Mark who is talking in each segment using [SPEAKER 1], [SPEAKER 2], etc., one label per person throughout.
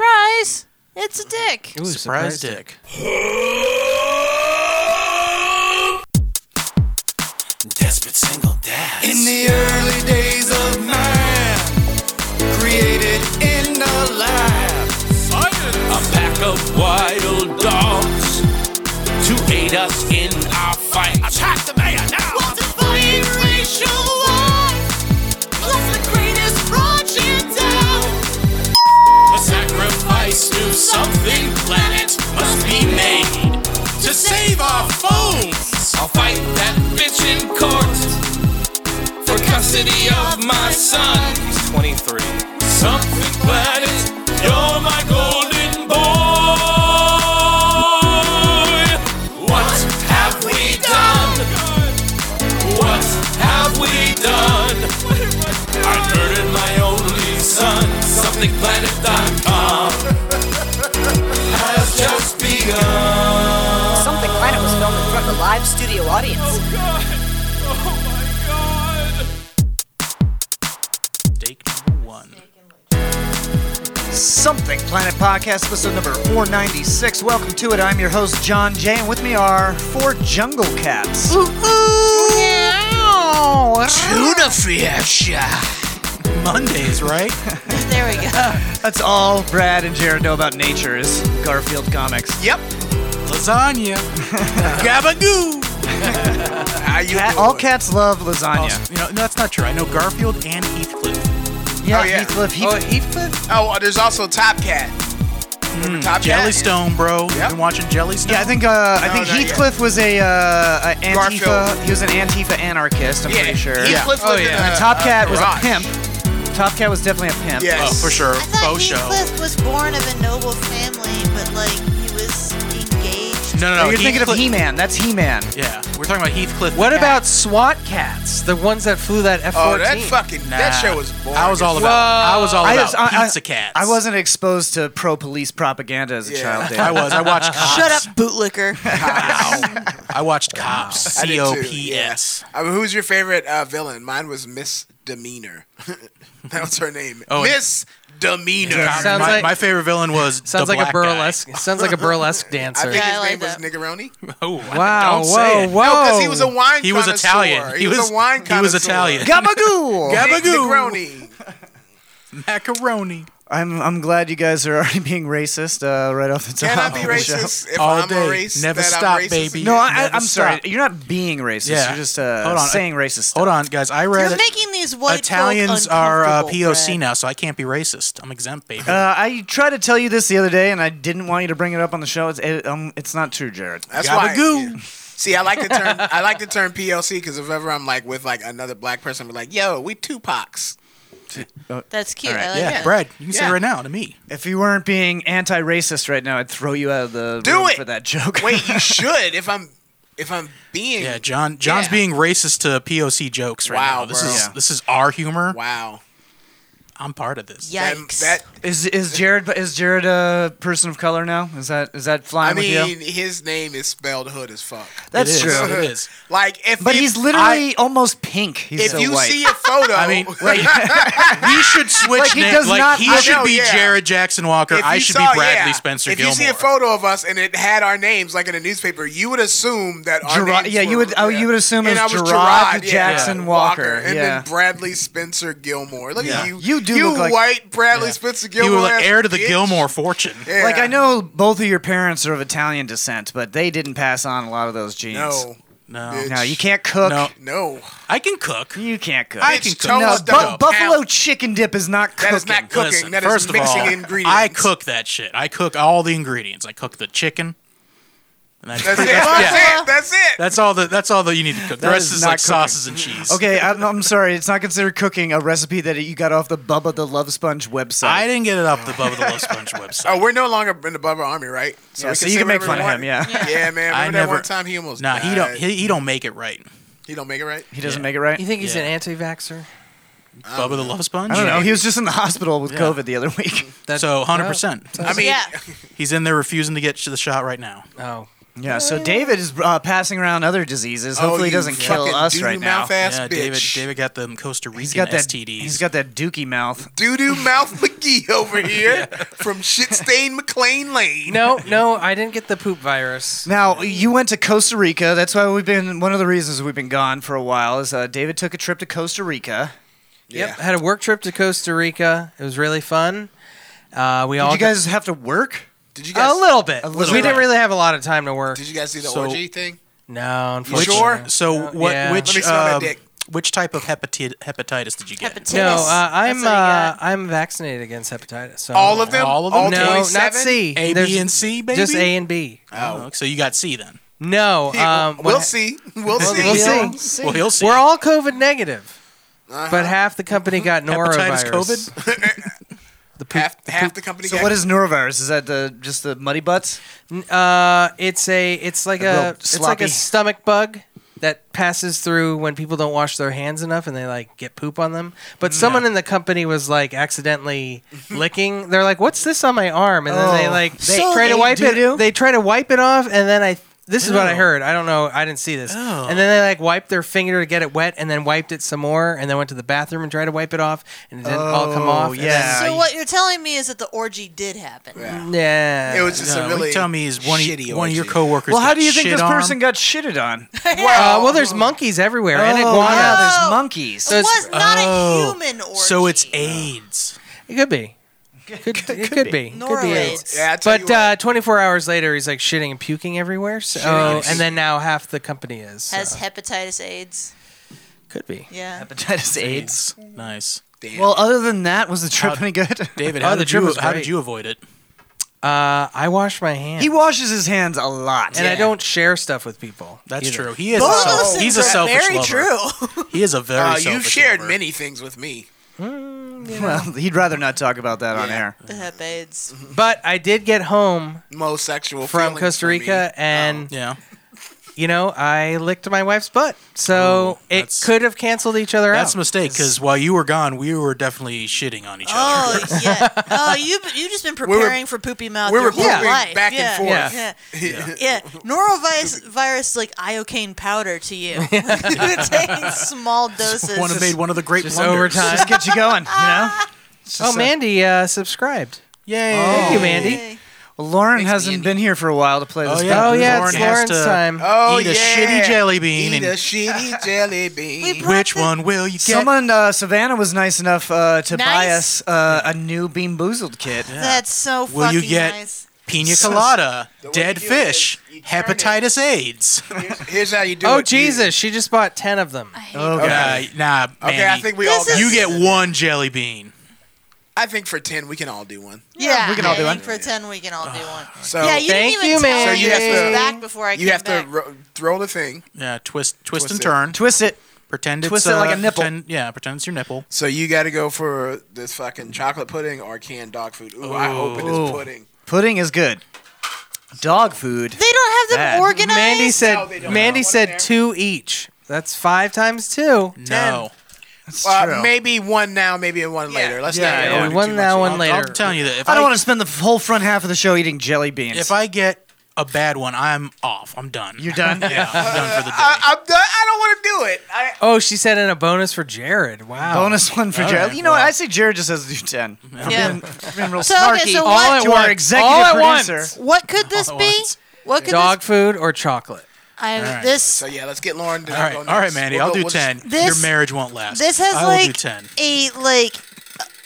[SPEAKER 1] Surprise! It's a dick.
[SPEAKER 2] Ooh,
[SPEAKER 3] Surprise dick.
[SPEAKER 4] Desperate single dad.
[SPEAKER 5] In the early days of man, created in the lab.
[SPEAKER 4] A pack of wild dogs to aid us in our fight. Attack the mayor now!
[SPEAKER 6] Want to fight racial lies, plus the greatest projectile.
[SPEAKER 4] A sacrifice to something planet must be made to save our phones. I'll fight that bitch in court for custody of my son. He's 23. Something planet, you're my golden boy. What have we done? What have we done? I murdered my only son. SomethingPlanet.com has just begun.
[SPEAKER 7] Something Planet was filmed in front of a live studio audience.
[SPEAKER 4] God. Oh my God.
[SPEAKER 3] Take number one.
[SPEAKER 2] Something Planet Podcast, episode number 496. Welcome to it. I'm your host, John Jay, and with me are four jungle cats.
[SPEAKER 1] Ooh, ooh. Meow.
[SPEAKER 3] Tuna fish.
[SPEAKER 2] Mondays, right?
[SPEAKER 1] There we go.
[SPEAKER 2] That's all Brad and Jared know about nature is Garfield comics.
[SPEAKER 3] Yep. Lasagna. Gabagoo. How you
[SPEAKER 2] Cat-
[SPEAKER 3] doing?
[SPEAKER 2] all cats love lasagna.
[SPEAKER 3] You know, no, that's not true. I know Garfield and Heathcliff.
[SPEAKER 2] Yeah,
[SPEAKER 8] Oh, yeah.
[SPEAKER 2] Heathcliff. Heath-
[SPEAKER 3] Oh, Heathcliff?
[SPEAKER 8] Oh, there's also Top Cat.
[SPEAKER 3] Hmm,
[SPEAKER 8] Remember Top Cat?
[SPEAKER 3] Jellystone, bro. You've been watching Jellystone?
[SPEAKER 2] yeah, I think uh, I
[SPEAKER 8] No,
[SPEAKER 2] think
[SPEAKER 8] not yet.
[SPEAKER 2] Heathcliff was a, uh, a Antifa.
[SPEAKER 8] Garfield.
[SPEAKER 2] He was an Antifa anarchist. I'm
[SPEAKER 8] Yeah,
[SPEAKER 2] pretty sure.
[SPEAKER 8] Heathcliff lived
[SPEAKER 3] Oh,
[SPEAKER 8] in
[SPEAKER 3] yeah.
[SPEAKER 8] a-
[SPEAKER 2] And Top
[SPEAKER 8] a
[SPEAKER 2] Cat was a
[SPEAKER 8] garage.
[SPEAKER 2] pimp. Top Cat was definitely a pimp.
[SPEAKER 8] Yes.
[SPEAKER 3] Oh, for sure.
[SPEAKER 1] I thought
[SPEAKER 3] Faux show.
[SPEAKER 1] Heathcliff was born of a noble family, but like he was engaged.
[SPEAKER 3] No, no, no.
[SPEAKER 2] Oh, you're thinking of
[SPEAKER 3] Heathcliff-
[SPEAKER 2] He-Man. That's He-Man.
[SPEAKER 3] Yeah, we're talking about Heathcliff.
[SPEAKER 9] What about SWAT cats? The ones that flew that F
[SPEAKER 8] Oh,
[SPEAKER 9] 14?
[SPEAKER 8] that fucking that
[SPEAKER 3] Nah.
[SPEAKER 8] show was boring.
[SPEAKER 3] I was all
[SPEAKER 8] as
[SPEAKER 3] about. I was all
[SPEAKER 2] I
[SPEAKER 3] about
[SPEAKER 2] was- I- I-
[SPEAKER 3] pizza cats.
[SPEAKER 2] I wasn't exposed to pro police propaganda as a
[SPEAKER 8] Yeah.
[SPEAKER 2] child. Dave.
[SPEAKER 3] I was. I watched. Cops.
[SPEAKER 1] Shut up, bootlicker.
[SPEAKER 3] I watched Cops.
[SPEAKER 8] I did
[SPEAKER 3] C
[SPEAKER 8] too,
[SPEAKER 3] O P S.
[SPEAKER 8] I mean, who's your favorite uh, villain? Mine was Miss Demeanor. that was her name.
[SPEAKER 3] Oh, and-
[SPEAKER 8] Miss Demeanor.
[SPEAKER 9] Sounds
[SPEAKER 3] my,
[SPEAKER 9] like-
[SPEAKER 3] my favorite villain was
[SPEAKER 9] Sounds
[SPEAKER 3] the
[SPEAKER 9] like a
[SPEAKER 3] black guy.
[SPEAKER 9] burlesque. Sounds like a burlesque
[SPEAKER 8] I
[SPEAKER 9] dancer.
[SPEAKER 8] think his
[SPEAKER 1] Yeah, I
[SPEAKER 8] name was
[SPEAKER 1] like
[SPEAKER 8] Niggeroni.
[SPEAKER 3] Oh,
[SPEAKER 9] wow!
[SPEAKER 3] don't
[SPEAKER 9] Whoa!
[SPEAKER 3] say it.
[SPEAKER 9] Whoa!
[SPEAKER 8] No, because he was a wine.
[SPEAKER 3] Oh, He was
[SPEAKER 8] connoisseur.
[SPEAKER 3] Italian. He
[SPEAKER 8] He was,
[SPEAKER 3] was-
[SPEAKER 8] a wine.
[SPEAKER 3] he was
[SPEAKER 8] connoisseur.
[SPEAKER 3] Italian.
[SPEAKER 2] Gabagool.
[SPEAKER 8] Nick
[SPEAKER 3] Gabagool.
[SPEAKER 8] Negroni.
[SPEAKER 3] Macaroni.
[SPEAKER 2] I'm I'm glad you guys are already being racist uh, right off the top.
[SPEAKER 8] Can I be
[SPEAKER 2] of the
[SPEAKER 8] racist if
[SPEAKER 3] All
[SPEAKER 8] I'm
[SPEAKER 3] day.
[SPEAKER 8] a race?
[SPEAKER 3] Never
[SPEAKER 8] that
[SPEAKER 3] stop,
[SPEAKER 8] I'm racist
[SPEAKER 3] baby.
[SPEAKER 2] show?
[SPEAKER 8] again?
[SPEAKER 2] No, I,
[SPEAKER 3] Never
[SPEAKER 2] I'm
[SPEAKER 8] uh,
[SPEAKER 2] sorry.
[SPEAKER 3] stop.
[SPEAKER 2] You're not being racist.
[SPEAKER 3] Yeah.
[SPEAKER 2] You're just uh,
[SPEAKER 3] Hold on.
[SPEAKER 2] saying racist stuff.
[SPEAKER 3] Hold on, guys. I read
[SPEAKER 1] You're
[SPEAKER 3] it.
[SPEAKER 1] making these white
[SPEAKER 3] Italians
[SPEAKER 1] folk
[SPEAKER 3] are uh,
[SPEAKER 1] uncomfortable,
[SPEAKER 3] POC
[SPEAKER 1] Brad.
[SPEAKER 3] now, so I can't be racist. I'm exempt, baby.
[SPEAKER 2] Uh, I tried to tell you this the other day, and I didn't want you to bring it up on the show. It's it, um, it's not true, Jared.
[SPEAKER 8] That's
[SPEAKER 3] Gabagoo.
[SPEAKER 8] why. yeah. See, I like the term. I like the term PLC because if ever I'm like with like another black person, I'm like, "Yo, we Tupac's."
[SPEAKER 1] That's cute.
[SPEAKER 2] All right,
[SPEAKER 1] I like
[SPEAKER 3] yeah,
[SPEAKER 1] that.
[SPEAKER 3] Brad, you can say
[SPEAKER 8] Yeah.
[SPEAKER 3] right now to me.
[SPEAKER 2] If you weren't being anti-racist right now, I'd throw you out of the
[SPEAKER 8] Do
[SPEAKER 2] room
[SPEAKER 8] it!
[SPEAKER 2] for that joke.
[SPEAKER 8] Wait, you should. If I'm, if I'm being.
[SPEAKER 3] Yeah, John. John's
[SPEAKER 8] Yeah.
[SPEAKER 3] being racist to POC jokes right
[SPEAKER 8] Wow,
[SPEAKER 3] now. This
[SPEAKER 8] bro.
[SPEAKER 3] is
[SPEAKER 2] Yeah.
[SPEAKER 3] this is our humor.
[SPEAKER 8] Wow.
[SPEAKER 3] I'm part of this.
[SPEAKER 8] That,
[SPEAKER 1] Yikes.
[SPEAKER 8] that
[SPEAKER 2] is is Jared is Jared a person of color now? Is that is that
[SPEAKER 8] I
[SPEAKER 2] flying with you?
[SPEAKER 8] mean, his name is spelled hood as fuck.
[SPEAKER 3] It
[SPEAKER 2] That's
[SPEAKER 3] is,
[SPEAKER 2] true.
[SPEAKER 3] It is.
[SPEAKER 8] Like if
[SPEAKER 2] But
[SPEAKER 8] if-
[SPEAKER 2] he's literally almost pink. He's
[SPEAKER 8] if
[SPEAKER 2] so
[SPEAKER 8] you
[SPEAKER 2] white.
[SPEAKER 8] see a photo,
[SPEAKER 3] I mean,
[SPEAKER 8] like,
[SPEAKER 3] We should switch
[SPEAKER 2] Like, he
[SPEAKER 3] names.
[SPEAKER 2] does
[SPEAKER 3] like
[SPEAKER 2] not
[SPEAKER 3] he
[SPEAKER 2] look-
[SPEAKER 3] should
[SPEAKER 8] I know,
[SPEAKER 3] be
[SPEAKER 8] yeah.
[SPEAKER 3] Jared Jackson Walker.
[SPEAKER 8] if
[SPEAKER 3] I
[SPEAKER 8] you
[SPEAKER 3] should
[SPEAKER 8] saw-
[SPEAKER 3] be Bradley
[SPEAKER 8] yeah,
[SPEAKER 3] Spencer
[SPEAKER 8] If
[SPEAKER 3] Gilmore.
[SPEAKER 8] you see a photo of us and it had our names like in a newspaper, you would assume that our
[SPEAKER 2] Gerard-
[SPEAKER 8] names
[SPEAKER 2] yeah, you
[SPEAKER 8] were-
[SPEAKER 2] would- oh, you would assume it
[SPEAKER 8] And
[SPEAKER 2] was
[SPEAKER 8] I
[SPEAKER 2] Gerard
[SPEAKER 8] Gerard, yeah.
[SPEAKER 2] Jackson Walker,
[SPEAKER 8] and
[SPEAKER 2] yeah.
[SPEAKER 8] then Bradley Spencer Gilmore. Look
[SPEAKER 3] Yeah.
[SPEAKER 8] at you,
[SPEAKER 2] You do
[SPEAKER 8] you
[SPEAKER 2] look like-
[SPEAKER 8] white Bradley Spencer
[SPEAKER 3] you
[SPEAKER 8] Gilmore.
[SPEAKER 3] were like
[SPEAKER 8] ass
[SPEAKER 3] heir to the
[SPEAKER 8] bitch.
[SPEAKER 3] Gilmore fortune.
[SPEAKER 8] Yeah.
[SPEAKER 2] Like I know both of your parents are of Italian descent, but they didn't pass on a lot of those genes.
[SPEAKER 8] No,
[SPEAKER 3] No,
[SPEAKER 8] Bitch.
[SPEAKER 2] No, you can't cook.
[SPEAKER 3] No.
[SPEAKER 8] no,
[SPEAKER 3] I can cook.
[SPEAKER 2] You can't cook.
[SPEAKER 3] I
[SPEAKER 8] Bitch,
[SPEAKER 3] can cook.
[SPEAKER 8] toast
[SPEAKER 2] no,
[SPEAKER 8] the
[SPEAKER 2] bu-
[SPEAKER 8] dough.
[SPEAKER 2] buffalo chicken dip is not cooking.
[SPEAKER 8] That is not cooking.
[SPEAKER 3] Listen,
[SPEAKER 8] that is
[SPEAKER 3] first
[SPEAKER 8] mixing
[SPEAKER 3] of all,
[SPEAKER 8] ingredients.
[SPEAKER 3] I cook that shit. I cook all the ingredients. I cook the chicken. And that's,
[SPEAKER 8] That's it.
[SPEAKER 3] pretty-
[SPEAKER 8] That's
[SPEAKER 3] yeah.
[SPEAKER 8] it. That's it.
[SPEAKER 3] That's all the. That's all that you need to cook. The
[SPEAKER 2] That
[SPEAKER 3] rest
[SPEAKER 2] is
[SPEAKER 3] is,
[SPEAKER 2] not
[SPEAKER 3] like
[SPEAKER 2] cooking.
[SPEAKER 3] sauces and cheese.
[SPEAKER 2] Okay, I'm, I'm sorry. It's not considered cooking. A recipe that you got off the Bubba the Love Sponge website.
[SPEAKER 3] I didn't get it off the Bubba the Love Sponge website.
[SPEAKER 8] Oh, we're no longer in the Bubba Army, right?
[SPEAKER 2] yeah, so
[SPEAKER 8] we say
[SPEAKER 2] you can make
[SPEAKER 8] whatever
[SPEAKER 2] fun
[SPEAKER 8] we
[SPEAKER 2] of
[SPEAKER 8] want.
[SPEAKER 2] him. Yeah,
[SPEAKER 8] Yeah, man. Remember
[SPEAKER 3] I
[SPEAKER 8] that
[SPEAKER 3] never-
[SPEAKER 8] one time he almost
[SPEAKER 3] nah,
[SPEAKER 8] died.
[SPEAKER 3] he don't. He, he don't make it right.
[SPEAKER 8] He don't make it right.
[SPEAKER 2] he doesn't
[SPEAKER 3] Yeah.
[SPEAKER 2] make it right.
[SPEAKER 9] You think he's
[SPEAKER 3] Yeah.
[SPEAKER 9] an anti-vaxer?
[SPEAKER 3] Bubba the Love Sponge.
[SPEAKER 2] I don't know. He was just in the hospital with
[SPEAKER 3] Yeah.
[SPEAKER 2] COVID the other week.
[SPEAKER 9] That-
[SPEAKER 3] so 100. percent
[SPEAKER 9] well,
[SPEAKER 8] I mean,
[SPEAKER 1] Yeah.
[SPEAKER 3] He's in there refusing to get to the shot right now.
[SPEAKER 9] Oh,
[SPEAKER 2] Yeah, so David is uh, passing around other diseases. Hopefully, he
[SPEAKER 8] Oh, you
[SPEAKER 2] doesn't kill
[SPEAKER 8] fucking
[SPEAKER 2] us
[SPEAKER 8] doo-doo
[SPEAKER 2] right now.
[SPEAKER 8] mouth ass
[SPEAKER 3] yeah,
[SPEAKER 8] bitch.
[SPEAKER 3] David. David got them Costa Rican
[SPEAKER 2] He's got that.
[SPEAKER 3] STDs.
[SPEAKER 2] He's got that dookie mouth.
[SPEAKER 8] Doo doo mouth McGee over here from shit stained McLean Lane.
[SPEAKER 9] No, no, I didn't get the poop virus.
[SPEAKER 2] Now you went to Costa Rica. That's why we've been. One of the reasons we've been gone for a while is uh, David took a trip to Costa Rica.
[SPEAKER 9] Yep, had a work trip to Costa Rica. It was really fun. Uh, we
[SPEAKER 2] Did
[SPEAKER 9] all
[SPEAKER 2] you guys have to work?
[SPEAKER 8] Did you guys?
[SPEAKER 9] a little bit.
[SPEAKER 2] A little
[SPEAKER 9] we
[SPEAKER 2] bit.
[SPEAKER 9] didn't really have a lot of time to work.
[SPEAKER 8] Did you guys see the
[SPEAKER 3] So-
[SPEAKER 8] orgy thing?
[SPEAKER 9] no,
[SPEAKER 3] Which,
[SPEAKER 9] unfortunately.
[SPEAKER 3] So what?
[SPEAKER 9] yeah.
[SPEAKER 3] Which
[SPEAKER 8] Let me smell that
[SPEAKER 3] um,
[SPEAKER 8] dick.
[SPEAKER 3] which type of hepatitis, hepatitis did you get?
[SPEAKER 1] Hepatitis.
[SPEAKER 9] No, uh,
[SPEAKER 1] That's
[SPEAKER 9] I'm
[SPEAKER 1] what I
[SPEAKER 9] uh, I'm vaccinated against hepatitis. So
[SPEAKER 8] All of them?
[SPEAKER 3] All of
[SPEAKER 8] All
[SPEAKER 3] them?
[SPEAKER 9] No, not
[SPEAKER 8] 27?
[SPEAKER 9] C.
[SPEAKER 3] A, B,
[SPEAKER 9] There's
[SPEAKER 3] and C, baby.
[SPEAKER 9] Just A and B.
[SPEAKER 3] Oh, so you got C then.
[SPEAKER 9] No, um,
[SPEAKER 8] we'll
[SPEAKER 9] what-
[SPEAKER 8] see. We'll see.
[SPEAKER 9] We'll see.
[SPEAKER 3] Well, he'll see.
[SPEAKER 9] We're all COVID negative, but half the company got norovirus.
[SPEAKER 3] Hepatitis COVID?
[SPEAKER 9] The poop,
[SPEAKER 8] Half, half the company.
[SPEAKER 2] So
[SPEAKER 8] got-
[SPEAKER 2] what is norovirus? Is that the just the muddy butts?
[SPEAKER 9] Uh, it's a it's like
[SPEAKER 2] real
[SPEAKER 9] a, it's like
[SPEAKER 2] sloppy.
[SPEAKER 9] a stomach bug that passes through when people don't wash their hands enough and they like get poop on them.
[SPEAKER 2] Mm.
[SPEAKER 9] But someone in the company was like accidentally licking. They're like, "What's this on my arm?" And then they
[SPEAKER 2] Oh.
[SPEAKER 9] like
[SPEAKER 2] They-
[SPEAKER 9] they try
[SPEAKER 2] So
[SPEAKER 9] to
[SPEAKER 2] they Oh.
[SPEAKER 9] wipe
[SPEAKER 2] doo-doo?
[SPEAKER 9] it. They try to wipe it off, and then I. This is what I
[SPEAKER 3] Ew.
[SPEAKER 9] heard. I don't know. I didn't see this.
[SPEAKER 3] Oh.
[SPEAKER 9] And then they like wiped their finger to get it wet, and then wiped it some more, and then went to the bathroom and tried to wipe it off, and it didn't all come
[SPEAKER 2] Oh,
[SPEAKER 9] off. and
[SPEAKER 2] yeah.
[SPEAKER 1] got.
[SPEAKER 2] uh,
[SPEAKER 1] So what you're telling me is that the orgy did happen.
[SPEAKER 9] then- yeah.
[SPEAKER 8] It was just
[SPEAKER 3] No, what
[SPEAKER 8] a really
[SPEAKER 3] you tell me is one of,
[SPEAKER 8] shitty
[SPEAKER 3] one of your
[SPEAKER 8] orgy.
[SPEAKER 3] coworkers.
[SPEAKER 2] Well, how
[SPEAKER 3] got
[SPEAKER 2] do you think
[SPEAKER 3] shit
[SPEAKER 2] this
[SPEAKER 3] on?
[SPEAKER 2] person got shitted on?
[SPEAKER 9] Uh, well, there's monkeys everywhere
[SPEAKER 2] Oh,
[SPEAKER 9] and iguanas.
[SPEAKER 2] wow, there's monkeys.
[SPEAKER 9] So
[SPEAKER 1] It
[SPEAKER 9] it's-
[SPEAKER 1] was not
[SPEAKER 3] Oh.
[SPEAKER 1] a human orgy.
[SPEAKER 3] So it's AIDS.
[SPEAKER 9] It could be. Could, it could be. Could be. AIDS.
[SPEAKER 1] Norwich.
[SPEAKER 8] Yeah, I tell
[SPEAKER 9] But
[SPEAKER 8] you
[SPEAKER 9] uh, 24 hours later, he's like shitting and puking everywhere. So, and then now half the company is. so-
[SPEAKER 1] Has hepatitis AIDS.
[SPEAKER 9] could be.
[SPEAKER 1] Yeah.
[SPEAKER 2] Hepatitis AIDS.
[SPEAKER 3] Nice.
[SPEAKER 8] what,
[SPEAKER 2] Well, other than that, was the trip any good?
[SPEAKER 3] Uh, David,
[SPEAKER 9] Oh,
[SPEAKER 3] how,
[SPEAKER 9] the
[SPEAKER 3] did
[SPEAKER 9] trip
[SPEAKER 3] you,
[SPEAKER 9] was
[SPEAKER 3] how
[SPEAKER 9] great.
[SPEAKER 3] did you avoid it?
[SPEAKER 9] Uh, I wash my hands.
[SPEAKER 2] He washes his hands a lot.
[SPEAKER 9] and I don't share stuff with people.
[SPEAKER 3] That's
[SPEAKER 9] either.
[SPEAKER 3] true. He is
[SPEAKER 1] Both
[SPEAKER 3] a
[SPEAKER 1] of those
[SPEAKER 3] self,
[SPEAKER 1] things
[SPEAKER 3] he's a
[SPEAKER 1] are
[SPEAKER 3] selfish
[SPEAKER 1] very
[SPEAKER 3] lover.
[SPEAKER 1] true.
[SPEAKER 3] He is a very
[SPEAKER 8] uh,
[SPEAKER 3] selfish
[SPEAKER 8] you've shared
[SPEAKER 3] lover.
[SPEAKER 8] many things with me.
[SPEAKER 2] Well, he'd rather not talk about that on
[SPEAKER 8] Yeah.
[SPEAKER 2] air.
[SPEAKER 1] the hep AIDS.
[SPEAKER 9] But I did get home
[SPEAKER 8] Most sexual
[SPEAKER 9] from
[SPEAKER 8] feelings
[SPEAKER 9] Costa
[SPEAKER 8] for me.
[SPEAKER 9] Rica, and
[SPEAKER 3] Yeah.
[SPEAKER 9] you know I licked my wife's butt, so it
[SPEAKER 3] that's-
[SPEAKER 9] could have canceled each other
[SPEAKER 3] That's
[SPEAKER 9] out.
[SPEAKER 3] a mistake because while you were gone, we were definitely shitting on each other.
[SPEAKER 1] Oh yeah. Oh, you you just been
[SPEAKER 8] were-
[SPEAKER 1] preparing for poopy mouth
[SPEAKER 8] we were
[SPEAKER 1] your whole
[SPEAKER 8] pooping
[SPEAKER 1] life.
[SPEAKER 8] back and
[SPEAKER 1] yeah.
[SPEAKER 8] forth.
[SPEAKER 1] Yeah. Yeah. Norovirus virus like iocane powder to you. Taking small doses.
[SPEAKER 3] One of made one of the great
[SPEAKER 9] Just
[SPEAKER 3] blunders.
[SPEAKER 9] overtime.
[SPEAKER 2] Just get you going, you know? It's
[SPEAKER 9] Oh,
[SPEAKER 2] just, uh,
[SPEAKER 9] Mandy uh, subscribed.
[SPEAKER 3] Yay!
[SPEAKER 9] Thank you, Mandy.
[SPEAKER 1] Yay.
[SPEAKER 2] well, Lauren hasn't been here for a while to play
[SPEAKER 3] Oh,
[SPEAKER 2] this. game.
[SPEAKER 3] yeah.
[SPEAKER 9] Oh yeah,
[SPEAKER 3] Lauren
[SPEAKER 9] it's
[SPEAKER 3] has
[SPEAKER 9] Lauren's
[SPEAKER 3] to-
[SPEAKER 9] time.
[SPEAKER 8] Oh
[SPEAKER 3] Eat a
[SPEAKER 8] yeah.
[SPEAKER 3] shitty jelly bean
[SPEAKER 8] Eat a
[SPEAKER 3] and-
[SPEAKER 8] shitty jelly bean.
[SPEAKER 3] Which one will you get?
[SPEAKER 2] Someone, uh, Savannah was nice enough uh, to buy
[SPEAKER 1] Nice?
[SPEAKER 2] us uh, a new Bean Boozled kit.
[SPEAKER 1] That's so
[SPEAKER 3] Will
[SPEAKER 1] fucking
[SPEAKER 3] you get
[SPEAKER 1] nice.
[SPEAKER 3] pina colada, dead
[SPEAKER 8] you do
[SPEAKER 3] fish,
[SPEAKER 8] is you turn it-
[SPEAKER 3] hepatitis AIDS?
[SPEAKER 8] Here's how you do it.
[SPEAKER 9] Oh
[SPEAKER 8] You-
[SPEAKER 9] Jesus, she just bought ten of them.
[SPEAKER 2] Oh, God.
[SPEAKER 3] Uh, Nah, nah,
[SPEAKER 8] Okay, I
[SPEAKER 3] Mandy.
[SPEAKER 8] think we
[SPEAKER 1] This
[SPEAKER 8] all.
[SPEAKER 1] is-
[SPEAKER 8] Got,
[SPEAKER 3] You get one jelly bean.
[SPEAKER 8] I think for ten we can all do one.
[SPEAKER 1] Yeah,
[SPEAKER 2] we can all do
[SPEAKER 1] I
[SPEAKER 2] one.
[SPEAKER 1] think For ten, we can all do one.
[SPEAKER 8] So
[SPEAKER 1] yeah, you
[SPEAKER 9] Thank
[SPEAKER 1] didn't even
[SPEAKER 9] you,
[SPEAKER 1] tell
[SPEAKER 9] man.
[SPEAKER 1] me
[SPEAKER 8] So you
[SPEAKER 1] this
[SPEAKER 8] have to-
[SPEAKER 1] was back before I
[SPEAKER 8] you
[SPEAKER 1] came
[SPEAKER 8] have
[SPEAKER 1] back.
[SPEAKER 8] to ro- throw the thing.
[SPEAKER 3] Yeah, twist, twist,
[SPEAKER 8] Twist
[SPEAKER 3] and
[SPEAKER 8] it.
[SPEAKER 3] turn.
[SPEAKER 2] Twist it.
[SPEAKER 3] Pretend it's
[SPEAKER 2] twist it like
[SPEAKER 3] uh,
[SPEAKER 2] a nipple.
[SPEAKER 3] Pretend, yeah, pretend it's your nipple.
[SPEAKER 8] So you got to go for this fucking chocolate pudding or canned dog food. Ooh, I hope it is pudding.
[SPEAKER 2] Pudding is good. Dog food.
[SPEAKER 1] they don't have them
[SPEAKER 2] Bad.
[SPEAKER 1] organized.
[SPEAKER 9] Mandy
[SPEAKER 8] No,
[SPEAKER 9] said.
[SPEAKER 8] they don't.
[SPEAKER 9] Mandy
[SPEAKER 8] What's
[SPEAKER 9] said
[SPEAKER 8] there?
[SPEAKER 9] two each. That's five times two.
[SPEAKER 3] No,
[SPEAKER 8] Uh,
[SPEAKER 2] true.
[SPEAKER 8] maybe one now, maybe one later. Let's
[SPEAKER 3] Yeah,
[SPEAKER 8] not.
[SPEAKER 3] yeah,
[SPEAKER 8] go
[SPEAKER 3] yeah.
[SPEAKER 8] into
[SPEAKER 9] One
[SPEAKER 8] too
[SPEAKER 9] now,
[SPEAKER 8] much.
[SPEAKER 9] one
[SPEAKER 8] I'll-
[SPEAKER 9] later.
[SPEAKER 3] I'm telling you that if
[SPEAKER 2] I
[SPEAKER 3] I,
[SPEAKER 2] don't want to spend the whole front half of the show eating jelly beans.
[SPEAKER 3] if I get a bad one, I'm off. I'm done.
[SPEAKER 2] You're done?
[SPEAKER 3] yeah, I'm done for the day.
[SPEAKER 8] I, I'm done. I don't want to do it. I,
[SPEAKER 9] Oh, she said in a bonus for Jared. Wow.
[SPEAKER 2] Bonus one for Jared.
[SPEAKER 3] right,
[SPEAKER 2] you know what?
[SPEAKER 3] well.
[SPEAKER 2] I say Jared just has to do 10. For
[SPEAKER 1] Yeah.
[SPEAKER 2] being, for being real
[SPEAKER 1] So,
[SPEAKER 2] snarky.
[SPEAKER 1] okay, so
[SPEAKER 9] All
[SPEAKER 1] what-
[SPEAKER 9] at
[SPEAKER 2] to our
[SPEAKER 9] once.
[SPEAKER 2] executive
[SPEAKER 9] All at
[SPEAKER 2] producer.
[SPEAKER 9] once.
[SPEAKER 1] What could this
[SPEAKER 8] Oh,
[SPEAKER 1] be?
[SPEAKER 3] once.
[SPEAKER 1] What could
[SPEAKER 9] Dog
[SPEAKER 1] this?
[SPEAKER 9] food or chocolate?
[SPEAKER 1] I,
[SPEAKER 3] right.
[SPEAKER 1] This
[SPEAKER 8] so yeah, let's get Lauren. To
[SPEAKER 3] all right,
[SPEAKER 8] go
[SPEAKER 3] all
[SPEAKER 8] next.
[SPEAKER 3] right, Mandy,
[SPEAKER 8] We'll
[SPEAKER 3] I'll
[SPEAKER 8] go-
[SPEAKER 3] do
[SPEAKER 8] we'll just-
[SPEAKER 3] ten.
[SPEAKER 1] This-
[SPEAKER 3] Your marriage won't last.
[SPEAKER 1] This has
[SPEAKER 3] I will do
[SPEAKER 1] like
[SPEAKER 3] ten.
[SPEAKER 1] a like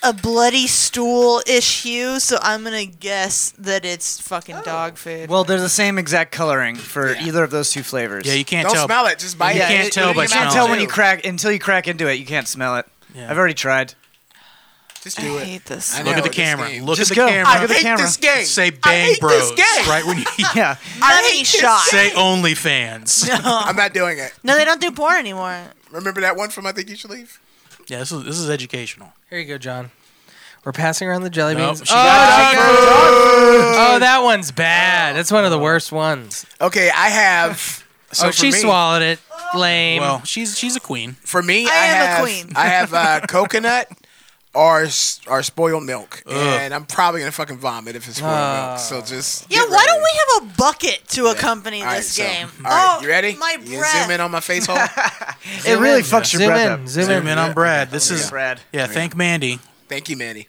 [SPEAKER 1] a bloody stool ish hue, so I'm gonna guess that it's fucking dog food.
[SPEAKER 2] Well, they're the same exact coloring for either of those two flavors.
[SPEAKER 3] Yeah, you can't
[SPEAKER 8] Don't
[SPEAKER 3] tell.
[SPEAKER 8] smell it. Just bite
[SPEAKER 2] Yeah,
[SPEAKER 8] it.
[SPEAKER 2] you
[SPEAKER 3] can't
[SPEAKER 8] Put
[SPEAKER 3] tell
[SPEAKER 8] it in
[SPEAKER 3] by
[SPEAKER 8] your
[SPEAKER 2] can't
[SPEAKER 8] mouth,
[SPEAKER 2] tell
[SPEAKER 8] too.
[SPEAKER 2] when you crack until you crack into it. You can't smell it.
[SPEAKER 3] Yeah.
[SPEAKER 2] I've already tried.
[SPEAKER 8] Just
[SPEAKER 1] I
[SPEAKER 8] do it.
[SPEAKER 1] hate this.
[SPEAKER 8] I
[SPEAKER 3] Look
[SPEAKER 8] know
[SPEAKER 3] at the
[SPEAKER 8] this
[SPEAKER 3] camera.
[SPEAKER 8] game.
[SPEAKER 3] Look
[SPEAKER 2] Just
[SPEAKER 3] at the
[SPEAKER 2] go.
[SPEAKER 3] camera.
[SPEAKER 2] Look at the
[SPEAKER 8] hate
[SPEAKER 2] camera.
[SPEAKER 8] this game.
[SPEAKER 3] Say
[SPEAKER 8] I
[SPEAKER 3] Bang
[SPEAKER 8] hate
[SPEAKER 3] Bros,
[SPEAKER 8] this game.
[SPEAKER 3] right when you
[SPEAKER 2] Yeah.
[SPEAKER 1] Not any shot.
[SPEAKER 3] say OnlyFans.
[SPEAKER 8] I'm not doing it.
[SPEAKER 1] No, they don't do porn anymore.
[SPEAKER 8] Remember that one from I Think You Should Leave?
[SPEAKER 3] Yeah, this is this is educational.
[SPEAKER 9] Here you go, John. We're passing around the jelly
[SPEAKER 3] Nope,
[SPEAKER 9] beans.
[SPEAKER 3] she
[SPEAKER 9] oh,
[SPEAKER 3] got
[SPEAKER 9] she got dog food. Oh, that one's bad. That's one of the worst ones.
[SPEAKER 8] Okay, I have.
[SPEAKER 9] oh,
[SPEAKER 8] So for
[SPEAKER 9] she
[SPEAKER 8] me,
[SPEAKER 9] swallowed it.
[SPEAKER 1] Oh.
[SPEAKER 9] Lame.
[SPEAKER 3] Well, she's she's a queen.
[SPEAKER 8] For me, I,
[SPEAKER 1] am a
[SPEAKER 8] have,
[SPEAKER 1] queen.
[SPEAKER 8] I have uh, coconut, are s- are spoiled milk, and I'm probably gonna fucking vomit if it's spoiled
[SPEAKER 9] Ah.
[SPEAKER 8] milk. So just
[SPEAKER 1] Yeah,
[SPEAKER 8] get
[SPEAKER 1] why
[SPEAKER 8] ready.
[SPEAKER 1] don't we have a bucket to accompany
[SPEAKER 8] All right,
[SPEAKER 1] this
[SPEAKER 8] so-
[SPEAKER 1] game?
[SPEAKER 8] all right,
[SPEAKER 1] oh,
[SPEAKER 8] you ready?
[SPEAKER 1] My
[SPEAKER 8] You
[SPEAKER 1] breath.
[SPEAKER 8] Zoom in on my face hole.
[SPEAKER 2] It really fucks your
[SPEAKER 9] Zoom
[SPEAKER 2] breath
[SPEAKER 9] in,
[SPEAKER 2] up.
[SPEAKER 9] zoom in.
[SPEAKER 3] Zoom in on Brad. This is
[SPEAKER 2] Brad.
[SPEAKER 3] yeah. Thank Mandy.
[SPEAKER 8] Thank you, Manny.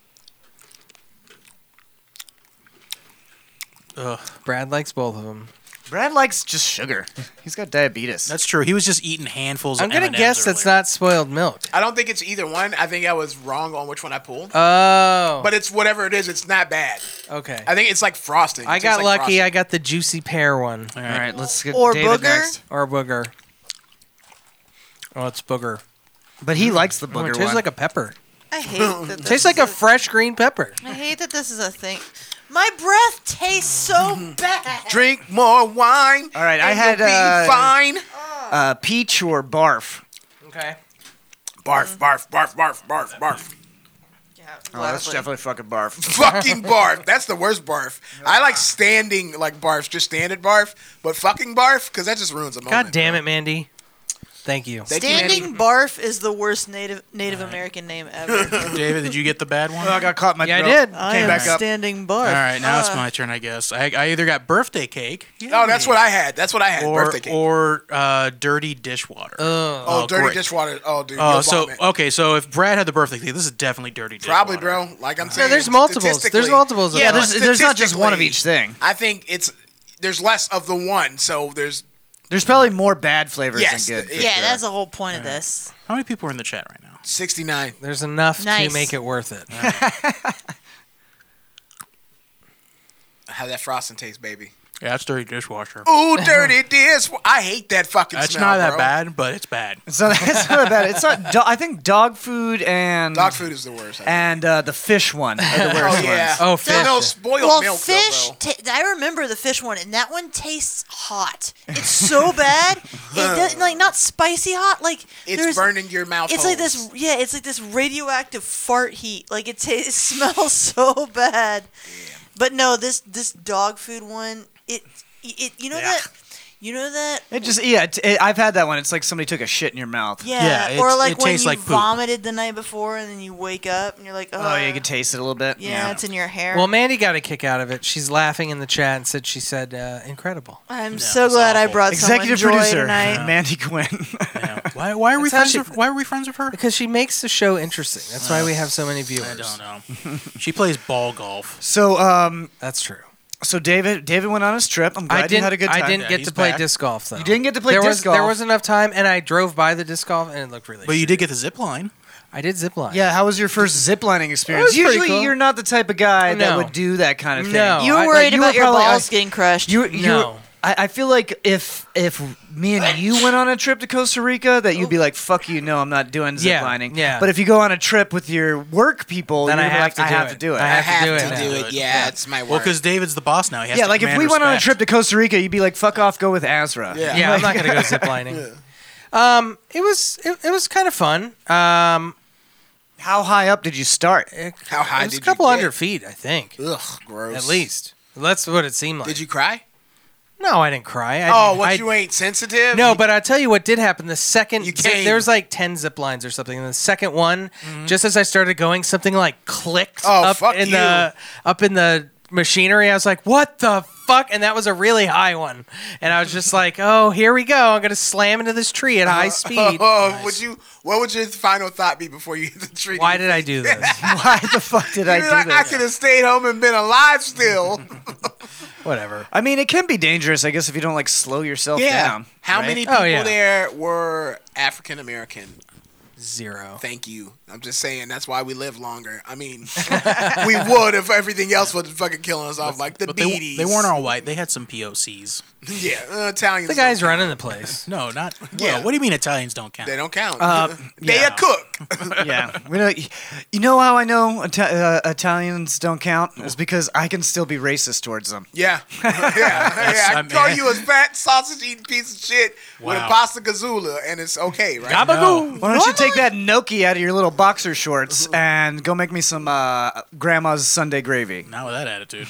[SPEAKER 9] Brad likes both of them.
[SPEAKER 2] Brad likes just sugar. He's got diabetes.
[SPEAKER 3] That's true. He was just eating handfuls.
[SPEAKER 9] I'm
[SPEAKER 3] of
[SPEAKER 9] gonna
[SPEAKER 3] M&Ms
[SPEAKER 9] guess that's
[SPEAKER 3] earlier.
[SPEAKER 9] not spoiled milk.
[SPEAKER 8] I don't think it's either one. I think I was wrong on which one I pulled.
[SPEAKER 9] Oh,
[SPEAKER 8] but it's whatever it is. It's not bad.
[SPEAKER 9] okay.
[SPEAKER 8] I think it's like frosting. It
[SPEAKER 9] I
[SPEAKER 8] tastes
[SPEAKER 9] got lucky.
[SPEAKER 8] like frosting.
[SPEAKER 9] I got the juicy pear one
[SPEAKER 3] All
[SPEAKER 2] All
[SPEAKER 3] right.
[SPEAKER 2] right, let's get
[SPEAKER 1] Or
[SPEAKER 2] David
[SPEAKER 1] booger?
[SPEAKER 2] next.
[SPEAKER 9] or booger. Oh, it's booger.
[SPEAKER 2] But he likes the
[SPEAKER 9] Oh, it
[SPEAKER 2] booger
[SPEAKER 9] tastes
[SPEAKER 2] one.
[SPEAKER 9] like a pepper.
[SPEAKER 1] I hate that. This
[SPEAKER 9] Tastes like
[SPEAKER 1] is
[SPEAKER 9] a fresh green pepper.
[SPEAKER 1] I hate that this is a thing. My breath tastes so bad.
[SPEAKER 8] drink more wine.
[SPEAKER 2] All right, I
[SPEAKER 8] and
[SPEAKER 2] had
[SPEAKER 8] you'll be
[SPEAKER 2] uh,
[SPEAKER 8] fine.
[SPEAKER 2] uh, peach or barf. Oh,
[SPEAKER 9] Okay.
[SPEAKER 8] Barf, barf, barf, barf, barf, barf.
[SPEAKER 1] Yeah,
[SPEAKER 2] Oh, that's definitely fucking barf.
[SPEAKER 8] fucking barf. That's the worst barf. I like standing like barfs, just standard barf, but fucking barf because that just ruins a moment.
[SPEAKER 9] God damn it, Mandy. Thank you.
[SPEAKER 8] Thank you,
[SPEAKER 1] Standing
[SPEAKER 8] Manny.
[SPEAKER 1] barf is the worst Native Native American name ever.
[SPEAKER 3] David, did you get the bad one?
[SPEAKER 8] Uh,
[SPEAKER 2] I
[SPEAKER 3] All
[SPEAKER 2] got caught in my
[SPEAKER 9] Yeah, I
[SPEAKER 2] throat.
[SPEAKER 9] did.
[SPEAKER 1] I
[SPEAKER 2] Came
[SPEAKER 1] am
[SPEAKER 2] back up.
[SPEAKER 1] standing barf.
[SPEAKER 3] right, now it's
[SPEAKER 1] Uh,
[SPEAKER 3] my turn, I guess. I, I either got birthday cake.
[SPEAKER 8] Oh, that's what I had. That's what I had.
[SPEAKER 3] Or
[SPEAKER 8] birthday cake.
[SPEAKER 3] or uh, dirty dishwater.
[SPEAKER 9] Ugh.
[SPEAKER 8] oh,
[SPEAKER 3] oh,
[SPEAKER 8] dirty
[SPEAKER 3] great.
[SPEAKER 8] dishwater. Oh, dude.
[SPEAKER 3] Oh,
[SPEAKER 8] you'll
[SPEAKER 3] so
[SPEAKER 8] vomit.
[SPEAKER 3] okay, so if Brad had the birthday cake, this is definitely dirty.
[SPEAKER 8] probably,
[SPEAKER 3] dishwater.
[SPEAKER 8] bro. Like I'm
[SPEAKER 9] No,
[SPEAKER 8] saying,
[SPEAKER 9] there's multiples. There's
[SPEAKER 8] statistically,
[SPEAKER 9] multiples.
[SPEAKER 2] Yeah,
[SPEAKER 9] of
[SPEAKER 2] there's,
[SPEAKER 9] them.
[SPEAKER 2] there's not just one of each thing.
[SPEAKER 8] I think it's there's less of the one, so there's
[SPEAKER 2] There's probably more bad flavors
[SPEAKER 8] Yes,
[SPEAKER 2] than good. for
[SPEAKER 1] Yeah,
[SPEAKER 2] sure.
[SPEAKER 1] that's the whole point of this.
[SPEAKER 3] How many people are in the chat right now?
[SPEAKER 8] 69.
[SPEAKER 9] There's enough
[SPEAKER 1] Nice.
[SPEAKER 9] to make it worth it.
[SPEAKER 8] How that frosting tastes, baby.
[SPEAKER 3] Yeah, that's dirty dishwasher.
[SPEAKER 8] Ooh, dirty dish. I hate that fucking.
[SPEAKER 3] that's
[SPEAKER 8] smell,
[SPEAKER 3] not that
[SPEAKER 8] bro.
[SPEAKER 3] bad, but it's bad.
[SPEAKER 2] So that's not bad. It's not. Do- I think dog food and
[SPEAKER 8] Dog food is the worst.
[SPEAKER 3] Oh,
[SPEAKER 8] I think.
[SPEAKER 2] and uh, the fish one are the worst
[SPEAKER 8] oh yeah.
[SPEAKER 2] ones.
[SPEAKER 9] Oh, fish.
[SPEAKER 8] No, no spoiled
[SPEAKER 1] Well,
[SPEAKER 8] milk. though,
[SPEAKER 1] fish.
[SPEAKER 8] bro.
[SPEAKER 1] ta- I remember the fish one, and that one tastes hot. It's so bad. It doesn't like not spicy hot. Like
[SPEAKER 8] It's
[SPEAKER 1] there's,
[SPEAKER 8] burning your mouth.
[SPEAKER 1] It's like
[SPEAKER 8] holes.
[SPEAKER 1] this. Yeah, it's like this radioactive fart heat. Like it, tastes, it smells so bad. But no, this this dog food one. It it you know that you know that
[SPEAKER 2] It just yeah. It, it, I've had that one. It's like somebody took a shit in your mouth.
[SPEAKER 1] yeah.
[SPEAKER 3] Yeah,
[SPEAKER 1] or
[SPEAKER 3] it's-
[SPEAKER 1] like
[SPEAKER 3] it
[SPEAKER 1] when
[SPEAKER 3] tastes
[SPEAKER 1] you
[SPEAKER 3] like poop.
[SPEAKER 1] vomited the night before and then you wake up and you're like, oh,
[SPEAKER 2] Oh, yeah, you can taste it a little bit.
[SPEAKER 1] yeah, it's in your hair.
[SPEAKER 9] Well, Mandy got a kick out of it. She's laughing in the chat and said she said uh, incredible.
[SPEAKER 1] I'm so glad I
[SPEAKER 3] awful.
[SPEAKER 1] brought
[SPEAKER 2] Executive
[SPEAKER 1] someone joy
[SPEAKER 2] producer
[SPEAKER 1] tonight.
[SPEAKER 2] Mandy Quinn.
[SPEAKER 3] Yeah. Why, why are we
[SPEAKER 9] That's how
[SPEAKER 3] friends?
[SPEAKER 9] she-
[SPEAKER 3] with, why are we friends with her?
[SPEAKER 9] Because she makes the show interesting. That's why we have so many viewers.
[SPEAKER 3] I don't know. she plays ball golf.
[SPEAKER 2] so um,
[SPEAKER 9] That's true.
[SPEAKER 2] so David David went on his trip. I'm glad
[SPEAKER 9] I didn't.
[SPEAKER 2] you had a good time.
[SPEAKER 9] I didn't
[SPEAKER 3] Yeah,
[SPEAKER 9] get
[SPEAKER 3] he's
[SPEAKER 9] to play
[SPEAKER 3] back.
[SPEAKER 9] disc golf though. You
[SPEAKER 2] didn't get to play
[SPEAKER 9] there
[SPEAKER 2] disc
[SPEAKER 9] was, There
[SPEAKER 2] golf.
[SPEAKER 9] was enough time, and I drove by the disc golf, and it looked really.
[SPEAKER 3] But you
[SPEAKER 9] shitty.
[SPEAKER 3] did get the zip line.
[SPEAKER 9] I did zip line.
[SPEAKER 2] Yeah, how was your first ziplining
[SPEAKER 9] It
[SPEAKER 2] experience?
[SPEAKER 9] was pretty
[SPEAKER 2] Usually,
[SPEAKER 9] cool.
[SPEAKER 2] you're not the type of guy that
[SPEAKER 9] No.
[SPEAKER 2] would do that kind of thing.
[SPEAKER 9] No.
[SPEAKER 1] You
[SPEAKER 9] I-
[SPEAKER 1] were
[SPEAKER 9] like,
[SPEAKER 1] worried
[SPEAKER 2] Oh, you
[SPEAKER 1] about
[SPEAKER 2] were
[SPEAKER 1] your
[SPEAKER 2] probably-
[SPEAKER 1] balls getting crushed.
[SPEAKER 2] You, you
[SPEAKER 9] No.
[SPEAKER 2] I, I feel like if if me and you went on a trip to Costa Rica, that you'd be like, "Fuck you, no, I'm not doing ziplining."
[SPEAKER 9] Yeah, yeah.
[SPEAKER 2] But if you go on a trip with your work people,
[SPEAKER 9] Then
[SPEAKER 2] you're
[SPEAKER 9] I
[SPEAKER 2] gonna be
[SPEAKER 9] have
[SPEAKER 2] like,
[SPEAKER 9] to
[SPEAKER 2] I
[SPEAKER 9] do
[SPEAKER 2] have
[SPEAKER 9] it.
[SPEAKER 2] to do it.
[SPEAKER 9] I have
[SPEAKER 8] I
[SPEAKER 9] to do it
[SPEAKER 8] have to
[SPEAKER 9] now.
[SPEAKER 8] do it. Yeah, it's my
[SPEAKER 3] Well,
[SPEAKER 8] word.
[SPEAKER 3] because David's the boss now. He has
[SPEAKER 2] yeah,
[SPEAKER 3] to
[SPEAKER 2] like if
[SPEAKER 3] command
[SPEAKER 2] we went on a
[SPEAKER 3] respect.
[SPEAKER 2] trip to Costa Rica, you'd be like, "Fuck off, go with Azra."
[SPEAKER 8] Yeah.
[SPEAKER 9] Yeah, I'm not gonna go zip lining. Um, it was it, it was kind of fun. Um,
[SPEAKER 2] How high up did you start?
[SPEAKER 9] it,
[SPEAKER 8] How high
[SPEAKER 9] it was
[SPEAKER 8] Ah, did
[SPEAKER 9] a couple
[SPEAKER 8] you get?
[SPEAKER 9] hundred feet, I think,
[SPEAKER 8] Ugh, gross.
[SPEAKER 9] at least. That's what it seemed like.
[SPEAKER 8] Did you cry?
[SPEAKER 9] No, I didn't cry. I,
[SPEAKER 8] Oh, what
[SPEAKER 9] I-
[SPEAKER 8] you ain't sensitive?
[SPEAKER 9] No, but I'll tell you what did happen. The second
[SPEAKER 8] You
[SPEAKER 9] zip,
[SPEAKER 8] came. Mm-hmm.
[SPEAKER 9] there was like ten zip lines or something. And the second one, just as I started going, something like clicked
[SPEAKER 8] Oh,
[SPEAKER 9] up
[SPEAKER 8] fuck
[SPEAKER 9] in
[SPEAKER 8] you.
[SPEAKER 9] the up in the machinery. I was like, "What the fuck?" And that was a really high one. And I was just like, "Oh, here we go! I'm gonna slam into this tree at high speed."
[SPEAKER 8] Oh, would you? What would your final thought be before you hit the tree?
[SPEAKER 9] Why did I do this?
[SPEAKER 2] Why the fuck did I
[SPEAKER 8] You'd
[SPEAKER 2] do
[SPEAKER 8] be like, I
[SPEAKER 2] that?
[SPEAKER 8] could have stayed home and been alive still.
[SPEAKER 9] Whatever.
[SPEAKER 2] I mean, it can be dangerous, I guess, if you don't like slow yourself down.
[SPEAKER 8] How
[SPEAKER 2] right?
[SPEAKER 8] many
[SPEAKER 9] Oh,
[SPEAKER 8] people
[SPEAKER 9] yeah.
[SPEAKER 8] there were African American?
[SPEAKER 9] Zero.
[SPEAKER 8] Thank you. I'm just saying that's why we live longer. I mean, we would if everything else was fucking killing us off, like the
[SPEAKER 3] But they,
[SPEAKER 8] beaties.
[SPEAKER 3] they weren't all white. They had some POCs.
[SPEAKER 8] Yeah, uh, Italians.
[SPEAKER 9] The guy's running the place.
[SPEAKER 3] No, not.
[SPEAKER 8] Yeah.
[SPEAKER 3] Well, what do you mean Italians don't count?
[SPEAKER 8] They don't count.
[SPEAKER 9] Uh,
[SPEAKER 8] they
[SPEAKER 9] yeah.
[SPEAKER 8] a cook.
[SPEAKER 2] yeah, we know. You know how I know Ita- uh, Italians don't count is because I can still be racist towards them.
[SPEAKER 8] Yeah, yeah, yeah. I
[SPEAKER 3] I'm-
[SPEAKER 8] call you a fat sausage eating piece of shit with a
[SPEAKER 3] Wow.
[SPEAKER 8] pasta gazoola, and it's okay, right?
[SPEAKER 3] No.
[SPEAKER 2] Why don't you take take that gnocchi out of your little boxer shorts and go make me some uh, grandma's Sunday gravy.
[SPEAKER 3] Not with that attitude.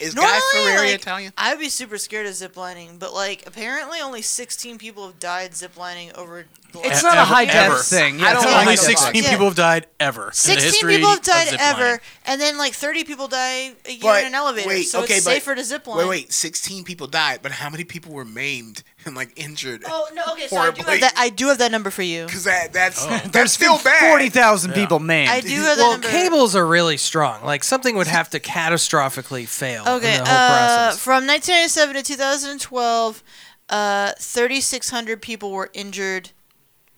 [SPEAKER 8] Is
[SPEAKER 1] Normally,
[SPEAKER 8] Guy Ferreri
[SPEAKER 1] like,
[SPEAKER 8] Italian?
[SPEAKER 1] I'd be super scared of ziplining, but like apparently only 16 people have died ziplining over. The
[SPEAKER 2] It's
[SPEAKER 1] last-
[SPEAKER 2] not a
[SPEAKER 3] ever,
[SPEAKER 2] high
[SPEAKER 3] ever.
[SPEAKER 2] death thing. Yeah,
[SPEAKER 8] I
[SPEAKER 2] it's
[SPEAKER 8] don't
[SPEAKER 2] not a
[SPEAKER 8] like
[SPEAKER 2] high
[SPEAKER 3] Only
[SPEAKER 8] it.
[SPEAKER 2] death thing.
[SPEAKER 3] 16
[SPEAKER 1] Yeah.
[SPEAKER 3] people have died ever. in the
[SPEAKER 1] 16
[SPEAKER 3] history
[SPEAKER 1] people have
[SPEAKER 3] of
[SPEAKER 1] died
[SPEAKER 3] zip
[SPEAKER 1] ever,
[SPEAKER 3] lining.
[SPEAKER 1] and then like 30 people die a year in an elevator,
[SPEAKER 8] wait,
[SPEAKER 1] so
[SPEAKER 8] okay,
[SPEAKER 1] it's
[SPEAKER 8] but-
[SPEAKER 1] safer to zipline.
[SPEAKER 8] Wait, wait, sixteen people died, but how many people were maimed and like injured?
[SPEAKER 1] Oh no, okay, so I do,
[SPEAKER 8] Horribly.
[SPEAKER 1] have that, I do have that number for you.
[SPEAKER 8] Because that
[SPEAKER 3] Oh.
[SPEAKER 8] that's
[SPEAKER 2] There's
[SPEAKER 8] that's still bad.
[SPEAKER 2] Forty thousand people maimed.
[SPEAKER 1] I do have that
[SPEAKER 9] Well,
[SPEAKER 1] number.
[SPEAKER 9] cables are really strong. Like something would have to catastrophically fail
[SPEAKER 1] Okay,
[SPEAKER 9] in the whole
[SPEAKER 1] uh,
[SPEAKER 9] process.
[SPEAKER 1] from 1997 to 2012, uh, 3,600 people were injured.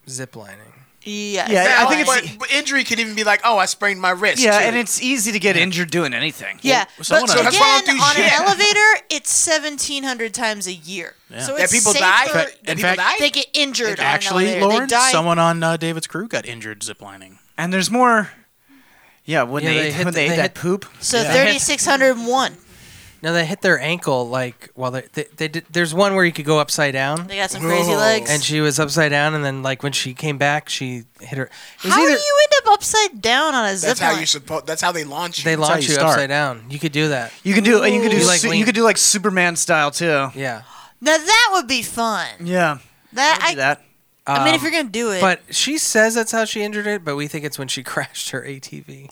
[SPEAKER 9] Ziplining.
[SPEAKER 1] Yeah,
[SPEAKER 2] Yeah, I
[SPEAKER 8] Now,
[SPEAKER 2] think
[SPEAKER 1] ziplining.
[SPEAKER 2] it's-
[SPEAKER 8] but, but injury could even be like, oh, I sprained my wrist.
[SPEAKER 2] yeah,
[SPEAKER 8] too.
[SPEAKER 2] and it's easy to get injured doing anything.
[SPEAKER 1] yeah.
[SPEAKER 3] someone
[SPEAKER 1] but
[SPEAKER 3] else-
[SPEAKER 8] That's why I
[SPEAKER 1] again,
[SPEAKER 8] don't do
[SPEAKER 1] on an
[SPEAKER 8] shit.
[SPEAKER 1] elevator, it's 1,700 times a year. So
[SPEAKER 8] that
[SPEAKER 1] it's
[SPEAKER 8] people
[SPEAKER 1] safer.
[SPEAKER 8] die.
[SPEAKER 3] fact-
[SPEAKER 8] That
[SPEAKER 3] in
[SPEAKER 8] people
[SPEAKER 3] fact-
[SPEAKER 8] die.
[SPEAKER 1] They get injured. on
[SPEAKER 3] Actually,
[SPEAKER 1] an elevator.
[SPEAKER 3] Lauren,
[SPEAKER 1] they die.
[SPEAKER 3] someone on uh, David's crew got injured ziplining.
[SPEAKER 2] and there's more. Yeah, when
[SPEAKER 9] Yeah,
[SPEAKER 2] they,
[SPEAKER 9] they hit
[SPEAKER 2] when
[SPEAKER 9] the-
[SPEAKER 2] they, ate
[SPEAKER 9] they
[SPEAKER 2] that
[SPEAKER 9] hit-
[SPEAKER 2] poop.
[SPEAKER 1] So 3,601.
[SPEAKER 9] No, they hit their ankle like while they, they, they did, there's one where you could go upside down,
[SPEAKER 1] They got some crazy legs.
[SPEAKER 9] and she was upside down, and then like when she came back, she hit her. it was
[SPEAKER 1] how
[SPEAKER 9] either-
[SPEAKER 1] do you end up upside down on a zip
[SPEAKER 8] that's how
[SPEAKER 1] line?
[SPEAKER 8] you supposed. That's how they launch you.
[SPEAKER 9] They
[SPEAKER 3] how
[SPEAKER 9] launch
[SPEAKER 3] you
[SPEAKER 9] you,
[SPEAKER 3] start.
[SPEAKER 9] upside down. You could do that.
[SPEAKER 2] You could do you could do
[SPEAKER 9] You
[SPEAKER 2] su-
[SPEAKER 9] like
[SPEAKER 2] you
[SPEAKER 9] lean.
[SPEAKER 2] could do like Superman style too.
[SPEAKER 9] Yeah,
[SPEAKER 1] now that would be fun.
[SPEAKER 2] Yeah,
[SPEAKER 1] That
[SPEAKER 2] do
[SPEAKER 1] I,
[SPEAKER 2] that.
[SPEAKER 1] I mean, if
[SPEAKER 9] Um,
[SPEAKER 1] you're gonna do it,
[SPEAKER 9] but she says that's how she injured it, but we think it's when she crashed her ATV.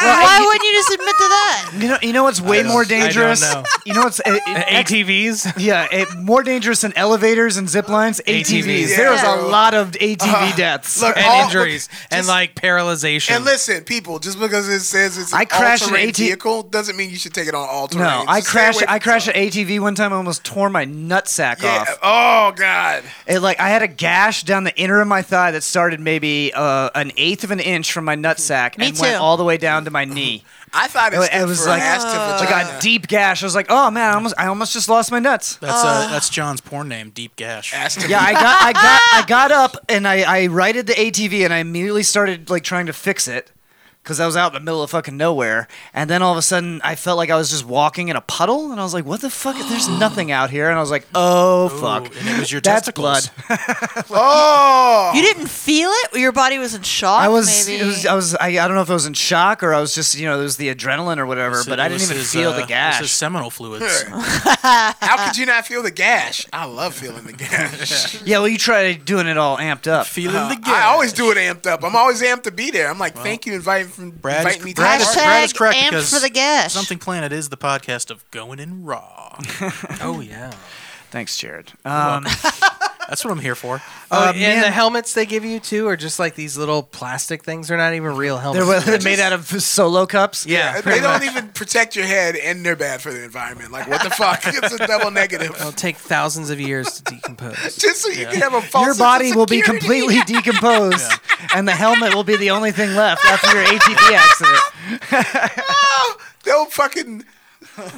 [SPEAKER 1] why wouldn't you just admit to that?
[SPEAKER 2] You know, you know what's way
[SPEAKER 9] don't-
[SPEAKER 2] more
[SPEAKER 9] I don't
[SPEAKER 2] dangerous.
[SPEAKER 9] know.
[SPEAKER 2] You know what's it- it-
[SPEAKER 9] ATVs.
[SPEAKER 2] yeah, it, more dangerous than elevators and zip lines. ATVs.
[SPEAKER 9] ATVs.
[SPEAKER 2] There was
[SPEAKER 8] Yeah. Uh,
[SPEAKER 2] a lot of ATV deaths.
[SPEAKER 8] look,
[SPEAKER 9] and
[SPEAKER 8] all-
[SPEAKER 9] injuries and like paralyzation.
[SPEAKER 8] And listen, people, just because it says it's an
[SPEAKER 2] I crashed an
[SPEAKER 8] all-terrain
[SPEAKER 2] AT
[SPEAKER 8] vehicle doesn't mean you should take it on all terrain.
[SPEAKER 2] no, I crashed. I crashed an ATV one time. I almost tore my nutsack
[SPEAKER 8] Yeah.
[SPEAKER 2] off.
[SPEAKER 8] Oh God.
[SPEAKER 2] It like I had a gash down the inner of my thigh that started maybe uh, an eighth of an inch from my nutsack
[SPEAKER 1] Me
[SPEAKER 2] and went
[SPEAKER 1] too.
[SPEAKER 2] all the way down to my knee.
[SPEAKER 8] I thought it,
[SPEAKER 2] It
[SPEAKER 8] stood
[SPEAKER 2] was
[SPEAKER 8] for
[SPEAKER 2] like-
[SPEAKER 8] ass to
[SPEAKER 2] Like
[SPEAKER 8] vagina.
[SPEAKER 2] a deep gash. I was like, oh man, I almost I almost just lost my nuts.
[SPEAKER 3] That's uh, that's John's porn name, Deep Gash.
[SPEAKER 8] Ass to
[SPEAKER 2] Yeah, I got I got I got up and I I righted the ATV and I immediately started like trying to fix it because I was out in the middle of fucking nowhere. And then all of a sudden, I felt like I was just walking in a puddle, and I was like, what the fuck? There's nothing out here. And I was like, oh
[SPEAKER 3] Ooh,
[SPEAKER 2] fuck.
[SPEAKER 3] and it was your
[SPEAKER 2] That's
[SPEAKER 3] testicles.
[SPEAKER 2] blood.
[SPEAKER 8] Oh.
[SPEAKER 1] You didn't feel it. Your body was in shock.
[SPEAKER 2] I was,
[SPEAKER 1] Maybe.
[SPEAKER 2] it was, I was, I, I don't know if I was in shock or I was just, you know, it was the adrenaline or whatever,
[SPEAKER 3] So
[SPEAKER 2] but I
[SPEAKER 3] it
[SPEAKER 2] didn't
[SPEAKER 3] was
[SPEAKER 2] even
[SPEAKER 3] his,
[SPEAKER 2] feel
[SPEAKER 3] uh, it
[SPEAKER 2] the
[SPEAKER 3] was his
[SPEAKER 2] gash.
[SPEAKER 3] seminal fluids.
[SPEAKER 8] How could you not feel the gash? I love feeling the gash.
[SPEAKER 2] Yeah, well, you try doing it all amped up.
[SPEAKER 3] Feeling the gash.
[SPEAKER 8] I always do it amped up. I'm always amped to be there. I'm like, thank you, inviting from
[SPEAKER 3] Brad
[SPEAKER 8] inviting
[SPEAKER 3] is-
[SPEAKER 8] me
[SPEAKER 3] Brad
[SPEAKER 8] to
[SPEAKER 3] is-
[SPEAKER 8] the party.
[SPEAKER 3] Brad
[SPEAKER 1] Hashtag
[SPEAKER 3] is correct
[SPEAKER 1] amped
[SPEAKER 3] because
[SPEAKER 1] for the gash.
[SPEAKER 3] Something Planet is the podcast of going in raw.
[SPEAKER 9] oh yeah.
[SPEAKER 2] Thanks, Jared. Um,
[SPEAKER 3] That's what I'm here for.
[SPEAKER 9] Oh,
[SPEAKER 2] Uh,
[SPEAKER 9] and
[SPEAKER 2] man-
[SPEAKER 9] the helmets they give you too are just like these little plastic things. They're not even real
[SPEAKER 2] they
[SPEAKER 9] helmets.
[SPEAKER 2] were made out of solo cups.
[SPEAKER 9] yeah,
[SPEAKER 8] They
[SPEAKER 9] pretty
[SPEAKER 8] don't
[SPEAKER 9] much.
[SPEAKER 8] even protect your head, and they're bad for the environment. Like, what the fuck? It's a double negative.
[SPEAKER 9] It'll take thousands of years to decompose.
[SPEAKER 8] Just so you can have a false
[SPEAKER 2] your
[SPEAKER 8] sense of
[SPEAKER 2] body will be
[SPEAKER 8] security.
[SPEAKER 2] completely decomposed, and the helmet will be the only thing left after your ATV accident.
[SPEAKER 8] They'll fucking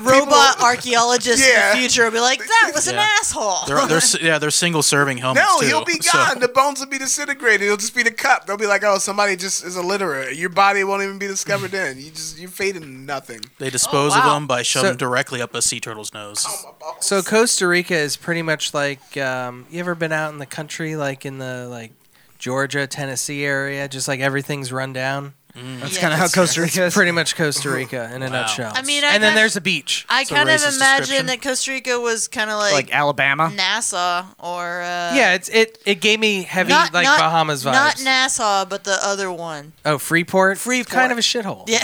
[SPEAKER 1] Robot archaeologists
[SPEAKER 8] Yeah.
[SPEAKER 1] in the future will be like, "That was an
[SPEAKER 3] Yeah.
[SPEAKER 1] asshole."
[SPEAKER 3] They're, they're s- yeah, they're single serving helmets.
[SPEAKER 8] no.
[SPEAKER 3] too,
[SPEAKER 8] He'll be
[SPEAKER 3] so-
[SPEAKER 8] gone. The bones will be disintegrated. It'll just be the cup. They'll be like, oh, somebody just is a litterer. Your body won't even be discovered then. You just you're fading to nothing.
[SPEAKER 1] Oh,
[SPEAKER 3] They dispose of them by shoving
[SPEAKER 9] So-
[SPEAKER 3] directly up a sea turtle's nose.
[SPEAKER 9] So Costa Rica is pretty much like um, you ever been out in the country, like in the like Georgia, Tennessee area, just like everything's run down.
[SPEAKER 2] That's
[SPEAKER 1] Yeah.
[SPEAKER 2] kind of how Costa Rica is.
[SPEAKER 9] Pretty much Costa Rica in a nutshell.
[SPEAKER 1] I mean, I
[SPEAKER 9] and then
[SPEAKER 1] got-
[SPEAKER 9] there's a beach.
[SPEAKER 1] I
[SPEAKER 3] a
[SPEAKER 1] kind of
[SPEAKER 3] racist description.
[SPEAKER 1] imagine that Costa Rica was kind of like,
[SPEAKER 2] like Alabama.
[SPEAKER 1] NASA or uh,
[SPEAKER 9] yeah, it's it it gave me heavy
[SPEAKER 1] not,
[SPEAKER 9] like
[SPEAKER 1] not-
[SPEAKER 9] Bahamas vibes.
[SPEAKER 1] Not NASA, but the other one.
[SPEAKER 9] oh, Freeport,
[SPEAKER 1] Freeport.
[SPEAKER 9] It's kind of a shithole.
[SPEAKER 1] Yeah,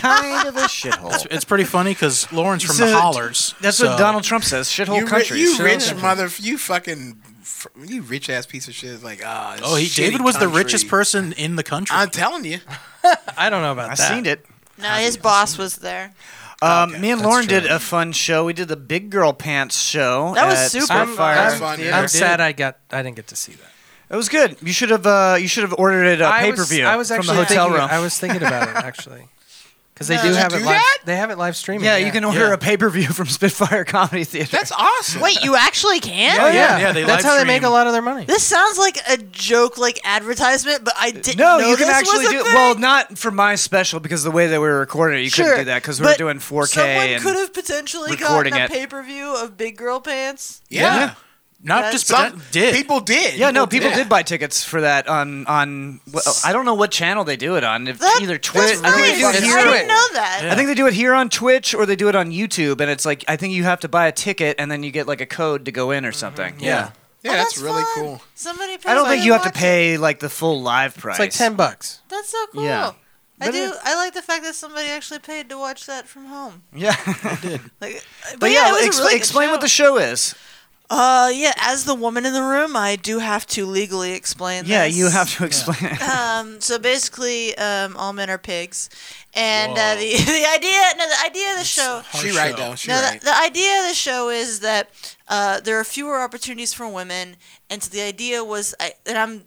[SPEAKER 2] kind of a shithole.
[SPEAKER 3] It's pretty funny because Lauren's from the
[SPEAKER 2] So-
[SPEAKER 3] hollers.
[SPEAKER 2] That's
[SPEAKER 3] so
[SPEAKER 2] what Donald Trump says. Shithole
[SPEAKER 8] you, ri-
[SPEAKER 2] country.
[SPEAKER 8] you
[SPEAKER 2] shithole
[SPEAKER 8] rich
[SPEAKER 2] country.
[SPEAKER 8] mother, you fucking, f- you rich ass piece of shit. It's Like, ah, this
[SPEAKER 3] Oh, he,
[SPEAKER 8] shitty
[SPEAKER 3] David was the
[SPEAKER 8] country.
[SPEAKER 3] richest person in the country.
[SPEAKER 8] I'm telling you,
[SPEAKER 9] I don't know about
[SPEAKER 2] I
[SPEAKER 9] that.
[SPEAKER 2] seen it.
[SPEAKER 1] no, his boss was there.
[SPEAKER 2] Um, me and
[SPEAKER 9] that's
[SPEAKER 2] Lauren
[SPEAKER 9] true.
[SPEAKER 2] did a fun show. We did the Big Girl Pants show.
[SPEAKER 1] That was
[SPEAKER 2] at
[SPEAKER 1] super
[SPEAKER 2] Spitfire.
[SPEAKER 9] fun.
[SPEAKER 8] That's
[SPEAKER 9] I'm-
[SPEAKER 8] fun.
[SPEAKER 9] I'm
[SPEAKER 8] Yeah.
[SPEAKER 9] sad I got I didn't get to see that.
[SPEAKER 2] It was good. You should have. Uh, you should have ordered it uh,
[SPEAKER 9] I
[SPEAKER 2] pay
[SPEAKER 9] was-
[SPEAKER 2] per view.
[SPEAKER 9] I was actually
[SPEAKER 2] from the hotel
[SPEAKER 9] thinking,
[SPEAKER 2] room.
[SPEAKER 9] I was thinking about it actually, because they
[SPEAKER 1] No.
[SPEAKER 9] do
[SPEAKER 1] Did you
[SPEAKER 9] have it
[SPEAKER 8] do
[SPEAKER 9] live.
[SPEAKER 8] that?
[SPEAKER 9] They have it live streaming.
[SPEAKER 2] yeah, you can order
[SPEAKER 3] Yeah.
[SPEAKER 2] a pay per view from Spitfire Comedy Theater.
[SPEAKER 8] that's awesome.
[SPEAKER 1] Wait, you actually can?
[SPEAKER 2] Oh, yeah.
[SPEAKER 3] Yeah, they
[SPEAKER 9] That's
[SPEAKER 3] live
[SPEAKER 9] how they make
[SPEAKER 3] stream.
[SPEAKER 9] a lot of their money.
[SPEAKER 1] This sounds like a joke, like advertisement, but I didn't
[SPEAKER 2] No,
[SPEAKER 1] know
[SPEAKER 2] you can
[SPEAKER 1] this
[SPEAKER 2] actually
[SPEAKER 1] was a
[SPEAKER 2] do
[SPEAKER 1] thing.
[SPEAKER 2] well, not for my special because the way that we were recording it, you
[SPEAKER 1] sure,
[SPEAKER 2] couldn't do that because we were
[SPEAKER 1] but
[SPEAKER 2] doing 4K
[SPEAKER 1] Someone
[SPEAKER 2] and
[SPEAKER 1] could have potentially
[SPEAKER 2] recording
[SPEAKER 1] gotten a
[SPEAKER 2] it.
[SPEAKER 1] pay per view of Big Girl Pants.
[SPEAKER 8] yeah.
[SPEAKER 3] Not just but
[SPEAKER 8] Some
[SPEAKER 3] that did.
[SPEAKER 8] people did.
[SPEAKER 2] Yeah, no, people
[SPEAKER 8] did.
[SPEAKER 2] did buy tickets for that on on. well, I don't know what channel they do it on. If
[SPEAKER 1] That,
[SPEAKER 2] either Twitch,
[SPEAKER 1] that's
[SPEAKER 2] I think
[SPEAKER 1] nice.
[SPEAKER 2] they do
[SPEAKER 1] I
[SPEAKER 2] it
[SPEAKER 9] it's
[SPEAKER 2] here.
[SPEAKER 1] didn't know that.
[SPEAKER 2] I think they do it here on Twitch or they do it on YouTube, and it's like I think you have to buy a ticket and then you get like a code to go in or something.
[SPEAKER 9] Yeah.
[SPEAKER 8] Yeah,
[SPEAKER 1] Oh,
[SPEAKER 8] that's, really
[SPEAKER 1] fun.
[SPEAKER 8] cool.
[SPEAKER 1] Somebody pays
[SPEAKER 2] I don't
[SPEAKER 1] money
[SPEAKER 2] think you have to
[SPEAKER 1] watch it.
[SPEAKER 2] pay like the full live price.
[SPEAKER 9] It's like 10 bucks.
[SPEAKER 1] That's so cool.
[SPEAKER 2] Yeah.
[SPEAKER 1] I
[SPEAKER 2] But
[SPEAKER 1] do.
[SPEAKER 2] it-
[SPEAKER 1] I like the fact that somebody actually paid to watch that from home.
[SPEAKER 2] Yeah.
[SPEAKER 1] Like, but,
[SPEAKER 2] But
[SPEAKER 1] yeah,
[SPEAKER 2] yeah,
[SPEAKER 1] it was a
[SPEAKER 2] expl-
[SPEAKER 1] really good
[SPEAKER 2] explain what
[SPEAKER 1] show.
[SPEAKER 2] the show is.
[SPEAKER 1] Uh, yeah. As the woman in the room, I do have to legally explain.
[SPEAKER 2] Yeah,
[SPEAKER 1] this.
[SPEAKER 2] you have to explain. it.
[SPEAKER 1] Um, so basically, um, all men are pigs, and uh, the the idea no the idea of the show.
[SPEAKER 8] She
[SPEAKER 3] show.
[SPEAKER 8] right though. She
[SPEAKER 1] No,
[SPEAKER 8] right.
[SPEAKER 1] the, the idea of the show is that uh, there are fewer opportunities for women, and so the idea was, I, and I'm,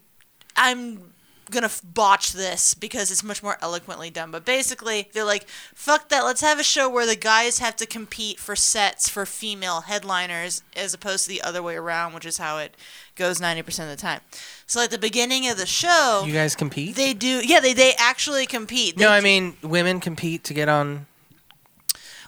[SPEAKER 1] I'm gonna f- botch this because it's much more eloquently done. But basically, they're like, "Fuck that! Let's have a show where the guys have to compete for sets for female headliners, as opposed to the other way around, which is how it goes ninety percent of the time." So, at the beginning of the show,
[SPEAKER 9] You guys compete?
[SPEAKER 1] they do, yeah, they they actually compete. They
[SPEAKER 9] no, I
[SPEAKER 1] do-
[SPEAKER 9] mean, women compete to get on.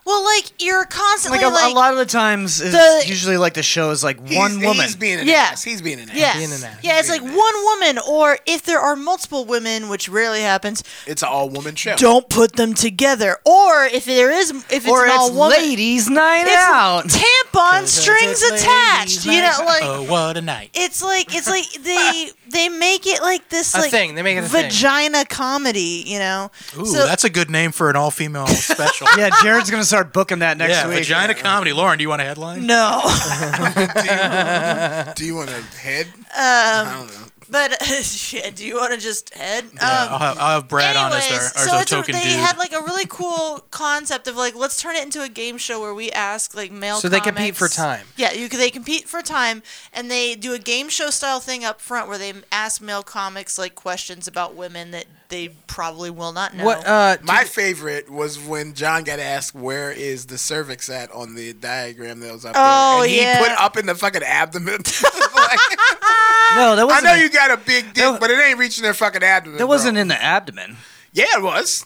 [SPEAKER 1] well, like you're constantly
[SPEAKER 2] like,
[SPEAKER 1] like,
[SPEAKER 2] a, a lot of the times, it's
[SPEAKER 1] the-
[SPEAKER 2] usually like the show is like
[SPEAKER 8] He's-
[SPEAKER 2] one woman.
[SPEAKER 8] He's being an
[SPEAKER 1] Yeah.
[SPEAKER 8] ass. He's being an ass.
[SPEAKER 1] Yeah.
[SPEAKER 9] being an ass.
[SPEAKER 1] Yeah, it's like one woman, or if there are multiple women, which rarely happens,
[SPEAKER 8] It's an all woman show.
[SPEAKER 1] don't put them together. Or if there is, if it's
[SPEAKER 2] or
[SPEAKER 1] an
[SPEAKER 2] it's
[SPEAKER 1] all woman,
[SPEAKER 2] ladies' night
[SPEAKER 1] it's
[SPEAKER 2] out.
[SPEAKER 1] tampon strings attached. You know, like
[SPEAKER 3] oh, what a night.
[SPEAKER 1] it's like it's like they they make it like this
[SPEAKER 9] A
[SPEAKER 1] like
[SPEAKER 9] thing. They make it a thing.
[SPEAKER 1] vagina comedy. You know,
[SPEAKER 3] Ooh,
[SPEAKER 1] so
[SPEAKER 3] that's a good name for an all-female special.
[SPEAKER 2] yeah, Jared's gonna start booking that next
[SPEAKER 3] yeah,
[SPEAKER 2] week.
[SPEAKER 3] vagina comedy. Lauren, do you want a headline?
[SPEAKER 1] no,
[SPEAKER 8] Do you want a head?
[SPEAKER 1] Um,
[SPEAKER 8] I don't know.
[SPEAKER 1] but yeah, do you want to just head?
[SPEAKER 3] Yeah,
[SPEAKER 1] um,
[SPEAKER 3] I'll, have, I'll have Brad on
[SPEAKER 1] Anyways,
[SPEAKER 3] as our, as
[SPEAKER 1] so
[SPEAKER 3] our
[SPEAKER 1] it's a-
[SPEAKER 3] token
[SPEAKER 1] they
[SPEAKER 3] dude.
[SPEAKER 1] had like a really cool concept of like let's turn it into a game show where we ask like male.
[SPEAKER 9] So they compete
[SPEAKER 1] comics-
[SPEAKER 9] for time.
[SPEAKER 1] Yeah, you, they compete for time, and they do a game show style thing up front where they ask male comics like questions about women that they probably will not know.
[SPEAKER 9] What? Uh, to-
[SPEAKER 8] My favorite was when John got asked where is the cervix at on the diagram that was up
[SPEAKER 1] Oh,
[SPEAKER 8] there. And
[SPEAKER 1] yeah.
[SPEAKER 8] he put up in the fucking abdomen. Like,
[SPEAKER 2] No, that
[SPEAKER 8] I
[SPEAKER 2] wasn't.
[SPEAKER 8] know you got a big dick,
[SPEAKER 2] No.
[SPEAKER 8] but it ain't reaching their fucking abdomen.
[SPEAKER 2] that wasn't
[SPEAKER 8] bro.
[SPEAKER 2] in the abdomen.
[SPEAKER 8] Yeah, it was.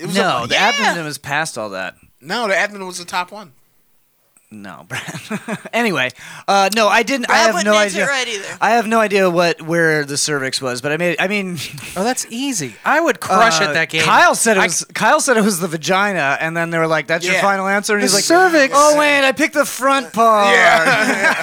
[SPEAKER 8] It was
[SPEAKER 2] No,
[SPEAKER 8] a-
[SPEAKER 2] the
[SPEAKER 8] yeah.
[SPEAKER 2] abdomen was past all that.
[SPEAKER 8] No, the abdomen was the top one.
[SPEAKER 2] No, Brad. anyway, uh, no, I didn't.
[SPEAKER 1] Brad
[SPEAKER 2] I have
[SPEAKER 1] wouldn't
[SPEAKER 2] no
[SPEAKER 1] answer
[SPEAKER 2] idea.
[SPEAKER 1] it right either.
[SPEAKER 2] I have no idea what where the cervix was, but I mean, I mean,
[SPEAKER 9] oh, that's easy. I would crush
[SPEAKER 2] uh,
[SPEAKER 9] at that game.
[SPEAKER 2] Kyle said it was. Kyle said it was the vagina, and then they were like, "That's your
[SPEAKER 8] Yeah.
[SPEAKER 2] final answer," and
[SPEAKER 9] The
[SPEAKER 2] he's like,
[SPEAKER 9] cervix.
[SPEAKER 2] "Oh wait, I picked the front part."
[SPEAKER 1] yeah,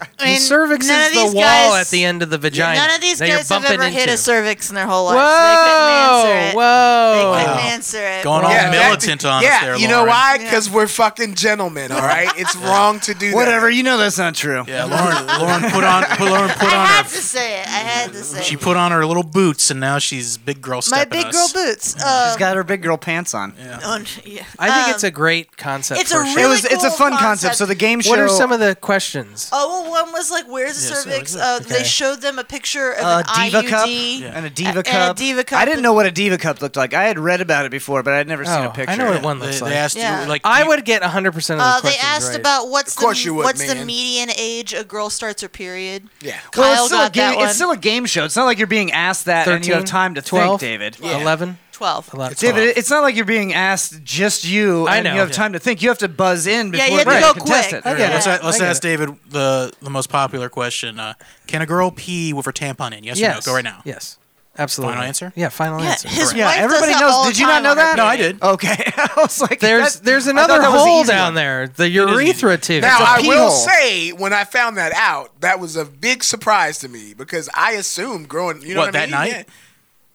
[SPEAKER 1] I
[SPEAKER 9] the
[SPEAKER 1] mean,
[SPEAKER 9] cervix
[SPEAKER 1] none
[SPEAKER 9] is
[SPEAKER 1] of
[SPEAKER 9] the
[SPEAKER 1] these
[SPEAKER 9] wall
[SPEAKER 1] guys-
[SPEAKER 9] at the end of the vagina.
[SPEAKER 1] None of these
[SPEAKER 9] that
[SPEAKER 1] guys
[SPEAKER 9] you're
[SPEAKER 1] have
[SPEAKER 9] bumping
[SPEAKER 1] ever
[SPEAKER 9] into.
[SPEAKER 1] hit a cervix in their whole life. so they couldn't answer
[SPEAKER 9] Whoa!
[SPEAKER 1] it. They
[SPEAKER 9] Whoa!
[SPEAKER 1] couldn't answer it.
[SPEAKER 3] Going all
[SPEAKER 8] Yeah, that-
[SPEAKER 3] militant on us
[SPEAKER 8] yeah,
[SPEAKER 3] there,
[SPEAKER 8] you know
[SPEAKER 3] Lauren.
[SPEAKER 8] why? Because we're fucking gentlemen, all right? It's wrong to do that.
[SPEAKER 2] Whatever, you know that's not true.
[SPEAKER 3] Yeah, Lauren. Lauren put on. Put, Lauren put
[SPEAKER 1] I
[SPEAKER 3] on
[SPEAKER 1] had
[SPEAKER 3] her.
[SPEAKER 1] to say it. I had to say
[SPEAKER 3] She
[SPEAKER 1] it.
[SPEAKER 3] put on her little boots, and now she's big girl
[SPEAKER 1] My
[SPEAKER 3] stepping
[SPEAKER 1] big
[SPEAKER 3] us.
[SPEAKER 1] girl boots. Um,
[SPEAKER 2] She's got her big girl pants on.
[SPEAKER 1] on- yeah.
[SPEAKER 9] I think
[SPEAKER 1] Um,
[SPEAKER 9] it's a great concept.
[SPEAKER 1] it's
[SPEAKER 9] for
[SPEAKER 1] a
[SPEAKER 9] sure.
[SPEAKER 1] really
[SPEAKER 2] it was. it's a
[SPEAKER 1] cool
[SPEAKER 2] fun concept.
[SPEAKER 1] concept.
[SPEAKER 2] So the game show.
[SPEAKER 9] What are some of the questions?
[SPEAKER 1] Oh, well, one was like, "Where's the
[SPEAKER 3] Yeah, so
[SPEAKER 1] cervix?"
[SPEAKER 3] is it-
[SPEAKER 1] uh, They
[SPEAKER 9] okay.
[SPEAKER 1] showed them a picture of
[SPEAKER 2] a
[SPEAKER 1] an
[SPEAKER 2] uh, diva
[SPEAKER 1] IUD.
[SPEAKER 2] cup and a diva
[SPEAKER 1] and a
[SPEAKER 2] cup.
[SPEAKER 1] diva cup.
[SPEAKER 2] I didn't know what a diva cup looked like. I had read about it before, but I'd never seen
[SPEAKER 9] Oh,
[SPEAKER 2] a
[SPEAKER 9] I
[SPEAKER 2] picture.
[SPEAKER 9] know what one
[SPEAKER 3] They,
[SPEAKER 9] looks
[SPEAKER 3] they
[SPEAKER 9] like.
[SPEAKER 3] asked
[SPEAKER 1] Yeah.
[SPEAKER 3] you like
[SPEAKER 9] I
[SPEAKER 3] you-
[SPEAKER 9] would get 100% of those
[SPEAKER 1] Uh, they
[SPEAKER 9] questions
[SPEAKER 1] asked
[SPEAKER 9] right.
[SPEAKER 1] about what's
[SPEAKER 8] Of course
[SPEAKER 1] the,
[SPEAKER 8] you would,
[SPEAKER 1] what's the
[SPEAKER 8] man.
[SPEAKER 1] median age a girl starts her period.
[SPEAKER 8] Yeah.
[SPEAKER 2] Well, it's
[SPEAKER 1] Kyle
[SPEAKER 2] still, a
[SPEAKER 1] got
[SPEAKER 2] game,
[SPEAKER 1] that one.
[SPEAKER 2] it's still a game show. It's not like you're being asked that
[SPEAKER 9] 13,
[SPEAKER 2] and you have time to
[SPEAKER 9] 12,
[SPEAKER 2] think, David.
[SPEAKER 9] 11,
[SPEAKER 1] Twelve.
[SPEAKER 9] 11.
[SPEAKER 2] David, it- it's not like you're being asked just you
[SPEAKER 9] I
[SPEAKER 2] and
[SPEAKER 9] know,
[SPEAKER 2] you have
[SPEAKER 9] yeah.
[SPEAKER 2] time to think. You have to buzz in
[SPEAKER 1] Yeah,
[SPEAKER 2] before
[SPEAKER 1] you have to
[SPEAKER 2] the
[SPEAKER 1] go
[SPEAKER 2] contestant.
[SPEAKER 1] quick.
[SPEAKER 9] Yeah.
[SPEAKER 3] let's,
[SPEAKER 1] Yeah.
[SPEAKER 3] let's
[SPEAKER 9] I get
[SPEAKER 3] ask
[SPEAKER 9] it.
[SPEAKER 3] David the the most popular question: uh, Can a girl pee with her tampon in? Yes,
[SPEAKER 9] yes.
[SPEAKER 3] or no? Go right now.
[SPEAKER 9] Yes. Absolutely.
[SPEAKER 3] Final answer?
[SPEAKER 9] Yeah, final
[SPEAKER 1] Yeah,
[SPEAKER 9] answer.
[SPEAKER 1] his
[SPEAKER 2] Yeah,
[SPEAKER 1] wife
[SPEAKER 2] everybody
[SPEAKER 1] does that all
[SPEAKER 2] knows.
[SPEAKER 1] the
[SPEAKER 2] Did you not
[SPEAKER 1] time
[SPEAKER 2] know
[SPEAKER 1] on her
[SPEAKER 2] that?
[SPEAKER 3] No, I
[SPEAKER 1] period.
[SPEAKER 3] did.
[SPEAKER 2] Okay, I was like,
[SPEAKER 9] There's
[SPEAKER 2] that-
[SPEAKER 9] there's
[SPEAKER 2] I thought
[SPEAKER 9] another
[SPEAKER 2] that was the
[SPEAKER 9] hole
[SPEAKER 2] easy
[SPEAKER 9] down
[SPEAKER 2] one.
[SPEAKER 9] there. The
[SPEAKER 3] is easy.
[SPEAKER 9] urethra tube.
[SPEAKER 8] Now,
[SPEAKER 9] It's a
[SPEAKER 8] I
[SPEAKER 9] pee
[SPEAKER 8] will
[SPEAKER 9] hole.
[SPEAKER 8] say, when I found that out, that was a big surprise to me because I assumed growing, you know
[SPEAKER 3] What,
[SPEAKER 8] what, I
[SPEAKER 3] that
[SPEAKER 8] mean?
[SPEAKER 3] night?
[SPEAKER 8] Yeah.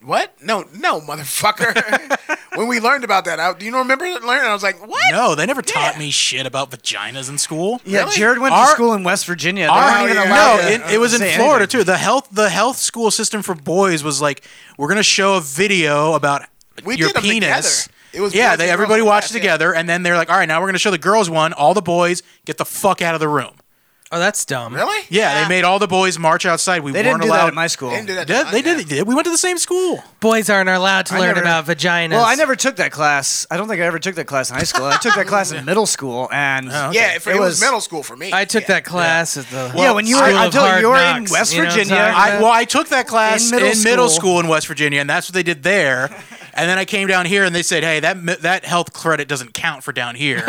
[SPEAKER 8] What? No, no, motherfucker. when we learned about that, I, do you remember learning? I was like, what?
[SPEAKER 3] No, they never taught
[SPEAKER 8] Yeah.
[SPEAKER 3] me shit about vaginas in school.
[SPEAKER 2] Yeah,
[SPEAKER 8] Really?
[SPEAKER 2] Jared went
[SPEAKER 3] Our-
[SPEAKER 2] to school in West Virginia. They
[SPEAKER 3] Our-
[SPEAKER 2] weren't even
[SPEAKER 8] yeah.
[SPEAKER 2] allowed
[SPEAKER 3] no,
[SPEAKER 2] to-
[SPEAKER 3] it, it was in
[SPEAKER 2] say
[SPEAKER 3] Florida
[SPEAKER 2] anything.
[SPEAKER 3] too. The health the health school system for boys was like, we're gonna show a video about
[SPEAKER 8] We
[SPEAKER 3] your
[SPEAKER 8] did 'em
[SPEAKER 3] penis.
[SPEAKER 8] together. It was
[SPEAKER 3] yeah,
[SPEAKER 8] boys
[SPEAKER 3] they
[SPEAKER 8] and
[SPEAKER 3] everybody
[SPEAKER 8] girls.
[SPEAKER 3] watched
[SPEAKER 8] Yeah.
[SPEAKER 3] together, and then they're like, all right, now we're gonna show the girls one. All the boys get the fuck out of the room.
[SPEAKER 9] Oh, that's dumb.
[SPEAKER 8] Really?
[SPEAKER 3] Yeah,
[SPEAKER 1] Yeah.
[SPEAKER 3] they made all the boys march outside. We
[SPEAKER 2] They
[SPEAKER 3] weren't
[SPEAKER 2] didn't do
[SPEAKER 3] allowed.
[SPEAKER 2] that at my school.
[SPEAKER 8] They didn't do that.
[SPEAKER 3] Did-
[SPEAKER 8] to
[SPEAKER 3] they
[SPEAKER 8] mine,
[SPEAKER 3] did. it. did. We went to the same school.
[SPEAKER 9] Boys aren't allowed to
[SPEAKER 2] I
[SPEAKER 9] learn
[SPEAKER 2] never-
[SPEAKER 9] about vaginas.
[SPEAKER 2] Well, I never took that class. I don't think I ever took that class in high school. I took that class in middle school, and
[SPEAKER 3] Oh,
[SPEAKER 8] Yeah, yeah for, it, was, middle school for me.
[SPEAKER 9] I took
[SPEAKER 8] Yeah.
[SPEAKER 9] that class at the.
[SPEAKER 2] yeah, when you were,
[SPEAKER 9] School of
[SPEAKER 2] until
[SPEAKER 9] Hard
[SPEAKER 2] you were in
[SPEAKER 9] Knocks,
[SPEAKER 2] West
[SPEAKER 9] you know what I'm
[SPEAKER 2] Virginia,
[SPEAKER 9] talking
[SPEAKER 2] I,
[SPEAKER 9] about?
[SPEAKER 3] I, well, I took that class in
[SPEAKER 2] middle
[SPEAKER 3] middle,
[SPEAKER 2] school.
[SPEAKER 3] school in West Virginia, and that's what they did there. And then I came down here and they said, "Hey, that mi- that health credit doesn't count for down here."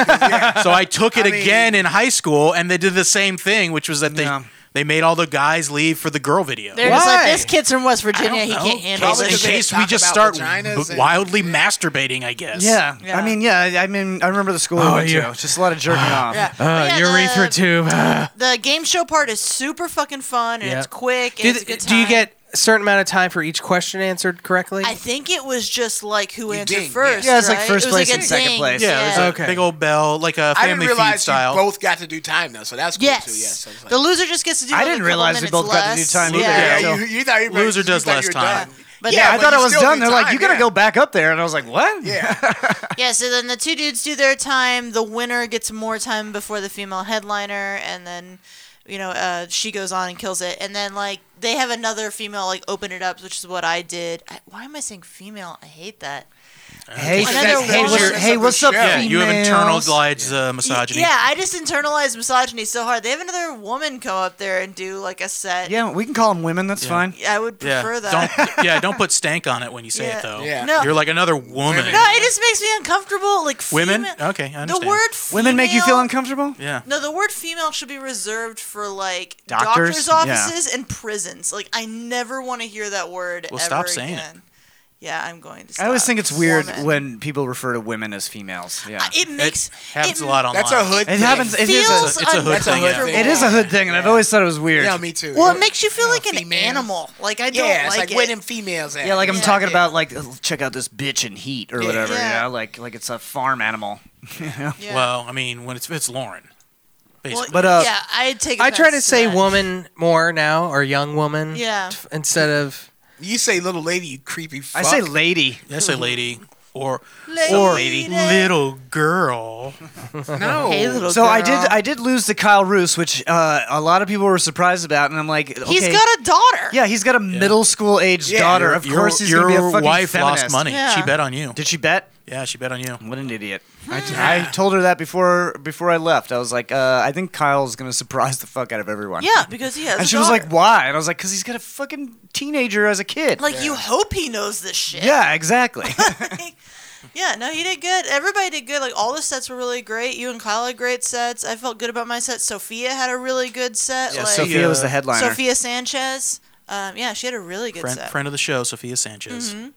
[SPEAKER 3] So I took it
[SPEAKER 8] I mean-
[SPEAKER 3] again in high school, and they did the same thing, which was that they
[SPEAKER 2] Yeah.
[SPEAKER 3] they made all the guys leave for the girl video.
[SPEAKER 1] They're just like,
[SPEAKER 9] Why?
[SPEAKER 1] this kid's from West Virginia. He can't handle
[SPEAKER 8] Probably
[SPEAKER 3] in
[SPEAKER 1] this.
[SPEAKER 8] because they
[SPEAKER 3] case we
[SPEAKER 8] talk
[SPEAKER 3] just start
[SPEAKER 8] about vaginas
[SPEAKER 3] b-
[SPEAKER 8] and-
[SPEAKER 3] wildly masturbating, I guess.
[SPEAKER 2] Yeah.
[SPEAKER 1] Yeah.
[SPEAKER 2] I mean, yeah. I- I mean, I remember the school
[SPEAKER 3] Oh,
[SPEAKER 2] I went
[SPEAKER 9] you-
[SPEAKER 2] to. Just a lot of jerking
[SPEAKER 3] Ah.
[SPEAKER 2] off.
[SPEAKER 1] Yeah.
[SPEAKER 9] Uh,
[SPEAKER 1] But yeah,
[SPEAKER 9] urethra
[SPEAKER 1] the,
[SPEAKER 9] tube.
[SPEAKER 1] The game show part is super fucking fun and
[SPEAKER 9] Yeah.
[SPEAKER 1] it's quick. And
[SPEAKER 9] do,
[SPEAKER 1] it's a
[SPEAKER 9] th-
[SPEAKER 1] good
[SPEAKER 9] do you
[SPEAKER 1] time.
[SPEAKER 9] get a certain amount of time for each question answered correctly?
[SPEAKER 1] I think it was just like who answered
[SPEAKER 8] ding, yeah.
[SPEAKER 1] first.
[SPEAKER 2] Yeah, it's like
[SPEAKER 1] right? It
[SPEAKER 2] first
[SPEAKER 1] was
[SPEAKER 2] place
[SPEAKER 1] like
[SPEAKER 2] and
[SPEAKER 1] a
[SPEAKER 2] second
[SPEAKER 1] ding,
[SPEAKER 2] place.
[SPEAKER 3] Yeah,
[SPEAKER 1] Yeah.
[SPEAKER 3] there's a
[SPEAKER 9] Okay.
[SPEAKER 3] big old bell, like a
[SPEAKER 8] I didn't
[SPEAKER 3] family feud
[SPEAKER 8] realize you
[SPEAKER 3] style.
[SPEAKER 8] both got to do time though, so that's cool
[SPEAKER 1] Yes.
[SPEAKER 8] too. Yes, I was like-
[SPEAKER 1] the loser just gets to do.
[SPEAKER 2] I
[SPEAKER 1] like
[SPEAKER 2] didn't
[SPEAKER 1] a couple
[SPEAKER 2] realize we
[SPEAKER 1] minutes
[SPEAKER 2] both got to
[SPEAKER 1] less.
[SPEAKER 2] do time either,
[SPEAKER 1] Yeah.
[SPEAKER 8] yeah,
[SPEAKER 2] so-
[SPEAKER 8] you, you thought you were,
[SPEAKER 3] Loser
[SPEAKER 8] you
[SPEAKER 3] does
[SPEAKER 8] thought you
[SPEAKER 3] less
[SPEAKER 8] were
[SPEAKER 3] time.
[SPEAKER 8] done.
[SPEAKER 1] But
[SPEAKER 2] Yeah,
[SPEAKER 1] yeah,
[SPEAKER 2] I
[SPEAKER 8] but
[SPEAKER 2] thought
[SPEAKER 8] you
[SPEAKER 2] I was
[SPEAKER 8] still
[SPEAKER 2] done.
[SPEAKER 8] do
[SPEAKER 2] They're like,
[SPEAKER 8] time,
[SPEAKER 2] you gotta
[SPEAKER 8] yeah."
[SPEAKER 2] go back up there, and I was like, what?
[SPEAKER 8] Yeah,
[SPEAKER 1] yeah. So then the two dudes do their time. The winner gets more time before the female headliner, and then you know uh, she goes on and kills it. And then like they have another female like open it up, which is what I did. I, why am I saying female? I hate that.
[SPEAKER 2] Hey,
[SPEAKER 1] Another
[SPEAKER 2] hey, hey,
[SPEAKER 1] woman.
[SPEAKER 2] what's, hey, what's up,
[SPEAKER 3] yeah, you have
[SPEAKER 2] females?
[SPEAKER 3] internalized uh, misogyny.
[SPEAKER 1] Yeah, I just internalized misogyny so hard. They have another woman come up there and do like a set.
[SPEAKER 2] Yeah, we can call them women. That's fine.
[SPEAKER 1] I would
[SPEAKER 3] Yeah.
[SPEAKER 1] prefer that.
[SPEAKER 3] Don't yeah, don't put stank on it when you say
[SPEAKER 1] Yeah.
[SPEAKER 3] it though.
[SPEAKER 8] Yeah.
[SPEAKER 1] No.
[SPEAKER 3] You're like another woman.
[SPEAKER 1] No, it just makes me uncomfortable. Like
[SPEAKER 3] Women?
[SPEAKER 1] fema-
[SPEAKER 3] Okay, I
[SPEAKER 1] The
[SPEAKER 3] understand.
[SPEAKER 1] word
[SPEAKER 2] Women make you
[SPEAKER 1] female-
[SPEAKER 2] feel uncomfortable?
[SPEAKER 3] Yeah.
[SPEAKER 1] No, the word female should be reserved for like
[SPEAKER 2] Doctors?
[SPEAKER 1] doctors,
[SPEAKER 2] Yeah.
[SPEAKER 1] offices and prisons. Like I never want to hear that word.
[SPEAKER 3] Well,
[SPEAKER 1] ever
[SPEAKER 3] stop saying it.
[SPEAKER 1] again. Yeah, I'm going to. Stop.
[SPEAKER 2] I always think it's weird
[SPEAKER 1] Woman. Uh,
[SPEAKER 2] when people refer to women as females. Yeah.
[SPEAKER 1] it makes
[SPEAKER 3] it happens a lot online.
[SPEAKER 8] that's a hood.
[SPEAKER 2] It
[SPEAKER 8] thing.
[SPEAKER 2] happens. It is,
[SPEAKER 1] feels
[SPEAKER 2] a,
[SPEAKER 3] it's a hood thing, yeah.
[SPEAKER 1] uncomfortable.
[SPEAKER 2] it is a hood thing, and I've always thought it was weird.
[SPEAKER 8] Yeah, me too.
[SPEAKER 1] Well,
[SPEAKER 8] yeah.
[SPEAKER 1] it makes you feel like an
[SPEAKER 8] females.
[SPEAKER 1] animal. Like I don't
[SPEAKER 8] yeah, it's
[SPEAKER 1] like,
[SPEAKER 8] like
[SPEAKER 1] it.
[SPEAKER 8] where them females at.
[SPEAKER 2] Yeah, like I'm
[SPEAKER 1] Yeah.
[SPEAKER 2] talking about, like, "Oh, check out this bitch in heat or whatever.
[SPEAKER 1] Yeah.
[SPEAKER 2] Yeah, like like it's a farm animal.
[SPEAKER 1] yeah.
[SPEAKER 3] Well, I mean, when it's it's Lauren.
[SPEAKER 1] Well,
[SPEAKER 3] Basically.
[SPEAKER 2] but, uh,
[SPEAKER 1] yeah, I take.
[SPEAKER 9] I try to
[SPEAKER 1] offense
[SPEAKER 9] say
[SPEAKER 1] that.
[SPEAKER 9] woman more now or young woman.
[SPEAKER 1] Yeah.
[SPEAKER 9] t- Instead of
[SPEAKER 8] you say little lady, you creepy. Fuck.
[SPEAKER 2] I say lady.
[SPEAKER 3] That's a lady or
[SPEAKER 1] Lady.
[SPEAKER 3] or
[SPEAKER 1] Lady.
[SPEAKER 3] little girl.
[SPEAKER 8] no.
[SPEAKER 1] Hey, little
[SPEAKER 2] So I did.
[SPEAKER 1] girl.
[SPEAKER 2] I did lose to Kyle Roos, which uh, a lot of people were surprised about, and I'm like, okay,
[SPEAKER 1] He's got a daughter.
[SPEAKER 2] yeah, he's got a middle school aged daughter. Of
[SPEAKER 3] your,
[SPEAKER 2] course, he's
[SPEAKER 3] your
[SPEAKER 2] gonna be a fucking
[SPEAKER 3] wife
[SPEAKER 2] feminist.
[SPEAKER 3] lost money.
[SPEAKER 1] Yeah.
[SPEAKER 3] She bet on you.
[SPEAKER 2] Did she bet?
[SPEAKER 3] Yeah, she bet on you.
[SPEAKER 2] What an idiot!
[SPEAKER 1] Hmm.
[SPEAKER 2] I, I told her that before before I left. I was like, uh, I think Kyle's gonna surprise the fuck out of everyone.
[SPEAKER 1] Yeah, because he has.
[SPEAKER 2] and
[SPEAKER 1] a
[SPEAKER 2] she was
[SPEAKER 1] daughter.
[SPEAKER 2] like, why? And I was like, because he's got a fucking teenager as a kid.
[SPEAKER 1] Like you hope he knows this shit.
[SPEAKER 2] yeah, exactly.
[SPEAKER 1] Yeah, no, he did good. Everybody did good. Like all the sets were really great. You and Kyle had great sets. I felt good about my set. Sophia had a really good set. like
[SPEAKER 2] Sophia was the headliner.
[SPEAKER 1] Sophia Sanchez. Um, yeah, she had a really good
[SPEAKER 3] Friend,
[SPEAKER 1] set.
[SPEAKER 3] friend of the show, Sophia Sanchez.
[SPEAKER 1] Mm-hmm.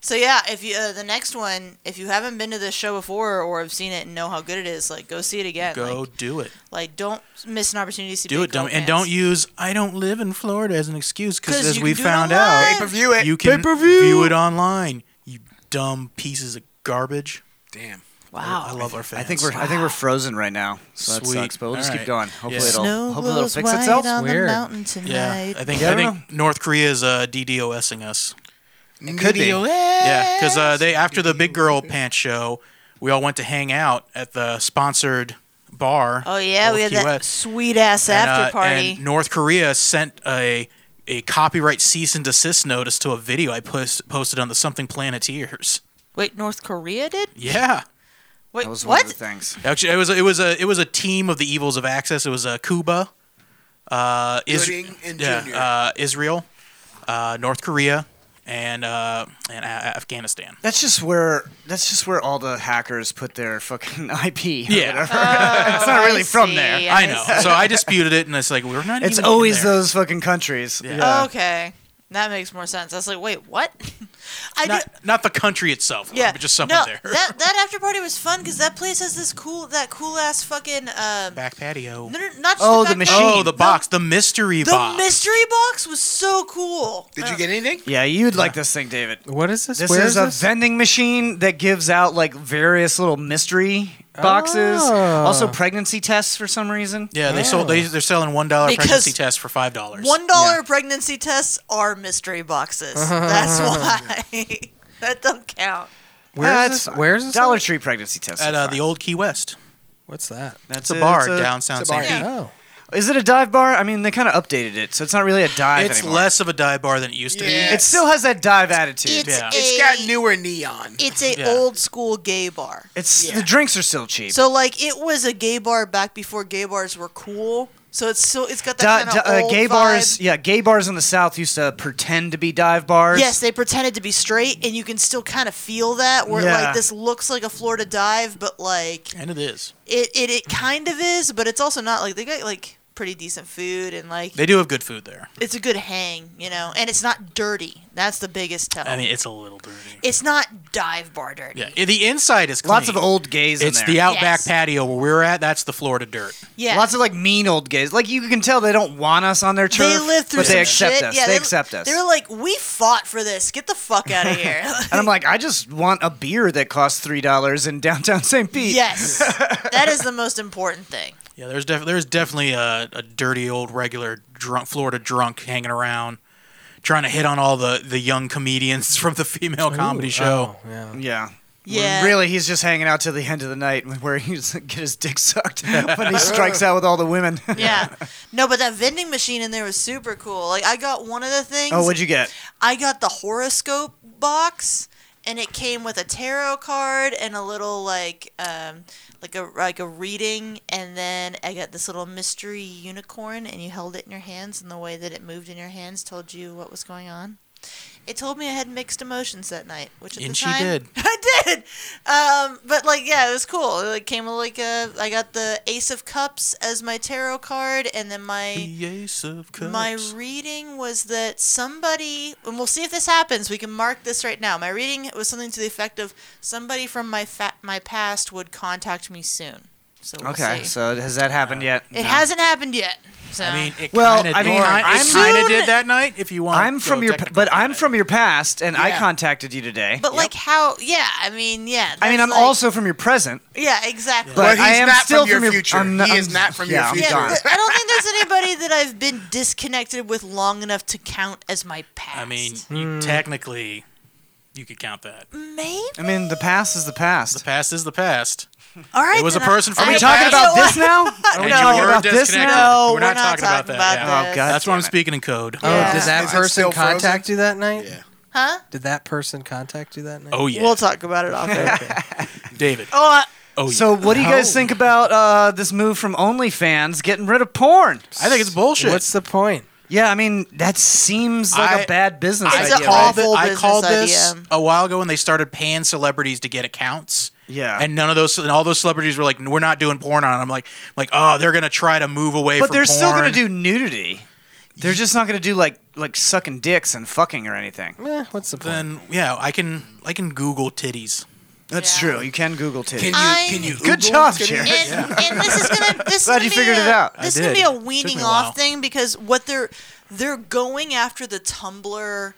[SPEAKER 1] So yeah, if you uh, the next one, if you haven't been to this show before or have seen it and know how good it is, like go see it again.
[SPEAKER 3] Go
[SPEAKER 1] Like,
[SPEAKER 3] do it.
[SPEAKER 1] like don't miss an opportunity to see.
[SPEAKER 3] Do
[SPEAKER 1] big
[SPEAKER 3] it, dumb,
[SPEAKER 1] girl
[SPEAKER 3] and don't
[SPEAKER 1] bands.
[SPEAKER 3] use "I don't live in Florida" as an excuse
[SPEAKER 1] 'Cause
[SPEAKER 3] because, as
[SPEAKER 1] you
[SPEAKER 3] we
[SPEAKER 1] can do it
[SPEAKER 3] found
[SPEAKER 1] online.
[SPEAKER 3] out,
[SPEAKER 8] Pay per view it.
[SPEAKER 3] you can
[SPEAKER 2] Pay-per-view.
[SPEAKER 3] view it online. You dumb pieces of garbage.
[SPEAKER 8] Damn.
[SPEAKER 1] Wow.
[SPEAKER 3] I love our fans.
[SPEAKER 2] I think we're I think we're frozen right now. So that
[SPEAKER 3] Sweet.
[SPEAKER 2] sucks, but we'll just
[SPEAKER 3] All
[SPEAKER 2] keep
[SPEAKER 3] right.
[SPEAKER 2] going. Hopefully
[SPEAKER 3] Yeah.
[SPEAKER 2] it'll
[SPEAKER 1] Snow
[SPEAKER 2] hopefully it'll
[SPEAKER 1] glows
[SPEAKER 2] fix
[SPEAKER 1] white
[SPEAKER 2] itself.
[SPEAKER 1] on
[SPEAKER 9] Weird.
[SPEAKER 1] the mountain tonight.
[SPEAKER 3] yeah. I think
[SPEAKER 2] Yeah, I
[SPEAKER 3] I
[SPEAKER 2] don't
[SPEAKER 3] think North Korea is uh, DDoSing us.
[SPEAKER 2] Could be.
[SPEAKER 3] Yeah, because uh, they after the big girl pants show, we all went to hang out at the sponsored bar.
[SPEAKER 1] Oh yeah, we had
[SPEAKER 3] Old
[SPEAKER 1] that
[SPEAKER 3] Kiwet.
[SPEAKER 1] sweet ass
[SPEAKER 3] And, uh,
[SPEAKER 1] after party.
[SPEAKER 3] and North Korea sent a a copyright cease and desist notice to a video I post, posted on the Something Planeteers.
[SPEAKER 1] Wait, North Korea did?
[SPEAKER 3] Yeah.
[SPEAKER 1] Wait,
[SPEAKER 2] That was one
[SPEAKER 1] what?
[SPEAKER 2] of the things.
[SPEAKER 3] Actually, it was it was a it was a team of the evils of access. It was uh, Cuba, uh, Is-
[SPEAKER 8] Gooding and
[SPEAKER 3] yeah,
[SPEAKER 8] Jr..
[SPEAKER 3] uh, Israel, uh, North Korea, and uh, and a- Afghanistan.
[SPEAKER 2] That's just where that's just where all the hackers put their fucking IP. or
[SPEAKER 3] Yeah.
[SPEAKER 2] whatever. it's not
[SPEAKER 1] Oh,
[SPEAKER 2] really
[SPEAKER 1] I
[SPEAKER 2] from
[SPEAKER 1] see,
[SPEAKER 2] there.
[SPEAKER 3] I know. So I disputed it, and it's like we're not.
[SPEAKER 2] It's
[SPEAKER 3] even in
[SPEAKER 2] always
[SPEAKER 3] there.
[SPEAKER 2] those fucking countries. Yeah.
[SPEAKER 1] Okay, that makes more sense. I was like, wait, what? I
[SPEAKER 3] not,
[SPEAKER 1] do-
[SPEAKER 3] not the country itself,
[SPEAKER 1] yeah,
[SPEAKER 3] but just something
[SPEAKER 1] no,
[SPEAKER 3] there.
[SPEAKER 1] that that after party was fun because that place has this cool that cool ass fucking um.
[SPEAKER 3] Back patio.
[SPEAKER 1] no, no, not just
[SPEAKER 2] Oh, the
[SPEAKER 1] back-
[SPEAKER 2] machine.
[SPEAKER 3] Oh, the box, the mystery
[SPEAKER 1] The
[SPEAKER 3] box.
[SPEAKER 1] mystery box was so cool. Uh,
[SPEAKER 8] Did you get anything?
[SPEAKER 2] Yeah, you'd like this thing, David.
[SPEAKER 9] what is this?
[SPEAKER 2] This
[SPEAKER 9] Where
[SPEAKER 2] is
[SPEAKER 9] is
[SPEAKER 2] a
[SPEAKER 9] this?
[SPEAKER 2] vending machine that gives out like various little mystery boxes.
[SPEAKER 9] Oh.
[SPEAKER 2] Also pregnancy tests for some reason.
[SPEAKER 3] yeah, they sold. They, they're selling one dollar
[SPEAKER 1] Because-
[SPEAKER 3] pregnancy test for five dollars.
[SPEAKER 1] One dollar pregnancy tests are mystery boxes. That's why that don't count.
[SPEAKER 9] Where
[SPEAKER 2] That's
[SPEAKER 9] is this?
[SPEAKER 2] fine.
[SPEAKER 9] Where is this?
[SPEAKER 2] Dollar
[SPEAKER 9] at?
[SPEAKER 2] Tree pregnancy test.
[SPEAKER 3] at uh, the old Key West.
[SPEAKER 9] What's that?
[SPEAKER 2] That's
[SPEAKER 3] It's a bar
[SPEAKER 2] down.
[SPEAKER 3] downtown
[SPEAKER 8] it's a bar.
[SPEAKER 3] St. Pete.
[SPEAKER 9] Oh,
[SPEAKER 2] Is it a dive bar? I mean, they kind of updated it, so it's not really a dive
[SPEAKER 3] It's
[SPEAKER 2] anymore.
[SPEAKER 3] less of a dive bar than it used to be.
[SPEAKER 8] Yeah.
[SPEAKER 2] It still has that dive attitude.
[SPEAKER 1] It's
[SPEAKER 3] Yeah.
[SPEAKER 1] a
[SPEAKER 8] It's got newer neon.
[SPEAKER 1] it's a
[SPEAKER 3] Yeah.
[SPEAKER 1] old school gay bar.
[SPEAKER 2] It's the drinks are still cheap.
[SPEAKER 1] So like it was a gay bar back before gay bars were cool, So it's so it's got
[SPEAKER 2] Di-
[SPEAKER 1] that kind
[SPEAKER 2] di-
[SPEAKER 1] of
[SPEAKER 2] uh,
[SPEAKER 1] old
[SPEAKER 2] gay
[SPEAKER 1] vibe.
[SPEAKER 2] bars, yeah, gay bars in the South used to pretend to be dive bars.
[SPEAKER 1] Yes, they pretended to be straight, and you can still kind of feel that where
[SPEAKER 2] Yeah.
[SPEAKER 1] like this looks like a Florida dive, but like
[SPEAKER 3] and it is.
[SPEAKER 1] it, it it kind of is, but it's also not like they got like pretty decent food and like
[SPEAKER 3] They do have good food there.
[SPEAKER 1] it's a good hang, you know, and it's not dirty. That's the biggest tell.
[SPEAKER 3] I mean, it's a little dirty.
[SPEAKER 1] it's not dive bar dirty.
[SPEAKER 3] Yeah, i- the inside is clean.
[SPEAKER 2] lots of old gays in
[SPEAKER 3] It's
[SPEAKER 2] there.
[SPEAKER 3] the outback
[SPEAKER 1] Yes.
[SPEAKER 3] patio where we're at. That's the Florida dirt.
[SPEAKER 1] Yeah.
[SPEAKER 2] Lots of like mean old gays. Like you can tell they don't want us on their turf.
[SPEAKER 1] they live through
[SPEAKER 2] but
[SPEAKER 1] some
[SPEAKER 2] they accept
[SPEAKER 1] shit.
[SPEAKER 2] us.
[SPEAKER 1] Yeah,
[SPEAKER 2] they, accept us.
[SPEAKER 1] They were like, "We fought for this. Get the fuck out of here."
[SPEAKER 2] and I'm like, I just want a beer that costs three dollars in downtown St. Pete.
[SPEAKER 1] yes, that is the most important thing.
[SPEAKER 3] Yeah, there's def- there's definitely a, a dirty old regular drunk Florida drunk hanging around, trying to hit on all the, the young comedians from the female comedy show.
[SPEAKER 9] Oh, yeah.
[SPEAKER 2] Yeah.
[SPEAKER 1] Yeah.
[SPEAKER 2] Really, he's just hanging out till the end of the night where he's get his dick sucked when he strikes out with all the women.
[SPEAKER 1] Yeah. No, but that vending machine in there was super cool. Like I got one of the things.
[SPEAKER 2] oh, what'd you get?
[SPEAKER 1] I got the horoscope box, and it came with a tarot card and a little like um like a like a reading, and then I got this little mystery unicorn, and you held it in your hands, and the way that it moved in your hands told you what was going on. It told me I had mixed emotions that night, which at
[SPEAKER 3] And
[SPEAKER 1] the
[SPEAKER 3] she
[SPEAKER 1] time
[SPEAKER 3] did.
[SPEAKER 1] I did. Um, but like, yeah, it was cool. It like, came with like a, I got the Ace of Cups as my tarot card, and then my
[SPEAKER 3] The Ace of Cups.
[SPEAKER 1] my reading was that somebody, and we'll see if this happens. We can mark this right now. My reading was something to the effect of somebody from my fa- my past would contact me soon. So we'll
[SPEAKER 2] Okay,
[SPEAKER 1] see.
[SPEAKER 2] so has that happened yet?
[SPEAKER 1] it hasn't happened yet. So
[SPEAKER 3] I mean, it
[SPEAKER 2] Well,
[SPEAKER 3] kinda
[SPEAKER 2] I mean,
[SPEAKER 3] did.
[SPEAKER 2] I'm-
[SPEAKER 3] it kind
[SPEAKER 1] Soon-
[SPEAKER 3] of did that night. If you want,
[SPEAKER 2] I'm
[SPEAKER 3] to
[SPEAKER 2] from
[SPEAKER 3] go
[SPEAKER 2] your,
[SPEAKER 3] technical
[SPEAKER 2] but
[SPEAKER 3] about
[SPEAKER 2] I'm
[SPEAKER 3] it.
[SPEAKER 2] from your past, and I
[SPEAKER 1] Yeah.
[SPEAKER 2] contacted you today.
[SPEAKER 1] but like how? Yeah, I mean, yeah.
[SPEAKER 2] I mean,
[SPEAKER 1] that's
[SPEAKER 2] I'm
[SPEAKER 1] like-
[SPEAKER 2] also from your present.
[SPEAKER 1] yeah, exactly.
[SPEAKER 2] But
[SPEAKER 8] But he's
[SPEAKER 2] I am
[SPEAKER 8] not from
[SPEAKER 2] still
[SPEAKER 8] your
[SPEAKER 2] your
[SPEAKER 8] future.
[SPEAKER 2] I'm not-
[SPEAKER 8] He is
[SPEAKER 2] I'm-
[SPEAKER 8] not from your
[SPEAKER 2] yeah, I'm
[SPEAKER 8] future.
[SPEAKER 2] gone.
[SPEAKER 1] yeah, I don't think there's anybody that I've been disconnected with long enough to count as my past.
[SPEAKER 3] I mean, you, technically, you could count that.
[SPEAKER 1] maybe.
[SPEAKER 2] I mean, the past is the past.
[SPEAKER 3] The past is the past.
[SPEAKER 1] All right,
[SPEAKER 3] It was a
[SPEAKER 1] then I-
[SPEAKER 3] person
[SPEAKER 1] I-
[SPEAKER 3] from
[SPEAKER 2] Are we
[SPEAKER 3] the
[SPEAKER 2] talking
[SPEAKER 3] past.
[SPEAKER 2] about
[SPEAKER 1] You know
[SPEAKER 2] this
[SPEAKER 1] what?
[SPEAKER 2] now?
[SPEAKER 3] And
[SPEAKER 2] Are we
[SPEAKER 3] you
[SPEAKER 2] talking
[SPEAKER 3] were
[SPEAKER 2] about this
[SPEAKER 3] disconnected.
[SPEAKER 2] now?
[SPEAKER 1] No,
[SPEAKER 3] We're not talking about that, yeah.
[SPEAKER 1] this.
[SPEAKER 2] Oh, God.
[SPEAKER 3] That's why I'm
[SPEAKER 2] damn it.
[SPEAKER 3] speaking in code.
[SPEAKER 9] Oh,
[SPEAKER 1] Yeah.
[SPEAKER 9] did that
[SPEAKER 8] Is it
[SPEAKER 9] person
[SPEAKER 8] still frozen?
[SPEAKER 9] contact you that night?
[SPEAKER 8] Yeah.
[SPEAKER 1] Huh?
[SPEAKER 9] Did that person contact you that night?
[SPEAKER 3] Oh yeah,
[SPEAKER 1] Oh, We'll talk about it off air.
[SPEAKER 3] David.
[SPEAKER 1] Oh, I-
[SPEAKER 3] Oh yeah.
[SPEAKER 2] So, what do you guys think about uh, this move from OnlyFans getting rid of porn?
[SPEAKER 3] I think it's bullshit.
[SPEAKER 9] What's the point?
[SPEAKER 2] Yeah, I mean, that seems like a
[SPEAKER 3] I-
[SPEAKER 2] bad business
[SPEAKER 1] It's
[SPEAKER 3] I
[SPEAKER 2] idea.
[SPEAKER 1] an
[SPEAKER 3] called,
[SPEAKER 1] awful
[SPEAKER 3] it- I
[SPEAKER 1] business
[SPEAKER 3] called this
[SPEAKER 1] idea.
[SPEAKER 3] a while ago when they started paying celebrities to get accounts.
[SPEAKER 2] Yeah.
[SPEAKER 3] and none of those and all those celebrities were like, "We're not doing porn on." it." I'm like, like, oh, they're gonna try to move away.
[SPEAKER 2] but
[SPEAKER 3] from
[SPEAKER 2] they're still
[SPEAKER 3] porn.
[SPEAKER 2] going to do nudity. They're just not going to do like like sucking dicks and fucking or anything.
[SPEAKER 9] Eh, what's the point?
[SPEAKER 3] Then yeah, I can I can Google titties.
[SPEAKER 2] That's
[SPEAKER 1] Yeah.
[SPEAKER 2] true. You can Google titties.
[SPEAKER 1] I-
[SPEAKER 2] Good job, Jared.
[SPEAKER 1] and, and this is gonna this
[SPEAKER 2] Glad
[SPEAKER 1] is gonna
[SPEAKER 2] you
[SPEAKER 1] be
[SPEAKER 2] figured
[SPEAKER 1] a,
[SPEAKER 2] it out.
[SPEAKER 1] This is
[SPEAKER 3] I
[SPEAKER 1] gonna be
[SPEAKER 3] did.
[SPEAKER 1] a
[SPEAKER 3] Took me
[SPEAKER 1] weaning
[SPEAKER 3] a while.
[SPEAKER 1] off thing because what they're they're going after the Tumblr.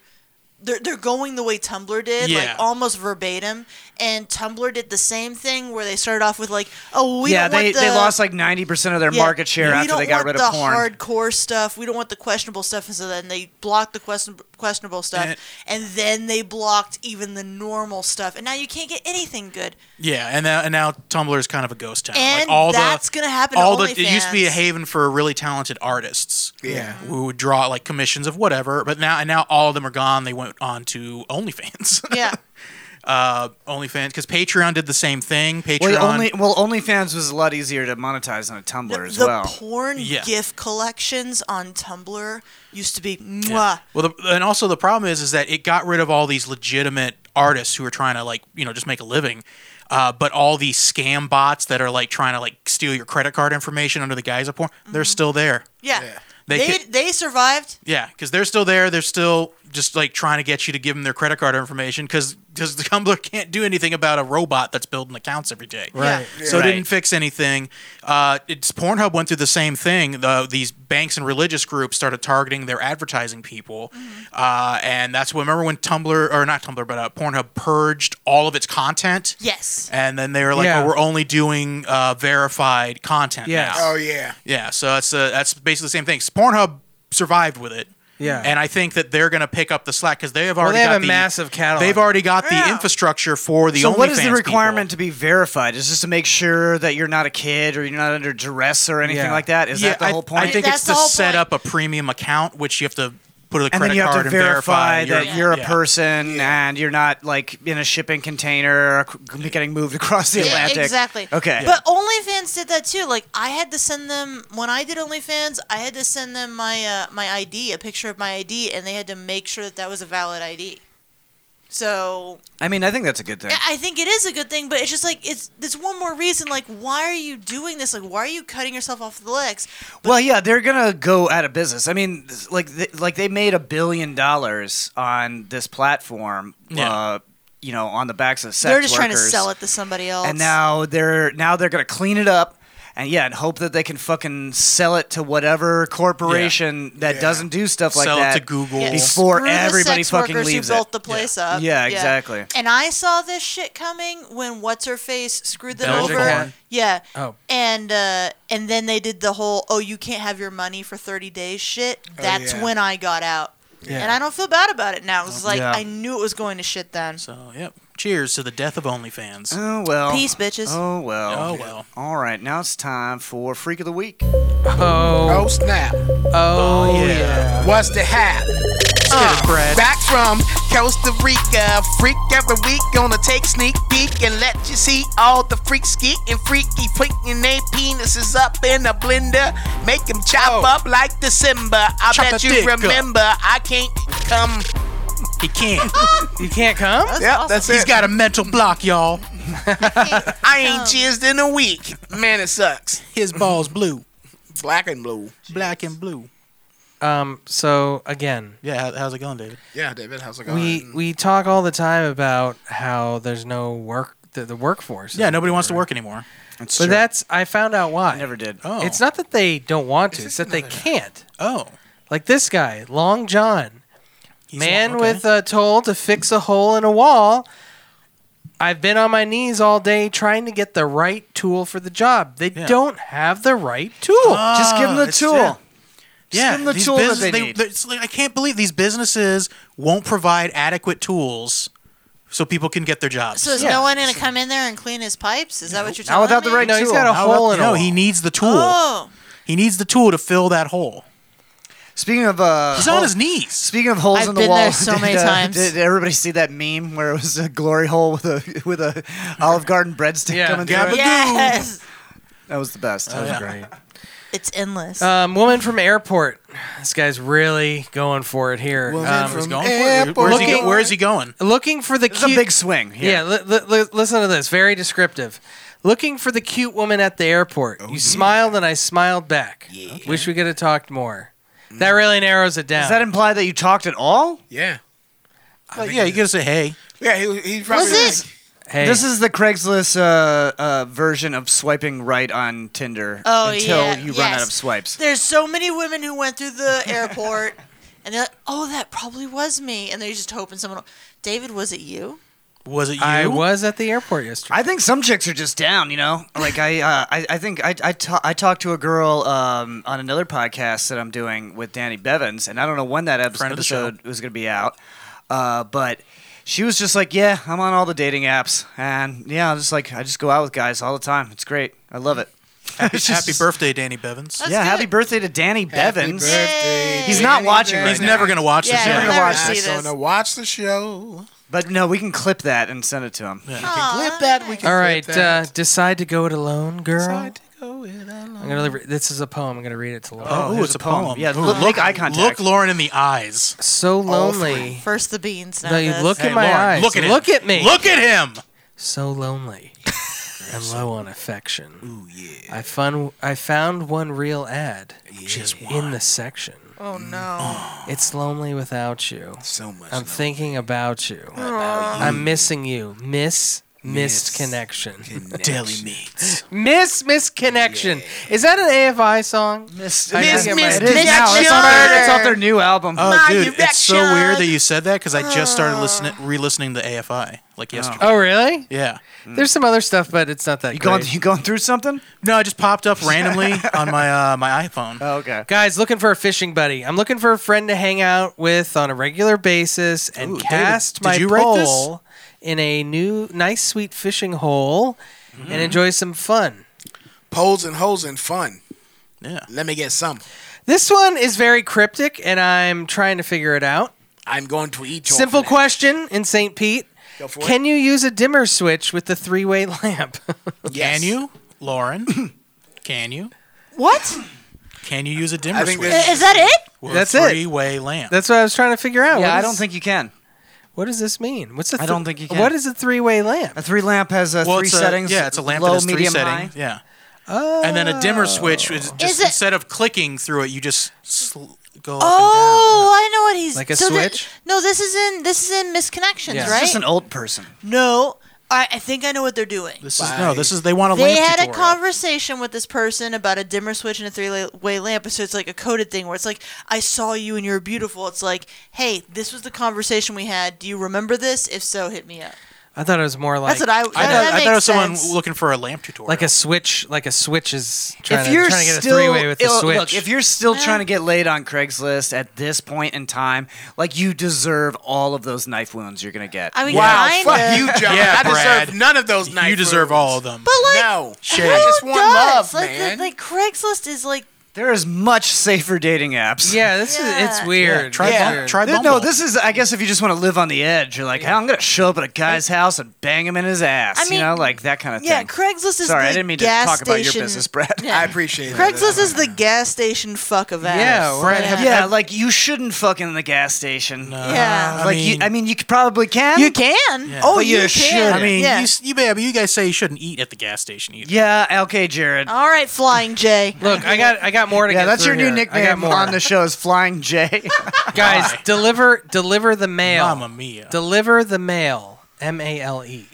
[SPEAKER 1] They're, they're going the way Tumblr did,
[SPEAKER 3] Yeah.
[SPEAKER 1] like almost verbatim. And Tumblr did the same thing where they started off with like, oh, we
[SPEAKER 2] yeah,
[SPEAKER 1] don't want
[SPEAKER 2] they,
[SPEAKER 1] the,
[SPEAKER 2] they lost like ninety percent of their
[SPEAKER 1] yeah,
[SPEAKER 2] market share
[SPEAKER 1] we
[SPEAKER 2] after
[SPEAKER 1] don't
[SPEAKER 2] they got
[SPEAKER 1] want
[SPEAKER 2] rid
[SPEAKER 1] the
[SPEAKER 2] of porn.
[SPEAKER 1] hardcore stuff. We don't want the questionable stuff, and so then they blocked the question, questionable stuff,
[SPEAKER 3] And-
[SPEAKER 1] and then they blocked even the normal stuff. And now you can't get anything good.
[SPEAKER 3] Yeah, and now, and now Tumblr is kind of a ghost town. like
[SPEAKER 1] And
[SPEAKER 3] all
[SPEAKER 1] that's
[SPEAKER 3] the,
[SPEAKER 1] gonna happen to
[SPEAKER 3] All the it used to be a
[SPEAKER 1] OnlyFans.
[SPEAKER 3] haven for really talented artists.
[SPEAKER 8] Yeah.
[SPEAKER 3] who would draw like commissions of whatever. But now and now all of them are gone. They went on to OnlyFans.
[SPEAKER 1] Yeah.
[SPEAKER 3] uh, OnlyFans because Patreon did the same thing. Patreon.
[SPEAKER 2] Well, only well, OnlyFans was a lot easier to monetize on a Tumblr as
[SPEAKER 1] the
[SPEAKER 2] well.
[SPEAKER 1] porn
[SPEAKER 3] Yeah.
[SPEAKER 1] GIF collections on Tumblr used to be mwah.
[SPEAKER 3] Yeah. Well, the, and also the problem is, is that it got rid of all these legitimate artists who are trying to like, you know, just make a living. Uh, but all these scam bots that are like trying to like steal your credit card information under the guise of porn,
[SPEAKER 2] Mm-hmm.
[SPEAKER 3] they're still there.
[SPEAKER 1] Yeah.
[SPEAKER 3] They
[SPEAKER 1] They they,
[SPEAKER 3] could-
[SPEAKER 1] survived.
[SPEAKER 3] Yeah, because they're still there. They're still just like trying to get you to give them their credit card information because the Tumblr can't do anything about a robot that's building accounts every day.
[SPEAKER 1] Right.
[SPEAKER 3] So
[SPEAKER 2] Right.
[SPEAKER 3] it didn't fix anything. Uh, it's Pornhub went through the same thing. The, these banks and religious groups started targeting their advertising people, uh, and that's when remember when Tumblr or not Tumblr but uh, Pornhub purged all of its content.
[SPEAKER 1] Yes.
[SPEAKER 3] And then they were like,
[SPEAKER 9] Yeah.
[SPEAKER 3] "Well, we're only doing uh, verified content
[SPEAKER 9] Yes.
[SPEAKER 3] now."
[SPEAKER 8] Oh yeah.
[SPEAKER 3] Yeah, so that's uh, that's basically the same thing. Pornhub survived with it.
[SPEAKER 9] Yeah.
[SPEAKER 3] and I think that they're going to pick up the slack because they have
[SPEAKER 9] Well,
[SPEAKER 3] already
[SPEAKER 9] they have
[SPEAKER 3] got
[SPEAKER 9] a
[SPEAKER 3] the,
[SPEAKER 9] massive catalog.
[SPEAKER 3] They've already got the
[SPEAKER 1] Yeah.
[SPEAKER 3] infrastructure for the.
[SPEAKER 2] so what is
[SPEAKER 3] OnlyFans
[SPEAKER 2] the requirement
[SPEAKER 3] people.
[SPEAKER 2] to be verified? Is just to make sure that you're not a kid or you're not under duress or anything
[SPEAKER 9] Yeah.
[SPEAKER 2] like that? Is
[SPEAKER 3] yeah,
[SPEAKER 2] that the
[SPEAKER 3] I,
[SPEAKER 2] whole point?
[SPEAKER 3] I think
[SPEAKER 1] That's
[SPEAKER 3] it's
[SPEAKER 1] the
[SPEAKER 3] to
[SPEAKER 1] whole
[SPEAKER 3] set
[SPEAKER 1] point.
[SPEAKER 3] up a premium account, which you have to put a
[SPEAKER 2] and
[SPEAKER 3] credit
[SPEAKER 2] then you have
[SPEAKER 3] card
[SPEAKER 2] to
[SPEAKER 3] and verify,
[SPEAKER 2] verify that
[SPEAKER 1] you're-
[SPEAKER 2] you're a
[SPEAKER 3] yeah.
[SPEAKER 2] person and you're not like in a shipping container or c- getting moved across the
[SPEAKER 1] Yeah,
[SPEAKER 2] Atlantic.
[SPEAKER 1] exactly.
[SPEAKER 2] Okay.
[SPEAKER 1] But OnlyFans did that too. Like I had to send them when I did OnlyFans, I had to send them my uh, my ID, a picture of my ID, and they had to make sure that that was a valid ID. So
[SPEAKER 2] I mean, I think that's a good thing.
[SPEAKER 1] I I think it is a good thing, but it's just like it's there's one more reason. Like, why are you doing this? Like, why are you cutting yourself off the legs?
[SPEAKER 2] Well, yeah, they're gonna go out of business. I mean, th- like, th- like they made a billion dollars on this platform.
[SPEAKER 3] Yeah.
[SPEAKER 2] Uh, you know, on the backs of sex
[SPEAKER 1] They're just trying to
[SPEAKER 2] workers.
[SPEAKER 1] sell it to somebody else.
[SPEAKER 2] and now they're now they're gonna clean it up and yeah and hope that they can fucking sell it to whatever corporation that
[SPEAKER 8] Yeah.
[SPEAKER 2] doesn't do stuff like
[SPEAKER 3] sell
[SPEAKER 2] that
[SPEAKER 3] it to Google.
[SPEAKER 1] Yeah.
[SPEAKER 2] before
[SPEAKER 1] Screw the
[SPEAKER 2] everybody
[SPEAKER 1] sex
[SPEAKER 2] fucking
[SPEAKER 1] workers
[SPEAKER 2] leaves
[SPEAKER 1] who built
[SPEAKER 2] it
[SPEAKER 1] the place
[SPEAKER 3] Yeah.
[SPEAKER 1] up.
[SPEAKER 2] Yeah, exactly.
[SPEAKER 1] And I saw this shit coming when what's her face screwed them
[SPEAKER 3] Belgian
[SPEAKER 1] over.
[SPEAKER 3] horn.
[SPEAKER 1] Yeah.
[SPEAKER 9] Oh.
[SPEAKER 1] And uh, and then they did the whole oh you can't have your money for thirty days shit.
[SPEAKER 2] Oh,
[SPEAKER 1] That's
[SPEAKER 8] yeah.
[SPEAKER 1] when I got out. And I don't feel bad about it now. It was like
[SPEAKER 2] Oh, Yeah.
[SPEAKER 1] I knew it was going to shit then.
[SPEAKER 3] So, yep. Cheers to the death of OnlyFans.
[SPEAKER 2] oh well
[SPEAKER 1] Peace, bitches.
[SPEAKER 2] oh well
[SPEAKER 3] Oh, well.
[SPEAKER 2] all right now it's time for freak of the week
[SPEAKER 9] Oh,
[SPEAKER 8] Oh snap!
[SPEAKER 9] oh, yeah.
[SPEAKER 8] What's the hat? Back from Costa Rica, freak every week. Gonna take sneak peek and let you see all the freaks getting freaky, putting their penises up in a blender, make them chop up like December. I
[SPEAKER 3] Oh. Chop
[SPEAKER 8] bet
[SPEAKER 3] the
[SPEAKER 8] you
[SPEAKER 3] dick up.
[SPEAKER 8] remember I can't come.
[SPEAKER 3] He can't.
[SPEAKER 9] You can't come?
[SPEAKER 8] Yep, that's
[SPEAKER 3] He's got a mental block, y'all.
[SPEAKER 8] I ain't jizzed in a week. Man, it sucks.
[SPEAKER 3] His ball's blue.
[SPEAKER 8] Black and blue.
[SPEAKER 3] Black and blue.
[SPEAKER 9] Um, so again,
[SPEAKER 3] Yeah, how- how's it going, David?
[SPEAKER 8] Yeah, David, how's it
[SPEAKER 9] we we talk all the time about how there's no work the, the workforce.
[SPEAKER 3] Yeah, nobody wants to work anymore.
[SPEAKER 2] It's
[SPEAKER 9] But
[SPEAKER 2] true.
[SPEAKER 9] that's I found out why.
[SPEAKER 2] I never did
[SPEAKER 3] Oh.
[SPEAKER 9] It's not that they don't want to, it's that they can't.
[SPEAKER 3] Oh.
[SPEAKER 9] Like this guy, Long John,
[SPEAKER 3] He's
[SPEAKER 9] man
[SPEAKER 3] okay.
[SPEAKER 9] with a toll to fix a hole in a wall. I've been on my knees all day trying to get the right tool for the job. They
[SPEAKER 3] Yeah.
[SPEAKER 9] don't have the right tool.
[SPEAKER 2] just give them the
[SPEAKER 3] it's-
[SPEAKER 2] tool
[SPEAKER 3] yeah.
[SPEAKER 2] Just give them the
[SPEAKER 3] these
[SPEAKER 2] tool that
[SPEAKER 3] business-
[SPEAKER 2] they need.
[SPEAKER 3] it's like, I can't believe these businesses won't provide adequate tools so people can get their jobs.
[SPEAKER 1] So is no one gonna come in there and clean his pipes? Is that what you're
[SPEAKER 2] Not
[SPEAKER 1] telling
[SPEAKER 2] without
[SPEAKER 1] me?
[SPEAKER 2] the right
[SPEAKER 9] No, he's
[SPEAKER 2] tool.
[SPEAKER 9] got a
[SPEAKER 3] How
[SPEAKER 9] hole
[SPEAKER 3] about-
[SPEAKER 9] in a
[SPEAKER 3] no,
[SPEAKER 9] wall.
[SPEAKER 3] he needs the tool.
[SPEAKER 1] Oh,
[SPEAKER 3] He needs the tool to fill that hole.
[SPEAKER 2] Speaking of uh,
[SPEAKER 3] He's on
[SPEAKER 2] hole-
[SPEAKER 3] his knees.
[SPEAKER 2] Speaking of holes
[SPEAKER 1] I've
[SPEAKER 2] in the
[SPEAKER 1] been
[SPEAKER 2] wall,
[SPEAKER 1] there so
[SPEAKER 2] did,
[SPEAKER 1] many
[SPEAKER 2] uh,
[SPEAKER 1] times.
[SPEAKER 2] Did everybody see that meme where it was a glory hole with a with a Olive Garden breadstick
[SPEAKER 9] Yeah.
[SPEAKER 2] coming through? it?
[SPEAKER 1] yes,
[SPEAKER 2] That was the best. That was
[SPEAKER 3] yeah.
[SPEAKER 2] great.
[SPEAKER 1] it's endless.
[SPEAKER 2] Uh,
[SPEAKER 9] Um, woman from airport. This guy's really going for it here. Um,
[SPEAKER 3] He's going for it. Where's he, go-
[SPEAKER 9] Looking-
[SPEAKER 3] where is he going?
[SPEAKER 9] looking for the
[SPEAKER 2] It's
[SPEAKER 9] cute.
[SPEAKER 2] a big swing.
[SPEAKER 9] yeah, li- li- li- listen to this. Very descriptive. Looking for the cute woman at the airport.
[SPEAKER 2] Oh,
[SPEAKER 9] you smiled and I smiled back. Wish we could have talked more. That really narrows it down.
[SPEAKER 2] Does that imply that you talked at all?
[SPEAKER 8] Yeah.
[SPEAKER 3] Like, yeah, you gotta say hey.
[SPEAKER 8] Yeah, he, he probably
[SPEAKER 1] Was it?
[SPEAKER 9] hey,
[SPEAKER 2] This is the Craigslist uh, uh, version of swiping right on Tinder
[SPEAKER 1] Oh,
[SPEAKER 2] until
[SPEAKER 1] yeah.
[SPEAKER 2] you run
[SPEAKER 1] Yes.
[SPEAKER 2] out of swipes.
[SPEAKER 1] There's so many women who went through the airport, and they're like, "Oh, that probably was me," and they're just hoping someone. will- David, was it you?
[SPEAKER 3] Was it you?
[SPEAKER 9] I was at the airport yesterday.
[SPEAKER 2] I think some chicks are just down, you know. Like I, uh, I, I think I, I, ta- I talked to a girl um, on another podcast that I'm doing with Danny Bevins, and I don't know when that ep-
[SPEAKER 3] Friend of the show.
[SPEAKER 2] episode was going to be out, uh, but she was just like, "Yeah, I'm on all the dating apps, and yeah, I'm just like, I just go out with guys all the time. It's great. I love it.
[SPEAKER 3] Happy,
[SPEAKER 2] It's
[SPEAKER 3] happy
[SPEAKER 2] just-
[SPEAKER 3] birthday, Danny Bevins.
[SPEAKER 1] That's
[SPEAKER 2] yeah, happy
[SPEAKER 1] good.
[SPEAKER 2] birthday to Danny Bevins.
[SPEAKER 1] birthday.
[SPEAKER 2] He's not watching right
[SPEAKER 3] He's
[SPEAKER 2] now,
[SPEAKER 3] never gonna watch
[SPEAKER 1] Yeah,
[SPEAKER 3] this.
[SPEAKER 1] he'll
[SPEAKER 3] yet.
[SPEAKER 1] never
[SPEAKER 2] watch
[SPEAKER 1] see
[SPEAKER 2] this.
[SPEAKER 1] this.
[SPEAKER 8] Gonna watch the show.
[SPEAKER 2] but no, we can clip that and send it to him.
[SPEAKER 1] Aw,
[SPEAKER 8] that. We can
[SPEAKER 9] All right, uh, decide to go it alone, girl. I'm gonna. Re- this is a poem. I'm gonna read it to Laura.
[SPEAKER 3] Oh,
[SPEAKER 2] here's
[SPEAKER 3] it's
[SPEAKER 2] a
[SPEAKER 3] a
[SPEAKER 2] poem.
[SPEAKER 3] poem.
[SPEAKER 2] Yeah,
[SPEAKER 3] Ooh,
[SPEAKER 2] look- make eye
[SPEAKER 3] Look
[SPEAKER 2] contact.
[SPEAKER 3] Lauren in the eyes.
[SPEAKER 9] So lonely.
[SPEAKER 1] First the beans. Now
[SPEAKER 9] No, you
[SPEAKER 1] this.
[SPEAKER 9] look
[SPEAKER 3] Hey,
[SPEAKER 9] in my
[SPEAKER 3] Lauren,
[SPEAKER 9] eyes.
[SPEAKER 3] Look at him.
[SPEAKER 9] look at me.
[SPEAKER 3] Look at him.
[SPEAKER 9] so lonely and low on affection. Ooh yeah. I fun I found one real ad
[SPEAKER 3] Just
[SPEAKER 9] in the section.
[SPEAKER 1] Oh no.
[SPEAKER 9] It's lonely without you.
[SPEAKER 8] So much.
[SPEAKER 9] I'm thinking about you. I'm missing you. Miss missed connection.
[SPEAKER 3] Deli meats.
[SPEAKER 9] Miss missed connection. Is that an AFI song?
[SPEAKER 2] Miss,
[SPEAKER 9] I gotta
[SPEAKER 2] Miss-
[SPEAKER 9] get
[SPEAKER 2] Miss-
[SPEAKER 9] my-
[SPEAKER 2] it is
[SPEAKER 1] Miss
[SPEAKER 2] now. It's on,
[SPEAKER 1] Jordan.
[SPEAKER 2] their, it's on their new album.
[SPEAKER 3] Oh, dude, it's so weird that you said that because I just started listening, re-listening to AFI like yesterday.
[SPEAKER 9] Oh really?
[SPEAKER 3] Yeah.
[SPEAKER 9] There's some other stuff, but it's not that
[SPEAKER 2] You
[SPEAKER 9] great.
[SPEAKER 2] going, you going through something?
[SPEAKER 3] No, it just popped up randomly on my uh, my iPhone.
[SPEAKER 2] Oh, okay.
[SPEAKER 9] Guys, looking for a fishing buddy. I'm looking for a friend to hang out with on a regular basis and
[SPEAKER 3] Ooh, David,
[SPEAKER 9] cast
[SPEAKER 3] did
[SPEAKER 9] my
[SPEAKER 3] you write this?
[SPEAKER 9] pole in a new, nice, sweet fishing hole and enjoy some fun.
[SPEAKER 8] Poles and holes and fun.
[SPEAKER 3] yeah.
[SPEAKER 8] Let me get some.
[SPEAKER 9] This one is very cryptic, and I'm trying to figure it out.
[SPEAKER 4] I'm going to eat. your
[SPEAKER 9] Simple
[SPEAKER 4] flesh.
[SPEAKER 9] question in St. Pete.
[SPEAKER 4] Go for it.
[SPEAKER 9] Can you use a dimmer switch with the three-way lamp?
[SPEAKER 4] Yes.
[SPEAKER 3] Can you, Lauren? can you?
[SPEAKER 1] What?
[SPEAKER 3] Can you use a dimmer
[SPEAKER 2] I think
[SPEAKER 3] switch?
[SPEAKER 2] there's-
[SPEAKER 1] Is that it?
[SPEAKER 3] with
[SPEAKER 9] That's
[SPEAKER 3] a
[SPEAKER 9] it.
[SPEAKER 3] three-way lamp.
[SPEAKER 9] That's what I was trying to figure out.
[SPEAKER 2] Yeah,
[SPEAKER 9] What
[SPEAKER 2] I
[SPEAKER 9] is-
[SPEAKER 2] don't think you can.
[SPEAKER 9] What does this mean? What's the?
[SPEAKER 2] I don't think you can.
[SPEAKER 9] What is a three-way lamp?
[SPEAKER 2] A three lamp has uh,
[SPEAKER 3] well,
[SPEAKER 2] three
[SPEAKER 3] it's a,
[SPEAKER 2] settings.
[SPEAKER 3] Yeah, it's a lamp
[SPEAKER 2] low,
[SPEAKER 3] that has three
[SPEAKER 2] medium,
[SPEAKER 3] settings.
[SPEAKER 2] high.
[SPEAKER 3] Yeah. and then a dimmer switch is just
[SPEAKER 1] Is it-
[SPEAKER 3] instead of clicking through it, you just sl- go up
[SPEAKER 1] Oh, I know what he's
[SPEAKER 9] Like a
[SPEAKER 1] so that-
[SPEAKER 9] switch?
[SPEAKER 1] no, this is in this is in misconnections,
[SPEAKER 9] Yeah. It's
[SPEAKER 1] right?
[SPEAKER 2] It's just an old person.
[SPEAKER 1] no, I, I think I know what they're doing.
[SPEAKER 3] and down. This is no. This is they want a
[SPEAKER 1] they
[SPEAKER 3] lamp
[SPEAKER 1] had
[SPEAKER 3] tutorial.
[SPEAKER 1] a conversation with this person about a dimmer switch and a three-way lamp, so it's like a coded thing where it's like, "I saw you and you're beautiful." It's like, "Hey, this was the conversation we had. Do you remember this? If so, hit me up."
[SPEAKER 9] I thought it was more like
[SPEAKER 1] That's what I.
[SPEAKER 3] I
[SPEAKER 1] that-
[SPEAKER 3] thought,
[SPEAKER 1] that
[SPEAKER 3] I thought it was
[SPEAKER 1] makes
[SPEAKER 3] someone
[SPEAKER 1] sense.
[SPEAKER 3] looking for a lamp tutorial.
[SPEAKER 9] like a switch. Like a switch is trying,
[SPEAKER 2] If
[SPEAKER 9] to,
[SPEAKER 2] you're
[SPEAKER 9] trying to get
[SPEAKER 2] still
[SPEAKER 9] a three-way with a
[SPEAKER 2] ill-
[SPEAKER 9] switch.
[SPEAKER 2] look, if you're still trying to get laid on Craigslist at this point in time, like you deserve all of those knife wounds you're gonna get.
[SPEAKER 1] I mean,
[SPEAKER 4] Wow,
[SPEAKER 1] kinda.
[SPEAKER 4] fuck you, John.
[SPEAKER 3] Yeah,
[SPEAKER 4] I deserve
[SPEAKER 3] Brad.
[SPEAKER 4] none of those knife
[SPEAKER 3] you deserve
[SPEAKER 4] wounds.
[SPEAKER 3] all of them.
[SPEAKER 1] But like,
[SPEAKER 4] no,
[SPEAKER 1] who
[SPEAKER 4] I just want
[SPEAKER 1] does?
[SPEAKER 4] love,
[SPEAKER 1] like, the-
[SPEAKER 4] man.
[SPEAKER 1] like Craigslist is like
[SPEAKER 2] there is much safer dating apps.
[SPEAKER 9] yeah, this
[SPEAKER 1] Yeah.
[SPEAKER 9] is it's weird.
[SPEAKER 3] Try
[SPEAKER 9] It's
[SPEAKER 4] Yeah.
[SPEAKER 3] Bumble.
[SPEAKER 9] weird.
[SPEAKER 3] Try
[SPEAKER 2] Th-
[SPEAKER 3] Bumble.
[SPEAKER 2] No, this is. I guess if you just want to live on the edge, you're like, "Hey, I'm gonna show up at a guy's house and bang him in his ass.
[SPEAKER 1] I mean,
[SPEAKER 2] you know, like that kind of
[SPEAKER 1] yeah,
[SPEAKER 2] thing.
[SPEAKER 1] Craigslist is.
[SPEAKER 2] Sorry,
[SPEAKER 1] the
[SPEAKER 2] I didn't mean to
[SPEAKER 1] gas
[SPEAKER 2] talk about your
[SPEAKER 1] station-
[SPEAKER 2] business, Brad.
[SPEAKER 1] Yeah.
[SPEAKER 4] I appreciate it.
[SPEAKER 1] Craigslist is the gas station fuck of ass.
[SPEAKER 9] Yeah, right.
[SPEAKER 1] Yeah.
[SPEAKER 2] Yeah, like you shouldn't fuck in the gas station.
[SPEAKER 1] Yeah.
[SPEAKER 3] I
[SPEAKER 2] Like
[SPEAKER 3] mean,
[SPEAKER 2] you, I mean, you could probably can.
[SPEAKER 1] You can.
[SPEAKER 3] Yeah.
[SPEAKER 1] Oh,
[SPEAKER 2] But
[SPEAKER 1] you,
[SPEAKER 2] you
[SPEAKER 1] can.
[SPEAKER 2] shouldn't.
[SPEAKER 3] I mean,
[SPEAKER 1] yeah.
[SPEAKER 3] you, s- you, yeah, but you guys say you shouldn't eat at the gas station either.
[SPEAKER 2] Yeah. Okay, Jared.
[SPEAKER 1] All right, Flying J.
[SPEAKER 9] Look, I got I got more to
[SPEAKER 2] yeah,
[SPEAKER 9] get
[SPEAKER 2] that's your
[SPEAKER 9] through
[SPEAKER 2] new
[SPEAKER 9] here. I got
[SPEAKER 2] nickname
[SPEAKER 9] more.
[SPEAKER 2] on the show is Flying J.
[SPEAKER 9] Guys, deliver deliver the mail.
[SPEAKER 3] Mamma mia.
[SPEAKER 9] Deliver the mail. M A L E.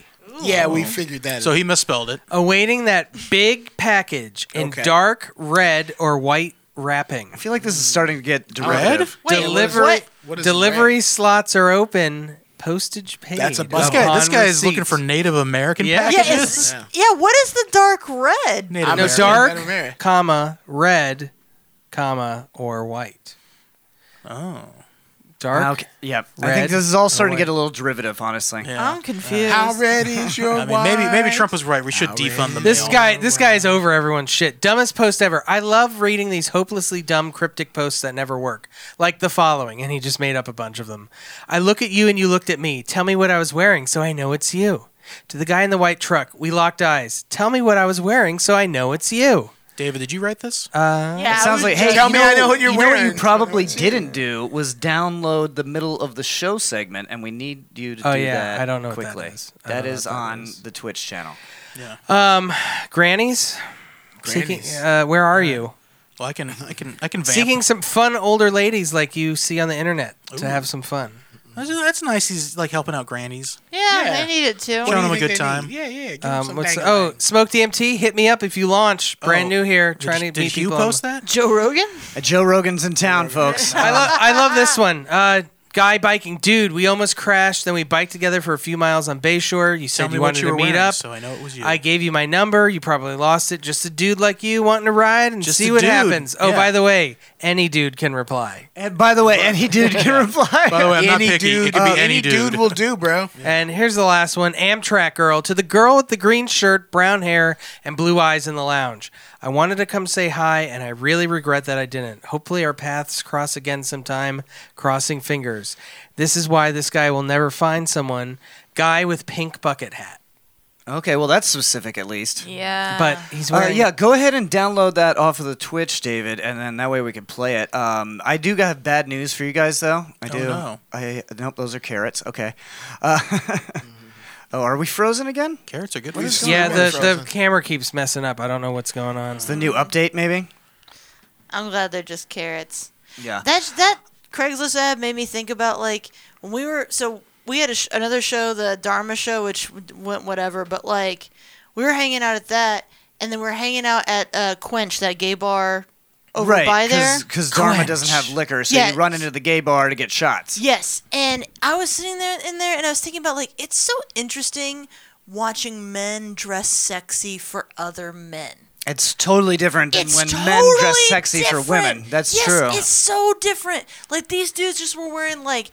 [SPEAKER 4] yeah, we figured that.
[SPEAKER 3] Oh. So
[SPEAKER 4] out.
[SPEAKER 3] he misspelled it.
[SPEAKER 9] Awaiting that big package in
[SPEAKER 4] Okay.
[SPEAKER 9] dark red or white wrapping.
[SPEAKER 2] I feel like this is starting to get derivative.
[SPEAKER 1] Wait,
[SPEAKER 9] delivery
[SPEAKER 1] what?
[SPEAKER 4] What is
[SPEAKER 9] delivery slots are open. Postage paid.
[SPEAKER 4] That's a bummer.
[SPEAKER 3] This guy, this
[SPEAKER 9] upon
[SPEAKER 3] guy is
[SPEAKER 9] receipt.
[SPEAKER 3] looking for Native American
[SPEAKER 9] Yeah.
[SPEAKER 1] Yeah, it's,
[SPEAKER 3] packages.
[SPEAKER 1] yeah. What is the dark red?
[SPEAKER 3] Native
[SPEAKER 4] I'm
[SPEAKER 9] no
[SPEAKER 3] American.
[SPEAKER 4] American, Native American.
[SPEAKER 9] dark, comma red, comma or white.
[SPEAKER 3] Oh.
[SPEAKER 9] Dark.
[SPEAKER 2] Okay. Yep. I
[SPEAKER 9] Red.
[SPEAKER 2] think this is all starting
[SPEAKER 9] Oh,
[SPEAKER 2] to get a little derivative, honestly.
[SPEAKER 3] Yeah.
[SPEAKER 1] I'm confused.
[SPEAKER 4] How red is your
[SPEAKER 3] I mean, maybe maybe
[SPEAKER 4] wine?
[SPEAKER 3] Trump was right. We should defund the
[SPEAKER 9] This
[SPEAKER 3] mail.
[SPEAKER 9] guy, this guy is over everyone's shit. Dumbest post ever. I love reading these hopelessly dumb cryptic posts that never work, like the following. And he just made up a bunch of them. I look at you and you looked at me. Tell me what I was wearing, so I know it's you. To the guy in the white truck, we locked eyes. Tell me what I was wearing, so I know it's you. Uh,
[SPEAKER 3] David, did you write this?
[SPEAKER 1] yeah,
[SPEAKER 2] It sounds like, hey,
[SPEAKER 4] Tell
[SPEAKER 2] you
[SPEAKER 4] me I know what you're
[SPEAKER 2] you Know what
[SPEAKER 4] wearing.
[SPEAKER 2] you probably didn't do was download the middle of the show segment, and we need you to
[SPEAKER 9] Oh,
[SPEAKER 2] do
[SPEAKER 9] yeah,
[SPEAKER 2] that
[SPEAKER 9] I don't know what that
[SPEAKER 2] quickly.
[SPEAKER 9] is. I
[SPEAKER 2] That
[SPEAKER 9] don't know
[SPEAKER 2] is
[SPEAKER 9] what that
[SPEAKER 2] on
[SPEAKER 9] is.
[SPEAKER 2] the Twitch channel.
[SPEAKER 9] Grannies, seeking.
[SPEAKER 4] Grannies.
[SPEAKER 9] Uh, where are you?
[SPEAKER 3] well, I can I can I can vamp.
[SPEAKER 9] Seeking some fun older ladies like you see on the internet to
[SPEAKER 3] Ooh.
[SPEAKER 9] have some fun.
[SPEAKER 3] That's, that's nice. He's like helping out grannies.
[SPEAKER 1] yeah,
[SPEAKER 4] Yeah.
[SPEAKER 1] I need it too.
[SPEAKER 4] What do
[SPEAKER 3] Showing
[SPEAKER 4] you
[SPEAKER 3] him a
[SPEAKER 4] think
[SPEAKER 3] good
[SPEAKER 4] they
[SPEAKER 3] time.
[SPEAKER 4] need? Yeah, yeah. Give him
[SPEAKER 9] Um,
[SPEAKER 4] some
[SPEAKER 9] what's
[SPEAKER 4] bang
[SPEAKER 9] oh
[SPEAKER 4] bang.
[SPEAKER 9] smoke DMT? Hit me up if you launch. Brand
[SPEAKER 3] Oh,
[SPEAKER 9] new here,
[SPEAKER 3] Did,
[SPEAKER 9] trying
[SPEAKER 3] you-
[SPEAKER 9] to meet
[SPEAKER 3] did you
[SPEAKER 9] people. on
[SPEAKER 3] post that?
[SPEAKER 1] Joe Rogan?
[SPEAKER 2] Uh, Joe Rogan's in town, folks.
[SPEAKER 9] I love I love this one. Uh, guy biking, dude. We almost crashed. Then we biked together for a few miles on Bayshore. You
[SPEAKER 3] Tell
[SPEAKER 9] said
[SPEAKER 3] me
[SPEAKER 9] you
[SPEAKER 3] what
[SPEAKER 9] wanted
[SPEAKER 3] you were
[SPEAKER 9] to meet
[SPEAKER 3] wearing,
[SPEAKER 9] up.
[SPEAKER 3] so I know it was you.
[SPEAKER 9] I gave you my number. You probably lost it. Just a dude like you wanting to ride and
[SPEAKER 3] Just
[SPEAKER 9] see
[SPEAKER 3] a
[SPEAKER 9] what
[SPEAKER 3] dude.
[SPEAKER 9] happens. Oh,
[SPEAKER 3] Yeah.
[SPEAKER 9] by the way, any dude can reply.
[SPEAKER 2] and by the way, and he did get a reply.
[SPEAKER 3] By the way, I'm not
[SPEAKER 4] Any
[SPEAKER 3] picky. it
[SPEAKER 4] dude,
[SPEAKER 3] could be
[SPEAKER 4] uh,
[SPEAKER 3] any,
[SPEAKER 4] dude will do, bro.
[SPEAKER 9] And here's the last one Amtrak girl to the girl with the green shirt, brown hair, and blue eyes in the lounge. I wanted to come say hi, and I really regret that I didn't. Hopefully, our paths cross again sometime, crossing fingers. This is why this guy will never find someone. Guy with pink bucket hat.
[SPEAKER 2] okay, well that's specific at least.
[SPEAKER 1] Yeah.
[SPEAKER 9] But he's
[SPEAKER 2] Uh,
[SPEAKER 9] wearing.
[SPEAKER 2] yeah, go ahead and download that off of the Twitch, David, and then that way we can play it. Um, I do have bad news for you guys, though. I do.
[SPEAKER 3] no.
[SPEAKER 2] I nope, those are carrots. Okay. Uh, oh, are we frozen again?
[SPEAKER 3] Carrots are good.
[SPEAKER 4] What
[SPEAKER 3] for
[SPEAKER 4] is
[SPEAKER 3] you.
[SPEAKER 4] going
[SPEAKER 9] Yeah,
[SPEAKER 4] on,
[SPEAKER 9] the, the
[SPEAKER 4] Frozen?
[SPEAKER 9] camera keeps messing up. I don't know what's going on.
[SPEAKER 2] The new update, maybe.
[SPEAKER 1] I'm glad they're just carrots.
[SPEAKER 2] Yeah.
[SPEAKER 1] That that Craigslist ad made me think about like when we were so we had a sh- another show, the Dharma show, which w- went whatever, but like we were hanging out at that, and then we are hanging out at uh, Quench, that gay bar over
[SPEAKER 2] right,
[SPEAKER 1] by there.
[SPEAKER 2] because Dharma
[SPEAKER 9] Quench.
[SPEAKER 2] doesn't have liquor, so
[SPEAKER 1] Yeah.
[SPEAKER 2] you run into the gay bar to get shots.
[SPEAKER 1] Yes, and I was sitting there in there, and I was thinking about like it's so interesting watching men dress sexy for other men.
[SPEAKER 2] It's totally different than
[SPEAKER 1] It's
[SPEAKER 2] when
[SPEAKER 1] totally
[SPEAKER 2] men dress sexy
[SPEAKER 1] different.
[SPEAKER 2] for women. That's
[SPEAKER 1] yes,
[SPEAKER 2] true.
[SPEAKER 1] It's so different. Like these dudes just were wearing like,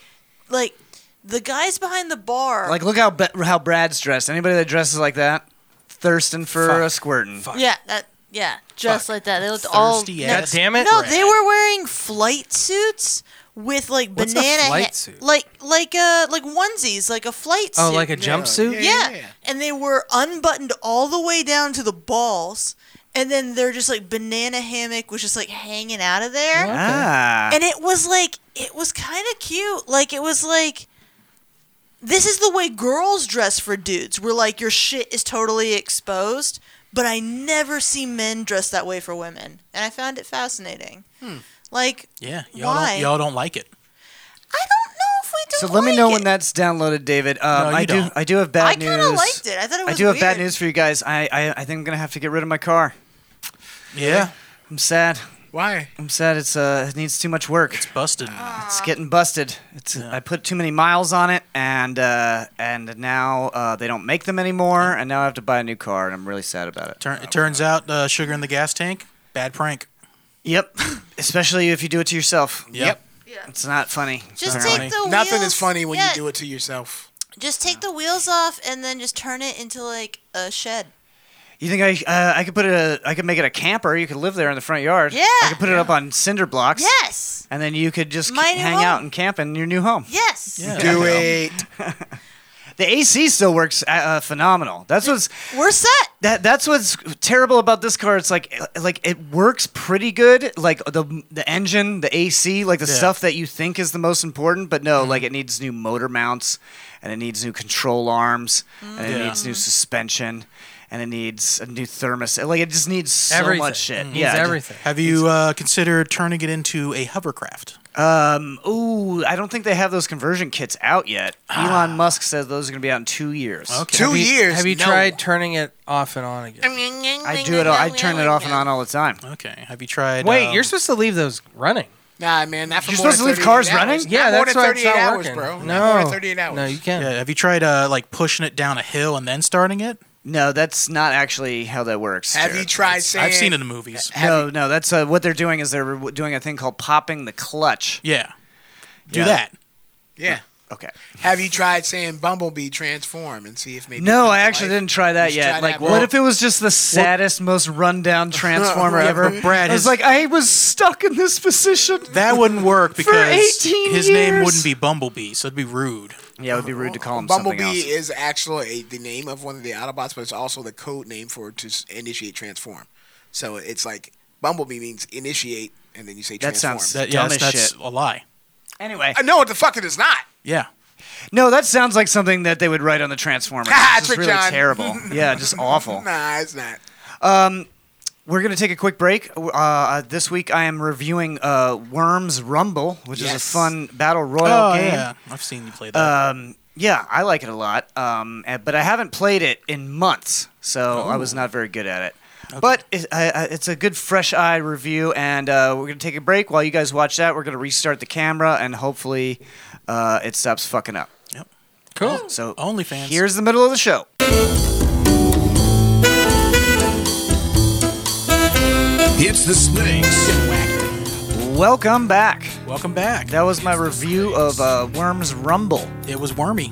[SPEAKER 1] like the guys behind the bar.
[SPEAKER 2] Like, look how Be- how Brad's dressed. Anybody that dresses like that, thirsting for a squirtin'.
[SPEAKER 1] yeah, that Yeah, just like that. They looked all
[SPEAKER 3] Thirsty
[SPEAKER 1] no,
[SPEAKER 3] ass
[SPEAKER 9] God damn it.
[SPEAKER 1] No, they were wearing flight suits with like
[SPEAKER 9] What's a
[SPEAKER 1] banana
[SPEAKER 9] flight
[SPEAKER 1] ha-
[SPEAKER 9] suit?
[SPEAKER 1] like like uh like onesies, like a flight
[SPEAKER 9] Oh,
[SPEAKER 1] suit.
[SPEAKER 9] like a jumpsuit?
[SPEAKER 1] yeah. And they were unbuttoned all the way down to the balls, and then their just like banana hammock was just like hanging out of there.
[SPEAKER 2] Ah.
[SPEAKER 1] And it was like it was kind of cute. Like it was like this is the way girls dress for dudes. Where like your shit is totally exposed, but I never see men dress that way for women, and I found it fascinating.
[SPEAKER 2] Hmm.
[SPEAKER 1] Like
[SPEAKER 3] Yeah, y'all
[SPEAKER 1] Why?
[SPEAKER 3] don't y'all don't like it.
[SPEAKER 1] I don't know if we do.
[SPEAKER 2] So let me
[SPEAKER 1] like
[SPEAKER 2] know
[SPEAKER 1] it.
[SPEAKER 2] when that's downloaded, David. Um,
[SPEAKER 3] No, you
[SPEAKER 2] I do.
[SPEAKER 3] don't.
[SPEAKER 2] I do have bad
[SPEAKER 1] I
[SPEAKER 2] news.
[SPEAKER 1] kind of liked it. I thought it
[SPEAKER 2] I
[SPEAKER 1] was.
[SPEAKER 2] do have bad
[SPEAKER 1] weird.
[SPEAKER 2] news for you guys. I, I I think I'm gonna have to get rid of my car.
[SPEAKER 3] Yeah,
[SPEAKER 2] I'm sad.
[SPEAKER 4] Why?
[SPEAKER 2] I'm sad. It's uh, it needs too much work.
[SPEAKER 3] it's busted.
[SPEAKER 2] It's getting busted. It's I put too many miles on it, and uh, and now uh, they don't make them anymore, and now I have to buy a new car, and I'm really sad about it.
[SPEAKER 3] Turn, it turns out uh, sugar in the gas tank, bad prank.
[SPEAKER 2] Yep, especially if you do it to yourself.
[SPEAKER 3] Yep.
[SPEAKER 2] It's not funny.
[SPEAKER 1] Just
[SPEAKER 3] Sorry.
[SPEAKER 1] take the wheels.
[SPEAKER 4] Nothing is funny when
[SPEAKER 1] yeah,
[SPEAKER 4] you do it to yourself.
[SPEAKER 1] Just take the wheels off and then just turn it into like a shed.
[SPEAKER 2] You think I uh, I could put a I could make it a camper? You could live there in the front yard.
[SPEAKER 1] Yeah.
[SPEAKER 2] I could put it up on cinder blocks.
[SPEAKER 1] Yes.
[SPEAKER 2] And then you could just
[SPEAKER 1] My new
[SPEAKER 2] hang
[SPEAKER 1] home.
[SPEAKER 2] out and camp in your new home.
[SPEAKER 1] Yes.
[SPEAKER 4] Do it.
[SPEAKER 2] The AC still works uh, uh, phenomenal. That's what's
[SPEAKER 1] We're set.
[SPEAKER 2] that that's what's terrible about this car. It's like uh, like it works pretty good. Like the the engine, the AC, like the
[SPEAKER 3] Yeah.
[SPEAKER 2] stuff that you think is the most important, but no, like it needs new motor mounts, and it needs new control arms,
[SPEAKER 1] Mm.
[SPEAKER 2] and it
[SPEAKER 3] Yeah.
[SPEAKER 2] needs new
[SPEAKER 1] Mm-hmm.
[SPEAKER 2] suspension, and it needs a new thermos. Like it just needs so
[SPEAKER 9] Everything. Mm-hmm.
[SPEAKER 2] much shit.
[SPEAKER 9] Needs
[SPEAKER 2] Yeah, it-
[SPEAKER 9] everything.
[SPEAKER 3] Have you uh, considered turning it into a hovercraft?
[SPEAKER 2] Um, ooh, I don't think they have those conversion kits out yet.
[SPEAKER 4] Ah.
[SPEAKER 2] Elon Musk says those are going to be out in two years.
[SPEAKER 3] Okay.
[SPEAKER 4] Two
[SPEAKER 9] Have you-
[SPEAKER 4] years.
[SPEAKER 9] Have you
[SPEAKER 4] no.
[SPEAKER 9] tried turning it off and on again?
[SPEAKER 2] I do it. All, I turn it off and on all the time.
[SPEAKER 3] Okay. Have you tried?
[SPEAKER 9] Wait,
[SPEAKER 3] um,
[SPEAKER 9] you're supposed to leave those running.
[SPEAKER 4] Nah, man. Not for
[SPEAKER 2] You're
[SPEAKER 4] more
[SPEAKER 2] supposed
[SPEAKER 4] than
[SPEAKER 2] to leave
[SPEAKER 4] 38
[SPEAKER 2] cars
[SPEAKER 4] hours.
[SPEAKER 2] running?
[SPEAKER 4] Not
[SPEAKER 9] Yeah,
[SPEAKER 4] more
[SPEAKER 9] that's
[SPEAKER 4] than
[SPEAKER 9] why
[SPEAKER 4] 38
[SPEAKER 9] it's not
[SPEAKER 4] hours,
[SPEAKER 9] working.
[SPEAKER 4] bro.
[SPEAKER 9] No,
[SPEAKER 4] Not more than 38 hours.
[SPEAKER 9] No, you can't.
[SPEAKER 3] Yeah. Have you tried uh, like pushing it down a hill and then starting it?
[SPEAKER 2] No, that's not actually how that works.
[SPEAKER 4] Have you
[SPEAKER 2] Jared.
[SPEAKER 4] tried saying?
[SPEAKER 3] I've seen it in movies.
[SPEAKER 2] No, no, that's uh, what they're doing is they're doing a thing called popping the clutch.
[SPEAKER 3] Yeah. Do
[SPEAKER 2] Yeah.
[SPEAKER 3] that.
[SPEAKER 4] Yeah.
[SPEAKER 2] Okay.
[SPEAKER 4] Have you tried saying Bumblebee transform and see if maybe? it
[SPEAKER 2] No,
[SPEAKER 4] comes
[SPEAKER 2] I
[SPEAKER 4] to
[SPEAKER 2] actually
[SPEAKER 4] life?
[SPEAKER 2] didn't try that
[SPEAKER 4] You should
[SPEAKER 2] yet.
[SPEAKER 4] try
[SPEAKER 2] like,
[SPEAKER 4] that
[SPEAKER 2] what
[SPEAKER 4] one.
[SPEAKER 2] if it was just the saddest, most rundown transformer
[SPEAKER 4] Yeah,
[SPEAKER 2] ever?
[SPEAKER 4] but
[SPEAKER 3] Brad,
[SPEAKER 2] I was
[SPEAKER 3] his-
[SPEAKER 2] like, I was stuck in this position.
[SPEAKER 3] That wouldn't work because
[SPEAKER 2] 18
[SPEAKER 3] his name
[SPEAKER 2] years.
[SPEAKER 3] wouldn't be Bumblebee, so it'd be rude.
[SPEAKER 2] Yeah, it would be rude to call him
[SPEAKER 4] Bumblebee
[SPEAKER 2] something else.
[SPEAKER 4] is actually a, the name of one of the Autobots, but it's also the code name for to s- initiate transform. So it's like Bumblebee means initiate, and then you say
[SPEAKER 2] That
[SPEAKER 4] transform.
[SPEAKER 2] sounds-
[SPEAKER 3] That, yeah,
[SPEAKER 2] Dumb
[SPEAKER 3] that's,
[SPEAKER 2] as
[SPEAKER 3] that's
[SPEAKER 2] shit.
[SPEAKER 3] a lie.
[SPEAKER 2] anyway,
[SPEAKER 4] Uh, no, what the fuck it is not.
[SPEAKER 3] Yeah.
[SPEAKER 2] no, that sounds like something that they would write on the Transformers.
[SPEAKER 4] Ah,
[SPEAKER 2] It's just
[SPEAKER 4] Trick
[SPEAKER 2] really
[SPEAKER 4] John.
[SPEAKER 2] terrible. Yeah, just awful.
[SPEAKER 4] Nah, it's not.
[SPEAKER 2] We're going to take a quick break. Uh, Uh, this week, I am reviewing uh, Worms Rumble, which is a
[SPEAKER 4] Yes.
[SPEAKER 2] fun battle royal
[SPEAKER 3] Oh,
[SPEAKER 2] game. Um,
[SPEAKER 3] yeah. I've seen you play
[SPEAKER 2] Uh,
[SPEAKER 3] that.
[SPEAKER 2] Yeah, I like it a lot, um, and- but I haven't played it in months, so I was not very good at it. But it, I, I, it's a good fresh eye review, and uh, we're gonna take a break while you guys watch that. We're gonna restart the camera, and hopefully, uh, it stops fucking up.
[SPEAKER 3] yep.
[SPEAKER 9] Cool.
[SPEAKER 2] So
[SPEAKER 3] OnlyFans.
[SPEAKER 2] Here's the middle of the show.
[SPEAKER 5] It's the snakes.
[SPEAKER 2] Welcome back.
[SPEAKER 3] Welcome back.
[SPEAKER 2] That was my review of uh, Worms Rumble.
[SPEAKER 3] it was wormy.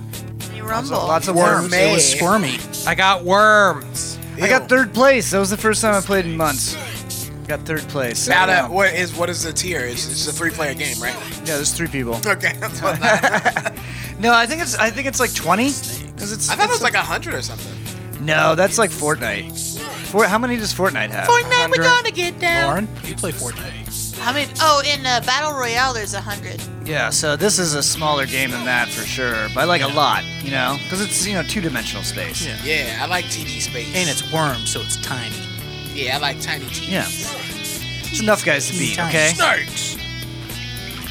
[SPEAKER 1] You rumble.
[SPEAKER 2] Lots of
[SPEAKER 4] Worm
[SPEAKER 2] worms.
[SPEAKER 4] man.
[SPEAKER 3] It was squirmy.
[SPEAKER 9] I got worms.
[SPEAKER 2] I got third place. That was the first time I played in months. Got third place.
[SPEAKER 4] Now that what is what is the tier? It's, it's a three player game, right?
[SPEAKER 2] yeah, there's three people.
[SPEAKER 4] Okay, that's what I thought.
[SPEAKER 2] No, I think it's I think it's like twenty. 'cause it's-
[SPEAKER 4] I thought it
[SPEAKER 2] it's
[SPEAKER 4] was like a hundred or something.
[SPEAKER 2] No, that's like Fortnite. For, how many does Fortnite have?
[SPEAKER 1] Fortnite, we're
[SPEAKER 9] 100.
[SPEAKER 1] gonna get down.
[SPEAKER 3] Lauren, you play Fortnite.
[SPEAKER 1] I mean, oh, in uh, battle royale, there's a hundred.
[SPEAKER 2] Yeah, so this is a smaller game than that for sure, by like a lot, you know, because it's you know two dimensional space.
[SPEAKER 3] Yeah.
[SPEAKER 4] Yeah, I like TD space.
[SPEAKER 3] And it's worm, so it's tiny.
[SPEAKER 4] yeah, I like tiny TD.
[SPEAKER 2] Yeah. It's enough guys to beat.
[SPEAKER 3] Tiny.
[SPEAKER 2] Okay.
[SPEAKER 3] Snakes.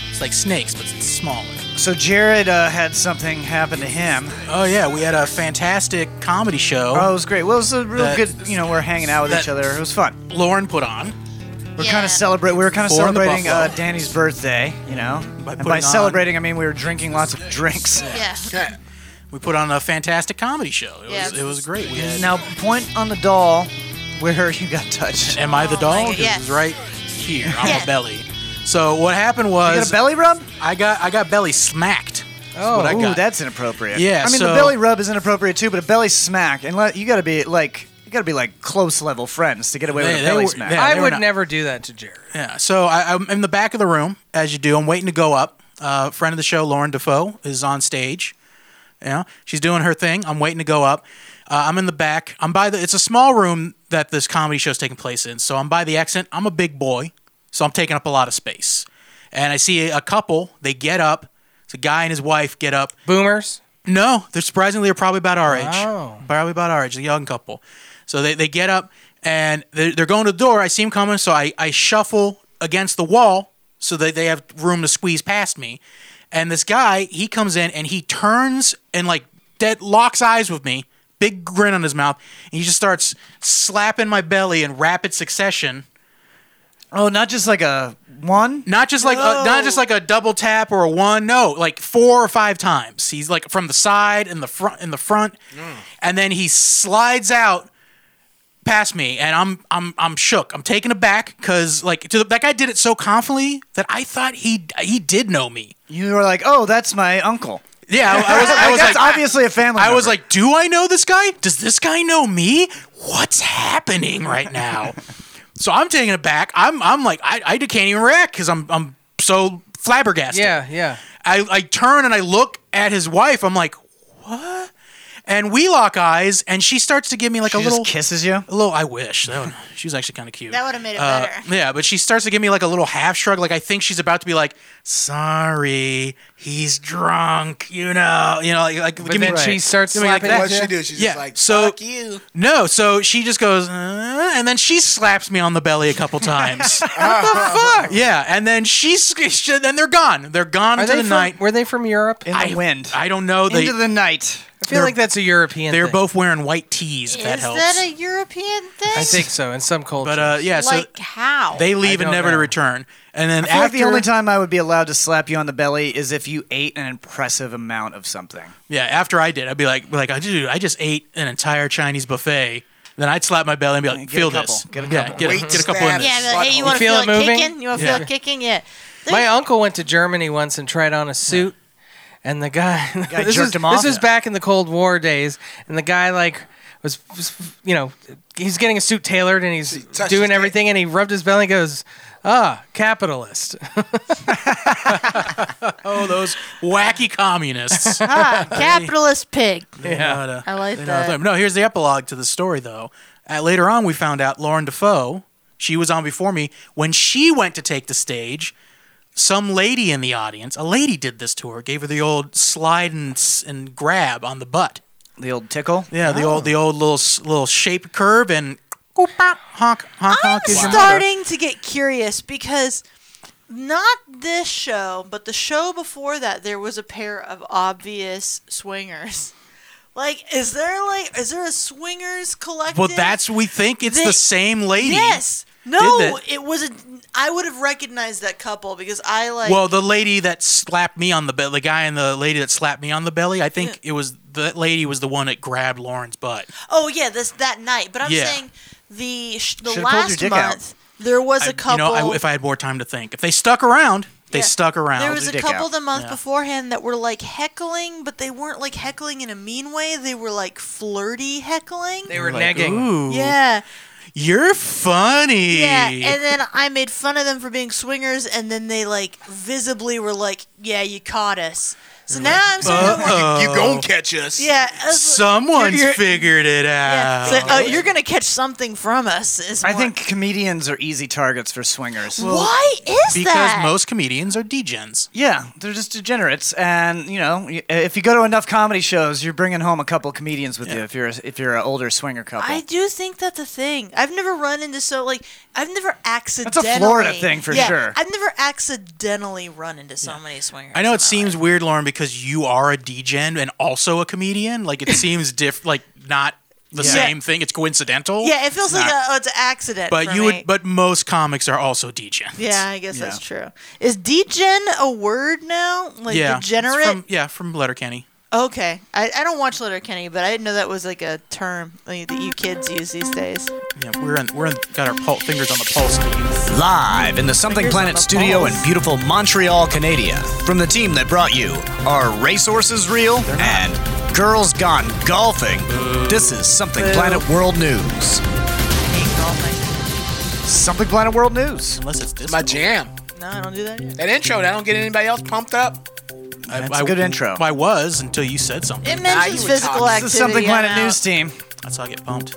[SPEAKER 3] It's like snakes, but it's smaller.
[SPEAKER 2] So Jared uh, had something happen to him.
[SPEAKER 3] Oh yeah, we had a fantastic comedy show
[SPEAKER 2] Oh, it was great. Well, it was a real
[SPEAKER 3] That-
[SPEAKER 2] good. You know, we're hanging out with
[SPEAKER 3] that-
[SPEAKER 2] each other. It was fun.
[SPEAKER 3] Oh. Lauren put on.
[SPEAKER 2] We're kind
[SPEAKER 1] Yeah.
[SPEAKER 2] of celebrate. We were kind of
[SPEAKER 3] Four in the
[SPEAKER 2] celebrating uh,
[SPEAKER 3] buffalo.
[SPEAKER 2] Danny's birthday. You know,
[SPEAKER 3] By
[SPEAKER 2] and
[SPEAKER 3] putting
[SPEAKER 2] by
[SPEAKER 3] on-
[SPEAKER 2] celebrating, I mean we were drinking lots of drinks.
[SPEAKER 1] Yeah.
[SPEAKER 4] Yeah.
[SPEAKER 3] We put on a fantastic comedy show. It
[SPEAKER 1] Yeah.
[SPEAKER 3] was it was great. We had
[SPEAKER 2] Now, point on the doll where you got touched.
[SPEAKER 3] Am I the doll?
[SPEAKER 1] Oh my
[SPEAKER 3] This
[SPEAKER 1] God, yes.
[SPEAKER 3] is right here on
[SPEAKER 1] Yes.
[SPEAKER 3] the belly. So what happened
[SPEAKER 2] You got a
[SPEAKER 3] was
[SPEAKER 2] belly rub?
[SPEAKER 3] I got I got belly smacked.
[SPEAKER 9] Oh,
[SPEAKER 3] what I
[SPEAKER 2] Ooh,
[SPEAKER 3] got.
[SPEAKER 2] that's inappropriate.
[SPEAKER 3] Yeah,
[SPEAKER 2] I mean, the
[SPEAKER 3] so-
[SPEAKER 2] belly rub is inappropriate too, but a belly smack, and you got to be like, you got to be like close level friends to get away
[SPEAKER 3] They-
[SPEAKER 2] with a
[SPEAKER 3] they
[SPEAKER 2] belly
[SPEAKER 3] were-
[SPEAKER 2] smack.
[SPEAKER 3] yeah.
[SPEAKER 9] I
[SPEAKER 3] they were
[SPEAKER 9] would
[SPEAKER 3] not-
[SPEAKER 9] never do that to Jared.
[SPEAKER 3] Yeah. So I, I'm in the back of the room, as you do. I'm waiting to go up. Uh, friend of the show, Lauren Defoe, is on stage. Yeah, she's doing her thing. I'm waiting to go up. Uh, I'm in the back. I'm by the. It's a small room that this comedy show's taking place in. So I'm by the exit. I'm a big boy, so I'm taking up a lot of space. And I see a couple. They get up. It's a guy and his wife get up.
[SPEAKER 9] Boomers.
[SPEAKER 3] No, they're surprisingly are probably about our age.
[SPEAKER 9] Wow.
[SPEAKER 3] Probably about our age, a young couple. So they, they get up and they're, they're going to the door. I see them coming, so I, I shuffle against the wall so that they have room to squeeze past me. And this guy, he comes in and he turns and like dead locks eyes with me, big grin on his mouth, and he just starts slapping my belly in rapid succession.
[SPEAKER 2] oh, not just like a one.
[SPEAKER 3] Not just like a, not just like a double tap or a one. No, like four or five times. He's like from the side and the front in the front, and then he slides out past me, and I'm I'm I'm shook. I'm taken aback because like to the, that guy did it so confidently that I thought he he did know me.
[SPEAKER 2] You were like, oh, that's my uncle.
[SPEAKER 3] Yeah, I, I was I was
[SPEAKER 2] that's
[SPEAKER 3] like
[SPEAKER 2] obviously a family.
[SPEAKER 3] I was
[SPEAKER 2] member.
[SPEAKER 3] like, do I know this guy? Does this guy know me? What's happening right now? so I'm taking it back. I'm I'm like I I can't even react because I'm I'm so flabbergasted.
[SPEAKER 9] Yeah, yeah.
[SPEAKER 3] I, I turn and I look at his wife. I'm like, what? And we lock eyes, and she starts to give me like
[SPEAKER 2] she
[SPEAKER 3] a little
[SPEAKER 2] just kisses you.
[SPEAKER 3] A little, I wish. That one, she was actually kind of cute. Uh,
[SPEAKER 1] That would've made it better.
[SPEAKER 3] Yeah, but she starts to give me like a little half shrug, like I think she's about to be like, "Sorry, he's drunk," you know, you know, like, like
[SPEAKER 9] But then she starts
[SPEAKER 3] give me like
[SPEAKER 9] slapping
[SPEAKER 3] that.
[SPEAKER 9] at
[SPEAKER 5] What'd
[SPEAKER 9] you.
[SPEAKER 5] she do? She's
[SPEAKER 3] Yeah,
[SPEAKER 5] just like,
[SPEAKER 3] so-
[SPEAKER 5] fuck you.
[SPEAKER 3] No, so she just goes, uh, and then she slaps me on the belly a couple times. what the fuck? Yeah, and then she's, then they're gone. They're gone
[SPEAKER 9] Are
[SPEAKER 3] into
[SPEAKER 9] they
[SPEAKER 3] the
[SPEAKER 9] from,
[SPEAKER 3] night.
[SPEAKER 9] Were they from Europe?
[SPEAKER 2] In the
[SPEAKER 3] I,
[SPEAKER 2] wind.
[SPEAKER 3] I don't know. They,
[SPEAKER 2] Into the night.
[SPEAKER 9] I feel
[SPEAKER 3] they're-
[SPEAKER 9] like that's a European.
[SPEAKER 3] they're
[SPEAKER 9] thing.
[SPEAKER 3] both wearing white tees. If
[SPEAKER 1] Is
[SPEAKER 3] that helps.
[SPEAKER 1] that a European thing?
[SPEAKER 9] I think so in some cultures.
[SPEAKER 3] but uh, yeah, so
[SPEAKER 1] like how?
[SPEAKER 3] they leave
[SPEAKER 9] I
[SPEAKER 3] and
[SPEAKER 9] don't
[SPEAKER 3] never to
[SPEAKER 9] know.
[SPEAKER 3] return. And then
[SPEAKER 2] I feel like
[SPEAKER 3] after
[SPEAKER 2] the only time I would be allowed to slap you on the belly is if you ate an impressive amount of something.
[SPEAKER 3] yeah, after I did, I'd be like, like, dude, I just ate an entire Chinese buffet. Then I'd slap my belly and be like,
[SPEAKER 2] Get a
[SPEAKER 3] feel
[SPEAKER 2] couple.
[SPEAKER 3] this,
[SPEAKER 2] Get a
[SPEAKER 3] Yeah,
[SPEAKER 2] couple.
[SPEAKER 3] get, a,
[SPEAKER 5] Wait,
[SPEAKER 3] get a couple
[SPEAKER 5] stab.
[SPEAKER 3] in this.
[SPEAKER 1] Yeah, but hey, you
[SPEAKER 5] You
[SPEAKER 1] want to
[SPEAKER 9] feel
[SPEAKER 1] feel,
[SPEAKER 9] it
[SPEAKER 1] it
[SPEAKER 9] moving?
[SPEAKER 1] kicking? You want to
[SPEAKER 3] Yeah.
[SPEAKER 1] feel it kicking? Yeah.
[SPEAKER 9] My uncle went to Germany once and tried on a suit, and the guy,
[SPEAKER 2] guy
[SPEAKER 9] this
[SPEAKER 2] jerked
[SPEAKER 9] was,
[SPEAKER 2] him off?
[SPEAKER 9] This was back in the Cold War days, and the guy like was, was, you know, he's getting a suit tailored and he's
[SPEAKER 5] touched his
[SPEAKER 9] doing
[SPEAKER 5] dick.
[SPEAKER 9] everything, and he rubbed his belly and goes, "Ah, capitalist."
[SPEAKER 3] Oh, those wacky communists.
[SPEAKER 1] Ah, capitalist pig.
[SPEAKER 3] yeah.
[SPEAKER 1] I like
[SPEAKER 3] They know
[SPEAKER 1] that.
[SPEAKER 3] them. No, here's the epilogue to the story, though. Uh, later on, we found out Lauren Defoe, she was on before me. When she went to take the stage, some lady in the audience, a lady did this to her, gave her the old slide and, s- and grab on the butt.
[SPEAKER 2] The old tickle.
[SPEAKER 3] Yeah, the old
[SPEAKER 1] Oh.
[SPEAKER 3] the old little s- little shape curve and oop, bop, honk honk
[SPEAKER 1] I'm
[SPEAKER 3] honk is your mother.
[SPEAKER 1] starting to get curious because not this show, but the show before that, there was a pair of obvious swingers. Like, is there like is there a swingers collective?
[SPEAKER 3] Well, that's we think it's
[SPEAKER 1] They-
[SPEAKER 3] the same lady.
[SPEAKER 1] yes.
[SPEAKER 3] Did
[SPEAKER 1] No,
[SPEAKER 3] that.
[SPEAKER 1] it wasn't. I would have recognized that couple because I like.
[SPEAKER 3] Well, the lady that slapped me on the belly, the guy and the lady that slapped me on the belly, I think it was that lady was the one that grabbed Lauren's butt.
[SPEAKER 1] oh yeah, this that night. But I'm
[SPEAKER 3] Yeah.
[SPEAKER 1] saying the sh- the
[SPEAKER 2] Should've pulled your
[SPEAKER 1] last
[SPEAKER 2] dick
[SPEAKER 1] month
[SPEAKER 2] out.
[SPEAKER 1] there was
[SPEAKER 3] I-
[SPEAKER 1] a couple.
[SPEAKER 3] You know, I, if I had more time to think, if they stuck around, they
[SPEAKER 1] Yeah.
[SPEAKER 3] stuck around.
[SPEAKER 1] There was a
[SPEAKER 2] dick
[SPEAKER 1] couple
[SPEAKER 2] out.
[SPEAKER 1] the month
[SPEAKER 3] Yeah.
[SPEAKER 1] beforehand that were like heckling, but they weren't like heckling in a mean way. They were like flirty heckling.
[SPEAKER 9] They were
[SPEAKER 2] Like,
[SPEAKER 9] negging.
[SPEAKER 3] Ooh,
[SPEAKER 1] yeah,
[SPEAKER 3] you're funny.
[SPEAKER 1] yeah. And then I made fun of them for being swingers, and then they like visibly were like, "Yeah, you caught us." So now I'm saying,
[SPEAKER 5] You gonna catch us.
[SPEAKER 1] yeah, I was like-
[SPEAKER 3] someone's
[SPEAKER 1] You're- you're-
[SPEAKER 3] figured it
[SPEAKER 1] yeah.
[SPEAKER 3] out.
[SPEAKER 1] So, uh, you're gonna catch something from us. Is
[SPEAKER 2] I
[SPEAKER 1] what-
[SPEAKER 2] think comedians are easy targets for swingers.
[SPEAKER 1] Why is
[SPEAKER 3] because
[SPEAKER 1] that?
[SPEAKER 3] most comedians are degens.
[SPEAKER 2] yeah, they're just degenerates, and you know, y- if you go to enough comedy shows, you're bringing home a couple comedians with you. If you're a, if you're an older swinger couple,
[SPEAKER 1] I do think that's a thing. I've never run into so like I've never accidentally.
[SPEAKER 2] Florida thing for
[SPEAKER 1] yeah,
[SPEAKER 2] sure.
[SPEAKER 1] I've never accidentally run into so many swingers.
[SPEAKER 3] I know
[SPEAKER 1] in
[SPEAKER 3] it
[SPEAKER 1] my
[SPEAKER 3] seems
[SPEAKER 1] life.
[SPEAKER 3] weird, Lauren, because you are a degen and also a comedian. Like it seems diff, like not the same thing. It's coincidental.
[SPEAKER 1] Yeah, it feels like
[SPEAKER 3] not-
[SPEAKER 1] a, oh, it's an accident.
[SPEAKER 3] But
[SPEAKER 1] for
[SPEAKER 3] you
[SPEAKER 1] me.
[SPEAKER 3] would. But most comics are also degens.
[SPEAKER 1] yeah, I guess
[SPEAKER 2] Yeah.
[SPEAKER 1] that's true. Is degen a word now? Like
[SPEAKER 3] yeah. It's
[SPEAKER 1] degenerate?
[SPEAKER 3] From, yeah, from Letterkenny.
[SPEAKER 1] okay, I, I don't watch Letterkenny, but I didn't know that was like a term like, that you kids use these days.
[SPEAKER 3] Yeah, we're in. We're in, got our pul- fingers on the pulse. of youth.
[SPEAKER 10] Live in the Something Planet studio in beautiful Montreal, Canada, from the team that brought you Are Racehorses Real? and Girls Gone Golfing. This is Something
[SPEAKER 2] Boo.
[SPEAKER 10] Planet World News.
[SPEAKER 2] Something Planet World News.
[SPEAKER 3] Unless it's
[SPEAKER 8] my jam.
[SPEAKER 1] No, I don't do that yet.
[SPEAKER 8] That intro, that don't get anybody else pumped up.
[SPEAKER 3] That's a good intro. I was until you said something.
[SPEAKER 1] It mentions
[SPEAKER 8] you would
[SPEAKER 1] physical
[SPEAKER 8] talk.
[SPEAKER 1] activity.
[SPEAKER 2] This is Something
[SPEAKER 1] I'm
[SPEAKER 2] Planet
[SPEAKER 1] out.
[SPEAKER 2] News team.
[SPEAKER 3] That's how I get pumped.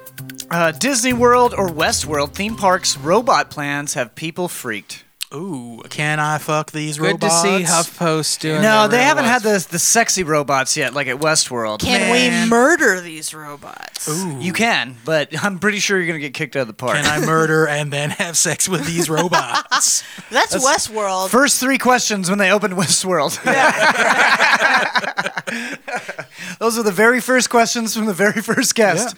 [SPEAKER 2] Uh, Disney World or Westworld theme parks robot plans have people freaked.
[SPEAKER 3] Ooh, can I fuck these
[SPEAKER 9] Good to
[SPEAKER 3] robots?
[SPEAKER 9] see HuffPost doing.
[SPEAKER 2] no,
[SPEAKER 9] that
[SPEAKER 2] they
[SPEAKER 9] real
[SPEAKER 2] haven't
[SPEAKER 9] life.
[SPEAKER 2] had the the sexy robots yet, like at Westworld.
[SPEAKER 1] Can we murder these robots?
[SPEAKER 3] Ooh.
[SPEAKER 2] You can, but I'm pretty sure you're gonna get kicked out of the park.
[SPEAKER 3] Can I murder and then have sex with these robots?
[SPEAKER 1] That's, Westworld.
[SPEAKER 2] First three questions when they opened Westworld. Those were the very first questions from the very first guest.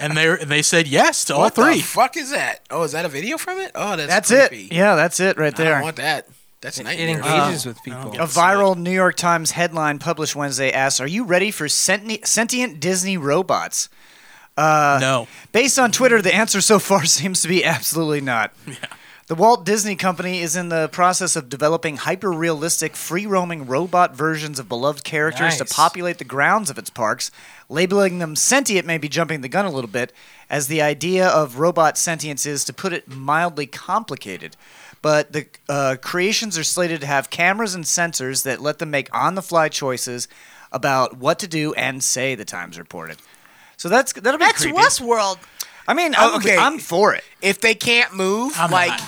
[SPEAKER 3] and they and they said yes to all
[SPEAKER 8] What
[SPEAKER 3] three.
[SPEAKER 8] the fuck is that? Oh, is that a video from it? Oh, that's
[SPEAKER 2] That's
[SPEAKER 8] creepy.
[SPEAKER 2] it. Yeah, that's it right
[SPEAKER 8] I
[SPEAKER 2] there.
[SPEAKER 8] don't want that. That's
[SPEAKER 9] It
[SPEAKER 8] nightmare.
[SPEAKER 9] engages with people.
[SPEAKER 2] A viral New York Times headline published Wednesday asks, "Are you ready for sentient, sentient Disney robots?"
[SPEAKER 3] no.
[SPEAKER 2] Based on Twitter, the answer so far seems to be absolutely not. The Walt Disney Company is in the process of developing hyper realistic, free roaming robot versions of beloved characters to
[SPEAKER 9] Nice.
[SPEAKER 2] populate the grounds of its parks. Labeling them sentient may be jumping the gun a little bit, as the idea of robot sentience is, to put it mildly, complicated. But the uh, creations are slated to have cameras and sensors that let them make on the fly choices about what to do and say, the Times reported. So that's that'll be
[SPEAKER 1] That's
[SPEAKER 2] creepy.
[SPEAKER 1] Westworld.
[SPEAKER 2] I mean, I'm,
[SPEAKER 8] Okay.
[SPEAKER 2] I'm for it.
[SPEAKER 8] If they can't move,
[SPEAKER 3] I'm
[SPEAKER 8] like
[SPEAKER 3] not.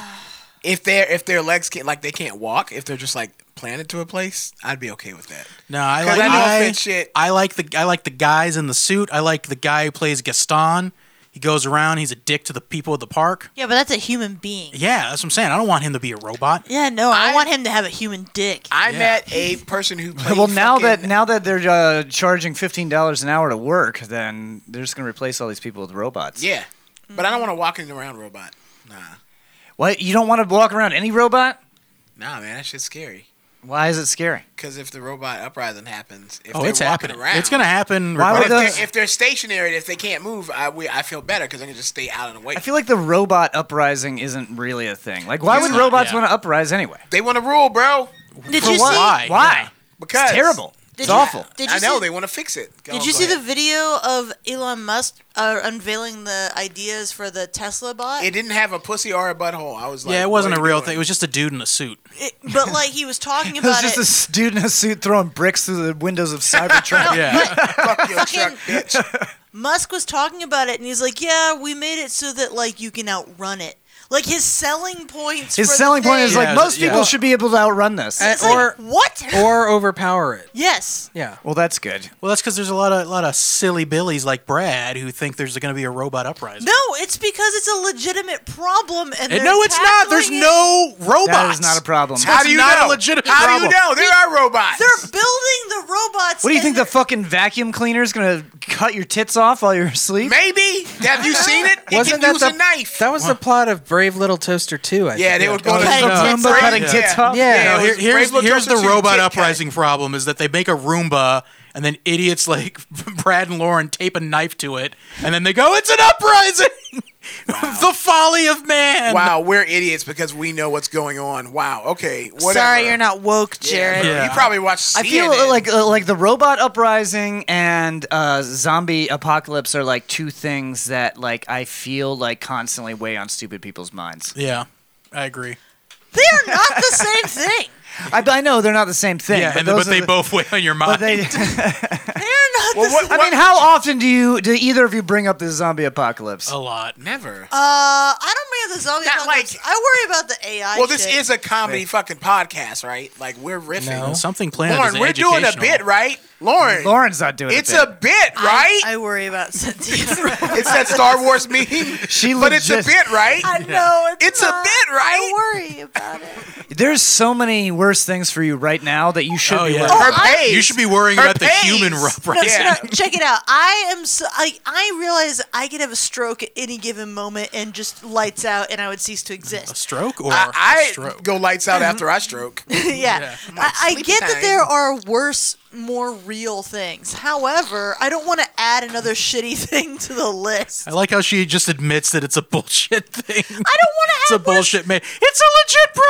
[SPEAKER 8] if their if their legs can't like they can't walk, if they're just like planted to a place, I'd be okay with that.
[SPEAKER 3] No, I
[SPEAKER 8] 'Cause
[SPEAKER 3] like
[SPEAKER 8] that don't
[SPEAKER 3] I,
[SPEAKER 8] fit shit.
[SPEAKER 3] I like the I like the guys in the suit. I like the guy who plays Gaston. He goes around. He's a dick to the people of the park.
[SPEAKER 1] Yeah, but that's a human being. Yeah,
[SPEAKER 3] Yeah, that's what I'm saying. I don't want him to be a robot.
[SPEAKER 1] no, I,
[SPEAKER 8] I-
[SPEAKER 1] want him to have a human dick.
[SPEAKER 8] I
[SPEAKER 3] Yeah.
[SPEAKER 8] met a person who played.
[SPEAKER 2] well, now that
[SPEAKER 8] fucking-
[SPEAKER 2] now that they're uh, charging fifteen dollars an hour to work, then they're just gonna replace all these people with robots.
[SPEAKER 8] yeah, but I don't want to walk in around robot. Nah,
[SPEAKER 2] What? You don't want to walk around any robot?
[SPEAKER 8] nah, man, that shit's scary.
[SPEAKER 2] Why is it scary?
[SPEAKER 8] Because if the robot uprising happens, if
[SPEAKER 3] Oh,
[SPEAKER 8] they're
[SPEAKER 3] it's
[SPEAKER 8] walking
[SPEAKER 3] happening.
[SPEAKER 8] around,
[SPEAKER 3] It's gonna happen.
[SPEAKER 2] Why would
[SPEAKER 8] But if
[SPEAKER 3] regardless.
[SPEAKER 2] those-
[SPEAKER 8] they're, if they're stationary, and if they can't move, I, we, I feel better because I can just stay out and wait.
[SPEAKER 2] I feel like the robot uprising isn't really a thing. Like, why would robots
[SPEAKER 3] yeah.
[SPEAKER 2] want to uprise anyway?
[SPEAKER 8] they want to rule, bro.
[SPEAKER 1] Did
[SPEAKER 3] For
[SPEAKER 1] you
[SPEAKER 3] what?
[SPEAKER 1] see?
[SPEAKER 3] Why?
[SPEAKER 2] Why?
[SPEAKER 8] Because
[SPEAKER 2] It's terrible.
[SPEAKER 1] Did
[SPEAKER 2] it's
[SPEAKER 1] you-
[SPEAKER 2] awful.
[SPEAKER 1] Did you
[SPEAKER 8] I know
[SPEAKER 1] see,
[SPEAKER 8] they want to fix it. Oh, Go
[SPEAKER 1] Did
[SPEAKER 8] on,
[SPEAKER 1] you
[SPEAKER 8] go
[SPEAKER 1] see the
[SPEAKER 8] ahead.
[SPEAKER 1] video of Elon Musk uh, unveiling the ideas for the Tesla bot?
[SPEAKER 8] It didn't have a pussy or a butthole. I was like,
[SPEAKER 3] yeah, it wasn't
[SPEAKER 8] what
[SPEAKER 3] a
[SPEAKER 8] are you
[SPEAKER 3] real
[SPEAKER 8] doing?
[SPEAKER 3] thing. It was just a dude in a suit.
[SPEAKER 1] It- but like he was talking
[SPEAKER 2] There's
[SPEAKER 1] about
[SPEAKER 2] just
[SPEAKER 1] it.
[SPEAKER 2] this dude in a suit throwing bricks through the windows of Cybertron.
[SPEAKER 3] Yeah,
[SPEAKER 8] Fuck your truck, bitch.
[SPEAKER 1] Musk was talking about it, and he's like, "Yeah, we made it so that like you can outrun it." Like his selling points.
[SPEAKER 2] His
[SPEAKER 1] for the
[SPEAKER 2] selling point is
[SPEAKER 1] thing-
[SPEAKER 2] like
[SPEAKER 3] Yeah,
[SPEAKER 2] most
[SPEAKER 3] yeah.
[SPEAKER 2] people should be able to outrun this.
[SPEAKER 9] Uh,
[SPEAKER 1] It's like,
[SPEAKER 9] or
[SPEAKER 1] what?
[SPEAKER 9] or overpower it.
[SPEAKER 1] yes.
[SPEAKER 9] Yeah.
[SPEAKER 2] well, that's good.
[SPEAKER 3] well, that's because there's a lot of lot of silly billies like Brad who think there's going to be a robot uprising.
[SPEAKER 1] No, it's because it's a legitimate problem, and,
[SPEAKER 3] And
[SPEAKER 1] they're
[SPEAKER 3] no, it's not. There's
[SPEAKER 1] tackling it.
[SPEAKER 3] no robots.
[SPEAKER 2] That is not a problem.
[SPEAKER 3] How do you not a legitimate
[SPEAKER 8] How
[SPEAKER 3] problem.
[SPEAKER 8] do you know? There are robots.
[SPEAKER 1] They're building the robots.
[SPEAKER 2] What do you
[SPEAKER 1] and
[SPEAKER 2] think the
[SPEAKER 1] they're-
[SPEAKER 2] fucking vacuum cleaner is gonna cut your tits off while you're asleep?
[SPEAKER 8] Maybe. Have you seen it? It
[SPEAKER 9] Wasn't
[SPEAKER 8] can
[SPEAKER 9] that
[SPEAKER 8] use
[SPEAKER 9] the
[SPEAKER 8] a knife.
[SPEAKER 9] That was the plot of Brave Little Toaster 2, I
[SPEAKER 8] yeah,
[SPEAKER 9] think.
[SPEAKER 8] they were going
[SPEAKER 1] Cutting
[SPEAKER 8] to
[SPEAKER 1] tits off.
[SPEAKER 2] cutting tits
[SPEAKER 8] Yeah.
[SPEAKER 2] off?
[SPEAKER 9] Yeah.
[SPEAKER 8] Yeah,
[SPEAKER 3] No, here-
[SPEAKER 8] it was
[SPEAKER 3] here's
[SPEAKER 8] Brave Little
[SPEAKER 3] here's the
[SPEAKER 8] Toaster 2
[SPEAKER 3] robot
[SPEAKER 8] Kit Kat.
[SPEAKER 3] uprising problem is that they make a Roomba and then idiots like Brad and Lauren tape a knife to it and then they go, "It's an uprising." the folly of man.
[SPEAKER 8] Wow, we're idiots because we know what's going on. Wow. Okay. Whatever.
[SPEAKER 1] Sorry, you're not woke,
[SPEAKER 8] Yeah,
[SPEAKER 1] Jared.
[SPEAKER 8] bro,
[SPEAKER 3] Yeah.
[SPEAKER 8] You probably watched. CNN.
[SPEAKER 2] I feel like uh, like the robot uprising and uh, zombie apocalypse are like two things that like I feel like constantly weigh on stupid people's minds.
[SPEAKER 3] Yeah. I agree.
[SPEAKER 1] They're not the same thing.
[SPEAKER 2] I, I know they're not the same thing.
[SPEAKER 3] Yeah,
[SPEAKER 2] but,
[SPEAKER 3] and,
[SPEAKER 2] those
[SPEAKER 3] but
[SPEAKER 2] are
[SPEAKER 3] they
[SPEAKER 2] the-
[SPEAKER 3] both weigh on your mind.
[SPEAKER 2] But they,
[SPEAKER 1] They're not the uh,
[SPEAKER 8] Well,
[SPEAKER 1] same.
[SPEAKER 8] what,
[SPEAKER 2] I mean, how often do you do either of you bring up the zombie apocalypse?
[SPEAKER 3] a lot.
[SPEAKER 8] never.
[SPEAKER 1] Uh, I don't bring up the zombie
[SPEAKER 8] Not
[SPEAKER 1] apocalypse.
[SPEAKER 8] like-
[SPEAKER 1] I worry about the AI.
[SPEAKER 8] well, this
[SPEAKER 1] shit.
[SPEAKER 8] is a comedy fucking podcast, right? Like we're riffing.
[SPEAKER 9] No.
[SPEAKER 3] Something planned
[SPEAKER 8] Lauren,
[SPEAKER 3] is
[SPEAKER 8] we're doing a
[SPEAKER 3] educational.
[SPEAKER 8] bit, right? Lauren,
[SPEAKER 2] Lauren's not doing
[SPEAKER 8] it's
[SPEAKER 2] it.
[SPEAKER 8] a bit, right?
[SPEAKER 1] I worry about sentient robots.
[SPEAKER 8] it's that Star Wars meme. She, but it's a
[SPEAKER 2] legit-
[SPEAKER 8] bit, right?
[SPEAKER 1] I know it's,
[SPEAKER 8] It's a
[SPEAKER 1] not.
[SPEAKER 8] bit,
[SPEAKER 1] I
[SPEAKER 8] right?
[SPEAKER 1] worry about it.
[SPEAKER 2] There's so many worse things for you right now that you should
[SPEAKER 3] Oh,
[SPEAKER 2] be
[SPEAKER 3] yeah.
[SPEAKER 2] worried
[SPEAKER 8] Her
[SPEAKER 3] I-
[SPEAKER 8] pays.
[SPEAKER 3] You should be worrying
[SPEAKER 8] Her
[SPEAKER 3] about the
[SPEAKER 8] pays.
[SPEAKER 3] human uprising.
[SPEAKER 8] Yeah.
[SPEAKER 1] No, check it out. I am so I I realize I could have a stroke at any given moment and just lights out and I would cease to
[SPEAKER 3] A
[SPEAKER 1] exist.
[SPEAKER 3] stroke or
[SPEAKER 8] I,
[SPEAKER 3] a
[SPEAKER 8] I
[SPEAKER 3] stroke.
[SPEAKER 8] go lights out after I stroke.
[SPEAKER 1] yeah. I, I
[SPEAKER 8] sleepy
[SPEAKER 1] get that
[SPEAKER 8] time.
[SPEAKER 1] there are worse, more real things. However, I don't want to add another shitty thing to the list.
[SPEAKER 3] I like how she just admits that it's a bullshit thing.
[SPEAKER 1] I don't want to
[SPEAKER 3] it's
[SPEAKER 1] add
[SPEAKER 3] a
[SPEAKER 1] worse-
[SPEAKER 3] bullshit man. It's a legit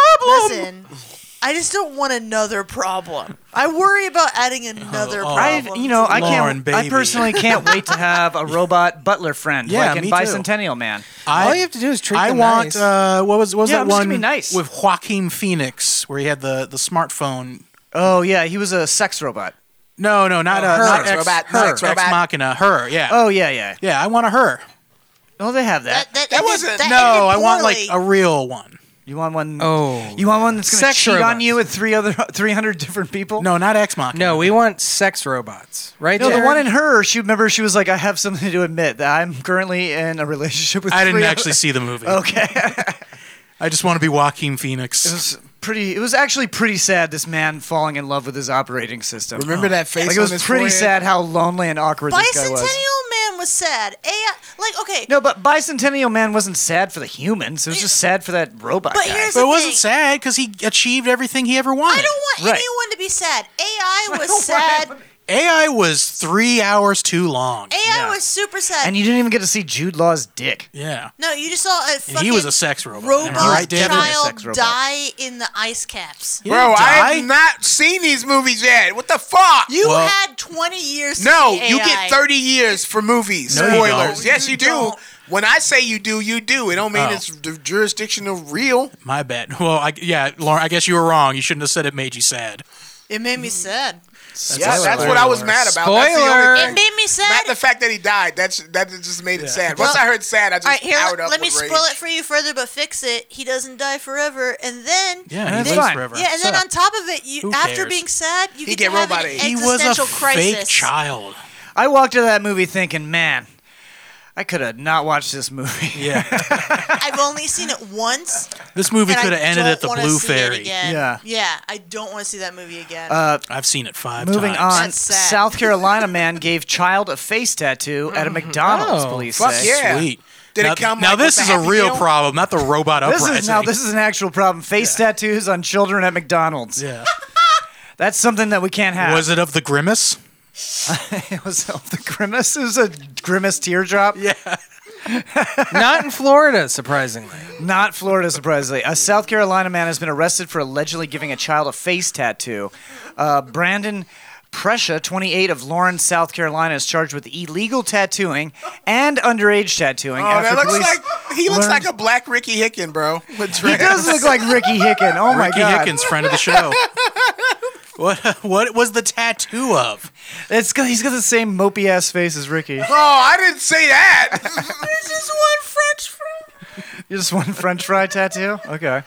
[SPEAKER 3] problem.
[SPEAKER 1] Listen, I just don't want another problem. I worry about
[SPEAKER 3] Oh,
[SPEAKER 1] adding another problem.
[SPEAKER 2] I, you know,
[SPEAKER 1] to
[SPEAKER 2] I
[SPEAKER 1] the-
[SPEAKER 2] can't. I personally can't wait to have a robot butler friend,
[SPEAKER 3] Yeah,
[SPEAKER 2] like in
[SPEAKER 3] me too.
[SPEAKER 2] Bicentennial Man.
[SPEAKER 3] I- All you have
[SPEAKER 9] to do is
[SPEAKER 3] I want uh, what was what was
[SPEAKER 2] Yeah,
[SPEAKER 3] that
[SPEAKER 2] I'm just
[SPEAKER 3] one
[SPEAKER 2] gonna be nice.
[SPEAKER 3] with Joaquin Phoenix where he had the the smartphone.
[SPEAKER 2] Oh yeah, he was a sex robot.
[SPEAKER 3] No, no, not
[SPEAKER 2] Oh,
[SPEAKER 3] uh,
[SPEAKER 2] her.
[SPEAKER 3] not
[SPEAKER 2] Sex
[SPEAKER 3] ex,
[SPEAKER 2] robot,
[SPEAKER 3] her,
[SPEAKER 2] sex robot.
[SPEAKER 3] ex machina, her. Yeah.
[SPEAKER 2] Oh yeah, yeah.
[SPEAKER 3] Yeah, I want a her.
[SPEAKER 2] Oh, they have that.
[SPEAKER 1] That,
[SPEAKER 3] wasn't. no, I want like a real one.
[SPEAKER 2] You want one?
[SPEAKER 9] Oh,
[SPEAKER 2] you want one that's gonna
[SPEAKER 9] Sex
[SPEAKER 2] cheat on
[SPEAKER 9] robots.
[SPEAKER 2] you with three other three hundred different people?
[SPEAKER 3] No, not Ex Machina.
[SPEAKER 9] No, we want sex robots, right?
[SPEAKER 2] No, the
[SPEAKER 9] Jared?
[SPEAKER 2] one in her. She remember she was like, "I have something to admit that I'm currently in a relationship with."
[SPEAKER 3] I didn't
[SPEAKER 2] three
[SPEAKER 3] actually
[SPEAKER 2] other-"
[SPEAKER 3] see the movie.
[SPEAKER 2] Okay, it
[SPEAKER 3] I just want to be Joaquin Phoenix.
[SPEAKER 2] was pretty. It was actually pretty sad. This man falling in love with his operating system. Oh.
[SPEAKER 8] Remember that face
[SPEAKER 2] Like it
[SPEAKER 8] on
[SPEAKER 2] was
[SPEAKER 8] his
[SPEAKER 2] pretty
[SPEAKER 8] forehead?
[SPEAKER 2] sad how lonely and awkward this guy was.
[SPEAKER 1] Bicentennial Man was sad. AI, like okay,
[SPEAKER 2] No, but Bicentennial Man wasn't sad for the humans. It was just sad for that robot
[SPEAKER 1] But
[SPEAKER 2] guy.
[SPEAKER 1] here's
[SPEAKER 3] but
[SPEAKER 1] the
[SPEAKER 3] it wasn't
[SPEAKER 1] thing.
[SPEAKER 3] sad because he achieved everything he ever wanted.
[SPEAKER 1] I don't want
[SPEAKER 2] Right.
[SPEAKER 1] anyone to be sad. AI was sad.
[SPEAKER 3] AI was three hours too long.
[SPEAKER 1] AI was super sad.
[SPEAKER 2] and you didn't even get to see Jude Law's dick.
[SPEAKER 3] yeah.
[SPEAKER 1] no, you just saw a
[SPEAKER 3] And
[SPEAKER 1] fucking
[SPEAKER 3] he was a sex robot.
[SPEAKER 1] robot
[SPEAKER 3] Am I right, Dan?
[SPEAKER 2] Definitely a
[SPEAKER 1] child
[SPEAKER 2] sex robot.
[SPEAKER 1] die in the ice caps.
[SPEAKER 3] He
[SPEAKER 8] Bro,
[SPEAKER 3] didn't
[SPEAKER 8] I have
[SPEAKER 3] die.
[SPEAKER 8] not seen these movies yet. What the fuck?
[SPEAKER 1] You
[SPEAKER 3] Well-
[SPEAKER 1] had 20 years. to
[SPEAKER 8] no,
[SPEAKER 1] see
[SPEAKER 8] you
[SPEAKER 1] AI.
[SPEAKER 8] get 30 years for movies.
[SPEAKER 3] No, you don't.
[SPEAKER 8] Spoilers. Yes,
[SPEAKER 1] You
[SPEAKER 8] you, do.
[SPEAKER 1] don't.
[SPEAKER 8] When I say you do, you do. It don't mean
[SPEAKER 3] Oh.
[SPEAKER 8] it's the jurisdictional real.
[SPEAKER 3] My bad. Well, I, yeah, Lauren, I guess you were wrong. You shouldn't have said it made you sad.
[SPEAKER 1] It made me sad.
[SPEAKER 8] yeah, that's what I was mad about. That's the
[SPEAKER 9] Spoiler.
[SPEAKER 8] only
[SPEAKER 1] It
[SPEAKER 8] thing.
[SPEAKER 1] made me sad.
[SPEAKER 8] Not the fact that he died. That's that just made it sad. Once
[SPEAKER 1] Well,
[SPEAKER 8] I heard sad, I just
[SPEAKER 1] All right, here.
[SPEAKER 8] out
[SPEAKER 1] Let,
[SPEAKER 8] up
[SPEAKER 1] let me
[SPEAKER 8] with rage.
[SPEAKER 1] spoil it for you further, but fix it. He doesn't die forever, and then
[SPEAKER 3] Yeah,
[SPEAKER 2] That's
[SPEAKER 3] he lives
[SPEAKER 2] fine.
[SPEAKER 3] forever.
[SPEAKER 1] yeah, and then
[SPEAKER 2] Shut up.
[SPEAKER 1] on top of it, you
[SPEAKER 3] Who
[SPEAKER 1] after
[SPEAKER 3] cares?
[SPEAKER 1] being sad, you get,
[SPEAKER 8] get
[SPEAKER 1] to have
[SPEAKER 8] robot
[SPEAKER 1] an
[SPEAKER 8] AIDS.
[SPEAKER 1] existential
[SPEAKER 3] he was a
[SPEAKER 1] crisis.
[SPEAKER 3] fake child.
[SPEAKER 2] I walked into that movie thinking, man, I could have not watched this movie.
[SPEAKER 3] Yeah.
[SPEAKER 1] I've only seen it once.
[SPEAKER 3] this movie
[SPEAKER 1] and I
[SPEAKER 3] could have ended
[SPEAKER 1] don't
[SPEAKER 3] at the
[SPEAKER 1] wanna
[SPEAKER 3] Blue
[SPEAKER 1] see it
[SPEAKER 3] Fairy. Uh,
[SPEAKER 1] Again.
[SPEAKER 2] Yeah.
[SPEAKER 1] yeah, I don't want to see that movie again.
[SPEAKER 3] I've seen it five
[SPEAKER 2] Moving
[SPEAKER 3] times.
[SPEAKER 2] on,
[SPEAKER 1] That's sad.
[SPEAKER 2] South Carolina man gave child a face tattoo at a
[SPEAKER 1] Mm-hmm.
[SPEAKER 2] McDonald's. police
[SPEAKER 8] Oh, fuck
[SPEAKER 2] say.
[SPEAKER 8] yeah.
[SPEAKER 3] Sweet.
[SPEAKER 8] Did
[SPEAKER 3] now,
[SPEAKER 8] it come
[SPEAKER 3] now
[SPEAKER 8] like,
[SPEAKER 3] this
[SPEAKER 8] with
[SPEAKER 3] is
[SPEAKER 8] the
[SPEAKER 3] a
[SPEAKER 8] happy
[SPEAKER 3] real
[SPEAKER 8] meal?
[SPEAKER 3] problem, not the robot
[SPEAKER 2] This
[SPEAKER 3] uprising.
[SPEAKER 2] is now this is an actual problem. Face tattoos on children at McDonald's.
[SPEAKER 3] yeah.
[SPEAKER 2] That's something that we can't have.
[SPEAKER 3] Was it of the grimace?
[SPEAKER 2] It was of the grimace. It was a grimace teardrop. Yeah.
[SPEAKER 9] not in Florida, surprisingly.
[SPEAKER 2] Not Florida, surprisingly. A South Carolina man has been arrested for allegedly giving a child a face tattoo. Uh, Brandon Prescia, 28, of Lawrence, South Carolina, is charged with illegal tattooing and underage tattooing.
[SPEAKER 8] Oh,
[SPEAKER 2] after
[SPEAKER 8] that looks
[SPEAKER 2] police-
[SPEAKER 8] like he looks
[SPEAKER 2] learned-
[SPEAKER 8] like a black Ricky Hicken, bro. With
[SPEAKER 2] He does look like Ricky Hicken. Oh my
[SPEAKER 3] Ricky
[SPEAKER 2] God!
[SPEAKER 3] Hickens, friend of the show. what what was the tattoo of?
[SPEAKER 2] It's got, he's got the same mopey ass face as Ricky.
[SPEAKER 8] Oh, I didn't say that.
[SPEAKER 1] this is one French fry.
[SPEAKER 2] You just want French fry tattoo? Okay.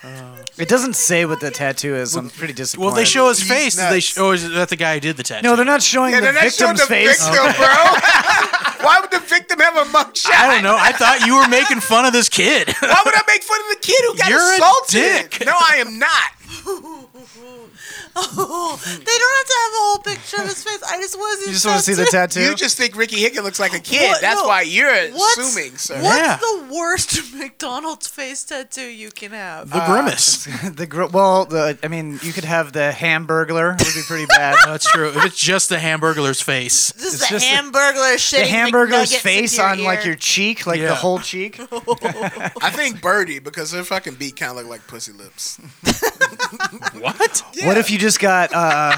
[SPEAKER 2] It doesn't say what the tattoo is. I'm pretty disappointed.
[SPEAKER 3] Well, they show his face. Did they
[SPEAKER 8] nuts.
[SPEAKER 3] show, or is that the guy who did the tattoo?
[SPEAKER 2] No, they're not showing
[SPEAKER 8] yeah,
[SPEAKER 2] the
[SPEAKER 8] they're not showing
[SPEAKER 2] victim's
[SPEAKER 8] the
[SPEAKER 2] face.
[SPEAKER 8] victim, bro. Why would the victim have a mugshot?
[SPEAKER 3] I don't know. I thought you were making fun of this kid.
[SPEAKER 8] Why would I make fun of the kid who got
[SPEAKER 3] You're a
[SPEAKER 8] assaulted?
[SPEAKER 3] dick.
[SPEAKER 8] No, I am not.
[SPEAKER 1] Oh, they don't have to have a whole picture of his face. I just want to see.
[SPEAKER 2] You
[SPEAKER 1] his
[SPEAKER 2] just want to see the
[SPEAKER 1] tattoo.
[SPEAKER 2] tattoo?
[SPEAKER 8] You just think Ricky Hicken looks like a kid.
[SPEAKER 1] What?
[SPEAKER 8] That's
[SPEAKER 1] No.
[SPEAKER 8] why you're
[SPEAKER 1] What's-
[SPEAKER 8] assuming, sir.
[SPEAKER 1] What's
[SPEAKER 3] Yeah.
[SPEAKER 1] the worst McDonald's face tattoo you can have?
[SPEAKER 3] the grimace.
[SPEAKER 2] the gr- well, the I mean, you could have the Hamburglar. It would be pretty bad.
[SPEAKER 3] That's true. If it's just the hamburger's face,
[SPEAKER 1] This is
[SPEAKER 2] It's
[SPEAKER 1] the
[SPEAKER 2] just the-
[SPEAKER 1] hamburger
[SPEAKER 2] the
[SPEAKER 1] shitting
[SPEAKER 2] Hamburglar's
[SPEAKER 1] McNuggets into
[SPEAKER 2] face
[SPEAKER 1] your
[SPEAKER 2] on like
[SPEAKER 1] ear.
[SPEAKER 2] your cheek, like
[SPEAKER 3] Yeah.
[SPEAKER 2] the whole cheek.
[SPEAKER 8] I think Birdie because her fucking beat kind of look like pussy lips.
[SPEAKER 3] what?
[SPEAKER 2] What if you just got? Uh,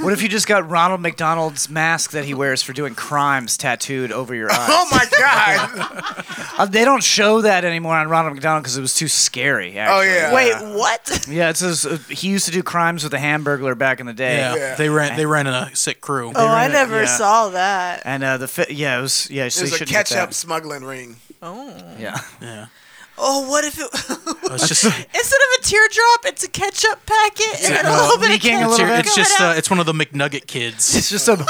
[SPEAKER 2] what if you just got Ronald McDonald's mask that he wears for doing crimes tattooed over your eyes?
[SPEAKER 8] Oh my god!
[SPEAKER 2] Uh, they don't show that anymore on Ronald McDonald because it was too scary.
[SPEAKER 8] Oh
[SPEAKER 2] Actually.
[SPEAKER 8] yeah.
[SPEAKER 1] Wait, what?
[SPEAKER 2] Yeah, it says uh, he used to do crimes with a Hamburglar back in the day.
[SPEAKER 3] Yeah,
[SPEAKER 8] Yeah.
[SPEAKER 3] they ran. They ran a sick crew.
[SPEAKER 1] Oh, I never
[SPEAKER 2] yeah.
[SPEAKER 1] saw that.
[SPEAKER 2] And uh, the fi- yeah, it was yeah. So
[SPEAKER 8] There's
[SPEAKER 2] you
[SPEAKER 8] a
[SPEAKER 2] shouldn't get
[SPEAKER 8] ketchup smuggling ring.
[SPEAKER 2] that. Yeah.
[SPEAKER 3] yeah.
[SPEAKER 1] Oh, what if it?
[SPEAKER 3] Oh, It's just
[SPEAKER 1] Instead of a teardrop, it's a ketchup packet and then a
[SPEAKER 3] uh,
[SPEAKER 1] little bit of
[SPEAKER 2] leaking a
[SPEAKER 1] ketchup.
[SPEAKER 2] little
[SPEAKER 3] it's,
[SPEAKER 2] bit.
[SPEAKER 1] coming
[SPEAKER 3] just uh,
[SPEAKER 1] out.
[SPEAKER 3] it's one of the McNugget kids.
[SPEAKER 2] It's just a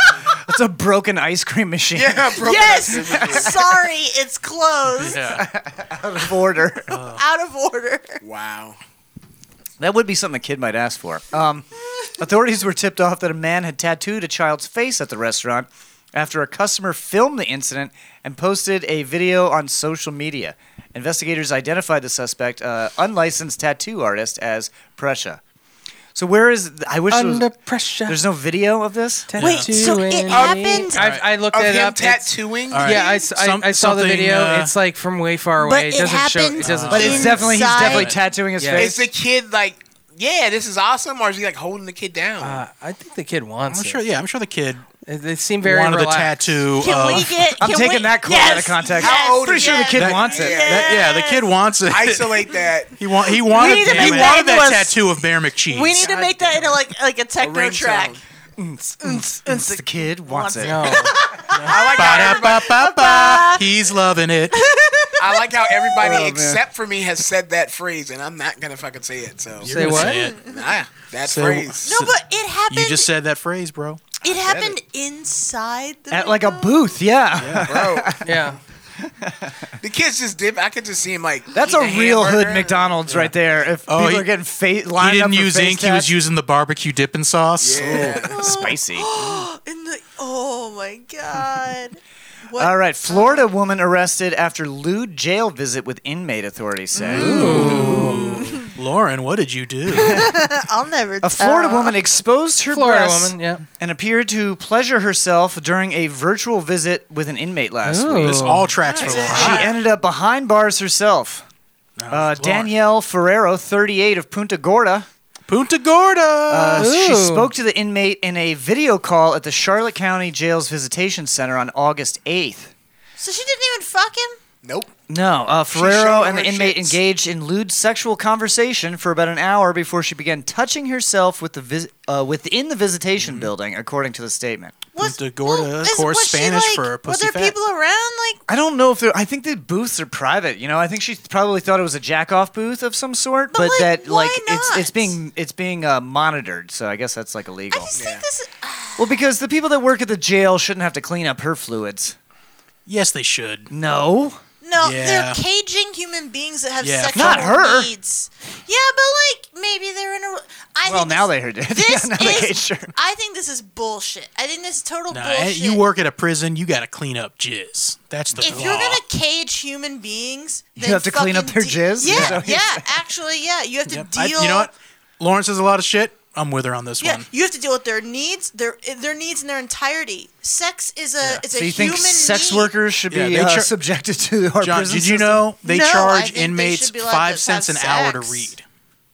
[SPEAKER 2] it's a broken ice cream machine
[SPEAKER 8] Yeah, bro.
[SPEAKER 1] yes. Sorry, it's closed,
[SPEAKER 3] Yeah.
[SPEAKER 2] border.
[SPEAKER 1] out of order.
[SPEAKER 8] Wow.
[SPEAKER 2] That would be something a kid might ask for. Um, authorities were tipped off that a man had tattooed a child's face at the restaurant after a customer filmed the incident and posted a video on social media. Investigators identified the suspect, uh, unlicensed tattoo artist, as Prescia. So where is? I wish there was-
[SPEAKER 9] Under pressure.
[SPEAKER 2] there's no video of this.
[SPEAKER 1] Wait, so it
[SPEAKER 9] Tattooing.
[SPEAKER 1] happened-
[SPEAKER 9] I, I looked
[SPEAKER 8] Of
[SPEAKER 9] it
[SPEAKER 8] him
[SPEAKER 9] up. It's-
[SPEAKER 8] tattooing.
[SPEAKER 3] All right.
[SPEAKER 9] Yeah, I, s- I-
[SPEAKER 3] Some-
[SPEAKER 9] I saw the
[SPEAKER 3] something,
[SPEAKER 9] video.
[SPEAKER 3] uh,
[SPEAKER 9] it's like from way far away.
[SPEAKER 1] but
[SPEAKER 9] it
[SPEAKER 1] it
[SPEAKER 9] doesn't show.
[SPEAKER 1] happened
[SPEAKER 9] It doesn't.
[SPEAKER 2] But
[SPEAKER 9] show.
[SPEAKER 2] it's definitely he's
[SPEAKER 1] Inside-
[SPEAKER 2] definitely tattooing his
[SPEAKER 9] Yeah.
[SPEAKER 2] face.
[SPEAKER 8] Is the kid like yeah, this is awesome, or is he like holding the kid down?
[SPEAKER 9] Uh, I think the kid wants.
[SPEAKER 3] I'm sure. Yeah, I'm sure the kid.
[SPEAKER 9] They seem very
[SPEAKER 3] wanted
[SPEAKER 9] relaxed.
[SPEAKER 3] the tattoo. of,
[SPEAKER 2] uh, I'm taking that quote out of context.
[SPEAKER 8] How old
[SPEAKER 2] Pretty
[SPEAKER 8] is
[SPEAKER 2] sure the
[SPEAKER 8] that?
[SPEAKER 2] kid wants it.
[SPEAKER 3] That- yeah, the kid wants it.
[SPEAKER 8] Isolate that.
[SPEAKER 3] he want he wanted
[SPEAKER 1] We need to
[SPEAKER 3] he
[SPEAKER 1] make that
[SPEAKER 3] wanted that
[SPEAKER 1] into a-
[SPEAKER 3] tattoo of Bear McCheese.
[SPEAKER 1] We need to make that into like like a techno
[SPEAKER 8] ringtone.
[SPEAKER 1] track.
[SPEAKER 2] The kid wants it.
[SPEAKER 9] No.
[SPEAKER 8] I like how everybody,
[SPEAKER 3] Ba-da-ba-ba-ba. He's loving it.
[SPEAKER 8] I like how everybody
[SPEAKER 2] man.
[SPEAKER 8] except for me has said that phrase, and I'm not gonna fucking say it. So
[SPEAKER 9] Say what?
[SPEAKER 3] Say it.
[SPEAKER 8] nah, that
[SPEAKER 3] So-
[SPEAKER 8] phrase.
[SPEAKER 1] No, but it happened.
[SPEAKER 3] You just said that phrase, bro.
[SPEAKER 1] it happened inside the
[SPEAKER 2] At like a
[SPEAKER 1] video?
[SPEAKER 2] booth, yeah.
[SPEAKER 8] Bro,
[SPEAKER 9] Yeah.
[SPEAKER 8] the kids just dip. I could just see him like.
[SPEAKER 2] That's a
[SPEAKER 8] eating
[SPEAKER 2] real hood
[SPEAKER 8] hamburger.
[SPEAKER 2] McDonald's right there. If
[SPEAKER 3] Oh,
[SPEAKER 2] people
[SPEAKER 3] he-
[SPEAKER 2] are getting fa- lined
[SPEAKER 3] He
[SPEAKER 2] up
[SPEAKER 3] didn't
[SPEAKER 2] for
[SPEAKER 3] use
[SPEAKER 2] face
[SPEAKER 3] ink. He was
[SPEAKER 2] tats.
[SPEAKER 3] using the barbecue dipping sauce.
[SPEAKER 8] Yeah.
[SPEAKER 10] Spicy.
[SPEAKER 1] in the. Oh my god. What?
[SPEAKER 2] All right, Florida woman arrested after lewd jail visit with inmate authorities say.
[SPEAKER 3] Lauren, what did you do?
[SPEAKER 1] I'll never.
[SPEAKER 2] A Florida woman exposed her
[SPEAKER 9] Uh, Florida
[SPEAKER 2] breasts
[SPEAKER 9] woman. Yeah.
[SPEAKER 2] and appeared to pleasure herself during a virtual visit with an inmate last
[SPEAKER 9] Ooh.
[SPEAKER 2] week.
[SPEAKER 3] this all tracks for Lauren.
[SPEAKER 2] She ended up behind bars herself.
[SPEAKER 9] Oh,
[SPEAKER 2] Uh, Danielle Ferrero, 38, of Punta Gorda.
[SPEAKER 3] Punta Gorda.
[SPEAKER 2] Uh, she
[SPEAKER 9] Ooh.
[SPEAKER 2] spoke to the inmate in a video call at the Charlotte County Jail's Visitation Center on August 8th.
[SPEAKER 1] So she didn't even fuck him.
[SPEAKER 8] Nope.
[SPEAKER 2] No, uh,
[SPEAKER 8] showed
[SPEAKER 2] Ferrero and
[SPEAKER 8] her
[SPEAKER 2] the inmate
[SPEAKER 8] shits.
[SPEAKER 2] engaged in lewd sexual conversation for about an hour before she began touching herself with the vis- uh, within the visitation building, according to the statement.
[SPEAKER 1] Was,
[SPEAKER 3] Punta Gorda,
[SPEAKER 1] well,
[SPEAKER 3] of
[SPEAKER 1] is-
[SPEAKER 3] course,
[SPEAKER 1] was she,
[SPEAKER 3] Spanish
[SPEAKER 1] like,
[SPEAKER 3] for pussy
[SPEAKER 1] Were there
[SPEAKER 3] fat.
[SPEAKER 1] people around? Like,
[SPEAKER 2] I don't know if there. I think the booths are private. You know, I think she probably thought it was a jack off booth of some sort,
[SPEAKER 1] But,
[SPEAKER 2] but,
[SPEAKER 1] like,
[SPEAKER 2] that
[SPEAKER 1] why
[SPEAKER 2] like it's
[SPEAKER 1] not?
[SPEAKER 2] it's being it's being uh, monitored. So I guess that's like
[SPEAKER 1] I
[SPEAKER 2] illegal.
[SPEAKER 1] just think this. Is, uh,
[SPEAKER 2] Well, because the people that work at the jail shouldn't have to clean up her fluids.
[SPEAKER 3] yes, they should.
[SPEAKER 2] No.
[SPEAKER 1] no,
[SPEAKER 3] Yeah.
[SPEAKER 1] they're caging human beings that have
[SPEAKER 3] Yeah,
[SPEAKER 1] sexual
[SPEAKER 2] Not her.
[SPEAKER 1] needs. Yeah, but like maybe they're in a. I
[SPEAKER 2] Well,
[SPEAKER 1] think
[SPEAKER 2] now
[SPEAKER 1] this,
[SPEAKER 2] they heard it.
[SPEAKER 1] This
[SPEAKER 2] yeah, now they
[SPEAKER 1] is.
[SPEAKER 2] hate sure.
[SPEAKER 1] I think this is bullshit. I think this is total
[SPEAKER 3] Nah, eh,
[SPEAKER 1] bullshit.
[SPEAKER 3] you work at a prison, you got to clean up jizz. That's the
[SPEAKER 1] if
[SPEAKER 3] law.
[SPEAKER 1] you're gonna cage human beings, then
[SPEAKER 2] have to clean up
[SPEAKER 1] fucking
[SPEAKER 2] their jizz? Is
[SPEAKER 1] Yeah,
[SPEAKER 2] that what you're
[SPEAKER 1] yeah. Actually, yeah, you have to
[SPEAKER 3] Yep.
[SPEAKER 1] deal.
[SPEAKER 3] I- you know what? Lauren says a lot of shit. I'm with her on this
[SPEAKER 1] Yeah,
[SPEAKER 3] one.
[SPEAKER 1] you have to deal with their needs, their their needs in their entirety. Sex is a it's
[SPEAKER 2] So
[SPEAKER 1] a
[SPEAKER 2] you
[SPEAKER 1] human
[SPEAKER 2] think sex
[SPEAKER 1] need.
[SPEAKER 2] workers should
[SPEAKER 3] Yeah,
[SPEAKER 2] be
[SPEAKER 3] they
[SPEAKER 2] uh,
[SPEAKER 3] char-
[SPEAKER 2] subjected to our
[SPEAKER 3] John,
[SPEAKER 2] prison
[SPEAKER 3] did you
[SPEAKER 2] system?
[SPEAKER 3] know they
[SPEAKER 1] No, I
[SPEAKER 3] charge
[SPEAKER 1] think they
[SPEAKER 3] inmates
[SPEAKER 1] should be allowed
[SPEAKER 3] five
[SPEAKER 1] to
[SPEAKER 3] cents an
[SPEAKER 1] have
[SPEAKER 3] hour to
[SPEAKER 1] sex.
[SPEAKER 3] read?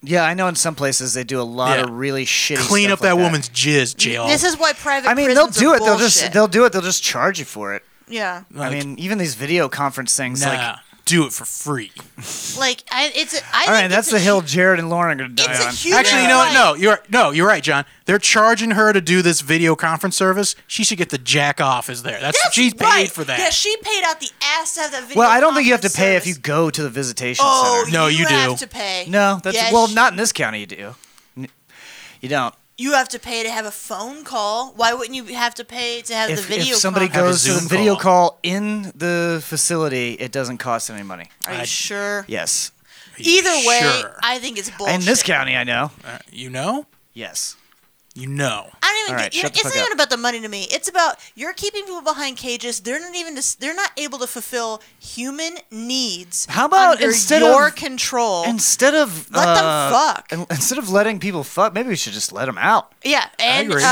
[SPEAKER 2] Yeah, I know in some places they do a lot
[SPEAKER 3] Yeah.
[SPEAKER 2] of really shitty.
[SPEAKER 3] Clean
[SPEAKER 2] stuff
[SPEAKER 3] up that
[SPEAKER 2] like
[SPEAKER 3] woman's jizz, jail.
[SPEAKER 1] This is why private.
[SPEAKER 2] I mean, they'll
[SPEAKER 1] prisons
[SPEAKER 2] do
[SPEAKER 1] are
[SPEAKER 2] it. They'll just
[SPEAKER 1] bullshit.
[SPEAKER 2] they'll do it. They'll just charge you for it.
[SPEAKER 1] yeah,
[SPEAKER 2] I
[SPEAKER 3] Like-
[SPEAKER 2] mean, even these video conference things.
[SPEAKER 3] nah,
[SPEAKER 2] Like,
[SPEAKER 3] do it for free.
[SPEAKER 1] like I, it's. A, I
[SPEAKER 2] all
[SPEAKER 1] think
[SPEAKER 2] right, that's
[SPEAKER 1] it's a
[SPEAKER 2] the hill
[SPEAKER 1] hu-
[SPEAKER 2] Jared and Lauren are gonna die
[SPEAKER 1] It's a
[SPEAKER 2] on.
[SPEAKER 1] human.
[SPEAKER 3] Actually, you know what?
[SPEAKER 1] right.
[SPEAKER 3] No, you're no, you're right, John. They're charging her to do this video conference service. She should get the jack off. Is there? That's,
[SPEAKER 1] That's
[SPEAKER 3] she's paid
[SPEAKER 1] right.
[SPEAKER 3] for that.
[SPEAKER 1] Yeah, she paid out the ass to have that video.
[SPEAKER 2] well, I don't think you have to
[SPEAKER 1] conference
[SPEAKER 2] pay if you
[SPEAKER 1] service.
[SPEAKER 2] go to the visitation
[SPEAKER 1] Oh,
[SPEAKER 2] center.
[SPEAKER 3] No, you do.
[SPEAKER 1] have to pay.
[SPEAKER 2] No, that's
[SPEAKER 1] Yes,
[SPEAKER 2] well, not in this county. You do. N- You don't.
[SPEAKER 1] You have to pay to have a phone call. Why wouldn't you have to pay to have the
[SPEAKER 2] If,
[SPEAKER 1] video?
[SPEAKER 2] if somebody
[SPEAKER 1] conference?
[SPEAKER 2] goes to the
[SPEAKER 3] Zoom
[SPEAKER 2] video
[SPEAKER 3] call.
[SPEAKER 2] call in the facility, it doesn't cost any money.
[SPEAKER 1] Are you sure?
[SPEAKER 2] Yes,
[SPEAKER 1] Either way,
[SPEAKER 3] Sure.
[SPEAKER 1] I think it's bullshit.
[SPEAKER 2] in this county, I know.
[SPEAKER 3] Uh, you know,
[SPEAKER 2] Yes.
[SPEAKER 3] you know.
[SPEAKER 1] I don't even.
[SPEAKER 2] All right,
[SPEAKER 1] you know,
[SPEAKER 2] shut the
[SPEAKER 1] it's not
[SPEAKER 2] fuck
[SPEAKER 1] even
[SPEAKER 2] up.
[SPEAKER 1] about the money to me. It's about you're keeping people behind cages. They're not even. They're not able to fulfill human needs.
[SPEAKER 2] How about
[SPEAKER 1] under
[SPEAKER 2] instead
[SPEAKER 1] your
[SPEAKER 2] of-
[SPEAKER 1] control?
[SPEAKER 2] Instead of
[SPEAKER 1] Oh. Let them
[SPEAKER 2] uh,
[SPEAKER 1] fuck.
[SPEAKER 2] in- Instead of letting people fuck, maybe we should just let them out.
[SPEAKER 1] yeah, and
[SPEAKER 3] agree.
[SPEAKER 1] uh,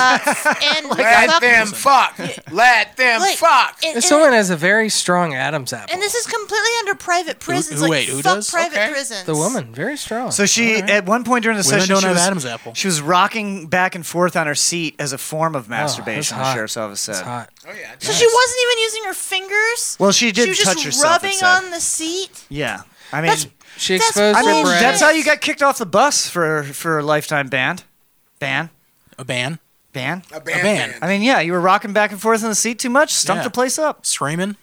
[SPEAKER 1] and
[SPEAKER 8] Let
[SPEAKER 1] fuck-
[SPEAKER 8] them fuck. Let them
[SPEAKER 1] like,
[SPEAKER 8] fuck.
[SPEAKER 1] And,
[SPEAKER 9] This
[SPEAKER 1] and-
[SPEAKER 9] woman has a very strong Adam's apple.
[SPEAKER 1] and this is completely under private prisons.
[SPEAKER 3] who-
[SPEAKER 1] like,
[SPEAKER 3] wait, who
[SPEAKER 1] fuck
[SPEAKER 3] does?
[SPEAKER 1] private
[SPEAKER 8] Okay.
[SPEAKER 1] prisons.
[SPEAKER 9] the woman, very strong.
[SPEAKER 2] So she, at one point during the
[SPEAKER 3] Women
[SPEAKER 2] session,
[SPEAKER 3] don't
[SPEAKER 2] she
[SPEAKER 3] have
[SPEAKER 2] was,
[SPEAKER 3] Adam's apple. Oh,
[SPEAKER 2] she was rocking back and forth on her seat as a form of
[SPEAKER 9] that's
[SPEAKER 2] masturbation. the
[SPEAKER 9] hot.
[SPEAKER 2] sheriff's office
[SPEAKER 9] It's
[SPEAKER 2] said.
[SPEAKER 9] hot.
[SPEAKER 8] Oh yeah. I do.
[SPEAKER 1] So she wasn't even using her fingers.
[SPEAKER 2] Well, she did
[SPEAKER 1] she was just
[SPEAKER 2] touch herself, it
[SPEAKER 1] rubbing
[SPEAKER 2] said.
[SPEAKER 1] on the seat.
[SPEAKER 2] Yeah, I mean,
[SPEAKER 1] That's-
[SPEAKER 9] She
[SPEAKER 1] That's
[SPEAKER 9] exposed
[SPEAKER 2] I mean,
[SPEAKER 9] her
[SPEAKER 1] bullshit.
[SPEAKER 9] breasts.
[SPEAKER 2] that's how you got kicked off the bus for for a lifetime ban, ban,
[SPEAKER 3] A ban,
[SPEAKER 2] ban.
[SPEAKER 8] A band.
[SPEAKER 3] band.
[SPEAKER 8] band.
[SPEAKER 2] I mean, yeah, you were rocking back and forth on the seat too much, stumped
[SPEAKER 3] Yeah.
[SPEAKER 2] the place up.
[SPEAKER 3] screaming.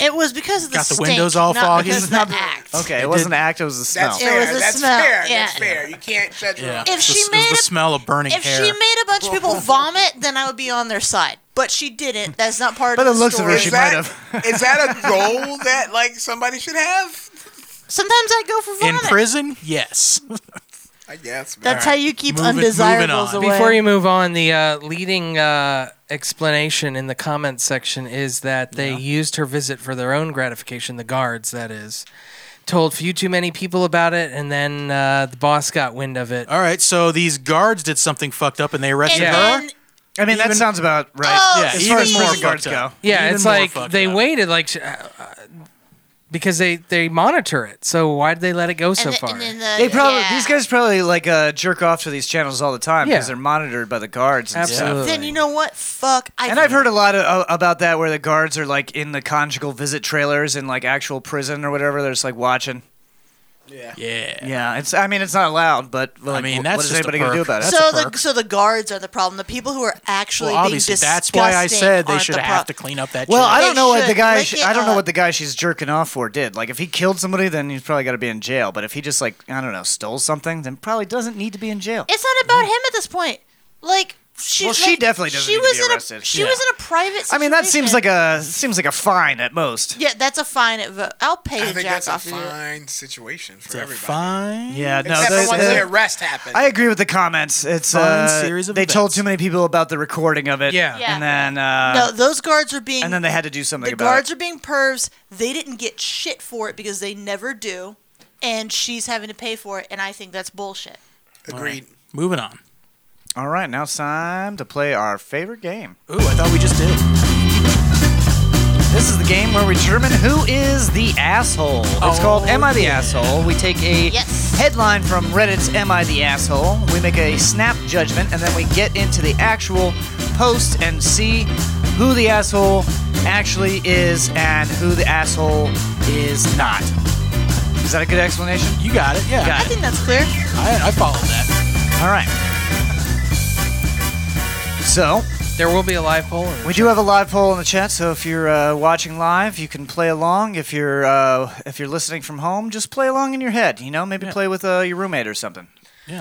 [SPEAKER 1] It was because of the
[SPEAKER 3] Got the
[SPEAKER 1] stink,
[SPEAKER 3] windows all
[SPEAKER 1] not
[SPEAKER 3] foggy.
[SPEAKER 1] Because of
[SPEAKER 3] Not
[SPEAKER 1] the act.
[SPEAKER 2] Okay, it,
[SPEAKER 3] It
[SPEAKER 2] wasn't
[SPEAKER 3] did-
[SPEAKER 2] the act; it was the smell.
[SPEAKER 8] That's fair.
[SPEAKER 1] It was a
[SPEAKER 8] That's
[SPEAKER 1] smell.
[SPEAKER 8] fair.
[SPEAKER 1] Yeah.
[SPEAKER 8] That's fair. You can't judge her.
[SPEAKER 3] Yeah.
[SPEAKER 8] off.
[SPEAKER 1] If
[SPEAKER 3] It's
[SPEAKER 1] she
[SPEAKER 3] just- it was
[SPEAKER 1] made
[SPEAKER 3] the
[SPEAKER 1] a-
[SPEAKER 3] smell of burning
[SPEAKER 1] If
[SPEAKER 3] hair.
[SPEAKER 1] she made a bunch of people vomit, then I would be on their side. But she didn't. That's not part
[SPEAKER 2] By
[SPEAKER 1] of
[SPEAKER 2] the
[SPEAKER 1] the
[SPEAKER 2] looks of
[SPEAKER 1] story.
[SPEAKER 2] her, she
[SPEAKER 8] Is
[SPEAKER 2] might
[SPEAKER 8] that-
[SPEAKER 2] have.
[SPEAKER 8] Is that a goal that like somebody should have?
[SPEAKER 1] Sometimes I go for
[SPEAKER 3] in
[SPEAKER 1] vomit.
[SPEAKER 3] prison, yes.
[SPEAKER 8] I guess. man.
[SPEAKER 1] That's how you keep
[SPEAKER 3] Moving- moving
[SPEAKER 1] undesirables
[SPEAKER 3] on.
[SPEAKER 1] away.
[SPEAKER 9] Before you move on, the uh, leading uh, explanation in the comment section is that they used her visit for their own gratification, the guards, that is. Told few too many people about it, and then uh, the boss got wind of it.
[SPEAKER 3] All right, so these guards did something fucked up and they
[SPEAKER 1] and
[SPEAKER 3] arrested her.
[SPEAKER 1] then
[SPEAKER 2] I mean, that sounds about right.
[SPEAKER 1] Oh,
[SPEAKER 3] yeah,
[SPEAKER 2] as
[SPEAKER 3] even
[SPEAKER 2] far as
[SPEAKER 3] more
[SPEAKER 2] prison guards
[SPEAKER 3] fucked
[SPEAKER 2] go.
[SPEAKER 3] up.
[SPEAKER 9] yeah,
[SPEAKER 3] Even
[SPEAKER 9] it's
[SPEAKER 3] more
[SPEAKER 9] like
[SPEAKER 3] fucked
[SPEAKER 9] they
[SPEAKER 3] up.
[SPEAKER 9] waited like. sh- Uh, uh, because they they monitor it. So why did they let it go so
[SPEAKER 1] the-
[SPEAKER 9] far?
[SPEAKER 1] and then the-
[SPEAKER 2] They probably
[SPEAKER 1] yeah.
[SPEAKER 2] these guys probably like uh, jerk off to these channels all the time because
[SPEAKER 9] Yeah.
[SPEAKER 2] they're monitored by the guards. And
[SPEAKER 9] Absolutely.
[SPEAKER 2] Stuff.
[SPEAKER 1] Then you know what? Fuck. I
[SPEAKER 2] And I've heard a lot of, uh, about that where the guards are like in the conjugal visit trailers in like actual prison or whatever. They're just like watching.
[SPEAKER 3] Yeah.
[SPEAKER 2] Yeah, it's. I mean, it's not allowed, but like,
[SPEAKER 3] I mean,
[SPEAKER 2] wh-
[SPEAKER 3] that's
[SPEAKER 2] what is
[SPEAKER 3] just a
[SPEAKER 2] anybody gonna do
[SPEAKER 3] perk.
[SPEAKER 2] about it?
[SPEAKER 3] That's
[SPEAKER 1] so
[SPEAKER 3] a
[SPEAKER 1] the
[SPEAKER 3] perk.
[SPEAKER 1] so the guards are the problem. The people who are actually
[SPEAKER 3] Well, obviously,
[SPEAKER 1] being
[SPEAKER 3] that's why I
[SPEAKER 1] disgusting
[SPEAKER 3] said they
[SPEAKER 1] aren't
[SPEAKER 3] should
[SPEAKER 1] the
[SPEAKER 3] have
[SPEAKER 1] pro-
[SPEAKER 3] to clean up that.
[SPEAKER 2] well,
[SPEAKER 3] shit.
[SPEAKER 2] I don't know what
[SPEAKER 1] should
[SPEAKER 2] the guy.
[SPEAKER 1] lick
[SPEAKER 2] Sh-
[SPEAKER 1] it
[SPEAKER 2] I don't know
[SPEAKER 1] up.
[SPEAKER 2] what the guy she's jerking off for did. Like, if he killed somebody, then he's probably got to be in jail. But if he just like I don't know stole something, then probably doesn't need to be in jail.
[SPEAKER 1] It's not about him at this point. Like she.
[SPEAKER 2] Well, she
[SPEAKER 1] like,
[SPEAKER 2] definitely doesn't
[SPEAKER 1] She
[SPEAKER 2] need to
[SPEAKER 1] was
[SPEAKER 2] be
[SPEAKER 1] in a.
[SPEAKER 2] arrested.
[SPEAKER 1] She
[SPEAKER 2] Yeah.
[SPEAKER 1] was in a private. Situation.
[SPEAKER 2] I mean, that seems like a seems like a fine at most.
[SPEAKER 1] Yeah, that's a fine. At vo- I'll pay
[SPEAKER 11] I
[SPEAKER 1] the
[SPEAKER 11] think
[SPEAKER 1] jack
[SPEAKER 11] that's a
[SPEAKER 1] off you.
[SPEAKER 11] fine situation for everybody.
[SPEAKER 3] Fine.
[SPEAKER 2] Yeah, no.
[SPEAKER 11] Except
[SPEAKER 2] they-
[SPEAKER 11] for once
[SPEAKER 2] they-
[SPEAKER 11] the arrest happened.
[SPEAKER 2] I agree with the comments. It's
[SPEAKER 3] Fine
[SPEAKER 2] uh,
[SPEAKER 3] series of
[SPEAKER 2] they told
[SPEAKER 3] events.
[SPEAKER 2] too many people about the recording of it.
[SPEAKER 9] Yeah.
[SPEAKER 1] Yeah.
[SPEAKER 2] and then uh,
[SPEAKER 1] No, those guards are being.
[SPEAKER 2] and then they had to do something
[SPEAKER 1] the
[SPEAKER 2] about
[SPEAKER 1] guards
[SPEAKER 2] it.
[SPEAKER 1] are being pervs. They didn't get shit for it because they never do, and she's having to pay for it. And I think that's bullshit.
[SPEAKER 11] Agreed.
[SPEAKER 3] Moving on.
[SPEAKER 2] All right, now it's time to play our favorite game.
[SPEAKER 3] Ooh, I thought we just did.
[SPEAKER 2] This is the game where we determine who is the asshole. It's called Am I the
[SPEAKER 3] Oh.
[SPEAKER 2] Asshole? We take a
[SPEAKER 1] Yes.
[SPEAKER 2] headline from Reddit's Am I the Asshole? We make a snap judgment and then we get into the actual post and see who the asshole actually is and who the asshole is not. Is that a good explanation?
[SPEAKER 3] You got it. Yeah.
[SPEAKER 1] I think that's clear.
[SPEAKER 3] I, I followed that.
[SPEAKER 2] All right. So,
[SPEAKER 9] There will be a live poll. and-
[SPEAKER 2] We do have a live poll in the chat, so if you're uh, watching live, you can play along. If you're uh, if you're listening from home, just play along in your head. You know, maybe play with uh, your roommate or something.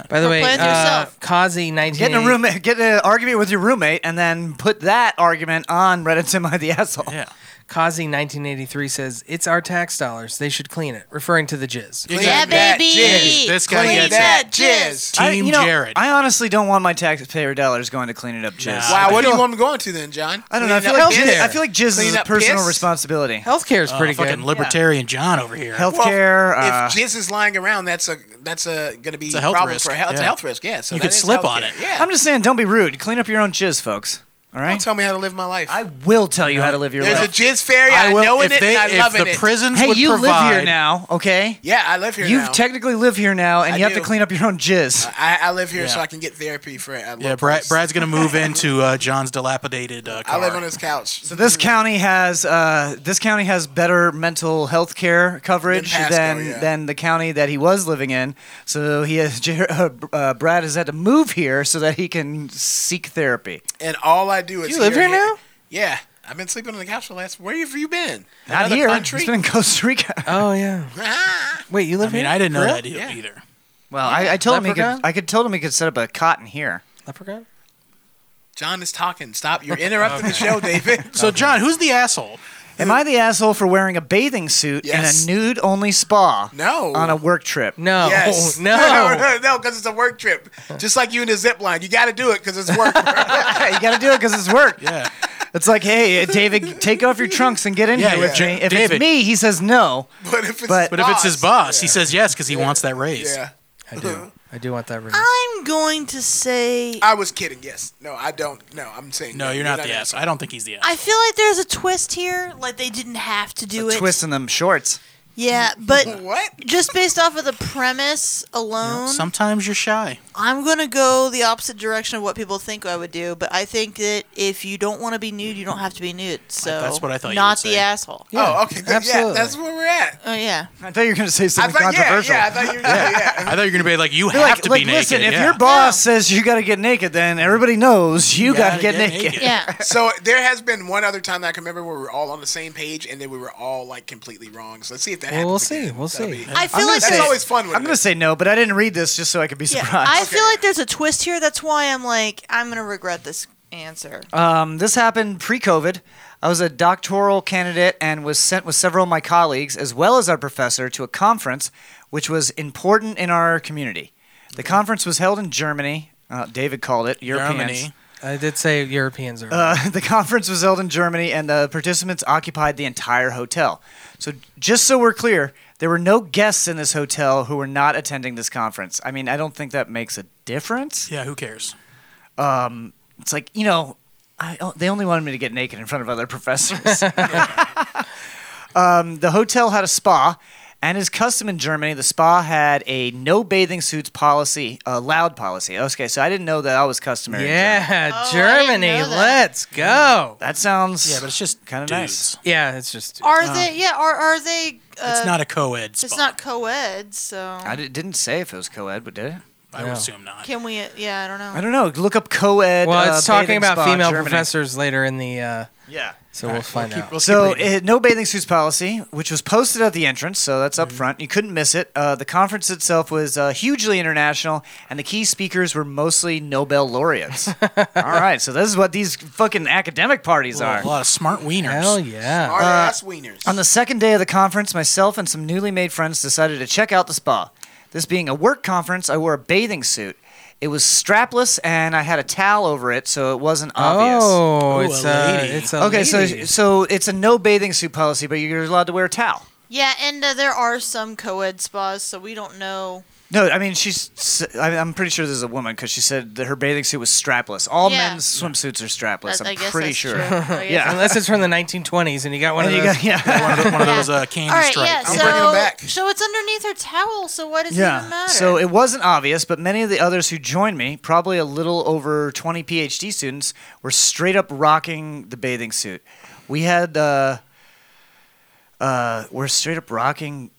[SPEAKER 9] By the
[SPEAKER 1] Or
[SPEAKER 9] way,
[SPEAKER 1] play with
[SPEAKER 9] uh,
[SPEAKER 1] yourself.
[SPEAKER 9] Kazi nineteen.
[SPEAKER 2] Get in a room, get in an argument with your roommate, and then put that argument on Reddit's "Am I the asshole?"
[SPEAKER 3] Yeah.
[SPEAKER 9] Kazi nineteen eighty three says it's our tax dollars. They should clean it, referring to the jizz.
[SPEAKER 1] Yeah, baby.
[SPEAKER 11] jizz.
[SPEAKER 3] This guy
[SPEAKER 1] Clean
[SPEAKER 3] gets
[SPEAKER 1] that
[SPEAKER 11] it. Jizz.
[SPEAKER 2] I,
[SPEAKER 3] Team
[SPEAKER 2] you know,
[SPEAKER 3] Jared.
[SPEAKER 2] I honestly don't want my taxpayer dollars going to clean it up jizz.
[SPEAKER 3] Nah.
[SPEAKER 11] Wow, what do
[SPEAKER 2] I
[SPEAKER 11] you
[SPEAKER 2] feel-
[SPEAKER 11] want them going to then, John?
[SPEAKER 2] I don't know. I feel,
[SPEAKER 11] Clean
[SPEAKER 2] like
[SPEAKER 11] up
[SPEAKER 2] jizz,
[SPEAKER 11] piss?
[SPEAKER 2] I feel like jizz
[SPEAKER 11] Clean
[SPEAKER 2] is a
[SPEAKER 11] up
[SPEAKER 2] personal
[SPEAKER 11] piss?
[SPEAKER 2] responsibility.
[SPEAKER 9] Healthcare is
[SPEAKER 3] Uh,
[SPEAKER 9] pretty
[SPEAKER 3] fucking
[SPEAKER 9] good.
[SPEAKER 3] libertarian John over here.
[SPEAKER 11] Well,
[SPEAKER 2] Healthcare.
[SPEAKER 11] if
[SPEAKER 2] uh,
[SPEAKER 11] jizz is lying around, that's a that's a going to be
[SPEAKER 3] a health
[SPEAKER 11] problem
[SPEAKER 3] risk,
[SPEAKER 11] for health. It's a
[SPEAKER 3] yeah.
[SPEAKER 11] health risk. Yeah, so
[SPEAKER 3] You
[SPEAKER 11] that
[SPEAKER 3] could
[SPEAKER 11] is
[SPEAKER 3] slip on
[SPEAKER 11] healthcare.
[SPEAKER 3] it.
[SPEAKER 11] Yeah,
[SPEAKER 2] I'm just saying, don't be rude. Clean up your own jizz, folks. All
[SPEAKER 11] Don't
[SPEAKER 2] right.
[SPEAKER 11] tell me how to live my life.
[SPEAKER 2] I will tell you how to live your
[SPEAKER 11] There's
[SPEAKER 2] life.
[SPEAKER 11] a jizz fairy.
[SPEAKER 3] I
[SPEAKER 11] I,
[SPEAKER 3] will-
[SPEAKER 11] know in
[SPEAKER 3] if
[SPEAKER 11] it
[SPEAKER 3] they-
[SPEAKER 11] and
[SPEAKER 3] if
[SPEAKER 11] I'm loving
[SPEAKER 3] the
[SPEAKER 11] it.
[SPEAKER 3] prisons
[SPEAKER 2] Hey,
[SPEAKER 3] would
[SPEAKER 2] you
[SPEAKER 3] provide,
[SPEAKER 2] live here now, okay?
[SPEAKER 11] yeah, I live here
[SPEAKER 2] You
[SPEAKER 11] now.
[SPEAKER 2] technically live here now, and
[SPEAKER 11] I
[SPEAKER 2] you have
[SPEAKER 11] do. Uh,
[SPEAKER 2] to clean up your own jizz.
[SPEAKER 11] I, I live here so
[SPEAKER 3] Yeah.
[SPEAKER 11] I can get therapy for it.
[SPEAKER 3] Yeah, Brad, Brad's gonna move into uh, John's dilapidated uh, car.
[SPEAKER 11] I live on his couch.
[SPEAKER 2] So this county has uh, this county has better mental health care coverage
[SPEAKER 11] Than Pasco,
[SPEAKER 2] than
[SPEAKER 11] yeah.
[SPEAKER 2] than the county that he was living in. So he has Jer- uh, uh, Brad has had to move here so that he can seek therapy.
[SPEAKER 11] and all I do is
[SPEAKER 9] you live
[SPEAKER 11] hear
[SPEAKER 9] here
[SPEAKER 11] him-
[SPEAKER 9] now?
[SPEAKER 11] Yeah, I've been sleeping on the couch for the last. Where have you been?
[SPEAKER 2] Not
[SPEAKER 11] Another
[SPEAKER 2] here.
[SPEAKER 11] Country?
[SPEAKER 2] He's been in Costa Rica.
[SPEAKER 9] Oh yeah.
[SPEAKER 11] Ah,
[SPEAKER 9] Wait, you
[SPEAKER 3] I
[SPEAKER 9] live
[SPEAKER 3] mean,
[SPEAKER 9] here?
[SPEAKER 3] I didn't know
[SPEAKER 9] For real?
[SPEAKER 3] that deal
[SPEAKER 11] Yeah.
[SPEAKER 3] either.
[SPEAKER 2] Well, I, I told him he could.
[SPEAKER 9] Leprechaun?
[SPEAKER 2] I could told him he could set up a cot in here.
[SPEAKER 9] Leprechaun.
[SPEAKER 11] John is talking. Stop! You're interrupting the show, David.
[SPEAKER 3] So, John, who's the asshole?
[SPEAKER 2] Am I the asshole for wearing a bathing suit
[SPEAKER 11] Yes.
[SPEAKER 2] in a nude only spa?
[SPEAKER 11] No.
[SPEAKER 2] On a work trip.
[SPEAKER 9] No.
[SPEAKER 11] Yes.
[SPEAKER 9] No.
[SPEAKER 11] no, because it's a work trip. Just like you in the zip line, you got to do it because it's work.
[SPEAKER 2] you got to do it because it's work.
[SPEAKER 3] Yeah.
[SPEAKER 2] It's like, hey, uh, David, take off your trunks and get in
[SPEAKER 3] Yeah,
[SPEAKER 2] here with
[SPEAKER 3] yeah.
[SPEAKER 2] me. If
[SPEAKER 3] David.
[SPEAKER 2] it's me, he says no.
[SPEAKER 11] but if it's
[SPEAKER 2] But-
[SPEAKER 3] But if it's his boss, he says yes because he wants that raise.
[SPEAKER 11] yeah,
[SPEAKER 9] I do. I do want that room.
[SPEAKER 1] I'm going to say.
[SPEAKER 11] I was kidding. Yes, no, I don't. No, I'm saying
[SPEAKER 3] No, you're not the
[SPEAKER 11] gonna-
[SPEAKER 3] asshole. I don't think he's the asshole.
[SPEAKER 1] I feel like there's a twist here. Like they didn't have to do it.
[SPEAKER 2] Twisting them shorts.
[SPEAKER 1] Yeah, but
[SPEAKER 11] What?
[SPEAKER 1] just based off of the premise alone,
[SPEAKER 3] Sometimes you're shy.
[SPEAKER 1] I'm gonna go the opposite direction of what people think I would do. But I think that if you don't want to be nude, you don't have to be nude. So
[SPEAKER 3] that's what I thought you
[SPEAKER 1] Not
[SPEAKER 3] would
[SPEAKER 1] the
[SPEAKER 3] say.
[SPEAKER 1] asshole.
[SPEAKER 11] Oh, okay. Th-
[SPEAKER 9] Absolutely.
[SPEAKER 11] Yeah, that's where we're at.
[SPEAKER 1] Oh yeah.
[SPEAKER 2] I thought you were going to say
[SPEAKER 11] I
[SPEAKER 2] something
[SPEAKER 11] thought, yeah,
[SPEAKER 2] controversial.
[SPEAKER 11] yeah, I thought you were yeah.
[SPEAKER 3] I thought you were gonna be like, you
[SPEAKER 2] You're
[SPEAKER 3] have
[SPEAKER 2] like,
[SPEAKER 3] to
[SPEAKER 2] like,
[SPEAKER 3] be naked.
[SPEAKER 2] listen, if
[SPEAKER 3] yeah.
[SPEAKER 2] your boss says you got to get naked, then everybody knows you, got
[SPEAKER 3] gotta
[SPEAKER 2] to get,
[SPEAKER 3] get
[SPEAKER 2] naked.
[SPEAKER 3] naked.
[SPEAKER 1] Yeah.
[SPEAKER 11] So there has been one other time that I can remember where we were all on the same page and then we were all like completely wrong. So let's see if that
[SPEAKER 9] Well, we'll
[SPEAKER 11] happens.
[SPEAKER 9] see.
[SPEAKER 11] again.
[SPEAKER 9] We'll
[SPEAKER 11] That'll
[SPEAKER 9] see.
[SPEAKER 11] be-
[SPEAKER 1] I feel like
[SPEAKER 2] gonna
[SPEAKER 11] That's
[SPEAKER 2] say-
[SPEAKER 1] there's-
[SPEAKER 11] always fun. When
[SPEAKER 2] I'm going to say no, but I didn't read this just so I could be
[SPEAKER 1] yeah,
[SPEAKER 2] surprised.
[SPEAKER 1] I feel like there's a twist here. That's why I'm like I'm gonna regret this answer.
[SPEAKER 2] Um, this happened pre-COVID. I was a doctoral candidate and was sent with several of my colleagues, as well as our professor, to a conference which was important in our community. The conference was held in Germany. Uh, David called it Europeans.
[SPEAKER 3] Germany.
[SPEAKER 9] I did say Europeans are.
[SPEAKER 2] Uh, the conference was held in Germany, and the participants occupied the entire hotel. So, just so we're clear, there were no guests in this hotel who were not attending this conference. I mean, I don't think that makes a difference.
[SPEAKER 3] Yeah, who cares?
[SPEAKER 2] It's like you know, I, oh, they only wanted me to get naked in front of other professors. Um, the hotel had a spa, and as custom in Germany, the spa had a no bathing suits policy, uh, loud policy. Okay, so I didn't know that I was customary. in
[SPEAKER 9] Yeah, Germany. Let's go.
[SPEAKER 2] That sounds
[SPEAKER 9] yeah, but it's just
[SPEAKER 2] kind of nice.
[SPEAKER 9] Yeah, it's just
[SPEAKER 1] Are
[SPEAKER 2] Oh.
[SPEAKER 1] they? Yeah. Are are they? Uh,
[SPEAKER 2] It's not a co-ed
[SPEAKER 1] It's
[SPEAKER 2] spot.
[SPEAKER 1] not co-ed, so
[SPEAKER 2] I di- didn't say if it was co-ed, but did it?
[SPEAKER 3] I would assume not.
[SPEAKER 1] can we? Yeah, I don't know.
[SPEAKER 2] I don't know. Look up co-ed.
[SPEAKER 9] Well, it's
[SPEAKER 2] uh,
[SPEAKER 9] talking
[SPEAKER 2] bathing
[SPEAKER 9] about
[SPEAKER 2] spa,
[SPEAKER 9] female
[SPEAKER 2] Germany.
[SPEAKER 9] professors later in the. Uh,
[SPEAKER 2] yeah.
[SPEAKER 9] So we'll find out.
[SPEAKER 2] so it, no bathing suits policy, which was posted at the entrance, so that's up front. You couldn't miss it. Uh, the conference itself was uh, hugely international, and the key speakers were mostly Nobel laureates. All right, so this is what these fucking academic parties
[SPEAKER 3] Well,
[SPEAKER 2] are.
[SPEAKER 3] a lot of smart wieners.
[SPEAKER 2] Hell yeah.
[SPEAKER 11] Smart-ass wieners.
[SPEAKER 2] On the second day of the conference, myself and some newly made friends decided to check out the spa. This being a work conference, I wore a bathing suit. It was strapless and I had a towel over it, so it wasn't obvious.
[SPEAKER 9] Oh, Ooh, it's a a- lady. it's a
[SPEAKER 2] okay.
[SPEAKER 9] lady.
[SPEAKER 2] So, so it's a no bathing suit policy, but you're allowed to wear a towel.
[SPEAKER 1] Yeah, and uh, there are some co-ed spas, so we don't know.
[SPEAKER 2] No, I mean she's. s- I- I'm pretty sure this is a woman because she said that her bathing suit was strapless. All
[SPEAKER 1] Yeah.
[SPEAKER 2] men's swimsuits are strapless.
[SPEAKER 1] That- I
[SPEAKER 2] I'm
[SPEAKER 1] guess
[SPEAKER 2] pretty
[SPEAKER 1] that's
[SPEAKER 2] sure.
[SPEAKER 1] true. I guess
[SPEAKER 2] yeah,
[SPEAKER 9] Unless it's from the 1920s and you got one of
[SPEAKER 2] And
[SPEAKER 9] those.
[SPEAKER 2] you got- yeah.
[SPEAKER 9] one of those,
[SPEAKER 2] one of those,
[SPEAKER 3] uh,
[SPEAKER 1] All right, yeah. So, so it's underneath her towel. So what does it even matter?
[SPEAKER 2] So it wasn't obvious, but many of the others who joined me, probably a little over 20 PhD students, were straight up rocking the bathing suit. We had, uh, uh, we're straight up rocking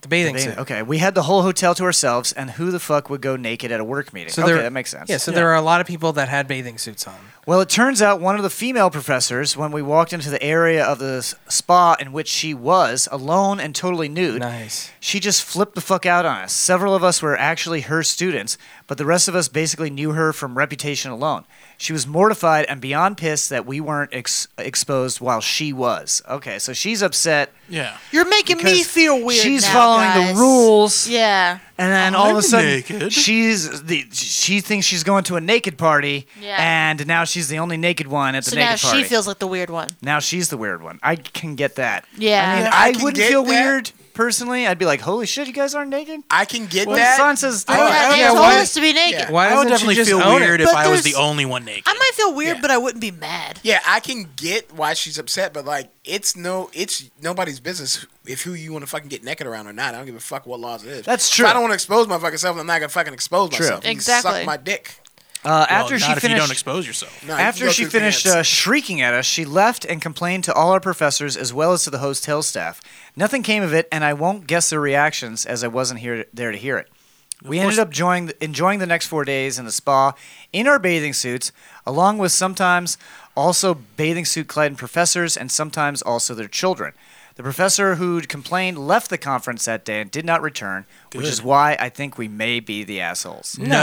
[SPEAKER 9] the bathing suit.
[SPEAKER 2] Okay, we had the whole hotel to ourselves, and who the fuck would go naked at a work meeting?
[SPEAKER 9] So
[SPEAKER 2] okay,
[SPEAKER 9] there-
[SPEAKER 2] that makes sense.
[SPEAKER 9] Yeah, so there are a lot of people that had bathing suits on.
[SPEAKER 2] Well, it turns out one of the female professors, when we walked into the area of the s- spa in which she was, alone and totally nude,
[SPEAKER 9] nice.
[SPEAKER 2] she just flipped the fuck out on us. Several of us were actually her students, but the rest of us basically knew her from reputation alone. She was mortified and beyond pissed that we weren't ex- exposed while she was. Okay, so she's upset.
[SPEAKER 3] Yeah.
[SPEAKER 1] You're making me
[SPEAKER 2] Because
[SPEAKER 1] feel weird.
[SPEAKER 2] she's
[SPEAKER 1] now,
[SPEAKER 2] following
[SPEAKER 1] guys.
[SPEAKER 2] the rules.
[SPEAKER 1] Yeah.
[SPEAKER 2] And then all of a
[SPEAKER 1] I'm
[SPEAKER 2] sudden,
[SPEAKER 1] naked.
[SPEAKER 2] she's the she thinks she's going to a naked party,
[SPEAKER 1] Yeah.
[SPEAKER 2] and now she's the only naked one at the
[SPEAKER 1] So now
[SPEAKER 2] naked party.
[SPEAKER 1] she feels like the weird one.
[SPEAKER 2] now she's the weird one. I can get that.
[SPEAKER 1] Yeah.
[SPEAKER 2] I mean,
[SPEAKER 1] Yeah, I
[SPEAKER 2] I,
[SPEAKER 1] can
[SPEAKER 2] wouldn't
[SPEAKER 1] get
[SPEAKER 2] feel
[SPEAKER 1] that.
[SPEAKER 2] weird personally. I'd be like, "Holy shit, you guys aren't naked."
[SPEAKER 11] I can get
[SPEAKER 2] well,
[SPEAKER 11] that.
[SPEAKER 2] Sansa's says,
[SPEAKER 11] I- I-
[SPEAKER 1] They
[SPEAKER 11] Yeah,
[SPEAKER 1] told
[SPEAKER 11] why-
[SPEAKER 1] us to be naked.
[SPEAKER 11] Why
[SPEAKER 3] I would
[SPEAKER 11] doesn't she
[SPEAKER 3] definitely
[SPEAKER 11] just
[SPEAKER 3] feel
[SPEAKER 11] own it?
[SPEAKER 3] weird if
[SPEAKER 11] But
[SPEAKER 3] I was the
[SPEAKER 11] there's-
[SPEAKER 3] only one naked.
[SPEAKER 1] I might feel weird, but I wouldn't be mad.
[SPEAKER 11] Yeah, I can get why she's upset, but like, it's no, it's nobody's business if who you want to fucking get naked around or not. I don't give a fuck what laws it is.
[SPEAKER 2] That's
[SPEAKER 11] If
[SPEAKER 2] true.
[SPEAKER 11] I don't want to expose my fucking self. I'm not gonna fucking expose
[SPEAKER 2] True.
[SPEAKER 11] myself. You
[SPEAKER 1] Exactly.
[SPEAKER 11] Suck my dick.
[SPEAKER 2] Uh, after she
[SPEAKER 3] not if you
[SPEAKER 2] finished,
[SPEAKER 3] don't expose yourself.
[SPEAKER 11] No, you can
[SPEAKER 2] after
[SPEAKER 11] go
[SPEAKER 2] she
[SPEAKER 11] through
[SPEAKER 2] finished
[SPEAKER 11] pants.
[SPEAKER 2] uh, shrieking at us, she left and complained to all our professors as well as to the hotel staff. Nothing came of it, and I won't guess their reactions as I wasn't here there to hear it. We ended up enjoying the, enjoying the next four days in the spa in our bathing suits, along with sometimes also bathing suit clad professors and sometimes also their children. The professor who complained left the conference that day and did not return, which
[SPEAKER 3] Good.
[SPEAKER 2] is why I think we may be the assholes.
[SPEAKER 3] No,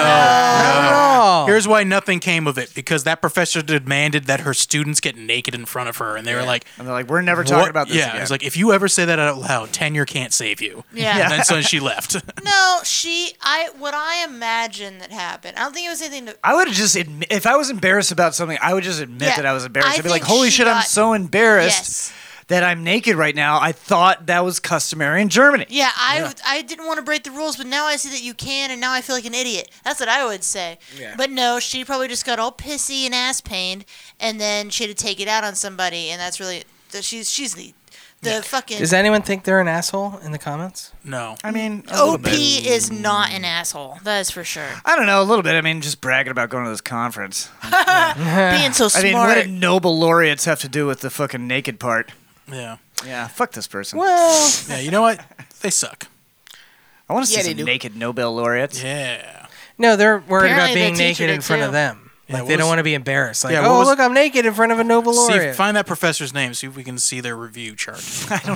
[SPEAKER 3] no. Here's why nothing came of it because that professor demanded that her students get naked in front of her, and they were
[SPEAKER 2] Yeah.
[SPEAKER 3] like,
[SPEAKER 2] And they're like, "We're never talking
[SPEAKER 3] "What?"
[SPEAKER 2] about this
[SPEAKER 3] Yeah,
[SPEAKER 2] again."
[SPEAKER 3] it's like if you ever say that out loud, tenure can't save you.
[SPEAKER 1] Yeah.
[SPEAKER 3] and then so she left.
[SPEAKER 1] No, she. I. What I imagine that happened. I don't think it was anything to.
[SPEAKER 2] I would have just admi- if I was embarrassed about something, I would just admit
[SPEAKER 1] Yeah,
[SPEAKER 2] that I was embarrassed.
[SPEAKER 1] I
[SPEAKER 2] I would be like,
[SPEAKER 1] think
[SPEAKER 2] "Holy
[SPEAKER 1] she
[SPEAKER 2] shit, I'm
[SPEAKER 1] got-
[SPEAKER 2] so embarrassed that I'm naked right now." I thought that was customary in Germany.
[SPEAKER 1] Yeah, I. would- I didn't want to break the rules, but now I see that you can, and now I feel like an idiot. That's what I would say.
[SPEAKER 2] Yeah.
[SPEAKER 1] But no, she probably just got all pissy and ass pained, and then she had to take it out on somebody, and that's really. that She's she's the, the fucking.
[SPEAKER 9] Does anyone think they're an asshole in the comments?
[SPEAKER 3] No.
[SPEAKER 2] I mean, a little
[SPEAKER 1] Op
[SPEAKER 2] bit.
[SPEAKER 1] is not an
[SPEAKER 2] Mm.
[SPEAKER 1] asshole. That is for sure.
[SPEAKER 2] I don't know, a little bit. I mean, just bragging about going to this conference,
[SPEAKER 1] Being so
[SPEAKER 2] Uh, I mean, what
[SPEAKER 1] smart.
[SPEAKER 2] did Nobel laureates have to do with the fucking naked part?
[SPEAKER 3] yeah,
[SPEAKER 2] yeah. Fuck this person.
[SPEAKER 9] Well,
[SPEAKER 3] yeah. You know what? They suck.
[SPEAKER 2] I want to see
[SPEAKER 3] Yeah, they
[SPEAKER 2] some
[SPEAKER 3] do.
[SPEAKER 2] naked Nobel laureates.
[SPEAKER 3] Yeah.
[SPEAKER 9] No, they're worried
[SPEAKER 2] Apparently
[SPEAKER 9] about
[SPEAKER 2] the
[SPEAKER 9] being
[SPEAKER 2] teacher
[SPEAKER 9] naked
[SPEAKER 2] did
[SPEAKER 9] in front
[SPEAKER 2] too.
[SPEAKER 9] of them.
[SPEAKER 2] Yeah,
[SPEAKER 9] like
[SPEAKER 2] what
[SPEAKER 9] they don't
[SPEAKER 2] was-
[SPEAKER 9] want to be embarrassed. Like,
[SPEAKER 3] Yeah, what
[SPEAKER 9] oh
[SPEAKER 3] was-
[SPEAKER 9] look, I'm naked in front of a Nobel
[SPEAKER 3] See
[SPEAKER 9] laureate.
[SPEAKER 3] if, find that professor's name. See if we can see their review chart.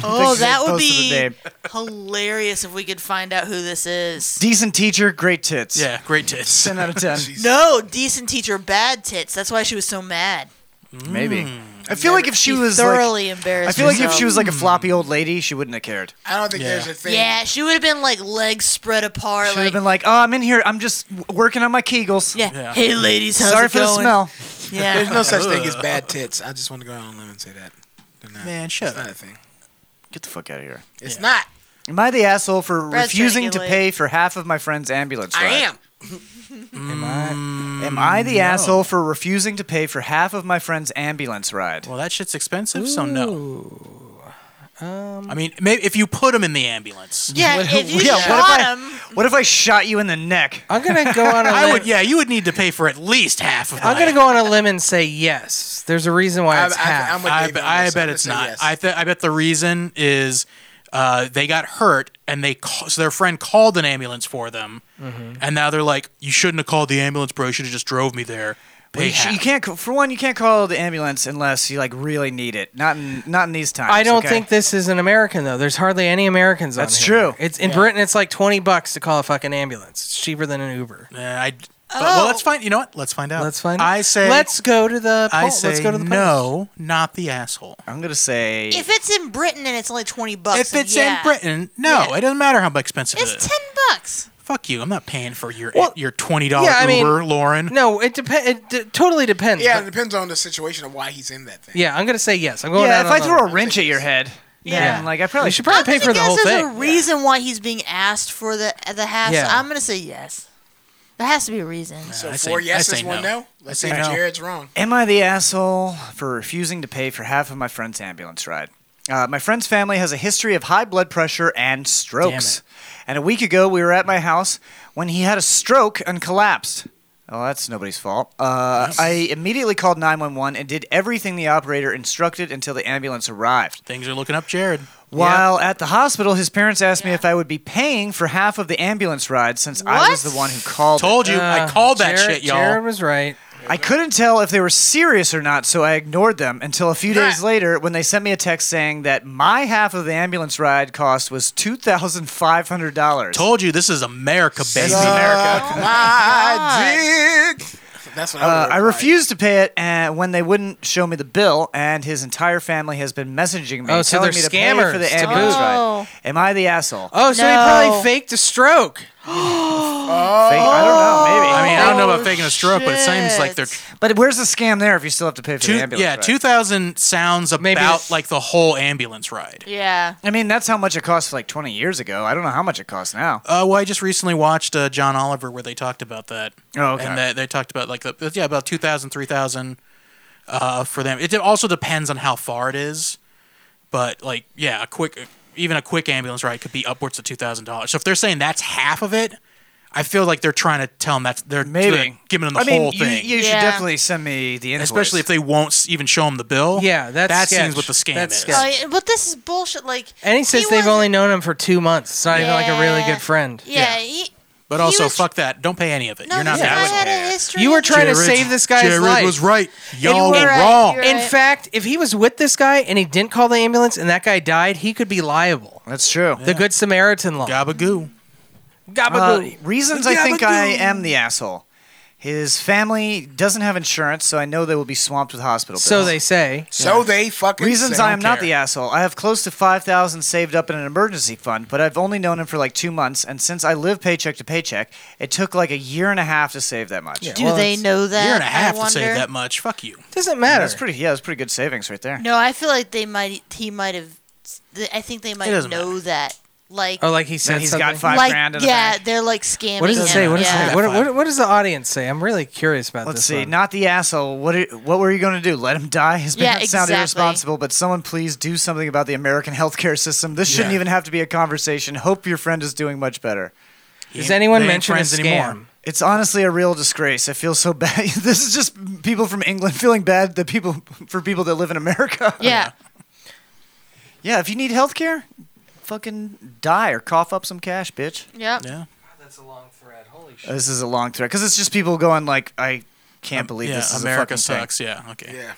[SPEAKER 1] Oh, that would
[SPEAKER 2] posted the
[SPEAKER 1] be
[SPEAKER 2] name.
[SPEAKER 1] hilarious if we could find out who this is.
[SPEAKER 2] Decent teacher, great tits.
[SPEAKER 3] Yeah, great tits.
[SPEAKER 2] Ten out of ten.
[SPEAKER 1] No, decent teacher, bad tits. That's why she was so mad.
[SPEAKER 2] Maybe.
[SPEAKER 3] Mm.
[SPEAKER 2] I feel like if she, was like-
[SPEAKER 1] thoroughly embarrassed.
[SPEAKER 2] I feel like if
[SPEAKER 1] herself.
[SPEAKER 2] she was like a floppy old lady, she wouldn't have cared.
[SPEAKER 11] I don't think
[SPEAKER 2] uh, Yeah.
[SPEAKER 11] there's a thing.
[SPEAKER 1] Yeah, she would have been like legs spread apart.
[SPEAKER 2] Should
[SPEAKER 1] like,
[SPEAKER 2] have been like, oh, I'm in here. I'm just w- working on my Kegels.
[SPEAKER 1] Yeah. Hey, ladies, how's
[SPEAKER 2] Sorry
[SPEAKER 1] it
[SPEAKER 2] for the
[SPEAKER 1] going?
[SPEAKER 2] smell.
[SPEAKER 1] Yeah.
[SPEAKER 11] There's no such thing as bad tits. I just want to go out on a limb and say that. They're not.
[SPEAKER 3] Man,
[SPEAKER 11] It's
[SPEAKER 3] shut up.
[SPEAKER 11] not a thing.
[SPEAKER 2] Get the fuck out of here.
[SPEAKER 11] It's not.
[SPEAKER 2] Am I the asshole for
[SPEAKER 11] Brad's
[SPEAKER 2] refusing
[SPEAKER 11] trying to
[SPEAKER 2] to
[SPEAKER 11] get
[SPEAKER 2] pay for half of my friend's ambulance ride?
[SPEAKER 11] I am.
[SPEAKER 2] Am I? Am I the
[SPEAKER 3] no.
[SPEAKER 2] asshole for refusing to pay for half of my friend's ambulance ride?
[SPEAKER 3] Well, that shit's expensive, so no.
[SPEAKER 9] Um,
[SPEAKER 3] I mean, maybe if you put him in the ambulance.
[SPEAKER 1] Yeah,
[SPEAKER 3] What-
[SPEAKER 1] if you
[SPEAKER 3] yeah,
[SPEAKER 1] shot
[SPEAKER 3] what if I-
[SPEAKER 1] him,
[SPEAKER 2] What if I shot you in the neck?
[SPEAKER 9] I'm gonna go on a
[SPEAKER 3] I
[SPEAKER 9] limb.
[SPEAKER 3] would. Yeah, you would need to pay for at least half of.
[SPEAKER 9] I'm gonna go on a limb and say yes. There's a reason why it's half.
[SPEAKER 3] I, be- I bet it's not. I, th- I bet the reason is uh, they got hurt and they call- so their friend called an ambulance for them,
[SPEAKER 2] Mhm.
[SPEAKER 3] and now they're like, "You shouldn't have called the ambulance, bro. You should have just drove me there."
[SPEAKER 2] Well,
[SPEAKER 3] Pay
[SPEAKER 2] you, sh-
[SPEAKER 3] half."
[SPEAKER 2] you can't. c- For one, you can't call the ambulance unless you like really need it. Not in not in these times.
[SPEAKER 9] I don't
[SPEAKER 2] okay?
[SPEAKER 9] think this is an American though. There's hardly any Americans on
[SPEAKER 2] That's
[SPEAKER 9] here.
[SPEAKER 2] true.
[SPEAKER 9] It's in
[SPEAKER 2] Yeah.
[SPEAKER 9] Britain. It's like twenty bucks to call a fucking ambulance. It's cheaper than an Uber.
[SPEAKER 3] Uh, I, but- Well, let's find. You know what? Let's find out. Let's find. I say.
[SPEAKER 9] Let's go to the.
[SPEAKER 3] I
[SPEAKER 9] poll.
[SPEAKER 3] say
[SPEAKER 9] Let's go to the polls.
[SPEAKER 3] no, not the asshole.
[SPEAKER 2] I'm gonna say
[SPEAKER 1] if it's in Britain and it's only twenty bucks,
[SPEAKER 3] if
[SPEAKER 1] then
[SPEAKER 3] it's
[SPEAKER 1] Oh, yeah.
[SPEAKER 3] in Britain, no, it doesn't matter how expensive
[SPEAKER 1] it's
[SPEAKER 3] it is.
[SPEAKER 1] ten bucks.
[SPEAKER 3] Fuck you! I'm not paying for your
[SPEAKER 11] Well,
[SPEAKER 3] your twenty dollar
[SPEAKER 9] yeah, I mean-
[SPEAKER 3] Uber, Lauren.
[SPEAKER 9] No, it depends. It d- totally depends.
[SPEAKER 11] Yeah,
[SPEAKER 9] but-
[SPEAKER 11] it depends on the situation of why he's in that thing.
[SPEAKER 9] yeah. I'm gonna say yes. I'm going.
[SPEAKER 11] Yeah,
[SPEAKER 9] out
[SPEAKER 11] if I
[SPEAKER 9] on a
[SPEAKER 11] throw
[SPEAKER 9] limb.
[SPEAKER 2] a wrench at your head.
[SPEAKER 9] Yeah.
[SPEAKER 2] then, like I probably
[SPEAKER 9] You should probably pay for the
[SPEAKER 1] Because
[SPEAKER 9] whole
[SPEAKER 1] there's
[SPEAKER 9] thing.
[SPEAKER 1] a reason why he's being asked for the the half. so
[SPEAKER 9] Yeah.
[SPEAKER 1] I'm gonna say yes. There has to be a reason.
[SPEAKER 11] So four yeses, one no. Let's see
[SPEAKER 2] say
[SPEAKER 11] if
[SPEAKER 2] no.
[SPEAKER 11] Jared's wrong.
[SPEAKER 2] Am I the asshole for refusing to pay for half of my friend's ambulance ride? Uh, my friend's family has a history of high blood pressure and strokes. And a week ago, we were at my house when he had a stroke and collapsed. Well, that's nobody's fault. Uh, I immediately called 911 and did everything the operator instructed until the ambulance arrived.
[SPEAKER 3] Things are looking up, Jared.
[SPEAKER 2] While at the hospital, his parents asked me if I would be paying for half of the ambulance ride since I was the one who called.
[SPEAKER 3] Told you, I Uh, called that Jared- shit, y'all. Jared
[SPEAKER 9] was right.
[SPEAKER 2] I couldn't tell if they were serious or not, so I ignored them until a few days later when they sent me a text saying that my half of the ambulance ride cost was two thousand five hundred dollars.
[SPEAKER 3] Told you this is America, baby.
[SPEAKER 2] America.
[SPEAKER 11] My dick. That's what
[SPEAKER 2] Uh,
[SPEAKER 11] I
[SPEAKER 2] I
[SPEAKER 11] would.
[SPEAKER 2] refused to pay it uh, when they wouldn't show me the bill, and his entire family has been messaging me
[SPEAKER 9] Oh, so
[SPEAKER 2] telling
[SPEAKER 9] they're
[SPEAKER 2] me to pay for
[SPEAKER 9] scammers
[SPEAKER 2] the
[SPEAKER 9] to
[SPEAKER 2] ambulance
[SPEAKER 9] boot.
[SPEAKER 2] ride. Am I the asshole?
[SPEAKER 9] Oh, so he probably faked a stroke.
[SPEAKER 2] Fake- I don't know. Maybe.
[SPEAKER 3] I mean, I don't know
[SPEAKER 2] Oh,
[SPEAKER 3] about faking a stroke, but it seems like they're
[SPEAKER 2] But where's the scam there if you still have to pay for
[SPEAKER 3] two,
[SPEAKER 2] the ambulance?
[SPEAKER 3] yeah,
[SPEAKER 2] ride?
[SPEAKER 3] two thousand sounds about like the whole ambulance ride.
[SPEAKER 1] Yeah.
[SPEAKER 2] I mean, that's how much it cost like 20 years ago. I don't know how much it costs now.
[SPEAKER 3] Uh, well, I just recently watched uh, John Oliver where they talked about that.
[SPEAKER 2] Oh, okay.
[SPEAKER 3] And they, they talked about like the yeah about 2,000, 3,000 uh, for them. It de- also depends on how far it is, but like yeah, a quick even a quick ambulance ride could be upwards of two thousand dollars. So if they're saying that's half of it, I feel like they're trying to tell them that's they're
[SPEAKER 2] Maybe.
[SPEAKER 3] giving them the
[SPEAKER 2] I mean,
[SPEAKER 3] whole
[SPEAKER 2] you-
[SPEAKER 3] thing.
[SPEAKER 2] you should Yeah. definitely send me the invoice.
[SPEAKER 3] especially if they won't s- even show them the bill.
[SPEAKER 9] Yeah, that's
[SPEAKER 3] Oh, that
[SPEAKER 9] sketch.
[SPEAKER 3] seems what the scam
[SPEAKER 9] That's
[SPEAKER 3] is.
[SPEAKER 9] sketch.
[SPEAKER 1] Oh, yeah, but this is bullshit. Like,
[SPEAKER 9] And he says they've only known him for two months. It's not even like a really
[SPEAKER 1] Yeah.
[SPEAKER 9] good friend.
[SPEAKER 1] yeah, he,
[SPEAKER 3] But also, fuck that. Don't pay any of it. You're not
[SPEAKER 9] because
[SPEAKER 3] that
[SPEAKER 9] I
[SPEAKER 3] would-
[SPEAKER 9] had
[SPEAKER 1] a history
[SPEAKER 9] You were trying to
[SPEAKER 3] Jared's-
[SPEAKER 9] save this guy's
[SPEAKER 3] Jared
[SPEAKER 9] life.
[SPEAKER 3] was right.
[SPEAKER 9] And
[SPEAKER 3] Y'all
[SPEAKER 9] you
[SPEAKER 3] were
[SPEAKER 9] were
[SPEAKER 3] wrong.
[SPEAKER 9] In fact, if he was with this guy and he didn't call the ambulance and that guy died, he could be liable.
[SPEAKER 2] That's true.
[SPEAKER 9] The Good Samaritan law.
[SPEAKER 3] Gabagoo.
[SPEAKER 9] Gabagoo.
[SPEAKER 2] Uh, reasons I think I am the asshole. His family doesn't have insurance, so I know they will be swamped with hospital bills.
[SPEAKER 9] Uh, So they say.
[SPEAKER 11] So they fucking
[SPEAKER 2] Reasons
[SPEAKER 11] say.
[SPEAKER 2] I am not the asshole. I have close to 5000 saved up in an emergency fund, but I've only known him for like 2 months and since I live paycheck to paycheck, it took like a year and a half to save that much.
[SPEAKER 1] do they know that?
[SPEAKER 3] Year and a
[SPEAKER 1] I
[SPEAKER 3] half to
[SPEAKER 1] wonder.
[SPEAKER 3] save that much. Fuck you.
[SPEAKER 9] Doesn't matter.
[SPEAKER 2] That's pretty yeah, that's pretty good savings right there.
[SPEAKER 1] No, I feel like they might. He might have. I think they might
[SPEAKER 2] doesn't
[SPEAKER 1] know that. Like,
[SPEAKER 9] Oh, like he said
[SPEAKER 2] he's
[SPEAKER 9] something?
[SPEAKER 2] got five
[SPEAKER 1] like,
[SPEAKER 2] grand in the
[SPEAKER 1] yeah,
[SPEAKER 2] bank.
[SPEAKER 1] they're like scamming.
[SPEAKER 9] What does it
[SPEAKER 1] him.
[SPEAKER 9] say? What, does it
[SPEAKER 1] yeah.
[SPEAKER 9] say? What, what, what does the audience say? I'm really curious about
[SPEAKER 2] Let's
[SPEAKER 9] this.
[SPEAKER 2] see.
[SPEAKER 9] one.
[SPEAKER 2] Not the asshole. What are, what were you going to do? Let him die? His
[SPEAKER 9] Yeah,
[SPEAKER 2] parents sound
[SPEAKER 9] exactly.
[SPEAKER 2] irresponsible, but someone please do something about the American healthcare system. This shouldn't
[SPEAKER 9] Yeah.
[SPEAKER 2] even have to be a conversation. Hope your friend is doing much better.
[SPEAKER 9] Does anyone mention a scam?
[SPEAKER 2] It's honestly a real disgrace. I feel so bad. this is just people from England feeling bad that people for people that live in America.
[SPEAKER 1] Yeah.
[SPEAKER 2] Yeah, if you need healthcare, fucking die or cough up some cash, bitch.
[SPEAKER 1] Yep.
[SPEAKER 3] Yeah.
[SPEAKER 9] That's a long thread. Holy shit.
[SPEAKER 2] Uh, This is a long thread because it's just people going like, I can't believe
[SPEAKER 3] Um, yeah,
[SPEAKER 2] this is a
[SPEAKER 3] America
[SPEAKER 2] fucking
[SPEAKER 3] sucks.
[SPEAKER 2] Thing.
[SPEAKER 3] Yeah. Okay.
[SPEAKER 11] Yeah.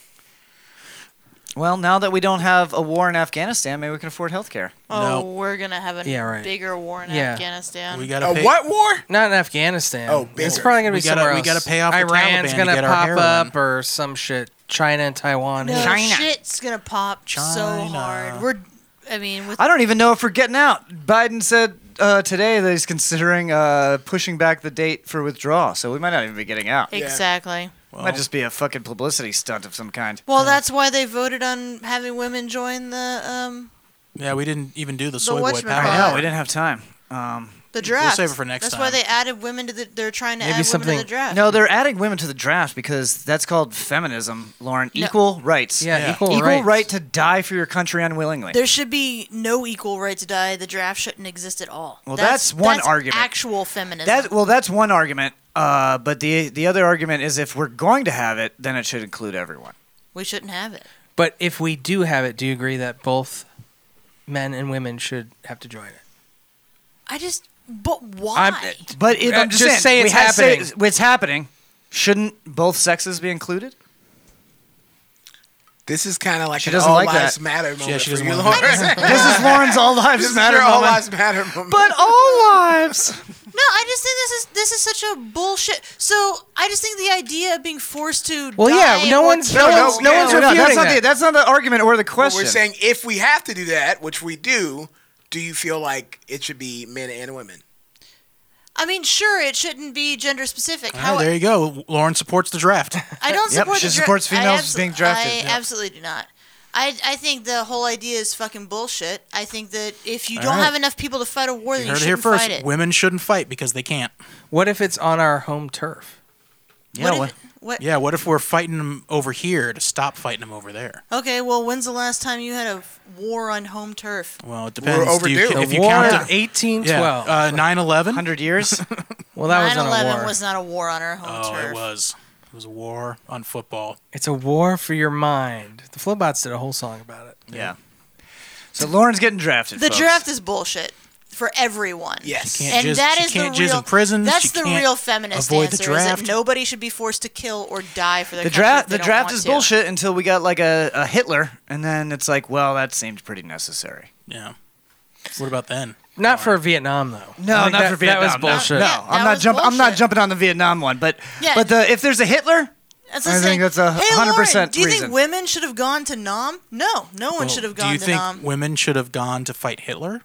[SPEAKER 2] Well, now that we don't have a war in Afghanistan, maybe we can afford healthcare.
[SPEAKER 1] Oh, we're gonna have a
[SPEAKER 2] Yeah, right.
[SPEAKER 1] bigger war in
[SPEAKER 2] Yeah.
[SPEAKER 1] Afghanistan.
[SPEAKER 2] We
[SPEAKER 9] gotta A pay-
[SPEAKER 11] what war?
[SPEAKER 9] Not in Afghanistan.
[SPEAKER 11] Oh,
[SPEAKER 9] it's
[SPEAKER 11] bigger.
[SPEAKER 9] probably gonna be
[SPEAKER 11] We gotta-
[SPEAKER 9] somewhere
[SPEAKER 11] we
[SPEAKER 9] else.
[SPEAKER 11] gotta pay off the Taliban
[SPEAKER 9] Iran's
[SPEAKER 11] to
[SPEAKER 9] gonna
[SPEAKER 11] get our
[SPEAKER 9] pop
[SPEAKER 11] heroin.
[SPEAKER 9] up or some shit. China and Taiwan.
[SPEAKER 1] No, shit's gonna pop so hard. We're, I mean, with
[SPEAKER 2] I don't even know if we're getting out. Biden said uh, today that he's considering uh, pushing back the date for withdrawal, so we might not even be getting out.
[SPEAKER 1] exactly.
[SPEAKER 2] might just be a fucking publicity stunt of some kind.
[SPEAKER 1] Well, that's why they voted on having women join the. Um,
[SPEAKER 3] Yeah, we didn't even do the
[SPEAKER 1] The
[SPEAKER 3] soy boy
[SPEAKER 1] Watchmen
[SPEAKER 9] uh,
[SPEAKER 3] power.
[SPEAKER 2] I know we didn't have time. Um,
[SPEAKER 1] The draft.
[SPEAKER 3] save it for next
[SPEAKER 1] That's
[SPEAKER 3] time.
[SPEAKER 1] why they added women to the. They're trying to
[SPEAKER 2] Maybe
[SPEAKER 1] add
[SPEAKER 2] something.
[SPEAKER 1] women to the draft.
[SPEAKER 2] No, they're adding women to the draft because that's called feminism, Lauren.
[SPEAKER 1] No.
[SPEAKER 2] Equal rights.
[SPEAKER 9] Yeah, Yeah. equal rights.
[SPEAKER 2] right to die for your country unwillingly.
[SPEAKER 1] There should be no equal right to die. The draft shouldn't exist at all.
[SPEAKER 2] Well, that's one argument.
[SPEAKER 1] Actual feminism.
[SPEAKER 2] that well, that's one argument. Uh, but the the other argument is if we're going to have it, then it should include everyone.
[SPEAKER 1] we shouldn't have it.
[SPEAKER 9] But if we do have it, do you agree that both men and women should have to join it?
[SPEAKER 1] I just. But why?
[SPEAKER 2] But if,
[SPEAKER 9] Uh,
[SPEAKER 2] I'm just,
[SPEAKER 9] just say
[SPEAKER 2] saying,
[SPEAKER 9] it's
[SPEAKER 2] we have to say
[SPEAKER 9] happening.
[SPEAKER 2] it's happening. Shouldn't both sexes be included?
[SPEAKER 11] This is kind of like
[SPEAKER 2] She
[SPEAKER 11] an
[SPEAKER 2] doesn't
[SPEAKER 11] all
[SPEAKER 2] like
[SPEAKER 11] lives
[SPEAKER 2] that.
[SPEAKER 11] matter moment
[SPEAKER 2] Yeah, she
[SPEAKER 11] for
[SPEAKER 2] doesn't
[SPEAKER 11] you,
[SPEAKER 2] want
[SPEAKER 11] Lauren.
[SPEAKER 2] that. This is Lauren's all lives
[SPEAKER 11] This is
[SPEAKER 2] matter
[SPEAKER 11] your all
[SPEAKER 2] moment.
[SPEAKER 11] lives matter moment.
[SPEAKER 2] But all lives.
[SPEAKER 1] No, I just think this is this is such a bullshit. So I just think the idea of being forced to.
[SPEAKER 9] Well, yeah,
[SPEAKER 1] die
[SPEAKER 9] no
[SPEAKER 1] or
[SPEAKER 9] one's-
[SPEAKER 1] kill-
[SPEAKER 9] one's- no one's
[SPEAKER 2] that's
[SPEAKER 9] refuting
[SPEAKER 2] not
[SPEAKER 9] that.
[SPEAKER 2] The, that's not the argument or the question.
[SPEAKER 11] We're saying if we have to do that, which we do, do you feel like it should be men and women?
[SPEAKER 1] I mean, sure, it shouldn't be gender specific.
[SPEAKER 3] All
[SPEAKER 1] How
[SPEAKER 3] right, Ah, there you go. Lauren supports the draft.
[SPEAKER 1] I don't support. the dra- I abso- I
[SPEAKER 3] Yeah.
[SPEAKER 1] absolutely do not. I, I think the whole idea is fucking bullshit. I think that if you
[SPEAKER 3] All
[SPEAKER 1] don't
[SPEAKER 3] right.
[SPEAKER 1] have enough people to fight a war,
[SPEAKER 3] You
[SPEAKER 1] then you
[SPEAKER 3] heard it here
[SPEAKER 1] shouldn't
[SPEAKER 3] first.
[SPEAKER 1] fight it.
[SPEAKER 3] Women shouldn't fight because they can't.
[SPEAKER 9] What if it's on our home turf?
[SPEAKER 3] Yeah.
[SPEAKER 1] What if- what-
[SPEAKER 3] Yeah. What if we're fighting them over here to stop fighting them over there?
[SPEAKER 1] Okay, well, when's the last time you had a f- war on home turf?
[SPEAKER 3] Well, it depends.
[SPEAKER 9] We're
[SPEAKER 3] Do you-
[SPEAKER 9] overdue.
[SPEAKER 3] if
[SPEAKER 9] The
[SPEAKER 3] you
[SPEAKER 9] war
[SPEAKER 3] count
[SPEAKER 9] of 1812.
[SPEAKER 3] yeah, uh, 9/11,
[SPEAKER 2] hundred years.
[SPEAKER 9] Well,
[SPEAKER 1] 9/11 was not a war on our home
[SPEAKER 3] oh,
[SPEAKER 1] turf.
[SPEAKER 3] it was. It was a war on football.
[SPEAKER 9] It's a war for your mind. The Flowbots did a whole song about it.
[SPEAKER 2] Yeah. So Lauren's getting drafted.
[SPEAKER 1] The
[SPEAKER 2] folks.
[SPEAKER 1] draft is bullshit for everyone. Yes,
[SPEAKER 2] She can't
[SPEAKER 1] and
[SPEAKER 2] jizz-
[SPEAKER 1] that
[SPEAKER 2] she
[SPEAKER 1] is
[SPEAKER 2] can't
[SPEAKER 1] the
[SPEAKER 2] jizz in
[SPEAKER 1] real.
[SPEAKER 2] prisons.
[SPEAKER 1] That's
[SPEAKER 2] She
[SPEAKER 1] the
[SPEAKER 2] can't
[SPEAKER 1] real feminist
[SPEAKER 2] avoid the
[SPEAKER 1] answer: is that
[SPEAKER 2] draft.
[SPEAKER 1] nobody should be forced to kill or die for their
[SPEAKER 2] The
[SPEAKER 1] country
[SPEAKER 2] draft
[SPEAKER 1] if they
[SPEAKER 2] the
[SPEAKER 1] don't
[SPEAKER 2] draft
[SPEAKER 1] want
[SPEAKER 2] is
[SPEAKER 1] to.
[SPEAKER 2] bullshit until we got like a, a Hitler, and then it's like, well, that seemed pretty necessary.
[SPEAKER 3] Yeah. What about then?
[SPEAKER 9] Not for Vietnam though. I
[SPEAKER 2] No,
[SPEAKER 9] think
[SPEAKER 2] not
[SPEAKER 9] that-
[SPEAKER 2] for Vietnam.
[SPEAKER 9] That was
[SPEAKER 2] no.
[SPEAKER 9] bullshit.
[SPEAKER 2] No, I'm not jumping. I'm not jumping on the Vietnam one, but
[SPEAKER 1] Yeah.
[SPEAKER 2] but the if there's a Hitler,
[SPEAKER 1] That's
[SPEAKER 2] I
[SPEAKER 1] like
[SPEAKER 2] think
[SPEAKER 1] saying,
[SPEAKER 2] that's a
[SPEAKER 1] "Hey,
[SPEAKER 2] hundred percent
[SPEAKER 1] Lauren, Do you
[SPEAKER 2] reason."
[SPEAKER 1] think women should have gone to Nam? No, no one
[SPEAKER 3] Well,
[SPEAKER 1] should have um,
[SPEAKER 3] Do
[SPEAKER 1] gone
[SPEAKER 3] you
[SPEAKER 1] to
[SPEAKER 3] think
[SPEAKER 1] Nam.
[SPEAKER 3] women should have gone to fight Hitler?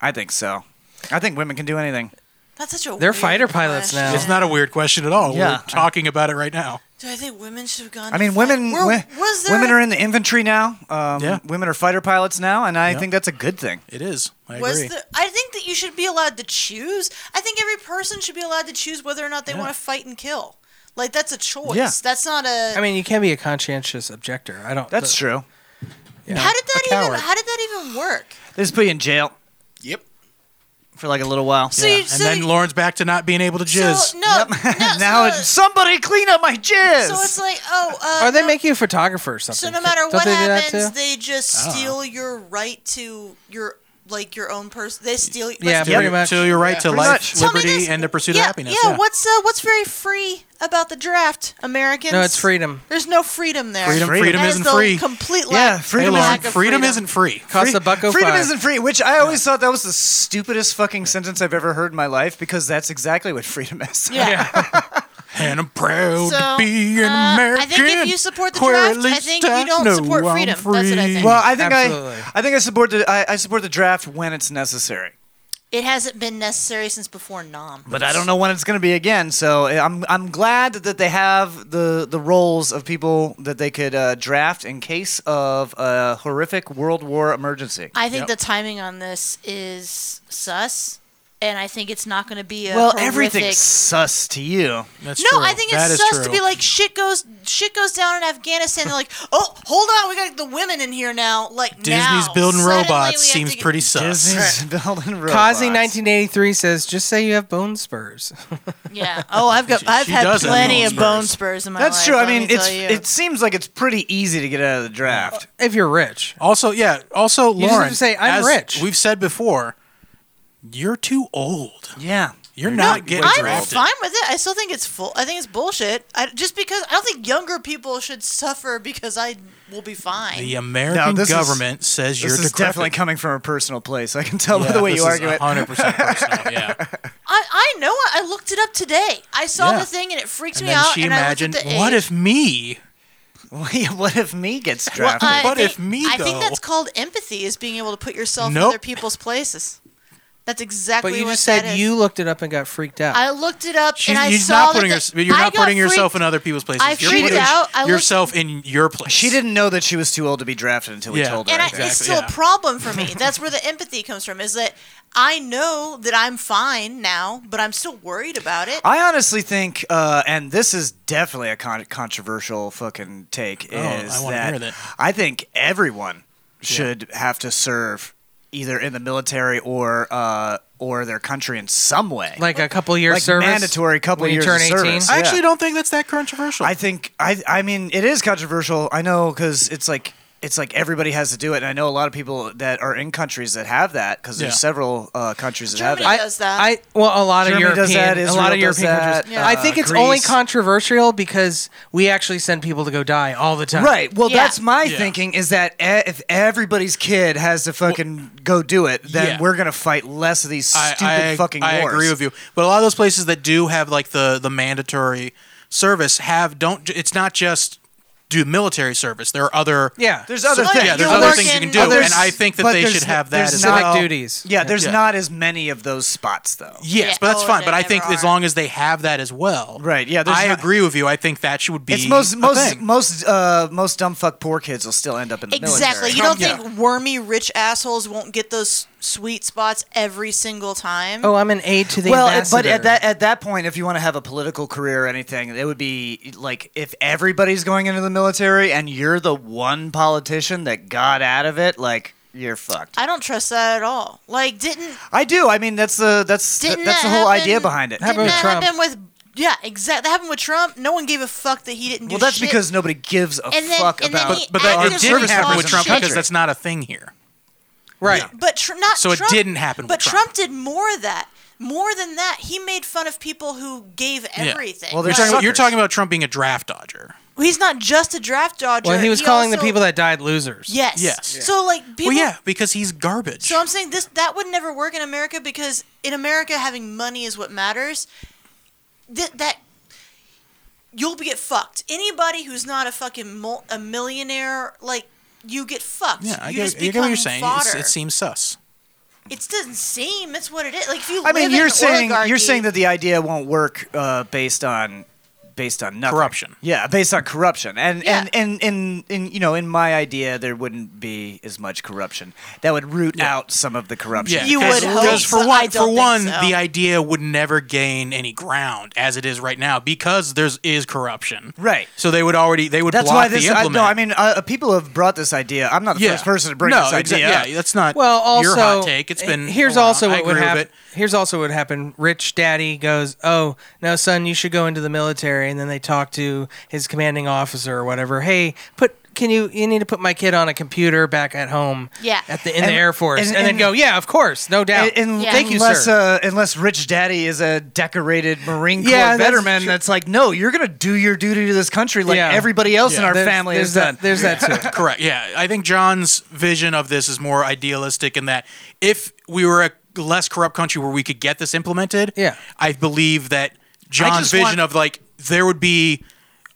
[SPEAKER 2] I think so. I think women can do anything.
[SPEAKER 1] That's such a.
[SPEAKER 9] They're
[SPEAKER 1] weird
[SPEAKER 9] fighter pilots
[SPEAKER 1] question.
[SPEAKER 9] now.
[SPEAKER 3] It's not a weird question at all.
[SPEAKER 2] Yeah.
[SPEAKER 3] We're talking about it right now.
[SPEAKER 1] Do I think women should have gone?
[SPEAKER 2] I mean,
[SPEAKER 1] to fight-
[SPEAKER 2] women
[SPEAKER 1] Were-
[SPEAKER 2] wi-
[SPEAKER 1] was there
[SPEAKER 2] women are in the infantry now. Um,
[SPEAKER 3] Yeah.
[SPEAKER 2] women are fighter pilots now, and I
[SPEAKER 3] Yeah.
[SPEAKER 2] think that's a good thing.
[SPEAKER 3] It is. I
[SPEAKER 1] was the, I think that you should be allowed to choose. I think every person should be allowed to choose whether or not they
[SPEAKER 9] Yeah.
[SPEAKER 1] want to fight and kill. Like that's a choice.
[SPEAKER 9] Yeah.
[SPEAKER 1] That's not a.
[SPEAKER 9] I mean, you can be a conscientious objector. I don't.
[SPEAKER 2] That's true.
[SPEAKER 1] how did that
[SPEAKER 2] a
[SPEAKER 1] even?
[SPEAKER 2] coward.
[SPEAKER 1] How did that even work?
[SPEAKER 2] They just put you in jail.
[SPEAKER 11] Yep.
[SPEAKER 2] For like a little while.
[SPEAKER 1] So Yeah. you- And so then you-
[SPEAKER 3] Lauren's back to not being able to
[SPEAKER 1] So no,
[SPEAKER 2] now it's somebody clean up my jizz.
[SPEAKER 1] so it's like oh. Uh,
[SPEAKER 9] or they
[SPEAKER 1] no-
[SPEAKER 9] make you a photographer or
[SPEAKER 1] So
[SPEAKER 9] something.
[SPEAKER 1] no matter
[SPEAKER 9] Don't
[SPEAKER 1] what
[SPEAKER 9] they do that
[SPEAKER 1] happens,
[SPEAKER 9] too?
[SPEAKER 1] they just
[SPEAKER 9] I don't
[SPEAKER 1] steal your right to your like your own person. They steal.
[SPEAKER 3] Yeah,
[SPEAKER 1] let's-
[SPEAKER 3] pretty much. To your right to
[SPEAKER 2] Pretty
[SPEAKER 3] life,
[SPEAKER 2] much. Tell me
[SPEAKER 3] liberty,
[SPEAKER 2] this-
[SPEAKER 3] and the pursuit
[SPEAKER 1] yeah,
[SPEAKER 3] of happiness.
[SPEAKER 1] yeah,
[SPEAKER 3] Yeah.
[SPEAKER 1] What's uh, what's very free about the draft, Americans?
[SPEAKER 3] No, it's freedom.
[SPEAKER 1] There's no freedom there.
[SPEAKER 3] Freedom- Freedom. freedom
[SPEAKER 1] That is
[SPEAKER 3] isn't
[SPEAKER 1] the
[SPEAKER 3] free.
[SPEAKER 1] Complete lack,
[SPEAKER 2] yeah, freedom
[SPEAKER 1] lack
[SPEAKER 2] isn't
[SPEAKER 1] of
[SPEAKER 3] freedom isn't free.
[SPEAKER 9] Costs a buck oh
[SPEAKER 2] Freedom
[SPEAKER 9] five.
[SPEAKER 2] isn't free, which I always thought that was the stupidest fucking sentence I've ever heard in my life because that's exactly what freedom is.
[SPEAKER 1] Yeah.
[SPEAKER 3] and I'm proud
[SPEAKER 1] So,
[SPEAKER 3] to be an
[SPEAKER 1] uh, I
[SPEAKER 3] American.
[SPEAKER 1] think if you support the
[SPEAKER 3] where at
[SPEAKER 1] draft, I
[SPEAKER 3] least
[SPEAKER 1] think you don't
[SPEAKER 3] know
[SPEAKER 1] support
[SPEAKER 3] I'm
[SPEAKER 1] freedom. That's what I
[SPEAKER 3] free.
[SPEAKER 1] think.
[SPEAKER 2] Well, I think
[SPEAKER 3] Absolutely.
[SPEAKER 2] I, I think I support the, I, I support the draft when it's necessary,
[SPEAKER 1] It hasn't been necessary since before Nam.
[SPEAKER 2] but I don't know when it's going to be again. So eh, I'm, I'm glad that they have the, the roles of people that they could uh, draft in case of a horrific world war emergency.
[SPEAKER 1] I think the timing on this is sus, and I think it's not going to be a
[SPEAKER 2] well,
[SPEAKER 1] horrific-
[SPEAKER 2] everything's sus to you.
[SPEAKER 3] That's
[SPEAKER 1] no, I think it's sus to be like shit goes shit goes down in Afghanistan. They're like, oh, hold on, we got the women in here now. Like
[SPEAKER 3] Disney's
[SPEAKER 1] now,
[SPEAKER 3] building
[SPEAKER 1] suddenly
[SPEAKER 3] robots
[SPEAKER 1] we have
[SPEAKER 3] seems
[SPEAKER 1] to get-
[SPEAKER 3] pretty sus.
[SPEAKER 2] Disney's building robots.
[SPEAKER 9] Causey 1983 says, "Just say you have bone spurs."
[SPEAKER 1] Yeah. Oh, I've got I've
[SPEAKER 9] She
[SPEAKER 1] had
[SPEAKER 9] does have
[SPEAKER 1] plenty
[SPEAKER 9] bone
[SPEAKER 1] of
[SPEAKER 9] spurs.
[SPEAKER 1] bone spurs in my
[SPEAKER 2] That's
[SPEAKER 1] life.
[SPEAKER 2] true. I
[SPEAKER 1] let
[SPEAKER 2] mean,
[SPEAKER 1] me
[SPEAKER 2] it's
[SPEAKER 1] tell you.
[SPEAKER 2] it seems like it's pretty easy to get out of the draft
[SPEAKER 3] Uh,
[SPEAKER 9] if you're rich.
[SPEAKER 3] Also, yeah. Also,
[SPEAKER 9] You just have
[SPEAKER 3] Lauren,
[SPEAKER 9] to say, "I'm
[SPEAKER 3] as
[SPEAKER 9] rich."
[SPEAKER 3] We've said before, you're too old.
[SPEAKER 2] Yeah,
[SPEAKER 3] you're
[SPEAKER 1] No,
[SPEAKER 3] not getting
[SPEAKER 1] I'm
[SPEAKER 3] drafted.
[SPEAKER 1] fine with it. I still think it's full. I think it's bullshit. I, just because I don't think younger people should suffer because I will be fine.
[SPEAKER 3] The American
[SPEAKER 2] this is-
[SPEAKER 3] government says
[SPEAKER 2] This
[SPEAKER 3] you're
[SPEAKER 2] is
[SPEAKER 3] decrepit.
[SPEAKER 2] definitely coming from a personal place. I can tell by
[SPEAKER 3] Yeah,
[SPEAKER 2] the way
[SPEAKER 3] this
[SPEAKER 2] you
[SPEAKER 3] is
[SPEAKER 2] argue it.
[SPEAKER 3] 100% personal, yeah.
[SPEAKER 1] I, I know. it. I looked it up today. I saw
[SPEAKER 3] Yeah.
[SPEAKER 1] the thing and it freaked
[SPEAKER 3] And
[SPEAKER 1] me
[SPEAKER 3] then
[SPEAKER 1] out.
[SPEAKER 3] she
[SPEAKER 1] and
[SPEAKER 3] imagined,
[SPEAKER 1] I looked at the
[SPEAKER 3] what
[SPEAKER 1] age.
[SPEAKER 3] if me?
[SPEAKER 2] what if me gets
[SPEAKER 1] Well,
[SPEAKER 2] drafted?
[SPEAKER 1] I
[SPEAKER 3] what
[SPEAKER 1] think-
[SPEAKER 3] if me,
[SPEAKER 1] I think
[SPEAKER 3] though?
[SPEAKER 1] that's called empathy, is being able to put yourself
[SPEAKER 3] Nope.
[SPEAKER 1] in other people's places. That's exactly
[SPEAKER 9] But you
[SPEAKER 1] what
[SPEAKER 9] just said
[SPEAKER 1] that is.
[SPEAKER 9] you looked it up and got freaked out.
[SPEAKER 1] I looked it up
[SPEAKER 3] She's,
[SPEAKER 1] and I
[SPEAKER 3] you're
[SPEAKER 1] saw
[SPEAKER 3] not putting
[SPEAKER 1] that
[SPEAKER 3] yours-
[SPEAKER 1] the-
[SPEAKER 3] you're
[SPEAKER 1] I
[SPEAKER 3] not
[SPEAKER 1] got
[SPEAKER 3] putting yourself
[SPEAKER 1] freaked-
[SPEAKER 3] in other people's places.
[SPEAKER 1] I
[SPEAKER 3] you're
[SPEAKER 1] freaked
[SPEAKER 3] putting
[SPEAKER 1] out. I looked-
[SPEAKER 3] yourself in your place.
[SPEAKER 2] She didn't know that she was too old to be drafted until we
[SPEAKER 3] Yeah.
[SPEAKER 2] told her.
[SPEAKER 1] and I,
[SPEAKER 2] Exactly.
[SPEAKER 1] it's still a problem for me. That's where the empathy comes from. Is that I know that I'm fine now, but I'm still worried about it.
[SPEAKER 2] I honestly think, uh, and this is definitely a con- controversial fucking take,
[SPEAKER 3] Oh, I
[SPEAKER 2] is
[SPEAKER 3] wanna
[SPEAKER 2] that,
[SPEAKER 3] hear that.
[SPEAKER 2] I think everyone should have to serve either in the military or uh, or their country in some way,
[SPEAKER 9] Like a couple years
[SPEAKER 2] Like
[SPEAKER 9] service
[SPEAKER 2] mandatory couple
[SPEAKER 9] when you
[SPEAKER 2] years
[SPEAKER 9] turn
[SPEAKER 2] of
[SPEAKER 9] 18?
[SPEAKER 2] service.
[SPEAKER 3] I actually don't think that's that controversial.
[SPEAKER 2] I think I I mean it is controversial. I know because it's like it's like everybody has to do it, and I know a lot of people that are in countries that have that because there's
[SPEAKER 9] Yeah.
[SPEAKER 2] several uh, countries that have
[SPEAKER 9] I,
[SPEAKER 2] that.
[SPEAKER 9] I well, a lot
[SPEAKER 2] Germany
[SPEAKER 9] of European,
[SPEAKER 2] does that,
[SPEAKER 9] a lot of
[SPEAKER 2] Israel does
[SPEAKER 9] European
[SPEAKER 2] that,
[SPEAKER 9] countries. I
[SPEAKER 2] uh,
[SPEAKER 9] think it's only
[SPEAKER 2] Greece.
[SPEAKER 9] controversial because we actually send people to go die all the time.
[SPEAKER 2] Right. Well, that's my thinking is that e- if everybody's kid has to fucking go do it, then
[SPEAKER 3] Yeah.
[SPEAKER 2] we're gonna fight less of these stupid
[SPEAKER 3] I,
[SPEAKER 2] fucking
[SPEAKER 3] I
[SPEAKER 2] wars.
[SPEAKER 3] agree with you. But a lot of those places that do have like the the mandatory service have don't. It's not just do military service. There are other
[SPEAKER 9] Yeah.
[SPEAKER 2] There's other things.
[SPEAKER 3] Yeah, there's
[SPEAKER 2] You're
[SPEAKER 3] other things you
[SPEAKER 2] working-
[SPEAKER 3] can do,
[SPEAKER 2] Others-
[SPEAKER 3] and I think that
[SPEAKER 2] but
[SPEAKER 3] they
[SPEAKER 2] there's
[SPEAKER 3] should
[SPEAKER 2] no-
[SPEAKER 3] have that
[SPEAKER 2] there's
[SPEAKER 3] as
[SPEAKER 2] not-
[SPEAKER 3] well.
[SPEAKER 2] Yeah, there's
[SPEAKER 3] Yeah.
[SPEAKER 2] not as many of those spots though.
[SPEAKER 3] Yes, but that's
[SPEAKER 2] Oh,
[SPEAKER 3] fine.
[SPEAKER 2] they
[SPEAKER 3] But I
[SPEAKER 2] never
[SPEAKER 3] think as
[SPEAKER 2] are.
[SPEAKER 3] long as they have that as well,
[SPEAKER 2] right? Yeah, there's
[SPEAKER 3] I
[SPEAKER 2] not-
[SPEAKER 3] agree with you. I think that should be
[SPEAKER 2] It's most
[SPEAKER 3] a
[SPEAKER 2] most
[SPEAKER 3] thing.
[SPEAKER 2] most uh, most dumb fuck poor kids will still end up in the
[SPEAKER 1] Exactly.
[SPEAKER 2] military.
[SPEAKER 1] You don't think wormy rich assholes won't get those sweet spots every single time?
[SPEAKER 9] Oh, I'm an aide to the
[SPEAKER 2] well, at-
[SPEAKER 9] ambassador.
[SPEAKER 2] but at that at that point, if you want to have a political career or anything, it would be like if everybody's going into the military and you're the one politician that got out of it, like you're fucked.
[SPEAKER 1] I don't trust that at all. Like, didn't
[SPEAKER 2] I do. I mean, that's the that's
[SPEAKER 1] Didn't
[SPEAKER 2] that's
[SPEAKER 1] that
[SPEAKER 2] the whole
[SPEAKER 1] happen-
[SPEAKER 2] idea behind it.
[SPEAKER 1] didn't that happen with? Yeah, exactly. That happened with Trump. No one gave a fuck that he didn't do
[SPEAKER 2] well, that's
[SPEAKER 1] shit.
[SPEAKER 2] because nobody gives a
[SPEAKER 1] And then-
[SPEAKER 2] fuck
[SPEAKER 1] and then
[SPEAKER 2] about.
[SPEAKER 1] he
[SPEAKER 3] But that
[SPEAKER 1] actively
[SPEAKER 3] it didn't happen with
[SPEAKER 1] sponsored
[SPEAKER 3] Trump
[SPEAKER 1] shit.
[SPEAKER 3] because that's not a thing here.
[SPEAKER 9] Right.
[SPEAKER 1] But tr- not
[SPEAKER 3] So it
[SPEAKER 1] Trump-
[SPEAKER 3] didn't happen with
[SPEAKER 1] But Trump.
[SPEAKER 3] Trump.
[SPEAKER 1] did more of that. More than that, he made fun of people who gave everything.
[SPEAKER 3] Well, you're
[SPEAKER 1] Like,
[SPEAKER 3] talking, about, you're talking about Trump being a draft dodger.
[SPEAKER 1] he's not just a draft dodger.
[SPEAKER 9] well, he was calling the
[SPEAKER 1] also-
[SPEAKER 9] people that died losers.
[SPEAKER 1] Yes. So like people.
[SPEAKER 3] well, yeah, because he's garbage.
[SPEAKER 1] So I'm saying this that would never work in America because in America having money is what matters. That that you'll be get fucked. Anybody who's not a fucking mul- a millionaire like you get fucked.
[SPEAKER 3] yeah, I
[SPEAKER 1] you
[SPEAKER 3] get,
[SPEAKER 1] just
[SPEAKER 3] I get what
[SPEAKER 1] become
[SPEAKER 3] you're saying. It's,
[SPEAKER 1] fodder.
[SPEAKER 3] it seems sus.
[SPEAKER 1] it doesn't seem. It's what it is. Like if you.
[SPEAKER 2] I mean,
[SPEAKER 1] live in
[SPEAKER 2] you're
[SPEAKER 1] an
[SPEAKER 2] saying
[SPEAKER 1] oligarchy-
[SPEAKER 2] you're saying that the idea won't work uh, based on based on nothing. corruption. Yeah, based on corruption, and and and in in you know in my idea there wouldn't be as much corruption. That would root out some of the corruption.
[SPEAKER 3] Yeah, because- because for one, for one, the idea would never gain any ground as it is right now because there's is corruption.
[SPEAKER 2] Right.
[SPEAKER 3] So they would already they would
[SPEAKER 2] That's
[SPEAKER 3] block
[SPEAKER 2] why this.
[SPEAKER 3] the
[SPEAKER 2] I,
[SPEAKER 3] implement.
[SPEAKER 2] no, I mean, uh, people have brought this idea. I'm not the
[SPEAKER 3] Yeah.
[SPEAKER 2] first person to bring
[SPEAKER 3] No,
[SPEAKER 2] this
[SPEAKER 3] exa-
[SPEAKER 2] idea.
[SPEAKER 3] yeah, that's not
[SPEAKER 9] well also eh,
[SPEAKER 3] your hot take. It's been
[SPEAKER 9] here's
[SPEAKER 3] a while.
[SPEAKER 9] also
[SPEAKER 3] I
[SPEAKER 9] what would
[SPEAKER 3] agree with
[SPEAKER 9] happen
[SPEAKER 3] it.
[SPEAKER 9] here's also what happened rich daddy goes oh no son you should go into the military and then they talk to his commanding officer or whatever hey put can you you need to put my kid on a computer back at home
[SPEAKER 1] Yeah.
[SPEAKER 9] at the in
[SPEAKER 2] And-
[SPEAKER 9] the air force and,
[SPEAKER 2] and-
[SPEAKER 9] then
[SPEAKER 2] and-
[SPEAKER 9] go yeah of course no doubt
[SPEAKER 2] And, and
[SPEAKER 9] thank you
[SPEAKER 2] unless,
[SPEAKER 9] sir
[SPEAKER 2] Uh, unless Rich Daddy is a decorated Marine Corps
[SPEAKER 9] Yeah, that's
[SPEAKER 2] veteran, that's,
[SPEAKER 9] true.
[SPEAKER 2] like, no, you're gonna do your duty to this country like
[SPEAKER 3] Yeah.
[SPEAKER 2] everybody else in
[SPEAKER 3] Yeah.
[SPEAKER 2] our family has done.
[SPEAKER 3] Correct. Yeah, I think John's vision of this is more idealistic in that if we were a less corrupt country where we could get this implemented, yeah, I believe that John's
[SPEAKER 10] just
[SPEAKER 3] vision
[SPEAKER 10] want-
[SPEAKER 3] of like there would be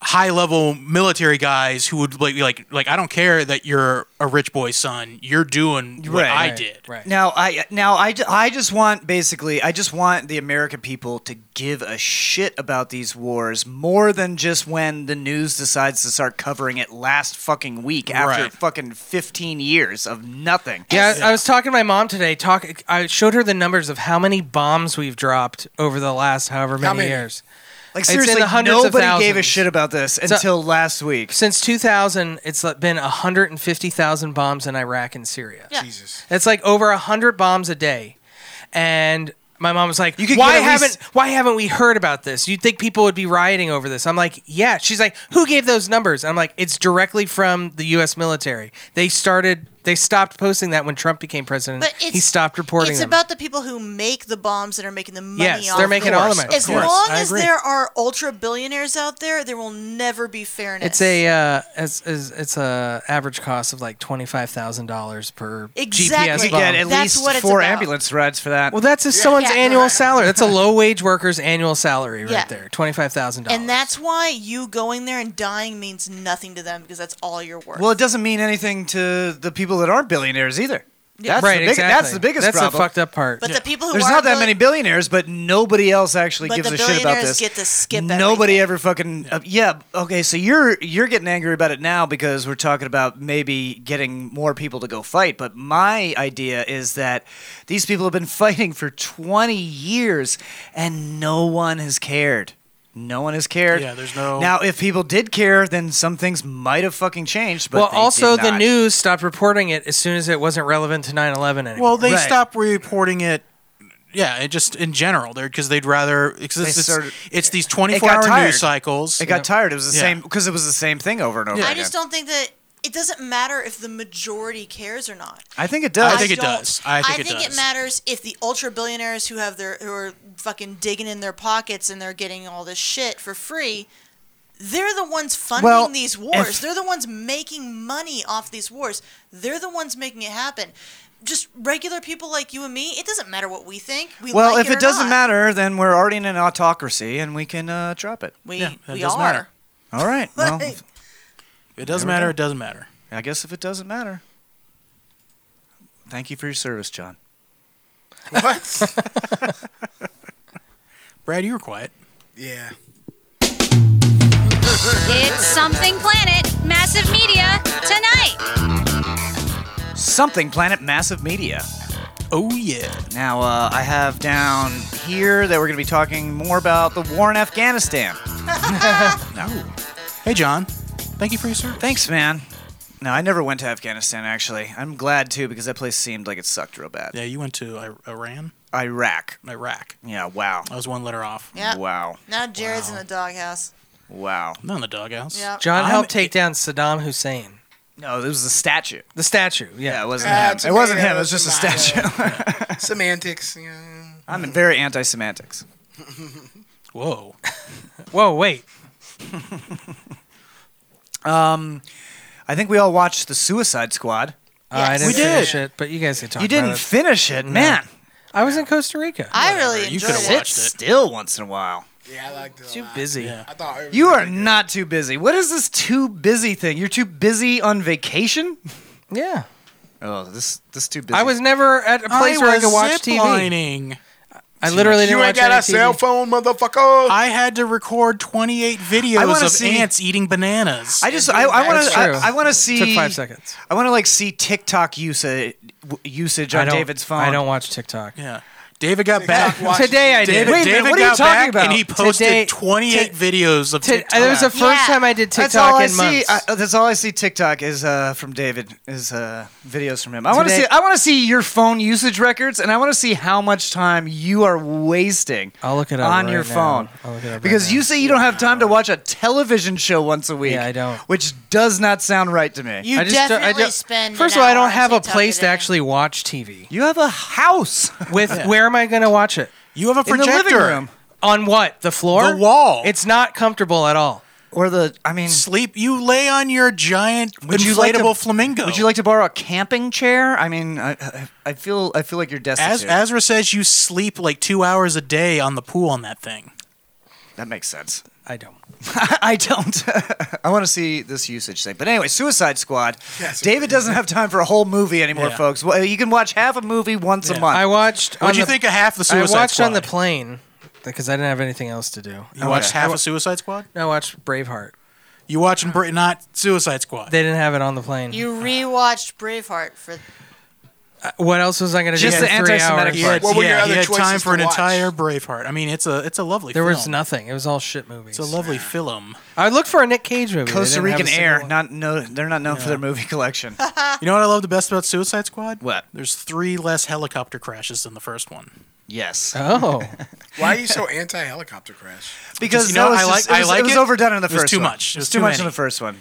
[SPEAKER 3] high level military guys who would like like like I don't care that you're a rich boy son, you're doing what
[SPEAKER 2] Right.
[SPEAKER 3] I
[SPEAKER 2] Right.
[SPEAKER 3] did. Right.
[SPEAKER 2] Now I now I, ju- I just want basically I just want the American people to give a shit about these wars more than just when the news decides to start covering it last fucking week after
[SPEAKER 9] Right.
[SPEAKER 2] fucking 15 years of nothing.
[SPEAKER 9] yeah, I I was talking to my mom today. Talk. I showed her the numbers of how many bombs we've dropped over the last however many,
[SPEAKER 2] How many?
[SPEAKER 9] years.
[SPEAKER 2] Like
[SPEAKER 9] It's in the
[SPEAKER 2] seriously,
[SPEAKER 9] hundreds of
[SPEAKER 2] nobody gave a
[SPEAKER 9] thousands.
[SPEAKER 2] shit about this
[SPEAKER 9] So-
[SPEAKER 2] until last week.
[SPEAKER 9] Since 2000, it's been 150,000 bombs in Iraq and Syria.
[SPEAKER 11] Jesus.
[SPEAKER 9] It's like over 100 bombs a day. And my mom was like,
[SPEAKER 2] could
[SPEAKER 9] "Why
[SPEAKER 2] get at
[SPEAKER 9] haven't
[SPEAKER 2] least-
[SPEAKER 9] why haven't we heard about this? You'd think people would be rioting over this." I'm like, "Yeah." She's like, "Who gave those numbers?" I'm like, "It's directly from the US military. They started they stopped posting that when Trump became president.
[SPEAKER 1] But
[SPEAKER 9] he
[SPEAKER 1] it's-
[SPEAKER 9] stopped reporting
[SPEAKER 1] It's
[SPEAKER 9] them.
[SPEAKER 1] about the people who make the bombs and are making the money.
[SPEAKER 9] Yes,
[SPEAKER 1] off
[SPEAKER 9] they're making
[SPEAKER 1] them.
[SPEAKER 9] all the money. Of
[SPEAKER 1] As
[SPEAKER 9] course.
[SPEAKER 1] long
[SPEAKER 9] I
[SPEAKER 1] as
[SPEAKER 9] agree.
[SPEAKER 1] there are ultra billionaires out there, there will never be fairness.
[SPEAKER 9] it's a uh, it's, it's, it's a average cost of like twenty five thousand dollars per
[SPEAKER 1] Exactly.
[SPEAKER 9] GPS
[SPEAKER 1] You
[SPEAKER 9] bomb.
[SPEAKER 1] get at That's least what it's four about.
[SPEAKER 2] ambulance rides for that.
[SPEAKER 9] Well, that's just someone's
[SPEAKER 1] Yeah.
[SPEAKER 9] annual salary. That's a low wage worker's annual salary right
[SPEAKER 1] Yeah.
[SPEAKER 9] there, twenty five thousand dollars.
[SPEAKER 1] And that's why you going there and dying means nothing to them because that's all you're worth.
[SPEAKER 2] Well, it doesn't mean anything to the people that aren't billionaires either. That's
[SPEAKER 9] right,
[SPEAKER 2] the big-
[SPEAKER 9] exactly.
[SPEAKER 2] That's the biggest
[SPEAKER 9] That's
[SPEAKER 2] problem.
[SPEAKER 9] the fucked up part.
[SPEAKER 1] But the people who
[SPEAKER 2] There's
[SPEAKER 1] are
[SPEAKER 2] not that
[SPEAKER 1] billi-
[SPEAKER 2] many billionaires, but nobody else actually
[SPEAKER 1] But
[SPEAKER 2] gives
[SPEAKER 1] the
[SPEAKER 2] a shit about
[SPEAKER 1] billionaires
[SPEAKER 2] this.
[SPEAKER 1] get to skip
[SPEAKER 2] nobody ever fucking uh, yeah. Okay, so you're you're getting angry about it now because we're talking about maybe getting more people to go fight. But my idea is that these people have been fighting for 20 years and no one has cared. No one has cared.
[SPEAKER 3] Yeah, there's no-
[SPEAKER 2] Now, if people did care, then some things might have fucking changed. But
[SPEAKER 9] well,
[SPEAKER 2] they
[SPEAKER 9] also
[SPEAKER 2] did
[SPEAKER 9] the
[SPEAKER 2] not.
[SPEAKER 9] news stopped reporting it as soon as it wasn't relevant to 9/11 anymore.
[SPEAKER 3] Well, they
[SPEAKER 9] Right.
[SPEAKER 3] stopped reporting it. Yeah, it just in general, there because they'd rather because
[SPEAKER 2] They
[SPEAKER 3] it's, it's,
[SPEAKER 2] started-
[SPEAKER 3] it's these
[SPEAKER 2] It
[SPEAKER 3] 24
[SPEAKER 2] got
[SPEAKER 3] hour
[SPEAKER 2] tired.
[SPEAKER 3] news cycles.
[SPEAKER 2] It got tired. It was the
[SPEAKER 3] Yeah.
[SPEAKER 2] same because it was the same thing over and over.
[SPEAKER 1] I
[SPEAKER 2] again.
[SPEAKER 1] just don't think that it doesn't matter if the majority cares or not.
[SPEAKER 2] I think it does.
[SPEAKER 3] I think it
[SPEAKER 1] don't-
[SPEAKER 3] does. I think it does.
[SPEAKER 1] matters if the ultra billionaires who have their who are fucking digging in their pockets and they're getting all this shit for free. They're the ones funding
[SPEAKER 2] Well,
[SPEAKER 1] these wars.
[SPEAKER 2] if-
[SPEAKER 1] they're the ones making money off these wars. They're the ones making it happen. Just regular people like you and me. It doesn't matter what we think. We
[SPEAKER 2] well,
[SPEAKER 1] like
[SPEAKER 2] if it,
[SPEAKER 1] or
[SPEAKER 2] doesn't
[SPEAKER 1] not.
[SPEAKER 2] matter, then we're already in an autocracy and we can uh, drop it.
[SPEAKER 1] we we are.
[SPEAKER 3] doesn't matter.
[SPEAKER 2] All right. Well,
[SPEAKER 1] Like-
[SPEAKER 3] It doesn't
[SPEAKER 2] There we
[SPEAKER 3] matter.
[SPEAKER 2] go.
[SPEAKER 3] It doesn't matter.
[SPEAKER 2] I guess if it doesn't matter. Thank you for your service, John.
[SPEAKER 11] What?
[SPEAKER 3] Brad, you were quiet.
[SPEAKER 11] yeah.
[SPEAKER 12] It's Something Planet, Massive Media, tonight.
[SPEAKER 2] Something Planet Massive Media.
[SPEAKER 3] Oh, yeah.
[SPEAKER 2] Now, uh, I have down here that we're going to be talking more about the war in Afghanistan.
[SPEAKER 3] no. Oh. Hey, John. Thank you for your service.
[SPEAKER 2] Thanks, man. No, I never went to Afghanistan, actually. I'm glad, too, because that place seemed like it sucked real bad.
[SPEAKER 3] Yeah, you went to I- Iran,
[SPEAKER 2] Iraq.
[SPEAKER 3] Iraq.
[SPEAKER 2] Yeah, wow.
[SPEAKER 3] I was one letter off.
[SPEAKER 1] Yeah.
[SPEAKER 2] Wow.
[SPEAKER 1] Now Jared's in the doghouse.
[SPEAKER 2] Wow.
[SPEAKER 3] Not in the doghouse.
[SPEAKER 1] Yeah.
[SPEAKER 9] John
[SPEAKER 3] I'm-
[SPEAKER 9] helped take down Saddam Hussein.
[SPEAKER 2] No, this was the statue.
[SPEAKER 9] The statue. Yeah,
[SPEAKER 2] it wasn't
[SPEAKER 11] Ah,
[SPEAKER 2] him.
[SPEAKER 11] it's
[SPEAKER 2] It wasn't
[SPEAKER 11] okay,
[SPEAKER 2] him. It was just a
[SPEAKER 11] it's
[SPEAKER 2] statue.
[SPEAKER 11] Semantics. Yeah.
[SPEAKER 2] I'm very anti-semantics.
[SPEAKER 3] Whoa.
[SPEAKER 9] Whoa, wait.
[SPEAKER 2] Um, I think we all watched the Suicide Squad.
[SPEAKER 9] Uh, I didn't
[SPEAKER 2] we
[SPEAKER 9] finish
[SPEAKER 2] did.
[SPEAKER 9] it, but you guys can talk.
[SPEAKER 2] You didn't
[SPEAKER 9] about it.
[SPEAKER 2] finish it,
[SPEAKER 9] No.
[SPEAKER 2] man.
[SPEAKER 9] I was in Costa Rica.
[SPEAKER 1] I really enjoyed
[SPEAKER 2] could
[SPEAKER 1] it.
[SPEAKER 2] have watched it. Still once in a while.
[SPEAKER 11] Yeah, I liked it. a
[SPEAKER 9] Too
[SPEAKER 11] lot.
[SPEAKER 9] busy.
[SPEAKER 11] I thought it was
[SPEAKER 2] You are not too busy. What is this too busy thing? You're too busy on vacation?
[SPEAKER 9] Yeah.
[SPEAKER 2] Oh, this this too busy.
[SPEAKER 9] I was never at a place where I could watch TV.
[SPEAKER 3] ziplining.
[SPEAKER 9] I literally didn't
[SPEAKER 11] You
[SPEAKER 9] watch
[SPEAKER 11] ain't got
[SPEAKER 9] any
[SPEAKER 11] a cell
[SPEAKER 9] TV.
[SPEAKER 11] phone, motherfucker.
[SPEAKER 3] I had to record 28
[SPEAKER 2] I
[SPEAKER 3] videos
[SPEAKER 2] wanna
[SPEAKER 3] of
[SPEAKER 2] see-
[SPEAKER 3] ants eating bananas.
[SPEAKER 2] I just I, I want
[SPEAKER 9] That's
[SPEAKER 2] to
[SPEAKER 9] true.
[SPEAKER 2] I, I want to see
[SPEAKER 9] Took five seconds.
[SPEAKER 2] I want to like see TikTok usage usage
[SPEAKER 9] I
[SPEAKER 2] on
[SPEAKER 9] don't-
[SPEAKER 2] David's phone.
[SPEAKER 9] I don't watch TikTok.
[SPEAKER 3] Yeah. David got back.
[SPEAKER 11] watch-
[SPEAKER 9] Today I did.
[SPEAKER 3] David,
[SPEAKER 2] Wait a minute,
[SPEAKER 3] David
[SPEAKER 2] what are you
[SPEAKER 3] got
[SPEAKER 2] talking
[SPEAKER 3] back
[SPEAKER 2] about?
[SPEAKER 3] and he posted
[SPEAKER 9] Today-
[SPEAKER 3] 28 videos of
[SPEAKER 9] T-
[SPEAKER 3] TikTok.
[SPEAKER 9] It was the first
[SPEAKER 1] Yeah.
[SPEAKER 9] time I did TikTok
[SPEAKER 2] that's all I
[SPEAKER 9] in
[SPEAKER 2] see.
[SPEAKER 9] months.
[SPEAKER 1] uh,
[SPEAKER 2] I, uh, that's all I see. TikTok is uh, from David. Is uh, videos from him. I want to
[SPEAKER 9] Today-
[SPEAKER 2] see. I want to see your phone usage records, and I want to see how much time you are wasting
[SPEAKER 9] I'll look it up
[SPEAKER 2] on
[SPEAKER 9] right
[SPEAKER 2] your
[SPEAKER 9] now.
[SPEAKER 2] phone.
[SPEAKER 9] I'll look it up right
[SPEAKER 2] because you
[SPEAKER 9] now.
[SPEAKER 2] say you don't have time to watch a television show once a week.
[SPEAKER 9] Yeah, I don't.
[SPEAKER 2] Which does not sound right to me.
[SPEAKER 1] You
[SPEAKER 9] I just don't- I
[SPEAKER 1] definitely
[SPEAKER 9] don't-
[SPEAKER 1] spend.
[SPEAKER 9] First
[SPEAKER 1] an
[SPEAKER 9] of all, I
[SPEAKER 1] hour
[SPEAKER 9] don't
[SPEAKER 1] on
[SPEAKER 9] have a
[SPEAKER 1] TikTok
[SPEAKER 9] place to
[SPEAKER 1] a day.
[SPEAKER 9] actually watch TV.
[SPEAKER 2] you have a house
[SPEAKER 9] With where am I going to watch it?
[SPEAKER 3] you have a
[SPEAKER 2] in the
[SPEAKER 3] projector.
[SPEAKER 2] living room
[SPEAKER 9] On what? The floor?
[SPEAKER 3] The wall.
[SPEAKER 9] It's not comfortable at all.
[SPEAKER 2] or the. I mean,
[SPEAKER 3] Sleep. You lay on your giant
[SPEAKER 2] Would
[SPEAKER 3] inflatable
[SPEAKER 2] you like to-
[SPEAKER 3] flamingo.
[SPEAKER 2] would you like to borrow a camping chair? I mean, I, I, I feel I feel like you're
[SPEAKER 3] As
[SPEAKER 2] destitute.
[SPEAKER 3] Azra says, you sleep like two hours a day on the pool on that thing.
[SPEAKER 2] that makes sense.
[SPEAKER 9] I don't.
[SPEAKER 2] I don't. I want to see this usage thing. But anyway, Suicide Squad. David doesn't have time for a whole movie anymore,
[SPEAKER 3] Yeah.
[SPEAKER 2] folks. Well, you can watch half a movie once a
[SPEAKER 3] Yeah.
[SPEAKER 2] month.
[SPEAKER 9] I watched.
[SPEAKER 3] What'd
[SPEAKER 9] on
[SPEAKER 3] you
[SPEAKER 9] the-
[SPEAKER 3] think of half the
[SPEAKER 9] I
[SPEAKER 3] Suicide
[SPEAKER 9] watched
[SPEAKER 3] Squad?
[SPEAKER 9] on the plane because I didn't have anything else to do.
[SPEAKER 3] You watched
[SPEAKER 2] Okay.
[SPEAKER 3] half of Suicide Squad?
[SPEAKER 9] I watched Braveheart.
[SPEAKER 3] You watching Brit not Suicide Squad?
[SPEAKER 9] They didn't have it on the plane.
[SPEAKER 1] You rewatched Braveheart for
[SPEAKER 9] what else was I going to do?
[SPEAKER 2] Just
[SPEAKER 9] for
[SPEAKER 2] the
[SPEAKER 9] three
[SPEAKER 2] anti-Semitic
[SPEAKER 9] hours?
[SPEAKER 2] part.
[SPEAKER 11] What were your
[SPEAKER 3] yeah, he
[SPEAKER 11] other
[SPEAKER 3] had time
[SPEAKER 11] choices
[SPEAKER 3] for an
[SPEAKER 11] to watch?
[SPEAKER 3] entire Braveheart. I mean, it's a it's a lovely.
[SPEAKER 9] There
[SPEAKER 3] film.
[SPEAKER 9] was nothing. It was all shit movies.
[SPEAKER 3] It's a lovely film.
[SPEAKER 9] I looked for a Nick Cage movie. They
[SPEAKER 2] Costa
[SPEAKER 9] didn't have a
[SPEAKER 2] Rican
[SPEAKER 9] single
[SPEAKER 2] Air.
[SPEAKER 9] one.
[SPEAKER 2] Not no, they're not known for their movie collection.
[SPEAKER 3] You know what I love the best about Suicide Squad?
[SPEAKER 2] What?
[SPEAKER 3] There's three less helicopter crashes than the first one.
[SPEAKER 2] yes,
[SPEAKER 3] Uh,
[SPEAKER 9] Oh,
[SPEAKER 11] Why are you so anti helicopter crash?
[SPEAKER 2] because
[SPEAKER 3] Just, you know,
[SPEAKER 2] that was
[SPEAKER 3] I
[SPEAKER 2] just-
[SPEAKER 3] like- I
[SPEAKER 2] it was,
[SPEAKER 3] like
[SPEAKER 2] it was
[SPEAKER 3] it.
[SPEAKER 2] overdone in the
[SPEAKER 3] It was
[SPEAKER 2] first
[SPEAKER 3] too
[SPEAKER 2] one.
[SPEAKER 3] much.
[SPEAKER 2] It
[SPEAKER 3] It
[SPEAKER 2] was
[SPEAKER 3] was
[SPEAKER 2] too
[SPEAKER 3] too
[SPEAKER 2] much
[SPEAKER 3] many.
[SPEAKER 2] in the first one.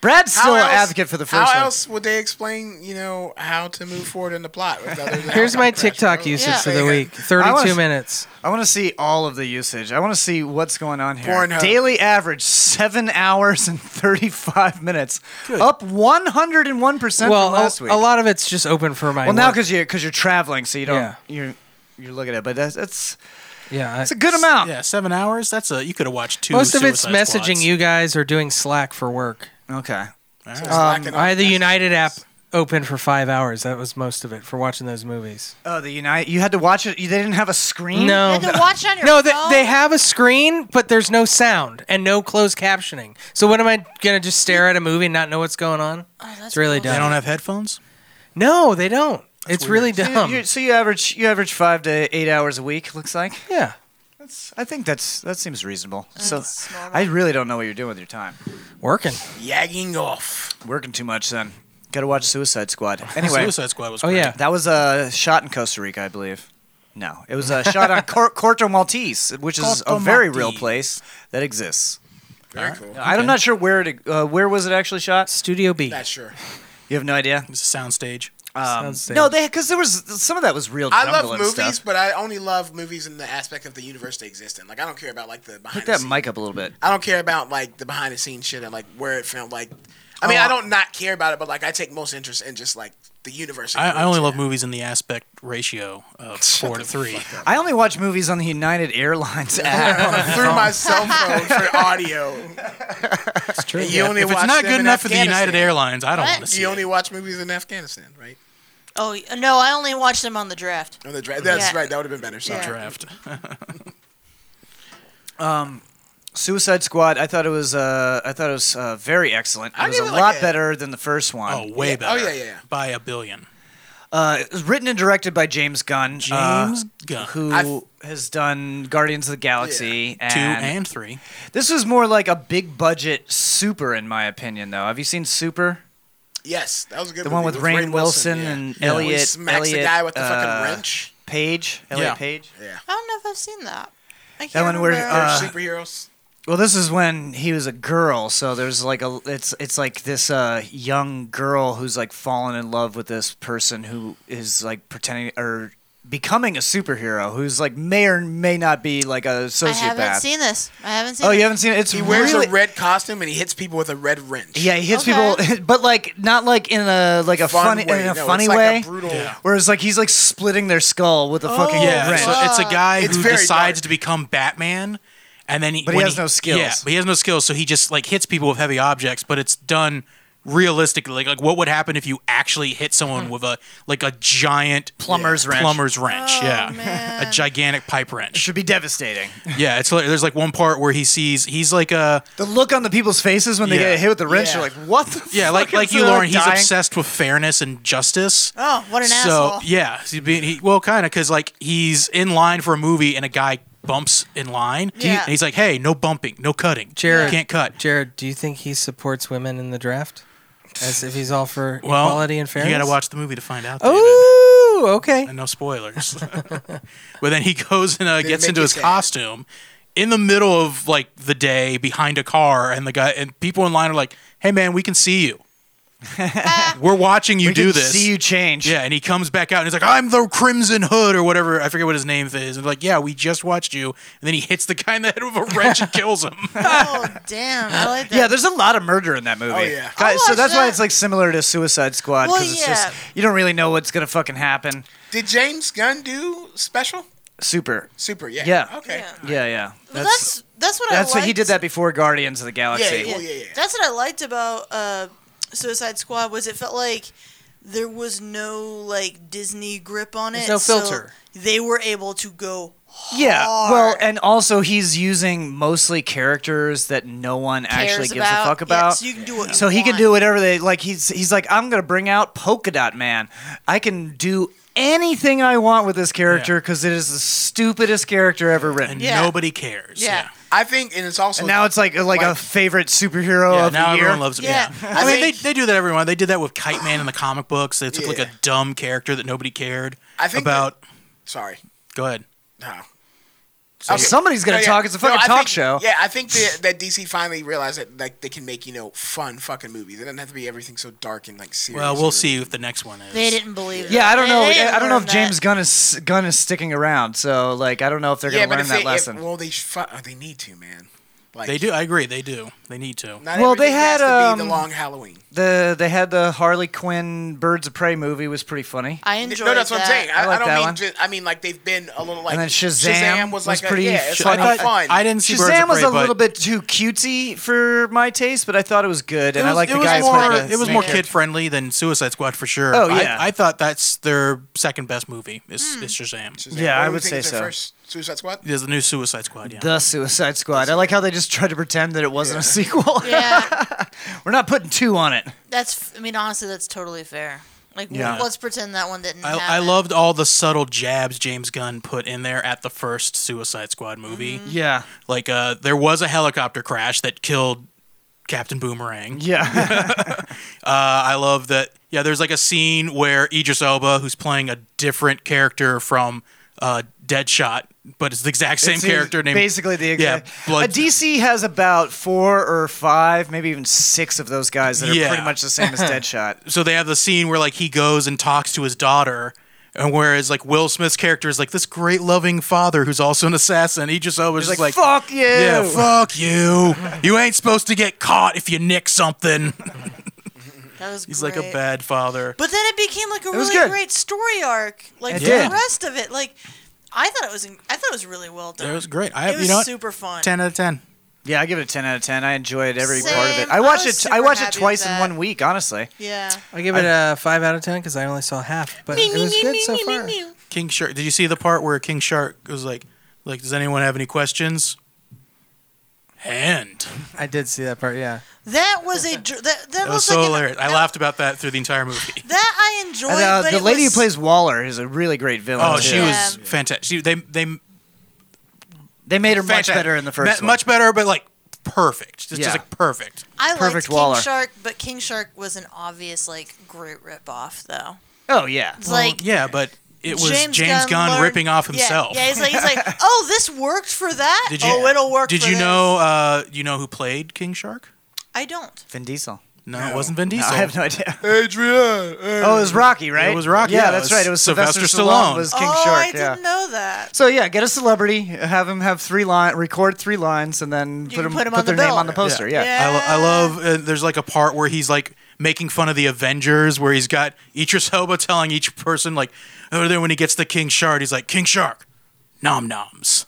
[SPEAKER 2] Brad's still an
[SPEAKER 11] else-
[SPEAKER 2] advocate for the first
[SPEAKER 11] How
[SPEAKER 2] one.
[SPEAKER 11] else would they explain, you know, how to move forward in the plot?
[SPEAKER 9] here's my TikTok usage
[SPEAKER 1] Yeah.
[SPEAKER 9] for the week.
[SPEAKER 2] I
[SPEAKER 9] Thirty-two
[SPEAKER 2] was-
[SPEAKER 9] minutes.
[SPEAKER 2] I want to see all of the usage. I want to see what's going on here.
[SPEAKER 11] Pornhub.
[SPEAKER 2] Daily average seven hours and thirty-five minutes, up one hundred and one percent
[SPEAKER 9] Well,
[SPEAKER 2] from last
[SPEAKER 9] a,
[SPEAKER 2] week.
[SPEAKER 9] a lot of it's just open for my.
[SPEAKER 2] Well, now
[SPEAKER 9] work.
[SPEAKER 2] because you're because you're traveling, so you don't
[SPEAKER 9] Yeah.
[SPEAKER 2] you're you're looking at it, but that's that's
[SPEAKER 9] yeah, I-
[SPEAKER 2] that's a good amount.
[SPEAKER 3] Yeah, seven hours. That's a you could have watched two.
[SPEAKER 9] most of it's
[SPEAKER 3] Suicide
[SPEAKER 9] messaging
[SPEAKER 3] Squads.
[SPEAKER 9] you guys or doing Slack for work.
[SPEAKER 2] Okay.
[SPEAKER 11] Um,
[SPEAKER 9] I had the United app open for five hours. That was most of it for watching those movies.
[SPEAKER 2] Oh, the Unite. You had to watch it. You, they didn't have a screen.
[SPEAKER 9] No,
[SPEAKER 1] watch it on your
[SPEAKER 9] no, they,
[SPEAKER 1] phone?
[SPEAKER 9] they have a screen, but there's no sound and no closed captioning. So what am I gonna just stare at a movie and not know what's going on?
[SPEAKER 1] Oh,
[SPEAKER 9] it's really dumb.
[SPEAKER 3] They don't have headphones.
[SPEAKER 9] No, they don't. it's really
[SPEAKER 2] So you-
[SPEAKER 9] dumb.
[SPEAKER 2] you- so you average you average five to eight hours a week. Looks like.
[SPEAKER 9] Yeah.
[SPEAKER 2] That's. I think that's that seems reasonable. so I really don't know what you're doing with your time.
[SPEAKER 9] Working.
[SPEAKER 11] Yagging off.
[SPEAKER 2] Working too much then. Got to watch Suicide Squad. Anyway,
[SPEAKER 3] Suicide Squad was
[SPEAKER 2] Oh
[SPEAKER 3] great.
[SPEAKER 2] yeah, that was uh, shot in Costa Rica, I believe. No, it was uh, shot on Cor- Corto Maltese, which is
[SPEAKER 3] Corto
[SPEAKER 2] a very
[SPEAKER 3] Maltese.
[SPEAKER 2] real place that exists.
[SPEAKER 11] Very cool.
[SPEAKER 2] I'm not sure where it, uh, where was it actually shot.
[SPEAKER 9] Studio B.
[SPEAKER 11] Not sure.
[SPEAKER 2] You have no idea.
[SPEAKER 3] It's a soundstage.
[SPEAKER 2] Um,
[SPEAKER 11] Soundstage.
[SPEAKER 2] no, they because there was some of that was real.
[SPEAKER 11] I
[SPEAKER 2] jungle
[SPEAKER 11] love
[SPEAKER 2] and
[SPEAKER 11] movies,
[SPEAKER 2] Stuff.
[SPEAKER 11] but I only love movies in the aspect of the universe they exist in. Like I don't care about like the behind
[SPEAKER 2] Pick
[SPEAKER 11] the
[SPEAKER 2] that
[SPEAKER 11] scenes.
[SPEAKER 2] mic up a little bit.
[SPEAKER 11] I don't care about like the behind the scenes shit and like where it filmed. Like I mean,
[SPEAKER 2] Oh,
[SPEAKER 11] I don't not care about it, but like I take most interest in just like the universe. it
[SPEAKER 3] I, I
[SPEAKER 11] creates.
[SPEAKER 3] only love movies in the aspect ratio of four to three.
[SPEAKER 2] I only watch movies on the United Airlines app.
[SPEAKER 11] through my cell phone for audio.
[SPEAKER 2] That's
[SPEAKER 11] true. You only
[SPEAKER 3] if it's
[SPEAKER 11] watch
[SPEAKER 3] not
[SPEAKER 11] them
[SPEAKER 3] good
[SPEAKER 11] in
[SPEAKER 3] enough for the
[SPEAKER 11] Afghanistan.
[SPEAKER 3] United Airlines, I don't
[SPEAKER 1] What?
[SPEAKER 3] want to see.
[SPEAKER 11] You only watch movies in Afghanistan, right?
[SPEAKER 1] Oh y- no, I only watched them on the draft.
[SPEAKER 11] On the draft. That's
[SPEAKER 1] Yeah.
[SPEAKER 11] right. That would have been better. Sorry.
[SPEAKER 1] Yeah.
[SPEAKER 3] Draft.
[SPEAKER 2] Um, Suicide Squad. I thought it was. Uh, I thought it was uh, very excellent. It
[SPEAKER 3] I'll
[SPEAKER 2] was a
[SPEAKER 3] give it like
[SPEAKER 2] lot
[SPEAKER 3] a-
[SPEAKER 2] better than the first one.
[SPEAKER 3] Oh, way better.
[SPEAKER 11] yeah.
[SPEAKER 3] By a billion.
[SPEAKER 2] Uh, it was written and directed by James Gunn.
[SPEAKER 3] James
[SPEAKER 2] uh,
[SPEAKER 3] Gunn.
[SPEAKER 2] who has done Guardians of the Galaxy
[SPEAKER 3] Two
[SPEAKER 2] and,
[SPEAKER 3] and three.
[SPEAKER 2] This was more like a big budget Super, in my opinion. Though, have you seen Super?
[SPEAKER 11] Yes, that was a good.
[SPEAKER 2] the one
[SPEAKER 11] movie
[SPEAKER 2] with Rain Wilson,
[SPEAKER 11] yeah.
[SPEAKER 2] and
[SPEAKER 11] Yeah. When he
[SPEAKER 2] Elliot.
[SPEAKER 11] smacks
[SPEAKER 2] Elliot,
[SPEAKER 11] the guy with the
[SPEAKER 2] uh,
[SPEAKER 11] fucking wrench.
[SPEAKER 2] Page. Elliot
[SPEAKER 11] Yeah.
[SPEAKER 2] Page.
[SPEAKER 11] Yeah.
[SPEAKER 1] I don't know if I've seen that. I can't
[SPEAKER 2] That one where,
[SPEAKER 1] remember.
[SPEAKER 2] uh,
[SPEAKER 11] superheroes.
[SPEAKER 2] Well, this is when he was a girl, so there's like a it's it's like this uh, young girl who's like fallen in love with this person who is like pretending or becoming a superhero who's like may or may not be like a sociopath.
[SPEAKER 1] I haven't seen this. I haven't seen.
[SPEAKER 2] Oh, you
[SPEAKER 1] it.
[SPEAKER 2] haven't seen it? It's
[SPEAKER 11] He wears
[SPEAKER 2] really-
[SPEAKER 11] a red costume and he hits people with a red wrench.
[SPEAKER 2] Yeah, he hits
[SPEAKER 11] Okay.
[SPEAKER 2] people, but like not like in a like a
[SPEAKER 11] Fun
[SPEAKER 2] funny
[SPEAKER 11] way.
[SPEAKER 2] in a
[SPEAKER 11] No, it's
[SPEAKER 2] funny
[SPEAKER 11] like a
[SPEAKER 2] way.
[SPEAKER 11] brutal-
[SPEAKER 3] Yeah.
[SPEAKER 2] Whereas like he's like splitting their skull with a
[SPEAKER 1] Oh.
[SPEAKER 2] fucking
[SPEAKER 3] yeah,
[SPEAKER 2] wrench.
[SPEAKER 3] so it's a guy
[SPEAKER 2] It's
[SPEAKER 3] who
[SPEAKER 2] very
[SPEAKER 3] decides to become Batman, and then he,
[SPEAKER 2] But he
[SPEAKER 3] when
[SPEAKER 2] has no skills.
[SPEAKER 3] Yeah, but he has no skills, so he just like hits people with heavy objects. But it's done realistically. Like, like what would happen if you actually hit someone with a like a giant
[SPEAKER 2] Plumber's wrench.
[SPEAKER 3] Plumber's wrench,
[SPEAKER 11] Oh,
[SPEAKER 3] yeah, a gigantic pipe wrench. It
[SPEAKER 2] should be devastating.
[SPEAKER 3] Yeah, it's like, there's like one part where he sees he's like a
[SPEAKER 2] The look on the people's faces when they
[SPEAKER 3] Yeah.
[SPEAKER 2] get hit with the wrench,
[SPEAKER 3] Yeah.
[SPEAKER 2] they're like, "What the?"
[SPEAKER 3] yeah,
[SPEAKER 2] fuck
[SPEAKER 3] like
[SPEAKER 2] is
[SPEAKER 3] like you,
[SPEAKER 2] that?"
[SPEAKER 3] Lauren. He's
[SPEAKER 2] Dying.
[SPEAKER 3] obsessed with fairness and justice.
[SPEAKER 1] Oh, what an
[SPEAKER 3] so,
[SPEAKER 1] asshole!
[SPEAKER 3] yeah, so he'd be- he, well, kind of, because like he's in line for a movie and a guy bumps in line,
[SPEAKER 1] Do you-
[SPEAKER 3] and he's like, "Hey, no bumping, no cutting,
[SPEAKER 9] Jared
[SPEAKER 3] You can't cut."
[SPEAKER 9] Jared, do you think he supports women in the draft? As if he's all for
[SPEAKER 3] Well,
[SPEAKER 9] equality and
[SPEAKER 3] you
[SPEAKER 9] fairness.
[SPEAKER 3] gotta watch the movie to find out.
[SPEAKER 9] Oh, okay.
[SPEAKER 3] And no spoilers. but then he goes and uh,
[SPEAKER 9] Did it
[SPEAKER 3] gets
[SPEAKER 9] make
[SPEAKER 3] into
[SPEAKER 9] you
[SPEAKER 3] his
[SPEAKER 9] sad?
[SPEAKER 3] costume in the middle of like the day behind a car, and the guy and people in line are like, "Hey, man, we can see you. We're watching you
[SPEAKER 2] We
[SPEAKER 3] do
[SPEAKER 2] can
[SPEAKER 3] this.
[SPEAKER 2] see you change."
[SPEAKER 3] Yeah." And he comes back out and he's like, "I'm the Crimson Hood or whatever. I forget what his name is." And they're like, "Yeah, we just watched you." And then he hits the guy in the head with a wrench and kills him.
[SPEAKER 1] oh damn! I like that.
[SPEAKER 2] Yeah, there's a lot of murder in that movie.
[SPEAKER 1] Oh, yeah.
[SPEAKER 2] Guys,
[SPEAKER 1] I'll
[SPEAKER 2] so
[SPEAKER 1] watch
[SPEAKER 2] that's
[SPEAKER 1] that.
[SPEAKER 2] why it's like similar to Suicide Squad
[SPEAKER 11] Well,
[SPEAKER 2] because it's just
[SPEAKER 11] yeah.
[SPEAKER 2] you don't really know what's gonna fucking happen.
[SPEAKER 11] Did James Gunn do special?
[SPEAKER 2] Super.
[SPEAKER 11] Super, yeah.
[SPEAKER 2] Yeah.
[SPEAKER 11] Okay. Yeah.
[SPEAKER 2] Yeah, yeah.
[SPEAKER 1] Well, that's that's what
[SPEAKER 2] that's
[SPEAKER 1] I
[SPEAKER 2] what he
[SPEAKER 1] liked.
[SPEAKER 2] did that before Guardians of the Galaxy.
[SPEAKER 11] Oh,
[SPEAKER 1] That's what I liked about uh, Suicide Squad was it felt like there was no like Disney grip on it.
[SPEAKER 2] There's no
[SPEAKER 1] so
[SPEAKER 2] filter.
[SPEAKER 1] they were able to go.
[SPEAKER 2] Yeah,
[SPEAKER 1] hard.
[SPEAKER 2] well, and also he's using mostly characters that no one actually
[SPEAKER 1] Cares
[SPEAKER 2] gives
[SPEAKER 1] about.
[SPEAKER 2] a fuck
[SPEAKER 1] Yeah,
[SPEAKER 2] about.
[SPEAKER 1] so you can do what you
[SPEAKER 2] So he can do whatever they like. He's he's like, I'm gonna bring out Polka Dot Man. I can do anything I want with this character because it is the stupidest character ever written.
[SPEAKER 3] Yeah. nobody cares.
[SPEAKER 11] Yeah. I think, and it's also
[SPEAKER 2] And now it's like like, a favorite superhero
[SPEAKER 3] Yeah,
[SPEAKER 2] of
[SPEAKER 3] now
[SPEAKER 2] the year.
[SPEAKER 3] everyone loves him. Yeah. I, mean, they, they do that everyone. They did that with Kite Man in the comic books. They took like
[SPEAKER 11] Yeah.
[SPEAKER 3] a dumb character that nobody cared
[SPEAKER 11] I think
[SPEAKER 3] about.
[SPEAKER 11] sorry.
[SPEAKER 3] Go ahead.
[SPEAKER 11] No.
[SPEAKER 3] So-
[SPEAKER 2] Somebody's gonna talk. It's a fucking
[SPEAKER 11] I
[SPEAKER 2] talk
[SPEAKER 11] think-
[SPEAKER 2] show.
[SPEAKER 11] Yeah, I think that, that DC finally realized that like they can make you know fun fucking movies. It doesn't have to be everything so dark and like serious.
[SPEAKER 3] Well, we'll
[SPEAKER 11] or-
[SPEAKER 3] see if the next one is.
[SPEAKER 1] They didn't believe.
[SPEAKER 2] Yeah, I don't know.
[SPEAKER 11] They- they
[SPEAKER 2] I don't know if
[SPEAKER 11] learned
[SPEAKER 2] James Gunn is Gunn is sticking around. So like, I don't know if they're
[SPEAKER 11] yeah,
[SPEAKER 2] gonna
[SPEAKER 11] but
[SPEAKER 2] learn
[SPEAKER 11] if
[SPEAKER 2] that
[SPEAKER 11] they,
[SPEAKER 2] lesson.
[SPEAKER 11] If, well, they sh- fu- oh, they need to, man. Like
[SPEAKER 3] they do. I agree. They do. They need to.
[SPEAKER 11] Not
[SPEAKER 2] well, they
[SPEAKER 11] everything has
[SPEAKER 2] had
[SPEAKER 11] to
[SPEAKER 2] um,
[SPEAKER 11] be the long Halloween.
[SPEAKER 2] The they had the Harley Quinn Birds of Prey movie was pretty funny.
[SPEAKER 1] I
[SPEAKER 11] enjoy. No, that's what I'm saying. I,
[SPEAKER 2] I like
[SPEAKER 11] I don't
[SPEAKER 2] that
[SPEAKER 11] mean.
[SPEAKER 2] one.
[SPEAKER 11] Just, I mean, like they've been a little like.
[SPEAKER 2] and then Shazam,
[SPEAKER 11] was
[SPEAKER 2] was,
[SPEAKER 11] like a-
[SPEAKER 2] pretty
[SPEAKER 11] yeah, it's
[SPEAKER 2] funny.
[SPEAKER 11] like a fun.
[SPEAKER 3] I didn't see
[SPEAKER 2] Shazam
[SPEAKER 3] Birds of
[SPEAKER 2] was
[SPEAKER 3] Prey,
[SPEAKER 2] a little
[SPEAKER 3] but-
[SPEAKER 2] bit too cutesy for my taste, but I thought it was good, and
[SPEAKER 3] it
[SPEAKER 2] I
[SPEAKER 3] was,
[SPEAKER 2] like
[SPEAKER 3] it
[SPEAKER 2] the
[SPEAKER 3] was
[SPEAKER 2] guy who
[SPEAKER 3] more,
[SPEAKER 2] played the
[SPEAKER 3] It was
[SPEAKER 2] main
[SPEAKER 3] more
[SPEAKER 2] character.
[SPEAKER 3] kid friendly than Suicide Squad for sure.
[SPEAKER 2] Oh,
[SPEAKER 3] I-
[SPEAKER 2] yeah.
[SPEAKER 3] I, thought that's their second best movie. Is,
[SPEAKER 11] Hmm.
[SPEAKER 3] is Shazam?
[SPEAKER 2] Yeah, I would say so.
[SPEAKER 11] First Suicide Squad.
[SPEAKER 3] There's the new Suicide Squad. Yeah.
[SPEAKER 2] The Suicide Squad. I like how they just tried to pretend that it wasn't a sequel.
[SPEAKER 1] Yeah,
[SPEAKER 2] We're not putting two on it.
[SPEAKER 1] that's. I mean, honestly, that's totally fair. Like, w-
[SPEAKER 3] Yeah.
[SPEAKER 1] let's pretend that one didn't. happen.
[SPEAKER 3] I, I loved all the subtle jabs James Gunn put in there at the first Suicide Squad movie.
[SPEAKER 11] Mm-hmm.
[SPEAKER 2] Yeah.
[SPEAKER 3] Like, uh, there was a helicopter crash that killed Captain Boomerang.
[SPEAKER 2] Yeah.
[SPEAKER 3] uh, I love that. Yeah, there's like a scene where Idris Elba, who's playing a different character from uh, Deadshot, but it's the exact same
[SPEAKER 2] It's
[SPEAKER 3] character named.
[SPEAKER 2] Basically the exact.
[SPEAKER 3] Yeah,
[SPEAKER 2] A
[SPEAKER 3] Blood.
[SPEAKER 2] DC has about four or five, maybe even six of those guys that are
[SPEAKER 3] Yeah.
[SPEAKER 2] pretty much the same as Deadshot.
[SPEAKER 3] so they have the scene where like he goes and talks to his daughter. And whereas like Will Smith's character is like this great loving father who's also an assassin, he just always
[SPEAKER 2] He's
[SPEAKER 3] just
[SPEAKER 2] like,
[SPEAKER 3] like,
[SPEAKER 2] "Fuck you."
[SPEAKER 3] yeah, fuck you, you ain't supposed to get caught if you nick something.
[SPEAKER 1] That was
[SPEAKER 3] He's
[SPEAKER 1] great.
[SPEAKER 3] like a bad father.
[SPEAKER 1] But then it became like a
[SPEAKER 3] was
[SPEAKER 1] really
[SPEAKER 3] good.
[SPEAKER 1] great story arc. Like
[SPEAKER 3] It
[SPEAKER 1] for
[SPEAKER 3] did.
[SPEAKER 1] the rest of it, like I thought it was. in- I thought it was really well done.
[SPEAKER 3] It was great. I,
[SPEAKER 1] it was
[SPEAKER 2] you know what?
[SPEAKER 1] super fun.
[SPEAKER 3] out of ten.
[SPEAKER 2] Yeah, I give it a ten out of ten. I enjoyed every part of
[SPEAKER 1] Same.
[SPEAKER 2] it. I watched
[SPEAKER 1] I was
[SPEAKER 2] it. I
[SPEAKER 1] super
[SPEAKER 2] watched
[SPEAKER 1] happy
[SPEAKER 2] it
[SPEAKER 1] with
[SPEAKER 2] twice in
[SPEAKER 1] that.
[SPEAKER 2] one week. Honestly.
[SPEAKER 1] Yeah.
[SPEAKER 9] I give it a five out of ten because I only saw half, but it was good so far.
[SPEAKER 3] King Shark. Did you see the part where King Shark was like, like, does anyone have any questions? Hand.
[SPEAKER 9] I did see that part. Yeah.
[SPEAKER 1] That was a dr- that, that,
[SPEAKER 3] That was
[SPEAKER 1] was,
[SPEAKER 3] so
[SPEAKER 1] like an-
[SPEAKER 3] hilarious. I laughed about that through the entire movie.
[SPEAKER 1] that I enjoyed.
[SPEAKER 2] And, uh,
[SPEAKER 1] but
[SPEAKER 2] the
[SPEAKER 1] it
[SPEAKER 2] lady
[SPEAKER 1] was,
[SPEAKER 2] who plays Waller is a really great villain.
[SPEAKER 3] Oh,
[SPEAKER 2] too.
[SPEAKER 3] she was fantastic. She, they they
[SPEAKER 2] they made her much
[SPEAKER 3] fantastic.
[SPEAKER 2] better in the first
[SPEAKER 3] Ma-
[SPEAKER 2] one.
[SPEAKER 3] Much better, but like perfect. Just,
[SPEAKER 2] Yeah.
[SPEAKER 3] just like perfect.
[SPEAKER 1] I liked
[SPEAKER 2] Perfect
[SPEAKER 1] King
[SPEAKER 2] Waller.
[SPEAKER 1] Shark, but King Shark was an obvious like great ripoff though.
[SPEAKER 2] Oh yeah.
[SPEAKER 1] It's like-
[SPEAKER 3] yeah, but it was James, Gunn,
[SPEAKER 1] learned-
[SPEAKER 3] ripping off
[SPEAKER 1] Yeah,
[SPEAKER 3] himself.
[SPEAKER 1] Yeah, he's like he's like, oh, this worked for that.
[SPEAKER 3] Did you,
[SPEAKER 1] oh, it'll work.
[SPEAKER 3] Did
[SPEAKER 1] for
[SPEAKER 3] you
[SPEAKER 1] this."
[SPEAKER 3] know? Uh, you know who played King Shark?
[SPEAKER 1] I don't.
[SPEAKER 2] Vin Diesel.
[SPEAKER 3] No, it wasn't Vin Diesel.
[SPEAKER 2] I have no idea.
[SPEAKER 11] Adrian.
[SPEAKER 2] Oh, it was Rocky, right?
[SPEAKER 3] It was Rocky.
[SPEAKER 2] Yeah,
[SPEAKER 3] yeah, it
[SPEAKER 2] that's
[SPEAKER 3] was
[SPEAKER 2] right. It was Sylvester,
[SPEAKER 3] Sylvester
[SPEAKER 2] Stallone.
[SPEAKER 3] Stallone.
[SPEAKER 2] was King
[SPEAKER 1] oh,
[SPEAKER 2] Shark.
[SPEAKER 1] I
[SPEAKER 2] yeah.
[SPEAKER 1] didn't know that.
[SPEAKER 2] So yeah, get a celebrity, have him have three line, record three lines, and then put
[SPEAKER 1] can
[SPEAKER 2] him
[SPEAKER 1] put him on
[SPEAKER 2] their
[SPEAKER 1] the
[SPEAKER 2] name
[SPEAKER 1] bill.
[SPEAKER 2] on the poster. Yeah.
[SPEAKER 3] I, lo- I love. Uh, there's like a part where he's like making fun of the Avengers, where he's got Idris Elba telling each person like, oh, then when he gets the King Shark, he's like King Shark, nom noms.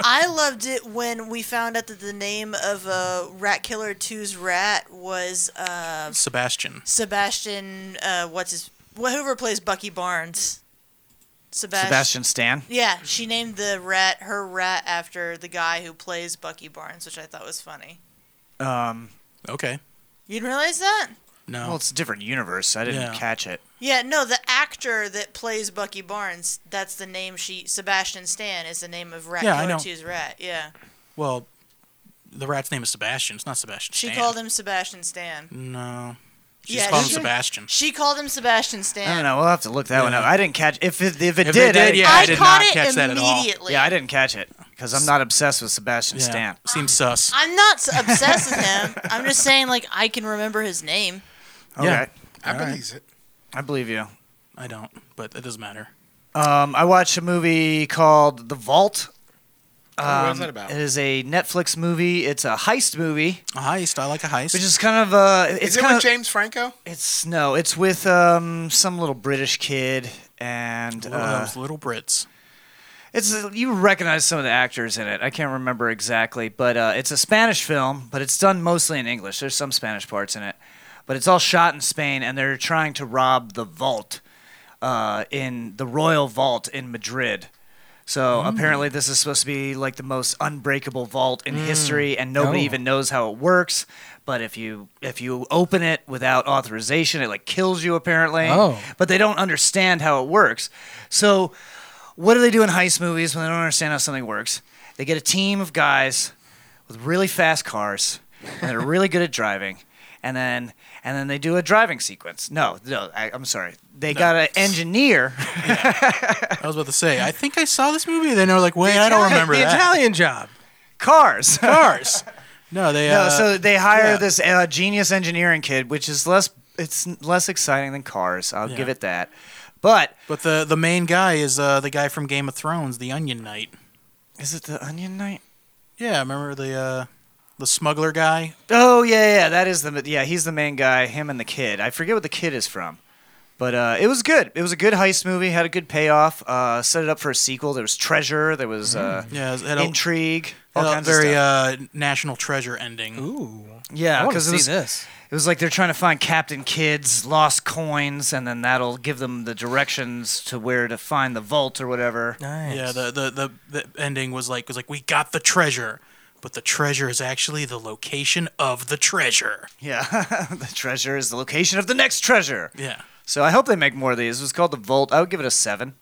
[SPEAKER 1] I loved it when we found out that the name of uh, Rat Killer 2's rat was uh,
[SPEAKER 3] Sebastian.
[SPEAKER 1] Sebastian. Uh, what's his? wh- Whoever plays Bucky Barnes. Sebas-
[SPEAKER 2] Sebastian Stan.
[SPEAKER 1] Yeah, she named the rat her rat after the guy who plays Bucky Barnes, which I thought was funny.
[SPEAKER 2] Um,
[SPEAKER 3] okay.
[SPEAKER 1] You didn't realize that?
[SPEAKER 3] No.
[SPEAKER 2] Well, Oh, it's a different universe. I didn't
[SPEAKER 3] Yeah.
[SPEAKER 2] catch it.
[SPEAKER 1] Yeah, no, the actor that plays Bucky Barnes, that's the name she Sebastian Stan is the name of Rat
[SPEAKER 3] Yeah, I
[SPEAKER 1] Killer
[SPEAKER 3] know.
[SPEAKER 1] 2's rat. Yeah.
[SPEAKER 3] Well, the rat's name is Sebastian. It's not Sebastian.
[SPEAKER 1] She
[SPEAKER 3] Stan.
[SPEAKER 1] called him Sebastian Stan.
[SPEAKER 3] No. Mm, She
[SPEAKER 1] Yeah,
[SPEAKER 3] just called him
[SPEAKER 1] she-
[SPEAKER 3] Sebastian.
[SPEAKER 1] She called him Sebastian Stan.
[SPEAKER 2] I don't know. We'll have to look that one up. I didn't catch if it, if it
[SPEAKER 3] If they did,
[SPEAKER 2] did. didn't
[SPEAKER 3] yeah, I I
[SPEAKER 2] catch
[SPEAKER 3] did
[SPEAKER 2] it.
[SPEAKER 3] caught not it catch that at all. immediately.
[SPEAKER 2] Yeah, I didn't catch it because I'm not obsessed with Sebastian
[SPEAKER 3] Yeah,
[SPEAKER 2] Stan.
[SPEAKER 3] Seems sus.
[SPEAKER 1] I'm not s- obsessed with him. I'm just saying, like, I can remember his name.
[SPEAKER 3] Yeah.
[SPEAKER 2] Okay.
[SPEAKER 11] I
[SPEAKER 3] All right.
[SPEAKER 11] believe it.
[SPEAKER 2] I believe you.
[SPEAKER 3] I don't, but it doesn't matter.
[SPEAKER 2] Um, I watched a movie called The Vault.
[SPEAKER 3] Oh, what is that about?
[SPEAKER 2] Um, It is a Netflix movie. It's a heist movie.
[SPEAKER 3] A heist. I like a heist.
[SPEAKER 2] Which is kind of uh, it's
[SPEAKER 11] Is it
[SPEAKER 2] kind
[SPEAKER 11] with
[SPEAKER 2] of,
[SPEAKER 11] James Franco?
[SPEAKER 2] It's no, it's with um, some little British kid and
[SPEAKER 3] Little,
[SPEAKER 2] uh,
[SPEAKER 3] those little Brits.
[SPEAKER 2] it's you recognize some of the actors in it. I can't remember exactly, but uh, it's a Spanish film, but it's done mostly in English. There's some Spanish parts in it, but it's all shot in Spain, and they're trying to rob the vault uh, in the royal vault in Madrid. So apparently, this is supposed to be like the most unbreakable vault in history, and nobody
[SPEAKER 9] Oh.
[SPEAKER 2] even knows how it works. But if you if you open it without authorization, it like kills you apparently.
[SPEAKER 9] Oh.
[SPEAKER 2] But they don't understand how it works. So what do they do in heist movies when they don't understand how something works? They get a team of guys with really fast cars and they're really good at driving. And then and then they do a driving sequence. No, no, I, I'm sorry. They got an engineer.
[SPEAKER 3] I was about to say. I think I saw this movie. Then they were like, wait, I don't remember
[SPEAKER 9] the
[SPEAKER 3] that.
[SPEAKER 9] Italian job.
[SPEAKER 2] Cars.
[SPEAKER 3] Cars. No, they.
[SPEAKER 2] No,
[SPEAKER 3] uh,
[SPEAKER 2] so they hire
[SPEAKER 3] yeah.
[SPEAKER 2] this uh, genius engineering kid, which is less it's less exciting than cars. I'll
[SPEAKER 3] Yeah.
[SPEAKER 2] give it that. But
[SPEAKER 3] But the the main guy is uh, the guy from Game of Thrones, the Onion Knight.
[SPEAKER 2] is it the Onion Knight?
[SPEAKER 3] Yeah, remember the uh, the smuggler guy?
[SPEAKER 2] Oh yeah, yeah, that is the yeah he's the main guy. Him and the kid. I forget what the kid is from, but uh, it was good. It was a good heist movie. Had a good payoff. Uh, set it up for a sequel. There was treasure. There was uh,
[SPEAKER 3] Mm, Yeah, it had a-
[SPEAKER 2] intrigue.
[SPEAKER 3] Had
[SPEAKER 2] All
[SPEAKER 3] a
[SPEAKER 2] kinds
[SPEAKER 3] very
[SPEAKER 2] of stuff.
[SPEAKER 3] Uh, national treasure ending.
[SPEAKER 9] Ooh.
[SPEAKER 2] yeah,
[SPEAKER 3] I wanna
[SPEAKER 2] because
[SPEAKER 3] see
[SPEAKER 2] was,
[SPEAKER 3] this.
[SPEAKER 2] It was like they're trying to find Captain Kidd's lost coins, and then that'll give them the directions to where to find the vault or whatever.
[SPEAKER 3] Yeah, the, the the the ending was like was like we got the treasure, but the treasure is actually the location of the treasure.
[SPEAKER 2] Yeah, the treasure is the location of the next treasure.
[SPEAKER 3] Yeah.
[SPEAKER 2] So I hope they make more of these. It was called the Vault. I would give it a seven.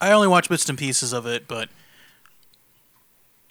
[SPEAKER 3] I only watched bits and pieces of it, but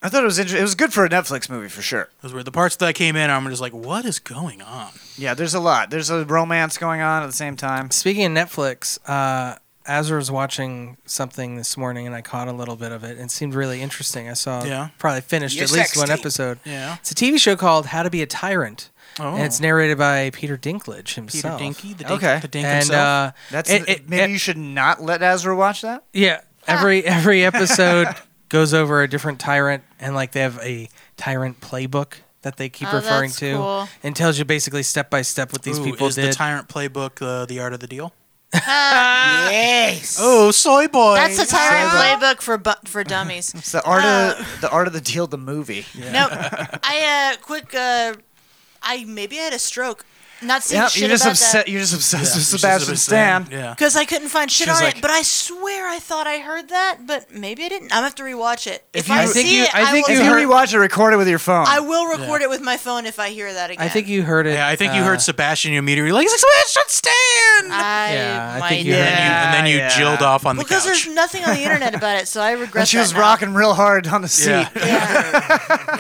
[SPEAKER 2] I thought it was interesting. It was good for a Netflix movie for sure.
[SPEAKER 3] those were the parts that I came in. I'm just like, what is going on?
[SPEAKER 2] Yeah, there's a lot. There's a romance going on at the same time.
[SPEAKER 9] Speaking of Netflix, uh, Azra was watching something this morning, and I caught a little bit of it. It seemed really interesting. I saw,
[SPEAKER 3] Yeah.
[SPEAKER 9] probably finished
[SPEAKER 3] Yes,
[SPEAKER 9] at least one
[SPEAKER 3] sexy.
[SPEAKER 9] episode.
[SPEAKER 3] Yeah.
[SPEAKER 9] it's a TV show called How to Be a Tyrant,
[SPEAKER 2] Oh.
[SPEAKER 9] and it's narrated by Peter Dinklage himself.
[SPEAKER 3] Dinky, the Dink-
[SPEAKER 9] okay,
[SPEAKER 3] the Dink
[SPEAKER 9] and,
[SPEAKER 3] himself?
[SPEAKER 9] Uh,
[SPEAKER 2] That's
[SPEAKER 9] it-
[SPEAKER 2] the-
[SPEAKER 9] it-
[SPEAKER 2] maybe you should not let Ezra watch that.
[SPEAKER 9] Yeah,
[SPEAKER 3] Ah.
[SPEAKER 9] every every episode goes over a different tyrant, and like they have a tyrant playbook that they keep
[SPEAKER 3] Oh,
[SPEAKER 9] referring
[SPEAKER 3] that's
[SPEAKER 9] to,
[SPEAKER 3] cool.
[SPEAKER 9] and tells you basically step by step what these
[SPEAKER 3] Ooh,
[SPEAKER 9] people
[SPEAKER 3] is
[SPEAKER 9] did.
[SPEAKER 3] the tyrant playbook uh, the art of the deal?
[SPEAKER 1] yes.
[SPEAKER 3] Oh, soy boy.
[SPEAKER 1] That's the tyrant
[SPEAKER 2] Soy boy.
[SPEAKER 1] playbook for bu- for dummies.
[SPEAKER 2] It's the art
[SPEAKER 1] Uh,
[SPEAKER 2] of the art of the deal. The movie.
[SPEAKER 1] Nope. I uh, quick. Uh, I maybe I had a stroke. Not seeing
[SPEAKER 2] Yep,
[SPEAKER 1] shit
[SPEAKER 2] you're just
[SPEAKER 1] about
[SPEAKER 2] upset.
[SPEAKER 1] that.
[SPEAKER 2] You're just obsessed
[SPEAKER 3] Yeah,
[SPEAKER 2] with
[SPEAKER 3] you're just
[SPEAKER 2] Sebastian
[SPEAKER 3] obsessed
[SPEAKER 2] Stan.
[SPEAKER 3] with Stan, yeah.
[SPEAKER 1] Because I couldn't find shit
[SPEAKER 2] She was
[SPEAKER 1] on
[SPEAKER 2] like-
[SPEAKER 1] it, but I swear I thought I heard that, but maybe I didn't. I'm gonna have to rewatch it. If, I,
[SPEAKER 9] think
[SPEAKER 1] see
[SPEAKER 9] you-
[SPEAKER 1] it,
[SPEAKER 9] I
[SPEAKER 1] I,
[SPEAKER 9] think
[SPEAKER 1] will.
[SPEAKER 2] If you rewatch it, record it with your phone.
[SPEAKER 1] I will record it with my phone if I hear that again.
[SPEAKER 9] I think you heard it.
[SPEAKER 3] Yeah, I think you
[SPEAKER 9] uh,
[SPEAKER 3] heard Sebastian. You immediately like, "It's like,
[SPEAKER 1] should stand. I
[SPEAKER 9] Yeah, I
[SPEAKER 1] might
[SPEAKER 9] think you heard
[SPEAKER 3] and, you, and then you
[SPEAKER 2] Yeah,
[SPEAKER 3] jilled off on the
[SPEAKER 1] because
[SPEAKER 3] couch.
[SPEAKER 1] there's nothing on the internet about it, so I regret.
[SPEAKER 2] and she
[SPEAKER 1] that
[SPEAKER 2] was
[SPEAKER 1] now.
[SPEAKER 2] rocking real hard on the seat.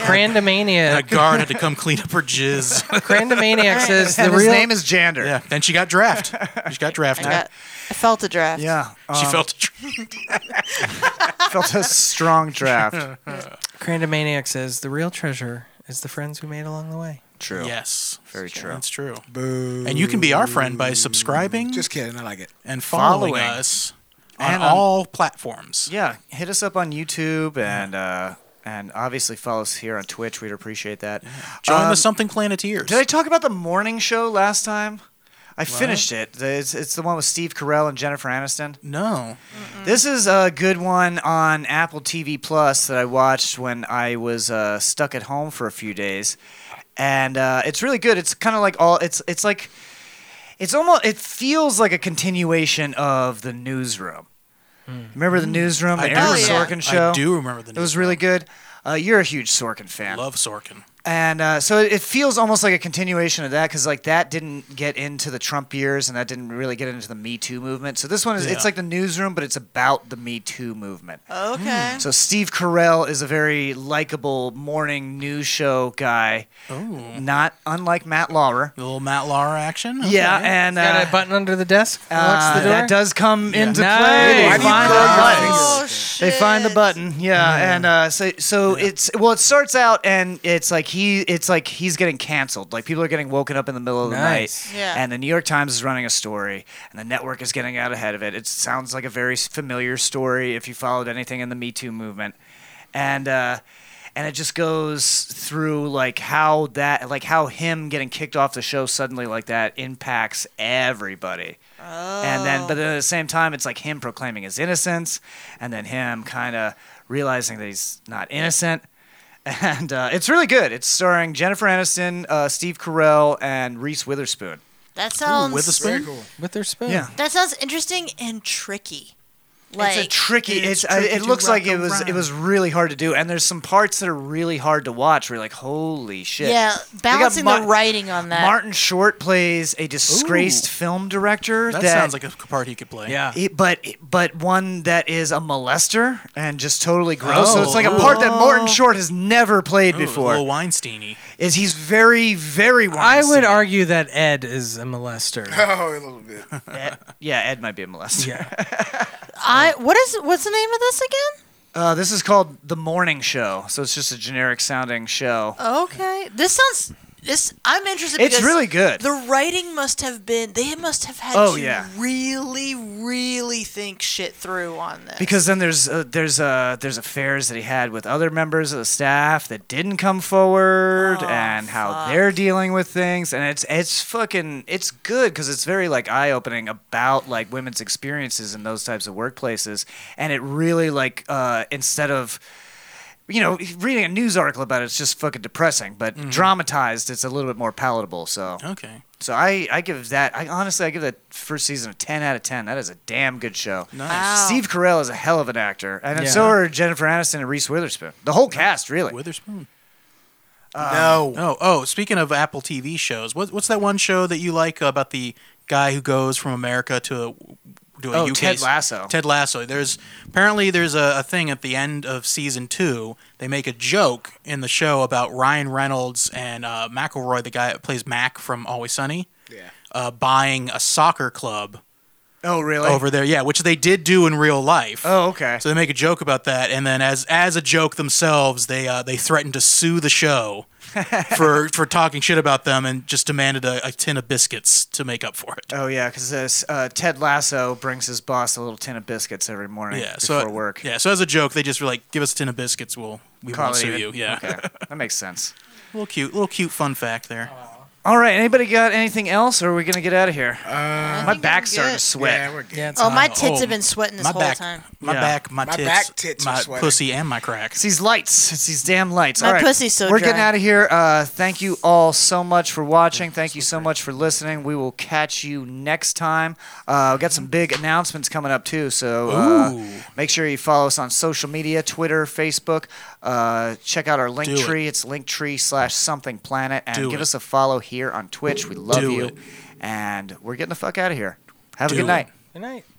[SPEAKER 9] Crandomaniac.
[SPEAKER 3] And a guard had to come clean up her jizz.
[SPEAKER 9] Crandomaniac says the
[SPEAKER 2] and
[SPEAKER 9] real
[SPEAKER 2] his name is Jander.
[SPEAKER 3] Yeah. Then she got draft. She got drafted.
[SPEAKER 1] I, got, I felt a draft.
[SPEAKER 2] Yeah,
[SPEAKER 3] she
[SPEAKER 2] um,
[SPEAKER 3] felt
[SPEAKER 2] felt a strong draft.
[SPEAKER 9] Crandomaniac says the real treasure is the friends we made along the way.
[SPEAKER 2] True.
[SPEAKER 3] Yes.
[SPEAKER 2] Very true.
[SPEAKER 3] That's true. And you can be our friend by subscribing. Just
[SPEAKER 11] kidding. I like it.
[SPEAKER 3] And following,
[SPEAKER 2] Following.
[SPEAKER 3] us on
[SPEAKER 2] And on-
[SPEAKER 3] all platforms.
[SPEAKER 2] Yeah, hit us up on YouTube and uh, and obviously follow us here on Twitch. We'd appreciate that.
[SPEAKER 3] Join
[SPEAKER 2] Um,
[SPEAKER 3] the Something Planeteers.
[SPEAKER 2] Did I talk about the morning show last time? I
[SPEAKER 3] What?
[SPEAKER 2] finished it. The- It's, it's the one with Steve Carell and Jennifer Aniston.
[SPEAKER 3] No.
[SPEAKER 2] This is a good one on Apple TV Plus that I watched when I was uh, stuck at home for a few days, and uh, it's really good. It's kind of like all. It's it's like, it's almost. It feels like a continuation of the Newsroom. Remember the Newsroom, the
[SPEAKER 3] Hmm. I do
[SPEAKER 2] Aaron
[SPEAKER 3] remember-
[SPEAKER 2] Sorkin show?
[SPEAKER 3] I do remember the
[SPEAKER 2] It was really good. Uh, you're a huge Sorkin fan.
[SPEAKER 3] Love Sorkin.
[SPEAKER 2] And uh, so it feels almost like a continuation of that because like that didn't get into the Trump years and that didn't really get into the Me Too movement. So this one is
[SPEAKER 1] Yeah.
[SPEAKER 2] it's like the newsroom, but it's about the Me Too movement.
[SPEAKER 1] Okay.
[SPEAKER 2] So Steve Carell is a very likable morning news show guy,
[SPEAKER 3] Ooh.
[SPEAKER 2] not unlike Matt Lauer.
[SPEAKER 3] The little Matt Lauer action.
[SPEAKER 2] Yeah,
[SPEAKER 3] Okay.
[SPEAKER 2] and
[SPEAKER 9] He's got
[SPEAKER 2] uh,
[SPEAKER 9] a button under the desk. that locks
[SPEAKER 2] uh,
[SPEAKER 9] the door.
[SPEAKER 2] that does come
[SPEAKER 9] Yeah.
[SPEAKER 2] into
[SPEAKER 9] Nice.
[SPEAKER 2] play.
[SPEAKER 9] Why
[SPEAKER 2] They
[SPEAKER 9] do you
[SPEAKER 2] find,
[SPEAKER 9] curl
[SPEAKER 2] the
[SPEAKER 9] your
[SPEAKER 2] button.
[SPEAKER 9] fingers?
[SPEAKER 1] Oh,
[SPEAKER 2] they find the button. Yeah, and uh, so so it's well, it starts out and it's like he it's like he's getting canceled. Like people are getting woken up in the middle of the
[SPEAKER 9] Nice.
[SPEAKER 2] night.
[SPEAKER 9] Yeah.
[SPEAKER 2] And the New York Times is running a story, and the network is getting out ahead of it. It sounds like a very familiar story if you followed anything in the Me Too movement, and. uh and it just goes through like how that like how him getting kicked off the show suddenly like that impacts everybody and then but then at the same time it's like him proclaiming his innocence and then him kind of realizing that he's not innocent and uh, it's really good it's starring jennifer aniston uh, steve carell and reese witherspoon
[SPEAKER 1] That sounds
[SPEAKER 9] Witherspoon.
[SPEAKER 2] Yeah.
[SPEAKER 1] That sounds interesting and tricky. Like
[SPEAKER 2] it's a tricky. It's, uh,
[SPEAKER 1] tricky
[SPEAKER 2] it
[SPEAKER 1] to
[SPEAKER 2] looks like
[SPEAKER 1] wrap
[SPEAKER 2] it was it
[SPEAKER 1] around.
[SPEAKER 2] was really hard to do, and there's some parts that are really hard to watch. Where you're like, holy shit!
[SPEAKER 1] Yeah,
[SPEAKER 2] They got
[SPEAKER 1] balancing the
[SPEAKER 2] Mar-
[SPEAKER 1] writing on that.
[SPEAKER 2] Martin Short plays a disgraced
[SPEAKER 3] Ooh.
[SPEAKER 2] film director.
[SPEAKER 3] That
[SPEAKER 2] That,
[SPEAKER 3] sounds like a part he could play.
[SPEAKER 2] He- but but one that is a molester and just totally gross. so
[SPEAKER 3] Oh.
[SPEAKER 2] it's like a
[SPEAKER 3] Ooh.
[SPEAKER 2] part that Martin
[SPEAKER 1] Oh.
[SPEAKER 2] Short has never played
[SPEAKER 3] Ooh,
[SPEAKER 2] before.
[SPEAKER 3] A little Weinsteiny.
[SPEAKER 2] Is he's very very.
[SPEAKER 9] I would argue that Ed is a molester.
[SPEAKER 11] Oh, a little bit.
[SPEAKER 2] yeah, Ed might be a molester.
[SPEAKER 9] Yeah.
[SPEAKER 1] I what is what's the name of this again?
[SPEAKER 2] Uh,
[SPEAKER 1] Oh,
[SPEAKER 2] this is called the Morning Show, so it's just a generic sounding show.
[SPEAKER 1] Okay, this sounds This I'm interested.
[SPEAKER 2] It's
[SPEAKER 1] because
[SPEAKER 2] really good.
[SPEAKER 1] The writing must have been. They must have had
[SPEAKER 2] Oh,
[SPEAKER 1] to
[SPEAKER 2] yeah.
[SPEAKER 1] really, really think shit through on this.
[SPEAKER 2] Because then there's uh, there's uh, there's affairs that he had with other members of the staff that didn't come forward, and how they're dealing with things, and it's it's fucking it's good because it's very like eye opening about like women's experiences in those types of workplaces, and it really like uh, instead of you know reading a news article about it, it's just fucking depressing, but
[SPEAKER 3] Mhm.
[SPEAKER 2] dramatized, it's a little bit more palatable. So
[SPEAKER 3] Okay.
[SPEAKER 2] So I, I give that I honestly I give that first season a ten out of ten. That is a damn good show.
[SPEAKER 3] Nice. Wow.
[SPEAKER 2] Steve Carell is a hell of an actor, and then
[SPEAKER 3] Yeah.
[SPEAKER 2] so are Jennifer Aniston and Reese Witherspoon. The whole cast, really.
[SPEAKER 3] Witherspoon.
[SPEAKER 2] Um,
[SPEAKER 3] no. Oh, oh. Speaking of Apple TV shows, what, what's that one show that you like about the guy who goes from America to do a
[SPEAKER 2] Oh,
[SPEAKER 3] UK?
[SPEAKER 2] Ted Lasso.
[SPEAKER 3] Ted Lasso. There's apparently there's a, a thing at the end of season two. They make a joke in the show about Ryan Reynolds and uh, McElroy, the guy that plays Mac from Always Sunny,
[SPEAKER 11] Yeah.
[SPEAKER 3] uh, buying a soccer club
[SPEAKER 2] Oh, really?
[SPEAKER 3] over there. Yeah, which they did do in real life.
[SPEAKER 2] Oh, okay.
[SPEAKER 3] So they make a joke about that, and then as as a joke themselves, they uh, they threatened to sue the show for for talking shit about them, and just demanded a, a tin of biscuits to make up for it.
[SPEAKER 2] Oh yeah, because uh, Ted Lasso brings his boss a little tin of biscuits every morning
[SPEAKER 3] yeah.
[SPEAKER 2] before
[SPEAKER 3] So
[SPEAKER 2] work.
[SPEAKER 3] Yeah. So as a joke, they just were like, "Give us a tin of biscuits, we'll we
[SPEAKER 2] Call
[SPEAKER 3] won't
[SPEAKER 2] it
[SPEAKER 3] sue
[SPEAKER 2] even.
[SPEAKER 3] you." Yeah.
[SPEAKER 2] Okay. That makes sense.
[SPEAKER 3] little cute, little cute fun fact there.
[SPEAKER 2] All right, anybody got anything else, or are we gonna get out of here? my back's starting to
[SPEAKER 1] good.
[SPEAKER 2] sweat.
[SPEAKER 1] Yeah, we're good. Yeah, it's Oh, my hot. tits have been sweating this
[SPEAKER 2] my
[SPEAKER 1] whole
[SPEAKER 2] back-
[SPEAKER 1] time.
[SPEAKER 3] My
[SPEAKER 2] yeah.
[SPEAKER 3] back, my, tits, my pussy, and my crack.
[SPEAKER 2] It's these lights. It's these damn lights.
[SPEAKER 1] My
[SPEAKER 2] All right.
[SPEAKER 1] pussy's so
[SPEAKER 2] We're
[SPEAKER 1] dry.
[SPEAKER 2] getting out of here. Uh, thank you all so much for watching. Thank you so much for listening. We will catch you next time. Uh, we got some big announcements coming up too. So uh,
[SPEAKER 3] Mm-hmm. Ooh.
[SPEAKER 2] make sure you follow us on social media: Twitter, Facebook. Uh, check out our link
[SPEAKER 3] Do it.
[SPEAKER 2] tree. It's linktree slash something planet, and
[SPEAKER 3] Do
[SPEAKER 2] give
[SPEAKER 3] it.
[SPEAKER 2] us a follow here on Twitch. We love
[SPEAKER 3] Do
[SPEAKER 2] you,
[SPEAKER 3] it.
[SPEAKER 2] and we're getting the fuck out of here. Have
[SPEAKER 3] Do
[SPEAKER 2] a good
[SPEAKER 3] it.
[SPEAKER 2] night.
[SPEAKER 9] Good night.